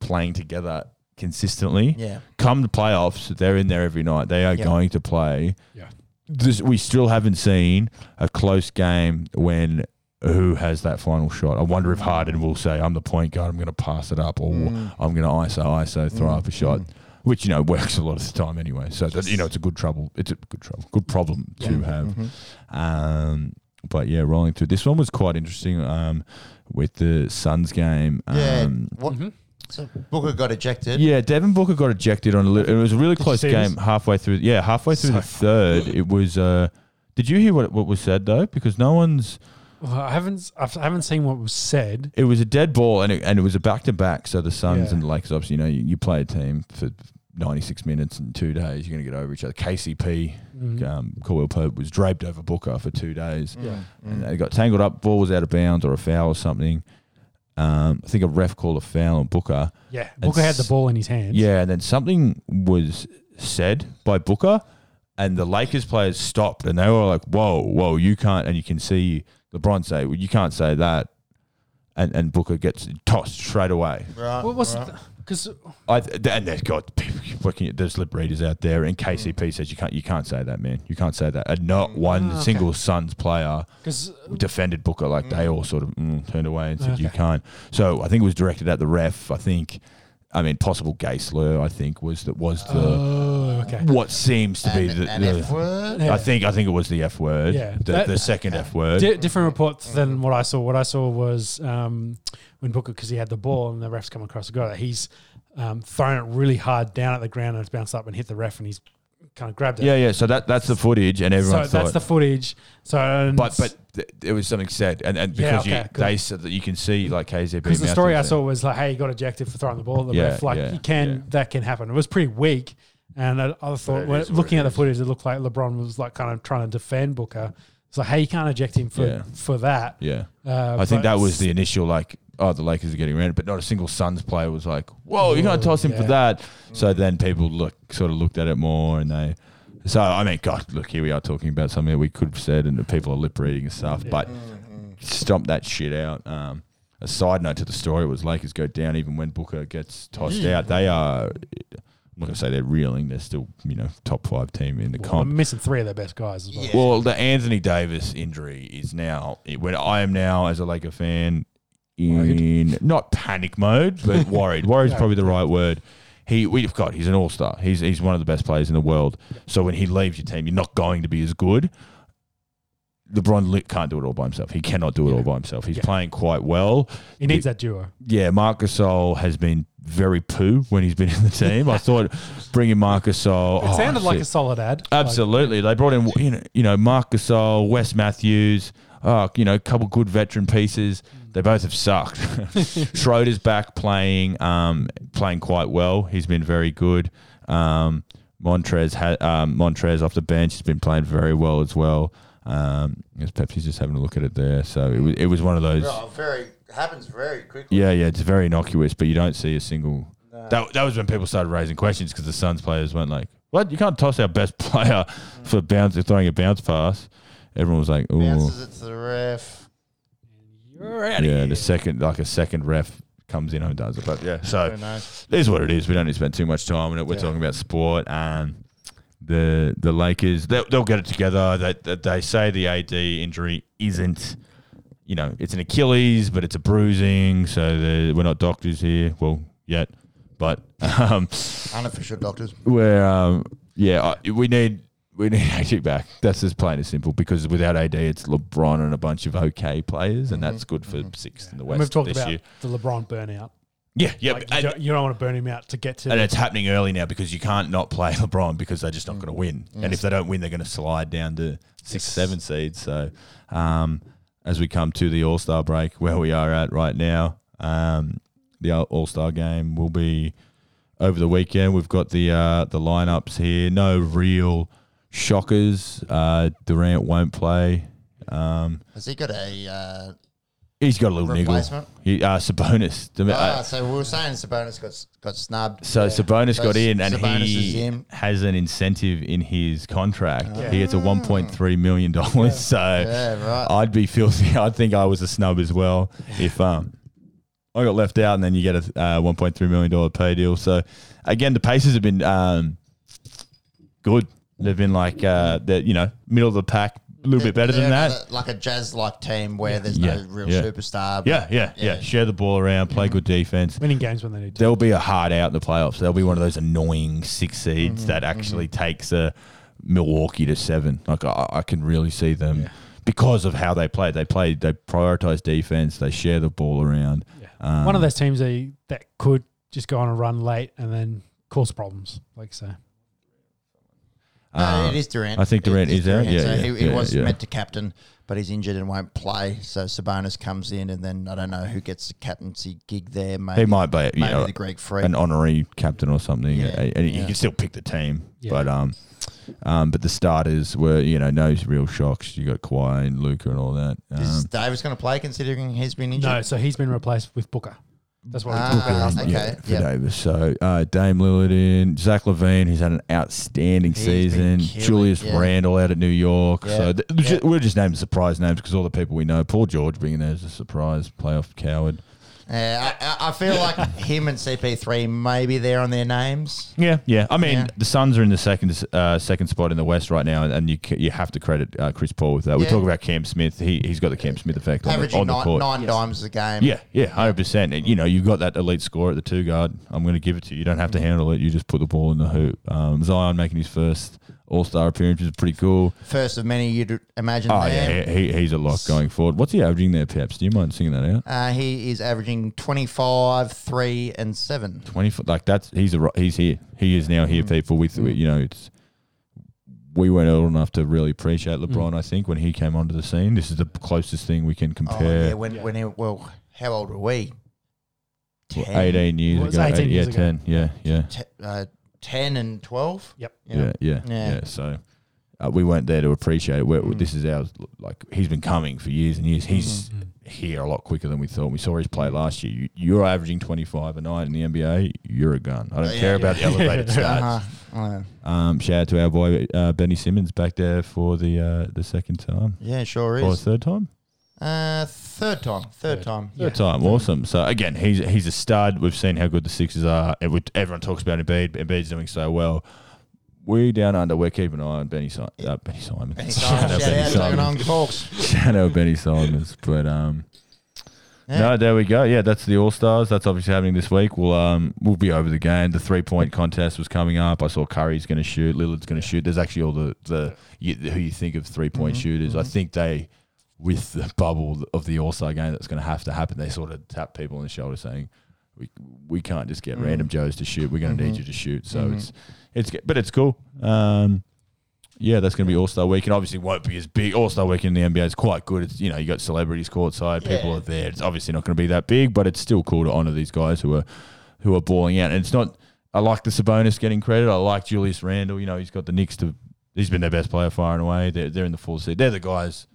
playing together consistently.
Yeah.
come to playoffs, they're in there every night. They are
Yeah.
going to play.
Yeah.
This, we still haven't seen a close game when who has that final shot. I wonder if Harden will say, "I'm the point guard. I'm going to pass it up," or
Mm. Mm-hmm.
"I'm going to ISO ISO throw up a shot." Which you know works a lot of the time anyway, so that, you know it's a good trouble. It's a good trouble, good problem to
Mm.
have.
Mm-hmm.
Um, but yeah, rolling through this one was quite interesting. Um, with the Suns game,
Yeah.
um,
what?
Mm-hmm.
So Booker got ejected.
yeah, Devin Booker got ejected on a little. It was a really
Did you
close
see
game
this?
halfway through. Yeah, halfway through the third, it was. Uh, did you hear what what was said though? Because no one's.
Well, I haven't I haven't seen what was said.
It was a dead ball, and it, and it was a back to back. So the Suns
Yeah.
and the Lakers, obviously, you know, you, you play a team for ninety six minutes and two days, you're going to get over each other. KCP,
Mm-hmm.
um, Caldwell Pope was draped over Booker for two
Mm-hmm.
days,
Yeah.
and they got tangled up. Ball was out of bounds or a foul or something. Um, I think a ref called a foul on Booker.
Yeah, Booker had the
s-
ball in his hands.
Yeah, and then something was said by Booker, and the Lakers players stopped, and they were like, "Whoa, whoa, you can't!" And you can see LeBron say, well, "You can't say that," and and Booker gets tossed straight away.
Right.
What was
right.
th- Because
I th- and there's God, people keep looking at there's lip readers out there, and KCP says you can't you can't say that, man. You can't say that. And not one
Mm. Oh, okay.
single Suns player
because
defended Booker. Like they all sort of mm, turned away and said you
Okay.
can't. So I think it was directed at the ref. I think, I mean, possible gay slur. I think was that was the
oh, okay.
what seems to be
And,
the.
and
the-
F word.
Yeah.
I think I think it was the F word.
Yeah.
the,
That-
the second F word.
Di- different reports than what I saw. What I saw was um, when Booker, because he had the ball and the refs come across the goal, that he's um, thrown it really hard down at the ground and it's bounced up and hit the ref and he's kind of grabbed it.
yeah, yeah. So that that's the footage, and
So
everyone
that's
thought.
the footage. So and
but but th- there was something said, and, and
Yeah,
because
okay,
you,
cool.
they said that you can see like KZB.
because the story I
Mountains
saw was like, hey, you got ejected for throwing the ball at the
Yeah,
ref. Like
yeah,
you can
yeah.
that can happen. It was pretty weak. And I, I thought,
it
when,
is what
looking
it
at the
is.
footage, it looked like LeBron was like kind of trying to defend Booker. It's like, hey, you can't eject him for
Yeah.
for that.
Yeah,
Uh,
I think
but
that was the initial like, oh, the Lakers are getting ran, but not a single Suns player was like, whoa, you can't
Whoa,
toss him
yeah.
for
Mm.
that. So then people look sort of looked at it more, and they. So I mean, God, look, here we are talking about something that we could have said, and that people are lip reading and stuff, but
Mm.
Mm-hmm.
stomp that shit out. Um, a side note to the story was Lakers go down even when Booker gets tossed out. They are. I'm not gonna say they're reeling. They're still, you know, top five team in the
well,
comp.
I'm missing three of their best guys as well.
Yeah.
Well, the Anthony Davis injury is now it- when I am now as a Laker fan in not panic mode, but worried. Worried is
Yeah.
probably the right word. He we've got he's an all star. He's he's one of the best players in the world. So when he leaves your team, you're not going to be as good. LeBron li- can't do it all by himself. He cannot do it all by himself. He's
Yeah.
playing quite well.
He needs that duo.
Yeah, Marcus Sol has been very poo when he's been in the team. I thought bringing Marcus Sol. oh,
It sounded like a solid ad.
Absolutely, they brought in you know, you know Marc Gasol, Wes Matthews, uh, you know, a couple good veteran pieces. They both have sucked. Schroeder's back playing, um, playing quite well. He's been very good. Um, Montrez ha- um, Montrez off the bench has been playing very well as well. Um, as Pepsi's just having a look at it there, so it was it was one of those.
Oh, very happens very quickly.
Yeah, yeah, it's very innocuous, but you don't see a single. That, that was when people started raising questions because the Suns players went like, "What? You can't toss our best player for bounce throwing a bounce pass." Everyone was like, "Ooh,
Bounces it to the ref.
You're out
yeah." The second, like a second ref comes in and does it, but yeah. So
Who knows?
it is what it is. We don't need to spend too much time on it. We're
Yeah.
talking about sport and the the Lakers. They'll, they'll get it together. They, they they say the AD injury isn't, you know, it's an Achilles, but it's a bruising. So the- we're not doctors here. Well, yet, but um,
Unofficial doctors.
we're um, yeah. I, we need we need AD back. That's as plain and simple. Because without AD, it's LeBron and a bunch of okay players, and that's good for sixth in the
And we've
West
talked
this
about
year.
the LeBron burnout.
Yeah, yeah.
Like, you,
and-
don't, you don't want to burn him out to get to.
and it's happening early now because you can't not play LeBron because they're just not
Mm.
going to win. And if they don't win, they're going to slide down to six, seven seeds. So, um, as we come to the All Star break, where we are at right now, um, the All Star game will be over the weekend. We've got the uh, the lineups here. No real shockers. Uh, Durant won't play. Um,
Has he got a uh,
he's got a little niggle.
replacement?
He, uh, Sabonis. Demi-
Ah,
uh,
so we were saying Sabonis got got snubbed.
So Sabonis
So
got in, and
Sabonis is
he
in.
has an incentive in his contract.
Yeah.
He gets a one point three million dollars. So
Yeah, right.
I'd be filthy. I'd think I was a snub as well if um I got left out, and then you get a uh, one point three million dollar pay deal. So again, the Pacers have been um, good. They've been like uh, they're you know middle of the pack, a little bit better than
They're
that.
Like a jazz like team where there's
Yeah,
no real
yeah.
superstar. but-
Yeah, yeah, yeah,
Yeah.
Share the ball around, play good defense.
winning games when they need to.
there'll be a hard out in the playoffs. There'll be one of those annoying six seeds
Mm-hmm,
that actually takes a Milwaukee to seven. Like I, I can really see them because of how they play. They play. They prioritize defense. They share the ball around.
Yeah.
Um,
One of those teams that, you- that could just go on a run late and then cause problems, like so.
No,
uh,
it is Durant.
I think
It
Durant is out. Yeah,
so
yeah,
he, he
yeah,
was
yeah.
meant to captain, but he's injured and won't play. So Sabonis comes in, and then I don't know who gets the captaincy gig there. Maybe,
he might be you
maybe
know
the Greek freak.
an honorary captain or something.
Yeah,
and- and
yeah.
You can still pick the team,
Yeah.
but um. Um, but the starters were, you know, no real shocks. You got Kawhi and Luca and all that. Um,
is Davis going to play considering he's been injured?
No, so he's been replaced with Booker. That's what we
Ah,
talked about last
okay.
week.
yeah, for
yep.
Davis. So uh, Dame Lillard in, Zach Levine, who's had an outstanding
He's been
season.
killing,
Julius
yeah.
Randle out at New York.
Yeah.
So th-
Yeah.
we're just naming surprise names because all the people we know. Paul George being there is a surprise playoff coward.
Yeah, I, I I feel like him and CP3 may be there on their names.
Yeah, yeah. I mean,
Yeah.
the Suns are in the second uh, second spot in the West right now, and, and you ca- you have to credit uh, Chris Paul with that. We
Yeah.
talk about Cam Smith; he he has got the Cam Smith effect on the,
Averaging
on the
nine,
court.
nine dimes a game.
Yeah, yeah, hundred percent. And you know, you've got that elite score at the two guard. I'm going to give it to you. You don't have to handle it. You just put the ball in the hoop. Um, Zion making his first All Star appearance is pretty cool.
First of many you'd imagine
Oh
there.
yeah, he, he's a lock going forward. What's he averaging there, Peps? Do you mind singing that out?
Uh, he is averaging 25, 3, and 7.
Twenty foot, like that's he's a ro- he's here. He is now here, people. With you know, it's we weren't old enough to really appreciate LeBron. I think when he came onto the scene, this is the closest thing we can
Oh,
compare.
yeah. when, when he, well, how old were we? 10,
18 years
Well, it's
ago,
18
eight-
years
yeah,
ago.
ten, yeah, yeah.
te- uh, 10 and 12?
Yep.
You
Yeah,
know?
yeah,
Yeah. Mm.
yeah. So uh, we weren't there to appreciate it. We're, This is our like he's been coming for years and years. He's
Mm-hmm.
here a lot quicker than we thought. We saw his play last year. You, you're averaging 25 a night in the NBA. You're a gun. I don't
Yeah,
care
yeah.
about the elevated stats.
Uh-huh. Uh,
Um, shout out to our boy uh, Benny Simmons back there for the uh, the second time
yeah, sure
or
is.
third time.
Uh, third time. Third time.
Third time, awesome. So again, he's he's a stud. We've seen how good the Sixers are. It would- Everyone talks about Embiid. but Embiid's doing so well. We down under, we're keeping an eye on Benny, si- uh, Benny Simon.
Benny
Shout
Simons, Shout
out Benny
out, taking
Simons.
on the Hawks.
Shadow Benny Simons. But um,
Yeah.
no, there we go. Yeah, that's the All Stars. That's obviously happening this week. We'll um, we'll be over the game. The three point contest was coming up. I saw Curry's going to shoot. Lillard's going to shoot. There's actually all the the you, who you think of three point shooters. I think they. With the bubble of the All Star game that's going to have to happen, they sort of tap people on the shoulder saying, "We we can't just get random Joes to shoot. We're going to need you to shoot." So it's it's it's but it's cool. Um, yeah, that's going to be All Star Week, and obviously won't be as big. All Star Week in the NBA is quite good. It's you know you got celebrities courtside, people
Yeah.
are there. It's obviously not going to be that big, but it's still cool to honor these guys who are who are balling out. And it's not. I like the Sabonis getting credit. I like Julius Randle. You know he's got the Knicks to. He's been their best player far and away. They're they're in the full seat. They're the guys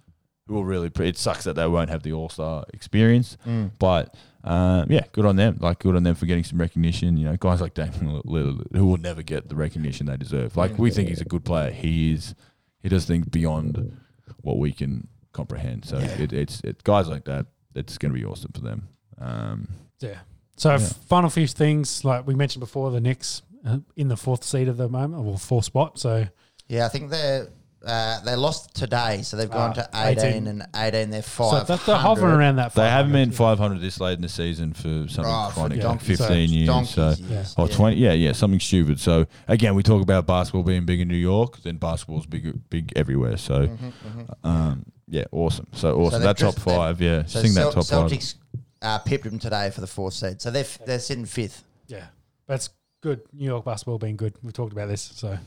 who will really. Pre- it sucks that they won't have the All Star experience,
Mm.
but. Um, yeah, good on them. Like, good on them for getting some recognition. You know, guys like Damon Lillard, who will never get the recognition they deserve. Like, we think he's a good player. He is. He does things beyond what we can comprehend. So it, it's it, guys like that. It's going to be awesome for them. Um,
Yeah. So final few things like we mentioned before, the Knicks uh, in the fourth seed at the moment, or fourth spot. So
Yeah, I think they're. Uh, they lost today, so they've gone to
Ah,
18,
18.
and 18. They're
so
500.
they're, they're hovering around that.
they
500.
haven't been 500 this late in the season for something
Oh, for
chronic, like
donkeys.
15
So-
years.
donkeys,
so oh,
yes.
or
Yeah.
20 yeah yeah something stupid so again we talk about basketball being big in new york then basketball's big big everywhere so
Mm-hmm,
um yeah awesome so awesome
they've
that top
just- they've-
five yeah
So
sing
Cel-
that top five
Celtics uh, pipped them today for the fourth seed, so they're f- they're sitting fifth.
Yeah, that's good. New York basketball being good. We've talked about this. So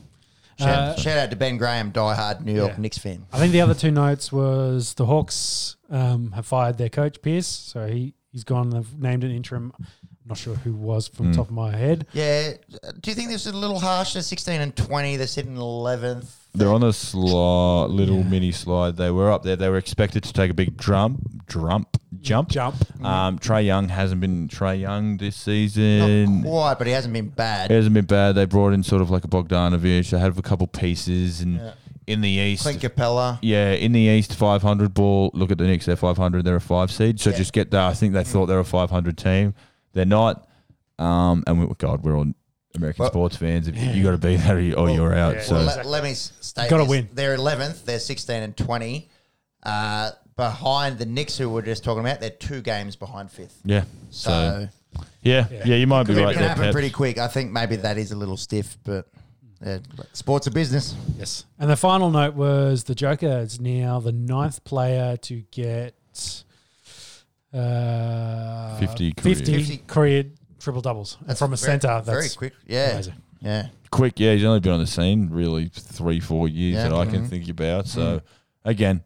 Shout,
Uh,
shout out to Ben Graham, diehard New York
Yeah.
Knicks fan.
I think the other two notes was the Hawks um, have fired their coach Pierce, so he he's gone. They've named an interim. I'm not sure who was from top of my head.
Yeah, do you think this is a little harsh? They're 16 and 20. They're sitting 11th.
they're on a slide, little mini slide. They were up there. They were expected to take a big jump, jump, jump,
Jump.
Um, Trey Young hasn't been Trey Young this
Mm-hmm. Not
season.
quite, but he hasn't been bad.
It hasn't been bad. They brought in sort of like a Bogdanovich. They had a couple pieces, and
Yeah.
in the East,
Clint Capella.
Yeah, in the East, 500 ball. Look at the Knicks; they're 500. They're a five seed. So
Yeah.
just get that. I think they thought they're a 500 team. They're not. Um, and we, God, we're all American
Well-
sports fans. If you got to be that, or, you, or you're out.
yeah.
So
Well, let, let me s- state
Gotta
this.
win.
They're 11th. They're 16 and 20. Uh, behind the Knicks, who we are just talking about, they're two games behind fifth.
yeah,
So,
so yeah, yeah, you might be
it
right.
can
there,
happen
Pep.
pretty quick. I think maybe that is a little stiff, but uh, sports are business.
Yes. And the final note was the Joker is now the ninth player to get uh,
50 career.
50
50.
career triple doubles And from a
very-
centre. That's
Very quick. Yeah.
amazing.
Yeah.
quick. Yeah, he's only been on the scene really three, four years
Yeah. Mm-hmm. Mm.
that I can think about. So again,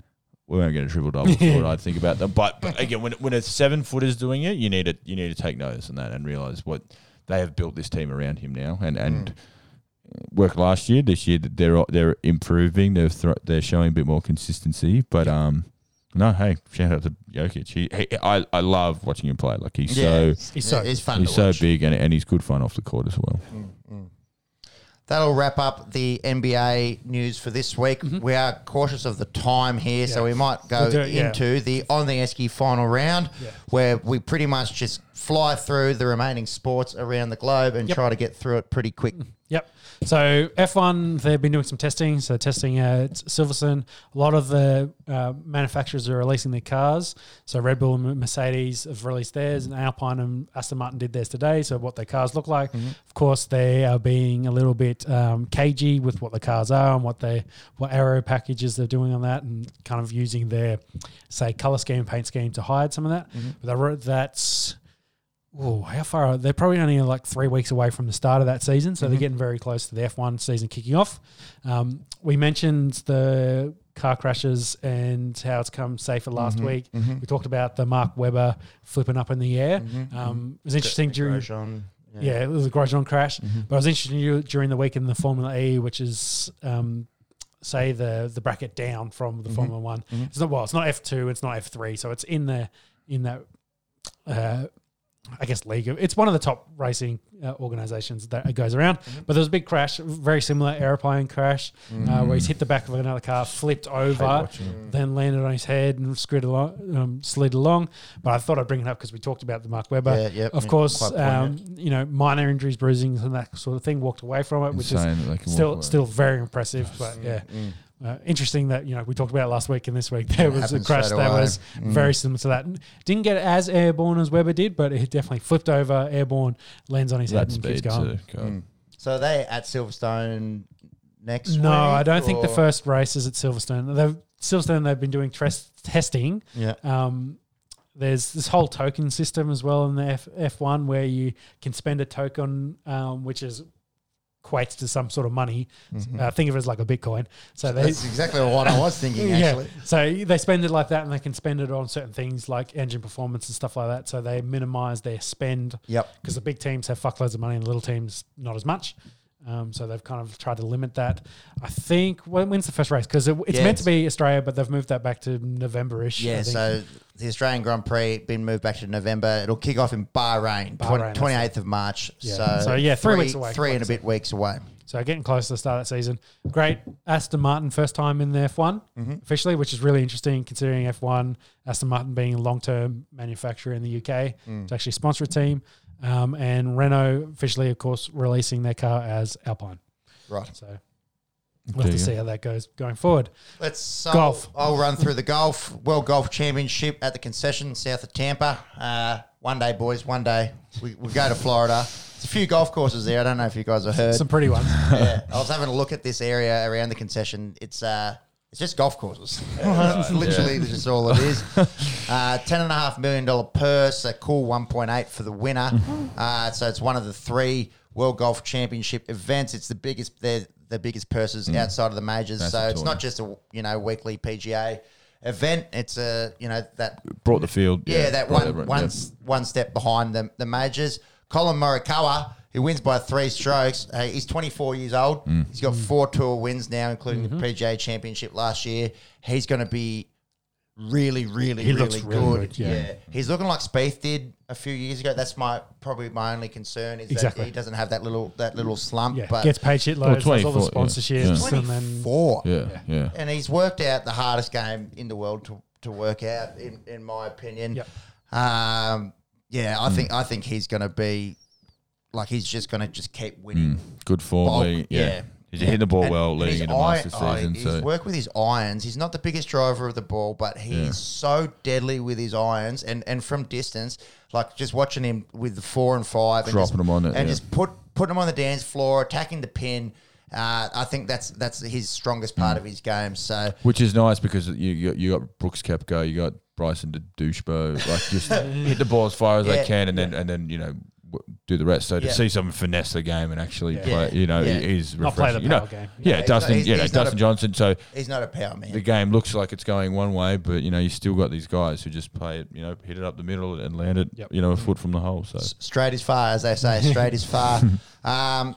we won't get a triple double. is what I think about that. But, but again, when when a seven footer's doing it, you need to you need to take notice on that and realize what they have built this team around him now and and.
Mm.
Work last year, this year that they're they're improving. They're thro they're showing a bit more consistency. But um, no, hey, shout out to Jokic. He, he I I love watching him play. Like he's
yeah.
so
He's so-
it's fun.
he's
to
so
watch.
big and and he's good fun off the court as well.
That'll wrap up the NBA news for this week. We are cautious of the time here, so we might go
We'll do it, Mm-hmm. yeah.
into the on the Esky final round,
Yeah.
where we pretty much just fly through the remaining sports around the globe and
Yep. Mm-hmm.
try to get through it pretty quick.
Yep. So F1, they've been doing some testing. So testing at Silverstone. A lot of the uh, manufacturers are releasing their cars. So Red Bull and Mercedes have released theirs, and Alpine and Aston Martin did theirs today. So what their cars look like. Of course, they are being a little bit um, cagey with what the cars are and what they what aero packages they're doing on that, and kind of using their say color scheme, paint scheme to hide some of that. But they wrote that's Oh, how far? Are, they're probably only like three weeks away from the start of that season, so they're getting very close to the F1 season kicking off. Um, we mentioned the car crashes and how it's come safer last week. We talked about the Mark Webber flipping up in the air. Um, it was interesting during
Grosjean,
yeah. it was a Grosjean crash. But I was interested in you during the week in the Formula E, which is um, say the the bracket down from the Formula One. It's not well, it's not F two, it's not F three, so it's in the in that. Uh, I guess league. It's one of the top racing uh, organizations that it goes around. But there was a big crash, very similar airplane crash, uh, where he's hit the back of another car, flipped over, then landed on his head and skrid along, um, slid along. But I thought I'd bring it up because we talked about the Mark Webber.
Yeah, yep,
of
yeah,
course,
quite
um,
poignant.
you know, minor injuries, bruisings, and that sort of thing. Walked away from it, which is
Insane that they can walk
still
away.
still very impressive. But yeah, uh, interesting that you know we talked about it last week and this week there was a
happens
crash
straight
that
away.
was very similar to that. Didn't get as airborne as Weber did, but it definitely flipped over, airborne, lands on his
That
head and
speed
keeps
too.
going.
God.
Hmm. So are they at Silverstone next week?
No, I don't think the
or-
first race is at Silverstone. They've, Silverstone, they've been doing tres- testing.
Yeah.
Um, there's this whole token system as well in the F- F1 where you can spend a token, um, which is equates to some sort of money. Uh, think of it as like a Bitcoin. So they,
Mm-hmm. That's exactly what I was thinking, actually.
yeah. So they spend it like that, and they can spend it on certain things like engine performance and stuff like that. So they minimize their spend.
Yep.
Because the big teams have fuckloads of money, and the little teams not as much. Um, so they've kind of tried to limit that. I think when, when's the first race? Because it, it's
Yeah,
meant to be Australia, but they've moved that back to November-ish. I
Yeah,
think.
so the Australian Grand Prix been moved back to November. It'll kick off in Bahrain,
Bahrain,
twenty eighth of March.
Yeah.
So,
So, yeah, three weeks away,
three and a
like I
bit weeks away.
So getting close to the start of that season. Great Aston Martin first time in the F1 officially, which is really interesting considering F1 Aston Martin being a long-term manufacturer in the UK to actually sponsor a team, um, and Renault officially, of course, releasing their car as Alpine.
Right.
So we'll have
you
to
go.
see how that goes going forward.
Let's so
Golf.
I'll run through the golf World Golf Championship at the concession south of Tampa. Uh, one day, boys. One day we, we go to Florida. There's a few golf courses there. I don't know if you guys have heard.
Some pretty ones.
yeah, I was having a look at this area around the concession. It's uh, it's just golf courses. It's Literally, that's just all it is. Uh, ten and a half million dollar purse, a cool one point eight for the winner. Uh, so it's one of the three World Golf Championship events. It's the biggest. They're the biggest purses outside of the majors.
That's
so
a
it's
tournament.
not just a you know weekly PGA event. It's a you know that
Brought the field.
yeah, that one one, s- one step behind the, the majors. Colin Morikawa, who wins by three strokes, uh, he's 24 years old.
Mm.
He's got four tour wins now, including
Mm-hmm.
the PGA Championship last year. He's going to be really, really,
He
really,
looks
good.
really good, yeah.
he's looking like Spieth did a few years ago. That's my probably my only concern is
Exactly.
that he doesn't have that little that little slump.
Yeah,
but
gets paid shitloads.
Well,
does all the
24, yeah. Yeah.
sponsorships, and then
24
Yeah, yeah.
and he's worked out the hardest game in the world to, to work out, in, in my opinion.
Yep.
Um, yeah,
Hmm.
I think I think he's going to be like he's just going to just keep winning.
Good form.
Bulk,
leading-
yeah.
yeah. Hmm. He's hitting the ball
And-
well
and
leading
his
into
iron-
Masters
oh,
season.
His
so
work with his irons. He's not the biggest driver of the ball, but he's so deadly with his irons and, and from distance, like just watching him with the four and five, and
Dropping
just,
them on it,
and
yeah.
just put putting him on the dance floor, attacking the pin. Uh, I think that's that's his strongest
Hmm.
part of his game. So
Which is nice because you you got, you got Brooks Kepka, you got Bryson to Douchebo, like just hit the ball as far as
Yeah.
they can, and then and then you know w- do the rest. So to
Yeah.
see someone finesse the game and actually
Yeah.
play, you know,
Yeah.
is refreshing.
Not play the
you know,
power game.
yeah,
he's
Dustin,
not- he's-
yeah,
he's not
Dustin
a-
Johnson. So
he's not a power man.
the game looks like it's going one way, but you know you still got these guys who just play it, you know, hit it up the middle and land it,
Yep.
you know, a foot from the hole. So
straight as far, as they say, straight as far. Um,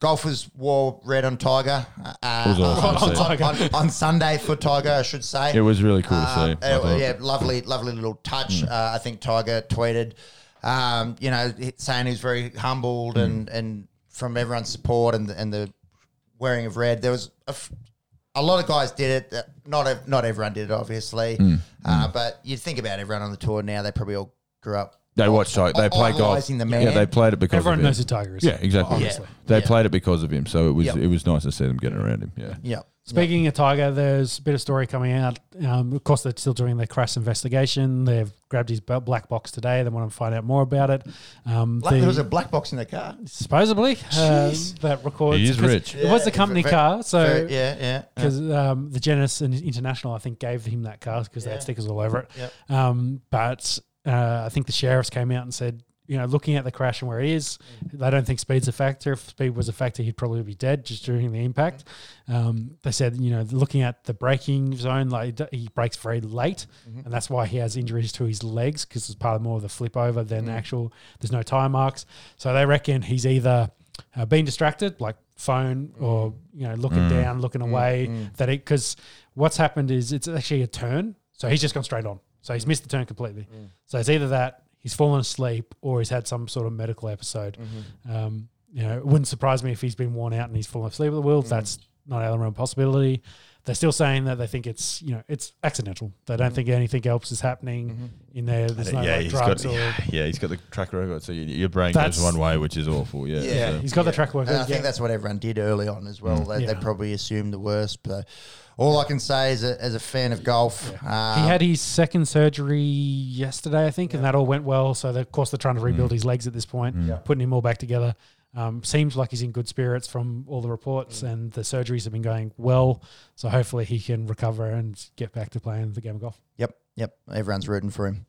golfers wore red on Tiger. Uh,
was awesome to
on,
see.
on- on- on Sunday for Tiger, I should say.
it was really cool
Um,
to see. I
it-
thought. Mm.
yeah, lovely, lovely little touch. Uh, I think Tiger tweeted,
Mm.
um, you know, saying he was very humbled and and from everyone's support and the, and the wearing of red. There was a, f- a lot of guys did it. that- Not ev- not everyone did it, obviously.
Mm.
Uh, But you think about everyone on the tour now; they probably all grew up.
They watched.
i-
They, they played golf.
idolising the man.
Yeah, they played it because
Everyone
of him.
knows who Tiger is.
Yeah, exactly.
Obviously.
They
Yeah.
played it because of him, so it was
Yep.
it was nice to see them getting around him. Yeah.
Yeah.
Speaking of Tiger, there's a bit of story coming out. Um, of course, they're still doing their crash investigation. They've grabbed his bel- black box today. They want to find out more about it. Um,
Like,
the-
there was a black box in the car.
supposedly uh,
Jeez.
that records.
He is
'cause
rich.
It was
Yeah,
the company
ve-
car, so
Very- yeah, yeah. yeah.
because um, the Genesis and International, I think, gave him that car because they
Yeah.
had stickers all over it.
Yep.
Um, but uh, I think the sheriffs came out and said, you know, looking at the crash and where he is,
Mm.
they don't think speed's a factor. If speed was a factor, he'd probably be dead just during the impact.
Mm.
Um, they said, you know, looking at the braking zone, like d- he brakes very late,
Mm-hmm.
and that's why he has injuries to his legs because it's part of more of the flip over
Mm.
than actual. There's no tire marks, so they reckon he's either uh, being distracted, like phone,
Mm.
or you know, looking down, looking away. That it because what's happened is it's actually a turn, so he's just gone straight on. So he's missed the turn completely. So it's either that he's fallen asleep or he's had some sort of medical episode. Um, you know, it wouldn't surprise me if he's been worn out and he's fallen asleep at the wheel. That's not out of the realm of possibility. They're still saying that they think it's you know it's accidental. They don't think anything else is happening in there. There's no like,
he's
drugs
got,
or
yeah, he's got the track record. So your- your brain
That's-
goes one way, which is awful. Yeah,
Yeah.
so-
he's got the track work.
And I think
yeah. Mm,
that's what everyone did early on as well. They, they
Yeah.
probably assumed the worst. But all I can say is, a, as a fan of golf, um,
He had his second surgery yesterday, I think, and that all went well. So, they- of course, they're trying to rebuild his legs at this point, putting him all back together. Um, seems like he's in good spirits from all the reports, and the surgeries have been going well. So, hopefully, he can recover and get back to playing the game of golf.
Yep, yep. Everyone's rooting for him.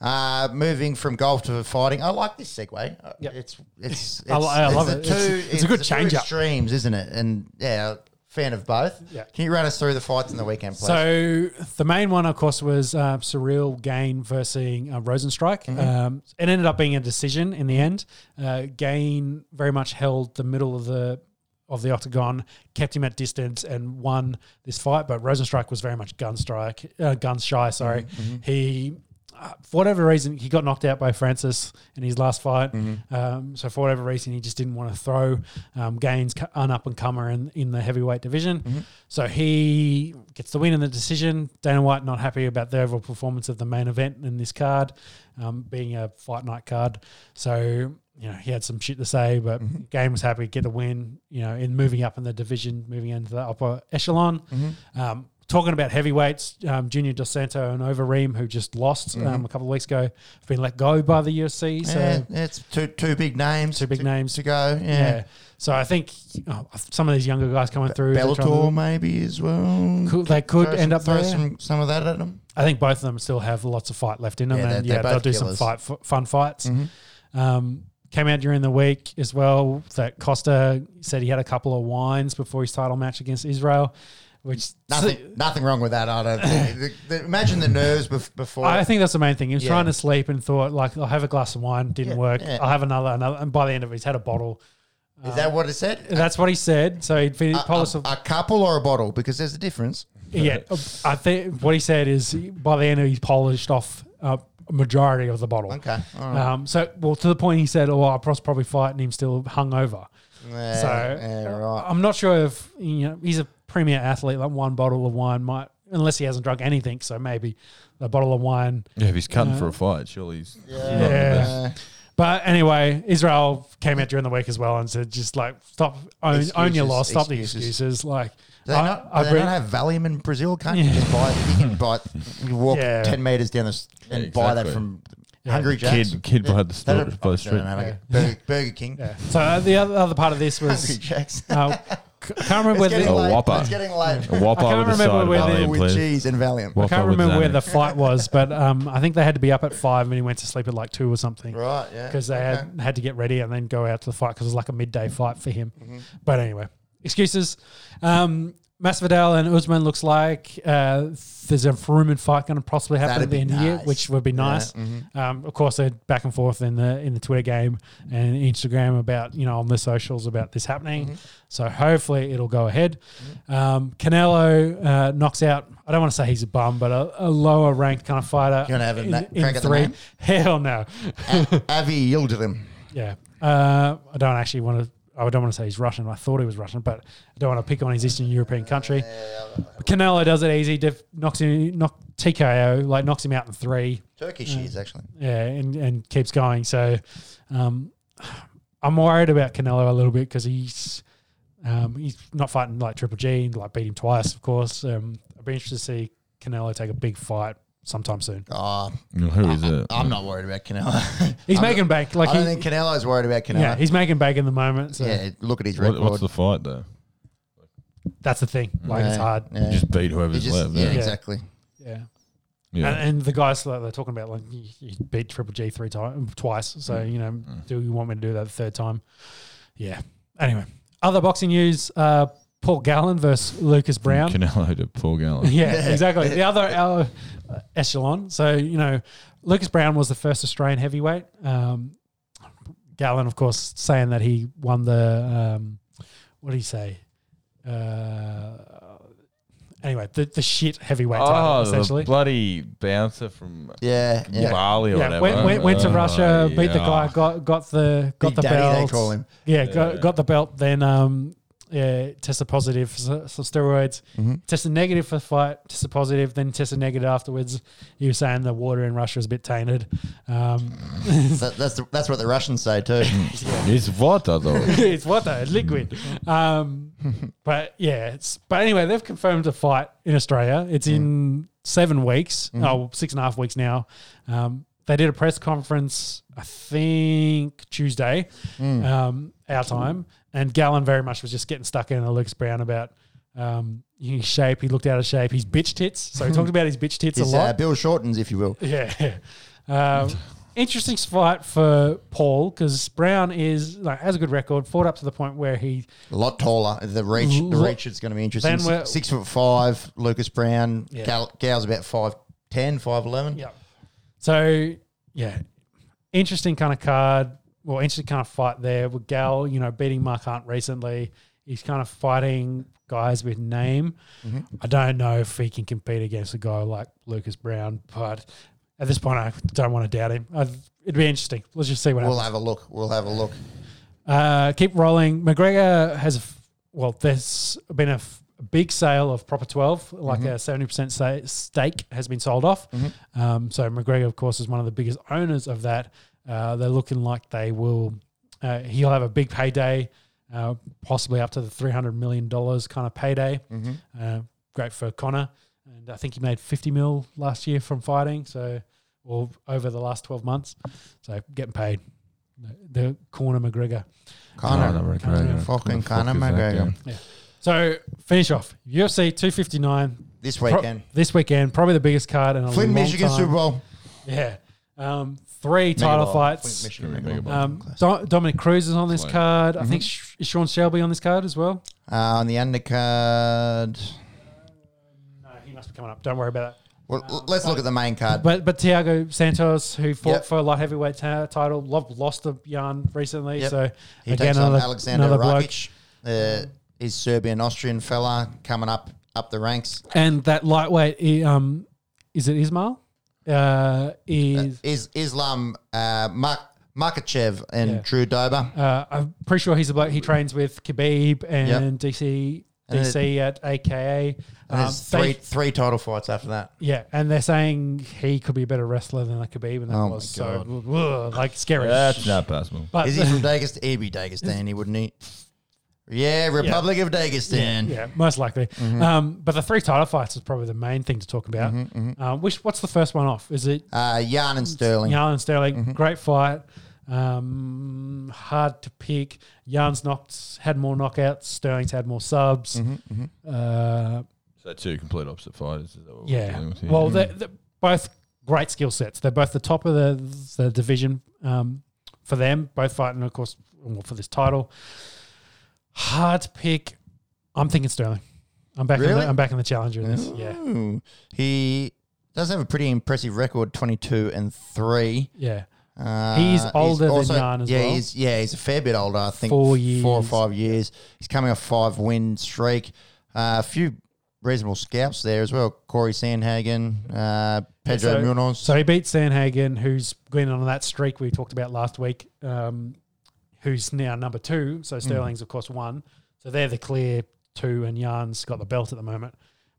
Uh, moving from golf to fighting, I like this segue. Uh,
Yep.
It's it's, it's
I li- I
it's
love
the
it.
Two,
It's- it's a good
the two
change-up.
extremes, isn't it? And yeah, fan of both.
Yeah.
Can you run us through the fights in the weekend, please?
So the main one, of course, was uh, Surreal Gain versus uh, Rosenstrike. Um, it ended up being a decision in the end. Uh, Gain very much held the middle of the of the octagon, kept him at distance, and won this fight. But Rosenstrike was very much gun strike, uh, gun shy. Sorry, he. uh, For whatever reason, he got knocked out by Francis in his last fight. Um, so for whatever reason, he just didn't want to throw um, Gaines, cu- an up and comer in, in the heavyweight division. So he gets the win in the decision. Dana White not happy about the overall performance of the main event in this card, um, being a fight night card. So you know he had some shit to say, but game was happy get the win. You know, in moving up in the division, moving into the upper echelon. Um, talking about heavyweights, um, Junior Dos Santo and Overeem, who just lost um, a couple of weeks ago, have been let go by the UFC. So
Mm-hmm. yeah, it's two two big names,
Two big
to,
names.
to go. Yeah,
yeah. So I think uh, some of these younger guys coming through, they're trying to-
Bellator maybe as well.
Could- they could
Throw some-
end up
throw
there.
some some of that at them.
I think both of them still have lots of fight left in them,
Yeah, they're-
and
they're
yeah, they'll
both
do
killers. Mm-hmm.
some fight f- fun fights. Um, came out during the week as well that Costa said he had a couple of wines before his title match against Israel, which
Nothing, nothing wrong with that. I don't think. The- the- imagine the nerves bef- before.
I think that's the main thing. He was
Yeah.
trying to sleep and thought like, I'll have a glass of wine, didn't
Yeah,
work.
yeah.
I'll have another, another, and by the end of it, he's had a bottle.
Is that Uh, what it said?
And that's what he said. So he'd finished.
a, a, a couple or a bottle, because there's a difference.
Yeah, I think what he said is by the end of it, he's polished off uh, a majority of the bottle.
Okay, all right.
Um, so, well, to the point he said, "Oh, I was probably fighting him still hungover."
Yeah,
so, uh,
yeah, right.
I'm not sure if you know he's a premier athlete. Like one bottle of wine might, unless he hasn't drunk anything. So maybe a bottle of wine.
yeah, if he's cutting for a fight, surely he's
Yeah.
Yeah. But anyway, Israel came out during the week as well and said, "Just like stop, own, own your
Excuses,
loss, stop the
excuses.
excuses." Like,
Do they,
I-
not,
I
do they
agree-
not have Valium in Brazil? Can't you just buy it? You can buy it. You walk
Yeah.
10 metres down the, s- and
Yeah,
buy that
exactly.
from Hungry Jack's.
kid kid by the
They
store,
don't-
by the
they don't
street.
have a- Burger, Burger King.
yeah. So uh, the other, other part of this
Hungry
was
Jack's.
Uh, c- I can't remember
It's
whether
getting
A
late.
Whopper.
It's getting late.
A whopper
can't
with a
remember
side of
where they-
Valium,
With
please.
cheese and Valium.
I
Whopper
can't
with
remember where
Xanax.
the flight was, but um, I think they had to be up at five and he went to sleep at like two or something
Right, yeah.
because they had had to get ready and then go out to the fight because it was like a midday fight for him.
Mm-hmm.
But anyway, excuses. Um, Masvidal and Usman looks like uh, there's a Fruman fight going to possibly happen
That'd
at the
be
end of the year,
nice. mm-hmm.
which would be nice. Um, of course, they're back and forth in the in the Twitter game and Instagram about you know on the socials about this happening.
Mm-hmm.
So hopefully it'll go ahead. Um, Canelo uh, knocks out. I don't want to say he's a bum, but a, a lower ranked kind of fighter.
You wanna have a na- crack at the name?
Hell no.
Avi yielded him.
Yeah. Uh, I don't actually want to. I don't want to say he's Russian. I thought he was Russian, but I don't want to pick on his Eastern European country. But Canelo does it easy. Def, knocks him, knock TKO, like knocks him out in three.
Turkish is actually.
Yeah, and, and keeps going. So um, I'm worried about Canelo a little bit because he's um, he's not fighting like Triple G, like beat him twice, of course. Um, I'd be interested to see Canelo take a big fight sometime soon.
Oh,
Who is it?
I'm not worried about Canelo.
He's making bank. Like
I don't
he-
think Canelo's worried about Canelo.
yeah, he's uh, making bank in the moment. So
Yeah, look at his
What,
record.
what's the fight though?
that's the thing. Like it's
Yeah,
hard.
Yeah.
Just beat
He
whoever's
just-
left.
yeah,
Yeah.
exactly.
Yeah.
Yeah.
And, and the guys that they're talking about, like you you beat Triple G three times, twice. So
Mm.
you know, do you want me to do that the third time? Yeah. Anyway, other boxing news: uh, Paul Gallen versus Lucas
Mm,
Brown.
Canelo to Paul Gallen.
yeah, exactly. The other uh, echelon. So you know, Lucas Brown was the first Australian heavyweight. Um, Gallen, of course, saying that he won the um, what did he say? Uh, anyway, the, the shit heavyweight title
Oh,
essentially.
the bloody bouncer from
Yeah, yeah.
Bali or
yeah,
whatever.
went, went, went to
Oh,
Russia, beat the
yeah.
guy, got got the got
Big
the
Daddy,
belt.
they call him.
Yeah, got,
Yeah.
got the belt. Then um, yeah, tested positive for s- some steroids. Tested negative for the fight. Tested positive, then tested negative afterwards. He was saying the water in Russia is a bit tainted. Um,
That, that's the, that's what the Russians say too.
It's water though.
it's water, it's liquid. Um, but yeah, it's but anyway, they've confirmed a fight in Australia. It's in seven weeks, oh, six and a half weeks now. Um, they did a press conference, I think Tuesday, um, our time, and Gallon very much was just getting stuck in a Lucas Brown about. Um, his shape, he looked out of shape. His bitch tits. So he talked about his bitch tits
It's
a lot.
uh, Bill Shortens, if you will.
Yeah. Um, interesting fight for Paul because Brown is like has a good record, fought up to the point where he
A lot taller. The reach, the
Lo-
reach is going to be interesting.
Then we're-
Six, six foot five. Lucas Brown.
Yeah.
Gal, Gal's about five ten, five eleven.
yeah. So yeah, interesting kind of card. Well, interesting kind of fight there with Gal. You know, beating Mark Hunt recently. He's kind of fighting guys with name. I don't know if he can compete against a guy like Lucas Brown, but at this point, I don't want to doubt him. i it'd be interesting. Let's just see what happens.
We'll have a look. We'll have a look.
Uh, keep rolling. McGregor has, a f- well, there's been a f- big sale of Proper 12, like a 70% sa- stake has been sold off. Um, so McGregor, of course, is one of the biggest owners of that. Uh, they're looking like they will, uh, he'll have a big payday, uh, possibly up to the $300 million kind of payday.
Mm-hmm.
Uh, great for Connor. And I think he made 50 mil last year from fighting. So, or over the last 12 months. So getting paid. The corner McGregor.
Oh,
Conor,
Conor
Conor.
McGregor.
fucking
Who the fuck
Conor
is that
McGregor.
guy?
So finish off UFC 259
This
pro-
weekend,
this weekend, probably the biggest card in a
Flint,
long
Michigan,
time.
Super Bowl.
Yeah, um, three title
Megaball.
fights.
Flint, Michigan,
Mega
Megaball.
Bowl.
Um, Do- Dominic Cruz is on this
Clay.
card.
Mm-hmm.
I think Sh- is Sean Shelby on this card as well.
Uh, on the undercard.
No, he must be coming up. Don't worry about that.
Well, l- let's look at the main card.
But but Thiago Santos, who fought
Yep.
for a light heavyweight ta- title, lo- lost the yarn recently.
Yep.
So
He
again,
takes on
another,
Alexander
another bloke.
Rakic. Uh, he's Serbian Austrian fella coming up up the ranks.
And that lightweight, i- um, is it Ismail? Uh, is
Is Islam uh, Mark Makachev and
Yeah.
Drew Dober.
Uh, I'm pretty sure he's a bloke he trains with Khabib and DC
And
DC at AKA.
And
Um,
there's three
they-
three title fights after that.
yeah, and they're saying he could be a better wrestler than like Khabib, and that
Oh my
was so ugh, like scary.
That's not possible.
but
Is he from Dagestan? He'd be Dagestan. He wouldn't he? Yeah, Republic of Dagestan.
yeah, most likely.
Mm-hmm.
Um, but the three title fights is probably the main thing to talk about.
Mm-hmm,
Uh, which what's the first one off? Is it
Uh, Yarn and Sterling. Mm-hmm.
Yarn and Sterling, great fight. Um, hard to pick. Yarn's knocked, had more knockouts. Sterling's had more subs.
Mm-hmm,
Uh,
So two complete opposite fighters. Is that what We're
yeah.
dealing with here?
Well, they're, they're both great skill sets. They're both the top of the, the division um, for them. Both fighting, of course, well, for this title. Hard to pick. I'm thinking Sterling. I'm back. In
Really?
the, I'm back in the challenger in this. Yeah.
Ooh. He does have a pretty impressive record, twenty two and three.
Yeah.
Uh,
He's older than Jan as
yeah,
well.
He's, yeah, he's a fair bit older. I think
Four
f- four or
years.
five years. He's coming off five win streak. Uh, a few reasonable scalps there as well. Corey Sandhagen, uh, Pedro
So-
Munoz.
So he beat Sanhagen, who's been on that streak we talked about last week. Um, who's now number two.
Hmm.
So Sterling's, of course, one. So they're the clear two, and Yarn's got the belt at the moment.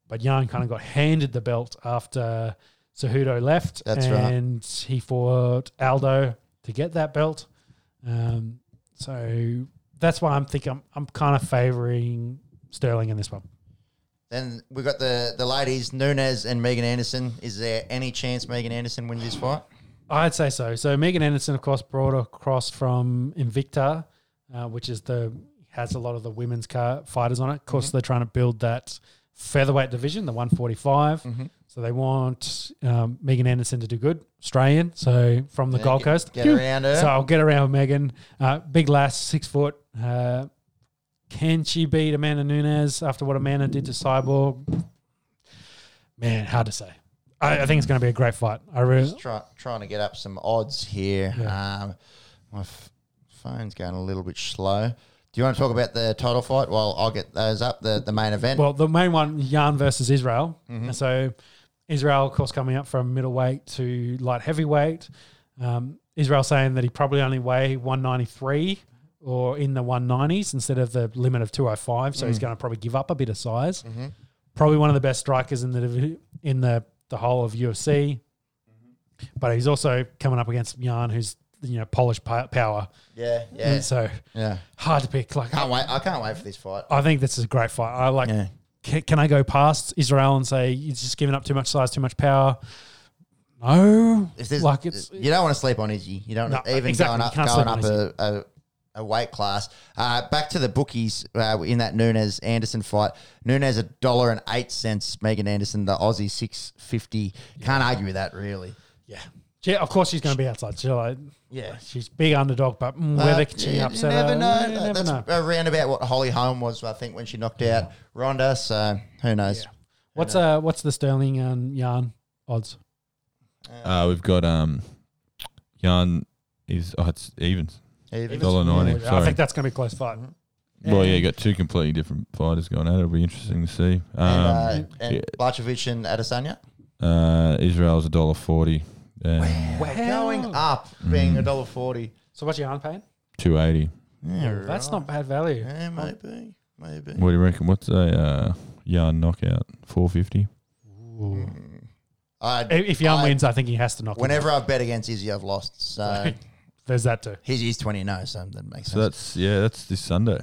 But Yarn kind of got handed the belt after Cejudo left.
That's right.
and he fought Aldo to get that belt. Um, so that's why I'm thinking I'm, I'm kind of favouring Sterling in this one.
Then we've got the, the ladies, Nunez and Megan Anderson. Is there any chance Megan Anderson wins this fight?
I'd say so. So Megan Anderson, of course, brought across from Invicta, uh, which is the has a lot of the women's car fighters on it.
Mm-hmm.
Of course, they're trying to build that featherweight division, the 145.
Mm-hmm.
So they want um, Megan Anderson to do good, Australian. So from the
Yeah,
Gold
get-
Coast,
get around her.
So I'll get around Megan. Uh, big lass, six foot. Uh, can she beat Amanda Nunes after what Amanda did to Cyborg? Man, hard to say. I, I think it's going to be a great fight. I really,
Just try, trying to get up some odds here.
Yeah.
Um, my f- phone's going a little bit slow. Do you want to talk about the title fight? Well, I'll get those up. The, the main event.
Well, the main one, Yarn versus Israel. And so Israel, of course, coming up from middleweight to light heavyweight. Um, Israel saying that he probably only weigh 193 or in the 190s instead of the limit of 205. So he's going to probably give up a bit of size. Probably one of the best strikers in the divi- in the, the whole of UFC. But he's also coming up against Yarn, who's you know polished pa- power.
yeah, yeah,
And so
yeah.
hard to pick. Like
Can't wait. I can't wait for this fight.
I think this is a great fight. I like
Yeah.
can, can I go past Israel and say you're just giving up too much size, too much power? No,
If there's,
like it's
you don't want to sleep on Izzy. You don't
No,
even
exactly,
going
you
up
can't
going
sleep on
up a, a, a weight class. Uh, back to the bookies uh, in that Nunez Anderson fight. Nunez a dollar and eight cents. Megan Anderson the Aussie six fifty. Can't argue with that really.
yeah, yeah. Of course she's going to be outside. She's like,
Yeah.
she's big underdog, but mm,
Uh,
whether can she
you
upset
never
her?
know.
You
That-
never
That's
know.
around about what Holly Holm was, I think, when she knocked out Ronda. So who knows?
What's uh what's the Sterling and Yarn odds?
Uh, we've got um, Jan is oh, it's evens.
Even.
Dollar ninety.
Yeah, I
sorry.
think that's going to be a close fight.
well, yeah, you got two completely different fighters going at it. It'll be interesting to see.
And,
Um,
uh, and
yeah.
Blachowicz and Adesanya
uh, Israel's a dollar forty,
Wow.
going up, being a dollar forty.
So what's Yarn paying?
two eighty.
Yeah,
That's
right.
not bad value.
Yeah, maybe, maybe.
What do you reckon? What's a uh, Jan knockout? Four fifty.
Ooh.
I,
If if Yarn
I-
wins, I think he has to knock. him out.
Whenever I've bet against Izzy, I've lost. So
there's that too.
he's, he's 20 no, so that makes sense.
So that's yeah, that's this Sunday.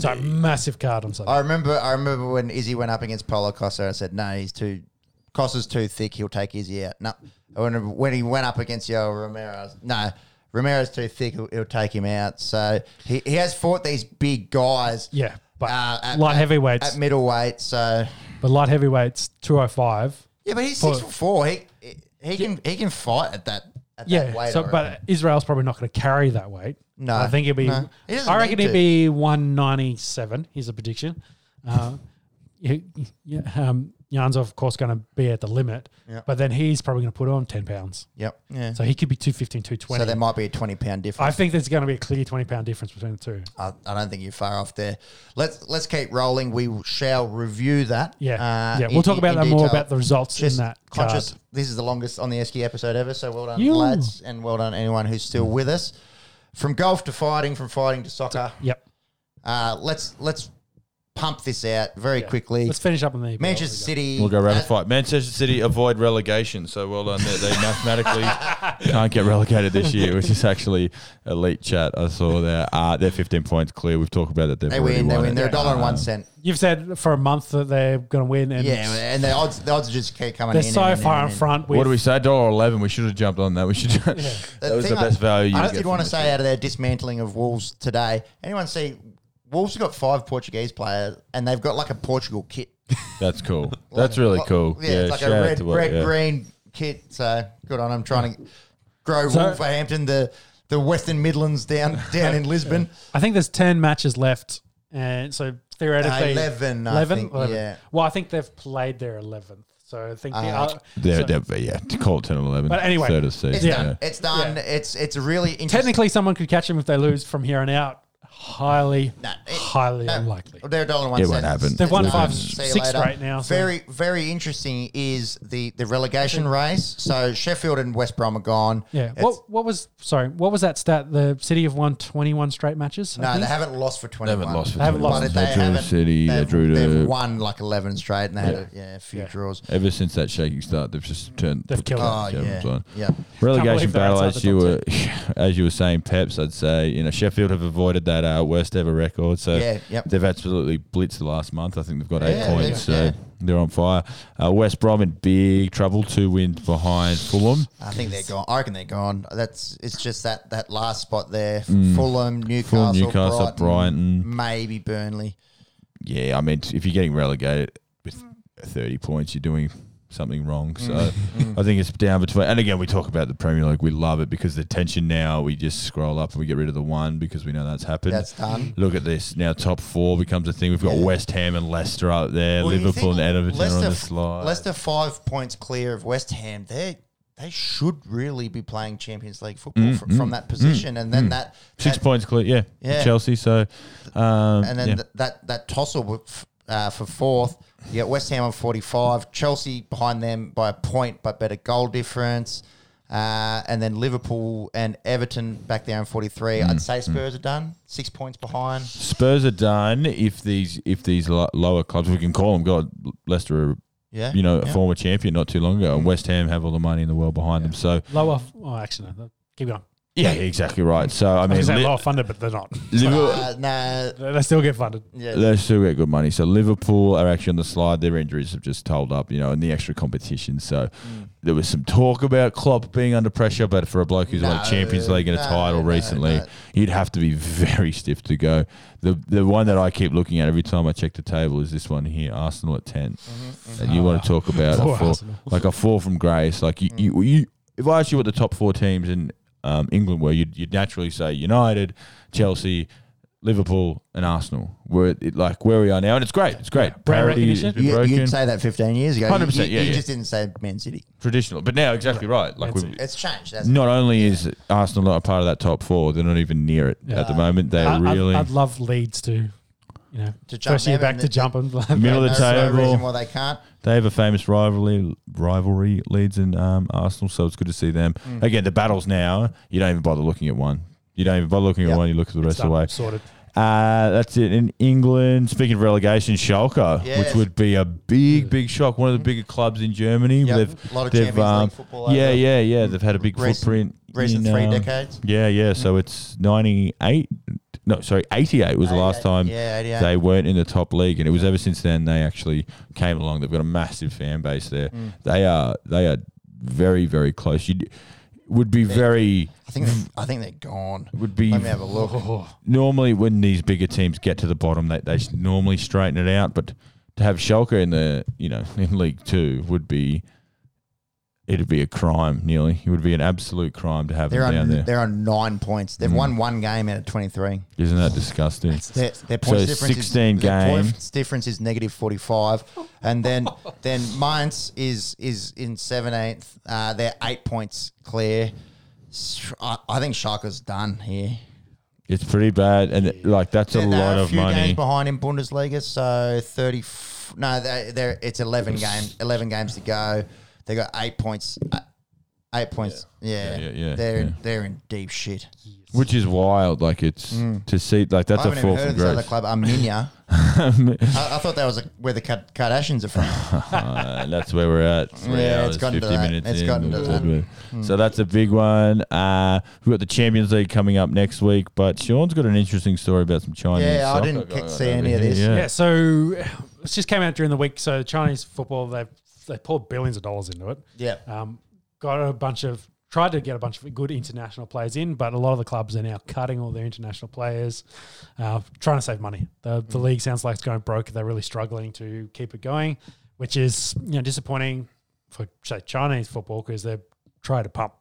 So massive card on Sunday.
Mm. I remember I remember when Izzy went up against Paulo Costa, I said, no, he's too, Costa's too thick, he'll take Izzy out. No. I remember when he went up against Yoel Romero, I was- no, Romero's too thick, he'll, he'll take him out. So he, he has fought these big guys.
Yeah, but
uh, at,
light
at-
heavyweights.
At middleweight, so
But light heavyweights, 205.
yeah, but he's
Paul-
six foot four. He he- he can he can fight at that at that
Yeah.
weight.
So,
I reckon.
but Israel's probably not going to carry that weight.
No,
I think it'll be,
no. He doesn't
I reckon
need
it'll be 197. Here's a prediction. Uh, yeah, yeah, um, Jan's, of course, going to be at the limit,
Yeah.
but then he's probably going to put on 10 pounds.
yep, yeah.
So he could be 215, 220.
So there might be a twenty pound difference.
I think there's going to be a clear 20 pound difference between the two.
I, I don't think you're far off there. Let's let's keep rolling. We shall review that.
Yeah.
uh,
yeah.
in-
We'll
in-
talk about
in
that more
detail.
about the results
Just
in that card.
conscious. This is the longest on the Esky episode ever. So well done,
You.
lads, and well done anyone who's still with us. From golf to fighting, from fighting to soccer.
Yep.
Uh, let's let's pump this out very quickly.
Let's finish up on the
Manchester City.
We'll go rapid
uh,
fight. Manchester City avoid relegation, so well done there. They mathematically can't get relegated this year, which is actually elite chat. I saw there. Uh, they're 15 points clear. We've talked about it. They've
They
already
win. They
won
win.
it.
They're a dollar and one
Um,
cent.
You've said for a month that they're going to win, and
Yeah, and the odds the odds just keep coming.
they're
in
so
and in
far
and
in
in.
front.
What
with-
do we say? Dollar eleven. We should have jumped on that. We should. That was the
thing I-
best value.
I
you
don't
get
did
from
want to
this
say out of their dismantling of Wolves today. Anyone see Wolves have got five Portuguese players and they've got like a Portugal kit.
That's cool. That's really
Like-
cool.
Yeah, it's like
shout
a
out
red,
to what-
red
yeah.
green kit. So good on them trying to grow
So-
Wolverhampton the the Western Midlands down down in Lisbon.
I think there's ten matches left, and so theoretically
Uh, 11, I think, yeah.
Well, I think they've played their eleventh, so I think the
Uh,
other,
They're,
so
they're, yeah, to call it 10 and 11.
But anyway,
third of the season,
It's
Yeah.
done. It's done.
Yeah.
It's it's a really interesting.
technically someone could catch them if they lose from here on out. highly,
No, it-
highly
no.
unlikely.
They're a dollar and one
It won't
cents.
happen.
They've won
Um,
five,
see you
six
later.
straight now, so-
Very, very interesting is the the relegation race. So Sheffield and West Brom are gone.
Yeah.
It's-
What what was sorry? What was that stat? The City have won twenty one straight matches. I
no,
think?
they haven't lost for
They
twenty.
haven't lost for
They haven't
21.
lost.
They
They drew to
haven't-
City. They
They've,
drew
they've
to.
won like eleven straight, and they had a, yeah, a few
Yeah.
draws.
Ever since that shaking start, they've just turned.
They've
put the
killed
Oh
top
yeah,
tables on.
yeah.
Can't believe
Relegation
they're
battle,
outside
as
the
you were,
top
as you were saying, Peps. I'd say you know Sheffield have avoided that uh, worst ever record, so
Yeah, yep.
they've absolutely blitzed the last month. I think they've got eight
Yeah,
points, so
yeah. Yeah.
they're on fire. Uh, West Brom in big trouble, two wins behind Fulham.
I think they're gone. I reckon they're gone. That's it's just that that last spot there. Fulham, Newcastle,
Mm. Fulham, Newcastle,
Brighton,
Brighton.
maybe Burnley.
Yeah, I mean, if you're getting relegated with 30 points, you're doing something wrong. So
Mm.
I think it's down between. And again, we talk about the Premier League. We love it because the tension now. We just scroll up and we get rid of the one because we know that's happened.
That's done.
Look at this. Now top four becomes a thing. We've got
Yeah.
West Ham and Leicester up there.
Well, you
Liverpool
think
and Everton are on the
f-
slide.
Leicester five points clear of West Ham. They they should really be playing Champions League football
Mm,
fr- from that position, and then that,
Six
that-
points clear. Yeah.
Yeah.
Chelsea. So. Um,
and then
yeah.
th- that that tussle with, uh, for fourth. You got West Ham on forty five, Chelsea behind them by a point, but better goal difference. Uh, and then Liverpool and Everton back there on 43.
Mm,
I'd say Spurs are done. Six points behind.
Spurs are done. If these if these lo- lower clubs, we can call them. God, Leicester are
Yeah.
you know, a
yeah. Mm.
former champion not too long ago, and West Ham have all the money in the world behind them. So
Lower. Oh, actually, no. Keep going.
yeah, exactly right. So I
I
mean,
was going to say
Li-
lower funded, but they're not.
Liverpool,
Uh, no.
They still get funded.
Yeah.
they still get good money. So Liverpool are actually on the slide. Their injuries have just told up, you know, in the extra competition. So there was some talk about Klopp being under pressure, but for a bloke who's won a
No,
Champions League and a
no,
title
no,
recently,
no.
you'd have to be very stiff to go. The the one that I keep looking at every time I check the table is this one here, Arsenal at 10 And you want to talk about
Poor
a four,
Arsenal.
like a four from grace. Like you, you, you if I asked you what the top four teams in um, England were, you'd, you'd naturally say United, Chelsea, Liverpool, and Arsenal. Were it, like where we are now, and it's great. It's great.
Brand
Parity has
recognition?
been
You,
broken.
you'd say that 15 years ago. You-
100%,
you,
yeah,
you
yeah.
just didn't say Man City.
traditional, but now exactly right. Like
That's
we've,
It's changed. That's
not only is Arsenal not a part of that top four, they're not even near it
Yeah.
at the moment. They
I,
are
I'd-
really
I'd, love Leeds to, you know,
To jump
especially
them
back
and
to
the-
jump and
middle of the
no real
table.
reason why they can't.
They have a famous rivalry, rivalry Leeds and um, Arsenal, so it's good to see them.
Mm.
Again, the battles now, you don't even bother looking at one. You don't even bother looking at
Yep.
one, you look at the rest of the way.
sorted.
Uh, that's it. In England, speaking of relegation, Schalke, which
Yes. Mm-hmm.
would be a big, big shock. One of the bigger clubs in Germany.
Yep.
They've,
A lot of
they've,
Champions
um,
League football.
Yeah,
over
yeah, yeah. They've had a big
Recent-
footprint.
Recent
in,
three
um,
decades. Mm-hmm.
Yeah, yeah. So it's 98. No, sorry, 88 was the last
88,
time
Yeah, 88.
they weren't in the top league, and it was ever since then they actually came along. They've got a massive fan base there.
Mm.
They are they are very very close. You would be very
I think they- I think they're gone.
would be
Let me have a look.
normally when these bigger teams get to the bottom, they they normally straighten it out. But to have Schalke in the you know in League Two would be it'd be a crime nearly. It would be an absolute crime to have
They're
them down
on
there. Mm.
they're on nine points. They've won one game out of twenty three.
Isn't that disgusting?
Their, their points
So
difference
16
is, their
game.
points difference is negative forty five, and then then Mainz is is in seventeenth. Uh, they're eight points clear. Sh- I, I think Schalke's done here.
It's pretty bad, and like that's a
They're- they're
lot
a
of
few
money.
games behind in Bundesliga, so thirty. f- No, they, they're it's eleven game, eleven games to go. They got eight points. uh, Eight points. Yeah,
Yeah, yeah, yeah,
They're
yeah.
they're in deep shit.
which is wild. Like it's to see like that's
Mm. I
a
haven't even
fourth
heard of
and
this other
great.
club, Arminia. I, I thought that was a, where the Ka- Kardashians are from.
Uh, that's where we're at. Three
Yeah,
hours,
it's gotten to
fifty
that.
minutes
It's
in.
gotten to that. Hmm.
So that's a big one. Uh, we've got the Champions League coming up next week, but Sean's got an interesting story about some Chinese.
Yeah, I
soccer
didn't
going
see
on
any
over
of
here.
this.
Yeah. So it just came out during the week. So Chinese football, they they poured billions of dollars into it.
yeah,
Um, got a bunch of tried to get a bunch of good international players in, but a lot of the clubs are now cutting all their international players, uh, trying to save money. The, the league sounds like it's going broke. They're really struggling to keep it going, which is you know disappointing for say Chinese football because they're trying to pump,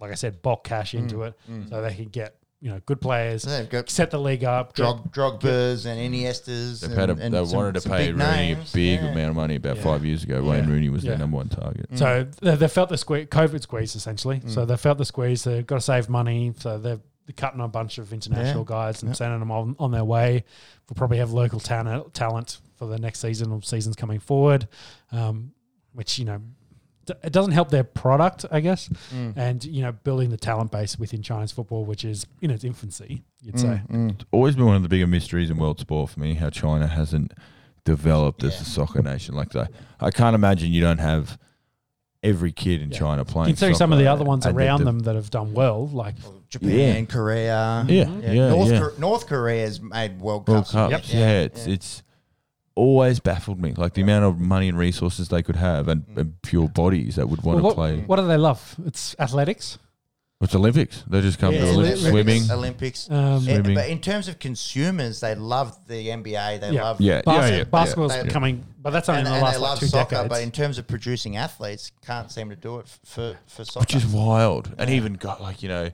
like I said, bulk cash into it so they can get you know good players,
So they've got
set the league up, get-
drog, Drogba's and Iniestas.
They,
and,
paid a,
and
they
some-
wanted to
some
pay
big
Rooney
names.
a big
Yeah. Mm.
amount of money about
Yeah.
five years ago. Wayne
Yeah.
Rooney was
Yeah.
their number one target.
So they, they felt the sque- COVID squeeze essentially. So they felt the squeeze. They've got to save money. So they've they're cutting a bunch of international
Yeah.
guys and
Yeah.
sending them on, on their way. We'll probably have local talent talent for the next season or seasons coming forward, um, which you know d- it doesn't help their product, I guess,
Mm.
and you know building the talent base within Chinese football, which is in its infancy, you'd
Mm.
say.
always been one of the bigger mysteries in world sport for me how China hasn't developed as
Yeah.
a soccer nation like that. I can't imagine you don't have every kid in
Yeah.
China playing.
Considering some of the
soccer
other ones
and they've
around
de-
them that have done well, like
Japan
Yeah.
and Korea.
Yeah, yeah, yeah.
Mm-hmm. North, Kor- North Korea's made World
World
Cups.
Cups.
Yeah,
Yeah, it's
yeah.
it's always baffled me like the amount of money and resources they could have and, and pure bodies that would want
Well,
to play.
what do they love? It's athletics.
It's Olympics. They just come
Yeah,
to
it's
Olympics,
literally
swimming.
just Olympics.
Um,
Yeah,
Swimming.
but in terms of consumers, they love the NBA. They
Yeah.
love
Yeah, yeah,
Bas-
yeah, yeah.
basketball's
They-
coming, but that's only
and,
in the
and
last
they
like,
love
two
soccer.
decades.
But in terms of producing athletes, can't seem to do it f- for for soccer.
which is wild. And even got like you know,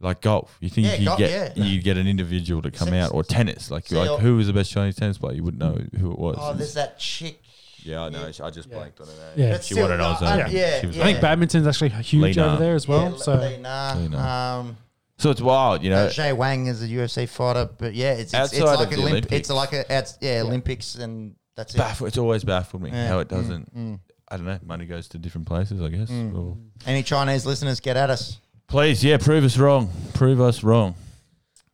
like golf. You think
Yeah,
you
golf,
get
yeah.
you get an individual to come
See-
out or tennis? Like
see,
like
I'll-
who was the best Chinese tennis player? You wouldn't know who it was.
oh, there's that chick.
yeah, I know. I just blanked on eh? her name.
Yeah.
But
She
still,
wanted
no,
us,
I-
uh,
yeah,
she was
yeah.
I think badminton's actually huge
Lena.
over there as well.
Yeah,
so
Lena,
Lena.
Um,
So it's wild, you know.
uh, Zhai Wang is a UFC fighter, but yeah, it's it's, it's
Outside of
like
the
Olymp-
Olympics.
it's like a it's, yeah, Olympics, and that's it.
Baffle, it's always baffled me
Yeah. Mm.
how it doesn't. I don't know. Money goes to different places, I guess. Or-
Any Chinese listeners, get at us.
Please, yeah, prove us wrong. Prove us wrong.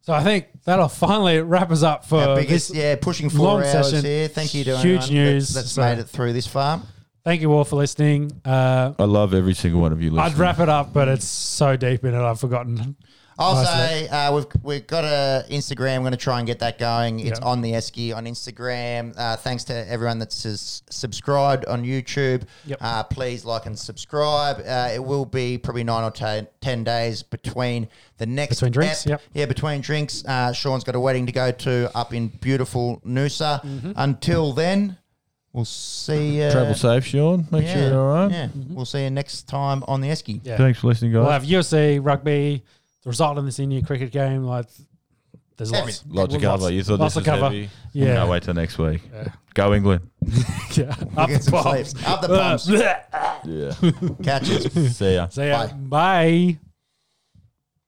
So I think that'll finally wrap us up for
Our
Uh, this.
biggest, yeah, pushing four
long
hours
session,
here. Thank you to
huge
anyone
news,
that, that's
so-
made it through this far.
Thank you all for listening. Uh,
I love every single one of you. Listening.
I'd wrap it up, but it's so deep in it, I've forgotten.
Also,
Nice,
uh, we've we've got a Instagram. We're going to try and get that going. It's
Yeah.
on the Esky on Instagram. Uh, thanks to everyone that's s- subscribed on YouTube.
Yep.
Uh, please like and subscribe. Uh, it will be probably nine or ten, 10 days between the next
Between drinks,
ep.
yep.
Yeah, between drinks. Uh, Sean's got a wedding to go to up in beautiful Noosa.
Mm-hmm.
Until then, we'll see. Uh,
Travel safe, Sean. Make sure you're all right.
Yeah, we'll see you next time on the Esky.
Mm-hmm. Yeah.
Thanks for listening, guys.
We'll have UFC, rugby, the result in this India cricket game. Like, there's lots,
Everything.
Lot to
lots-
cover. You thought
lots
this
to
was
cover.
heavy.
Yeah.
No, wait till next week.
Yeah.
Go England.
yeah. Up
Get
the
some
bombs.
sleeves. Up the
Uh,
bombs.
bleh.
Yeah.
Catches.
See ya.
See ya.
Bye.
Bye.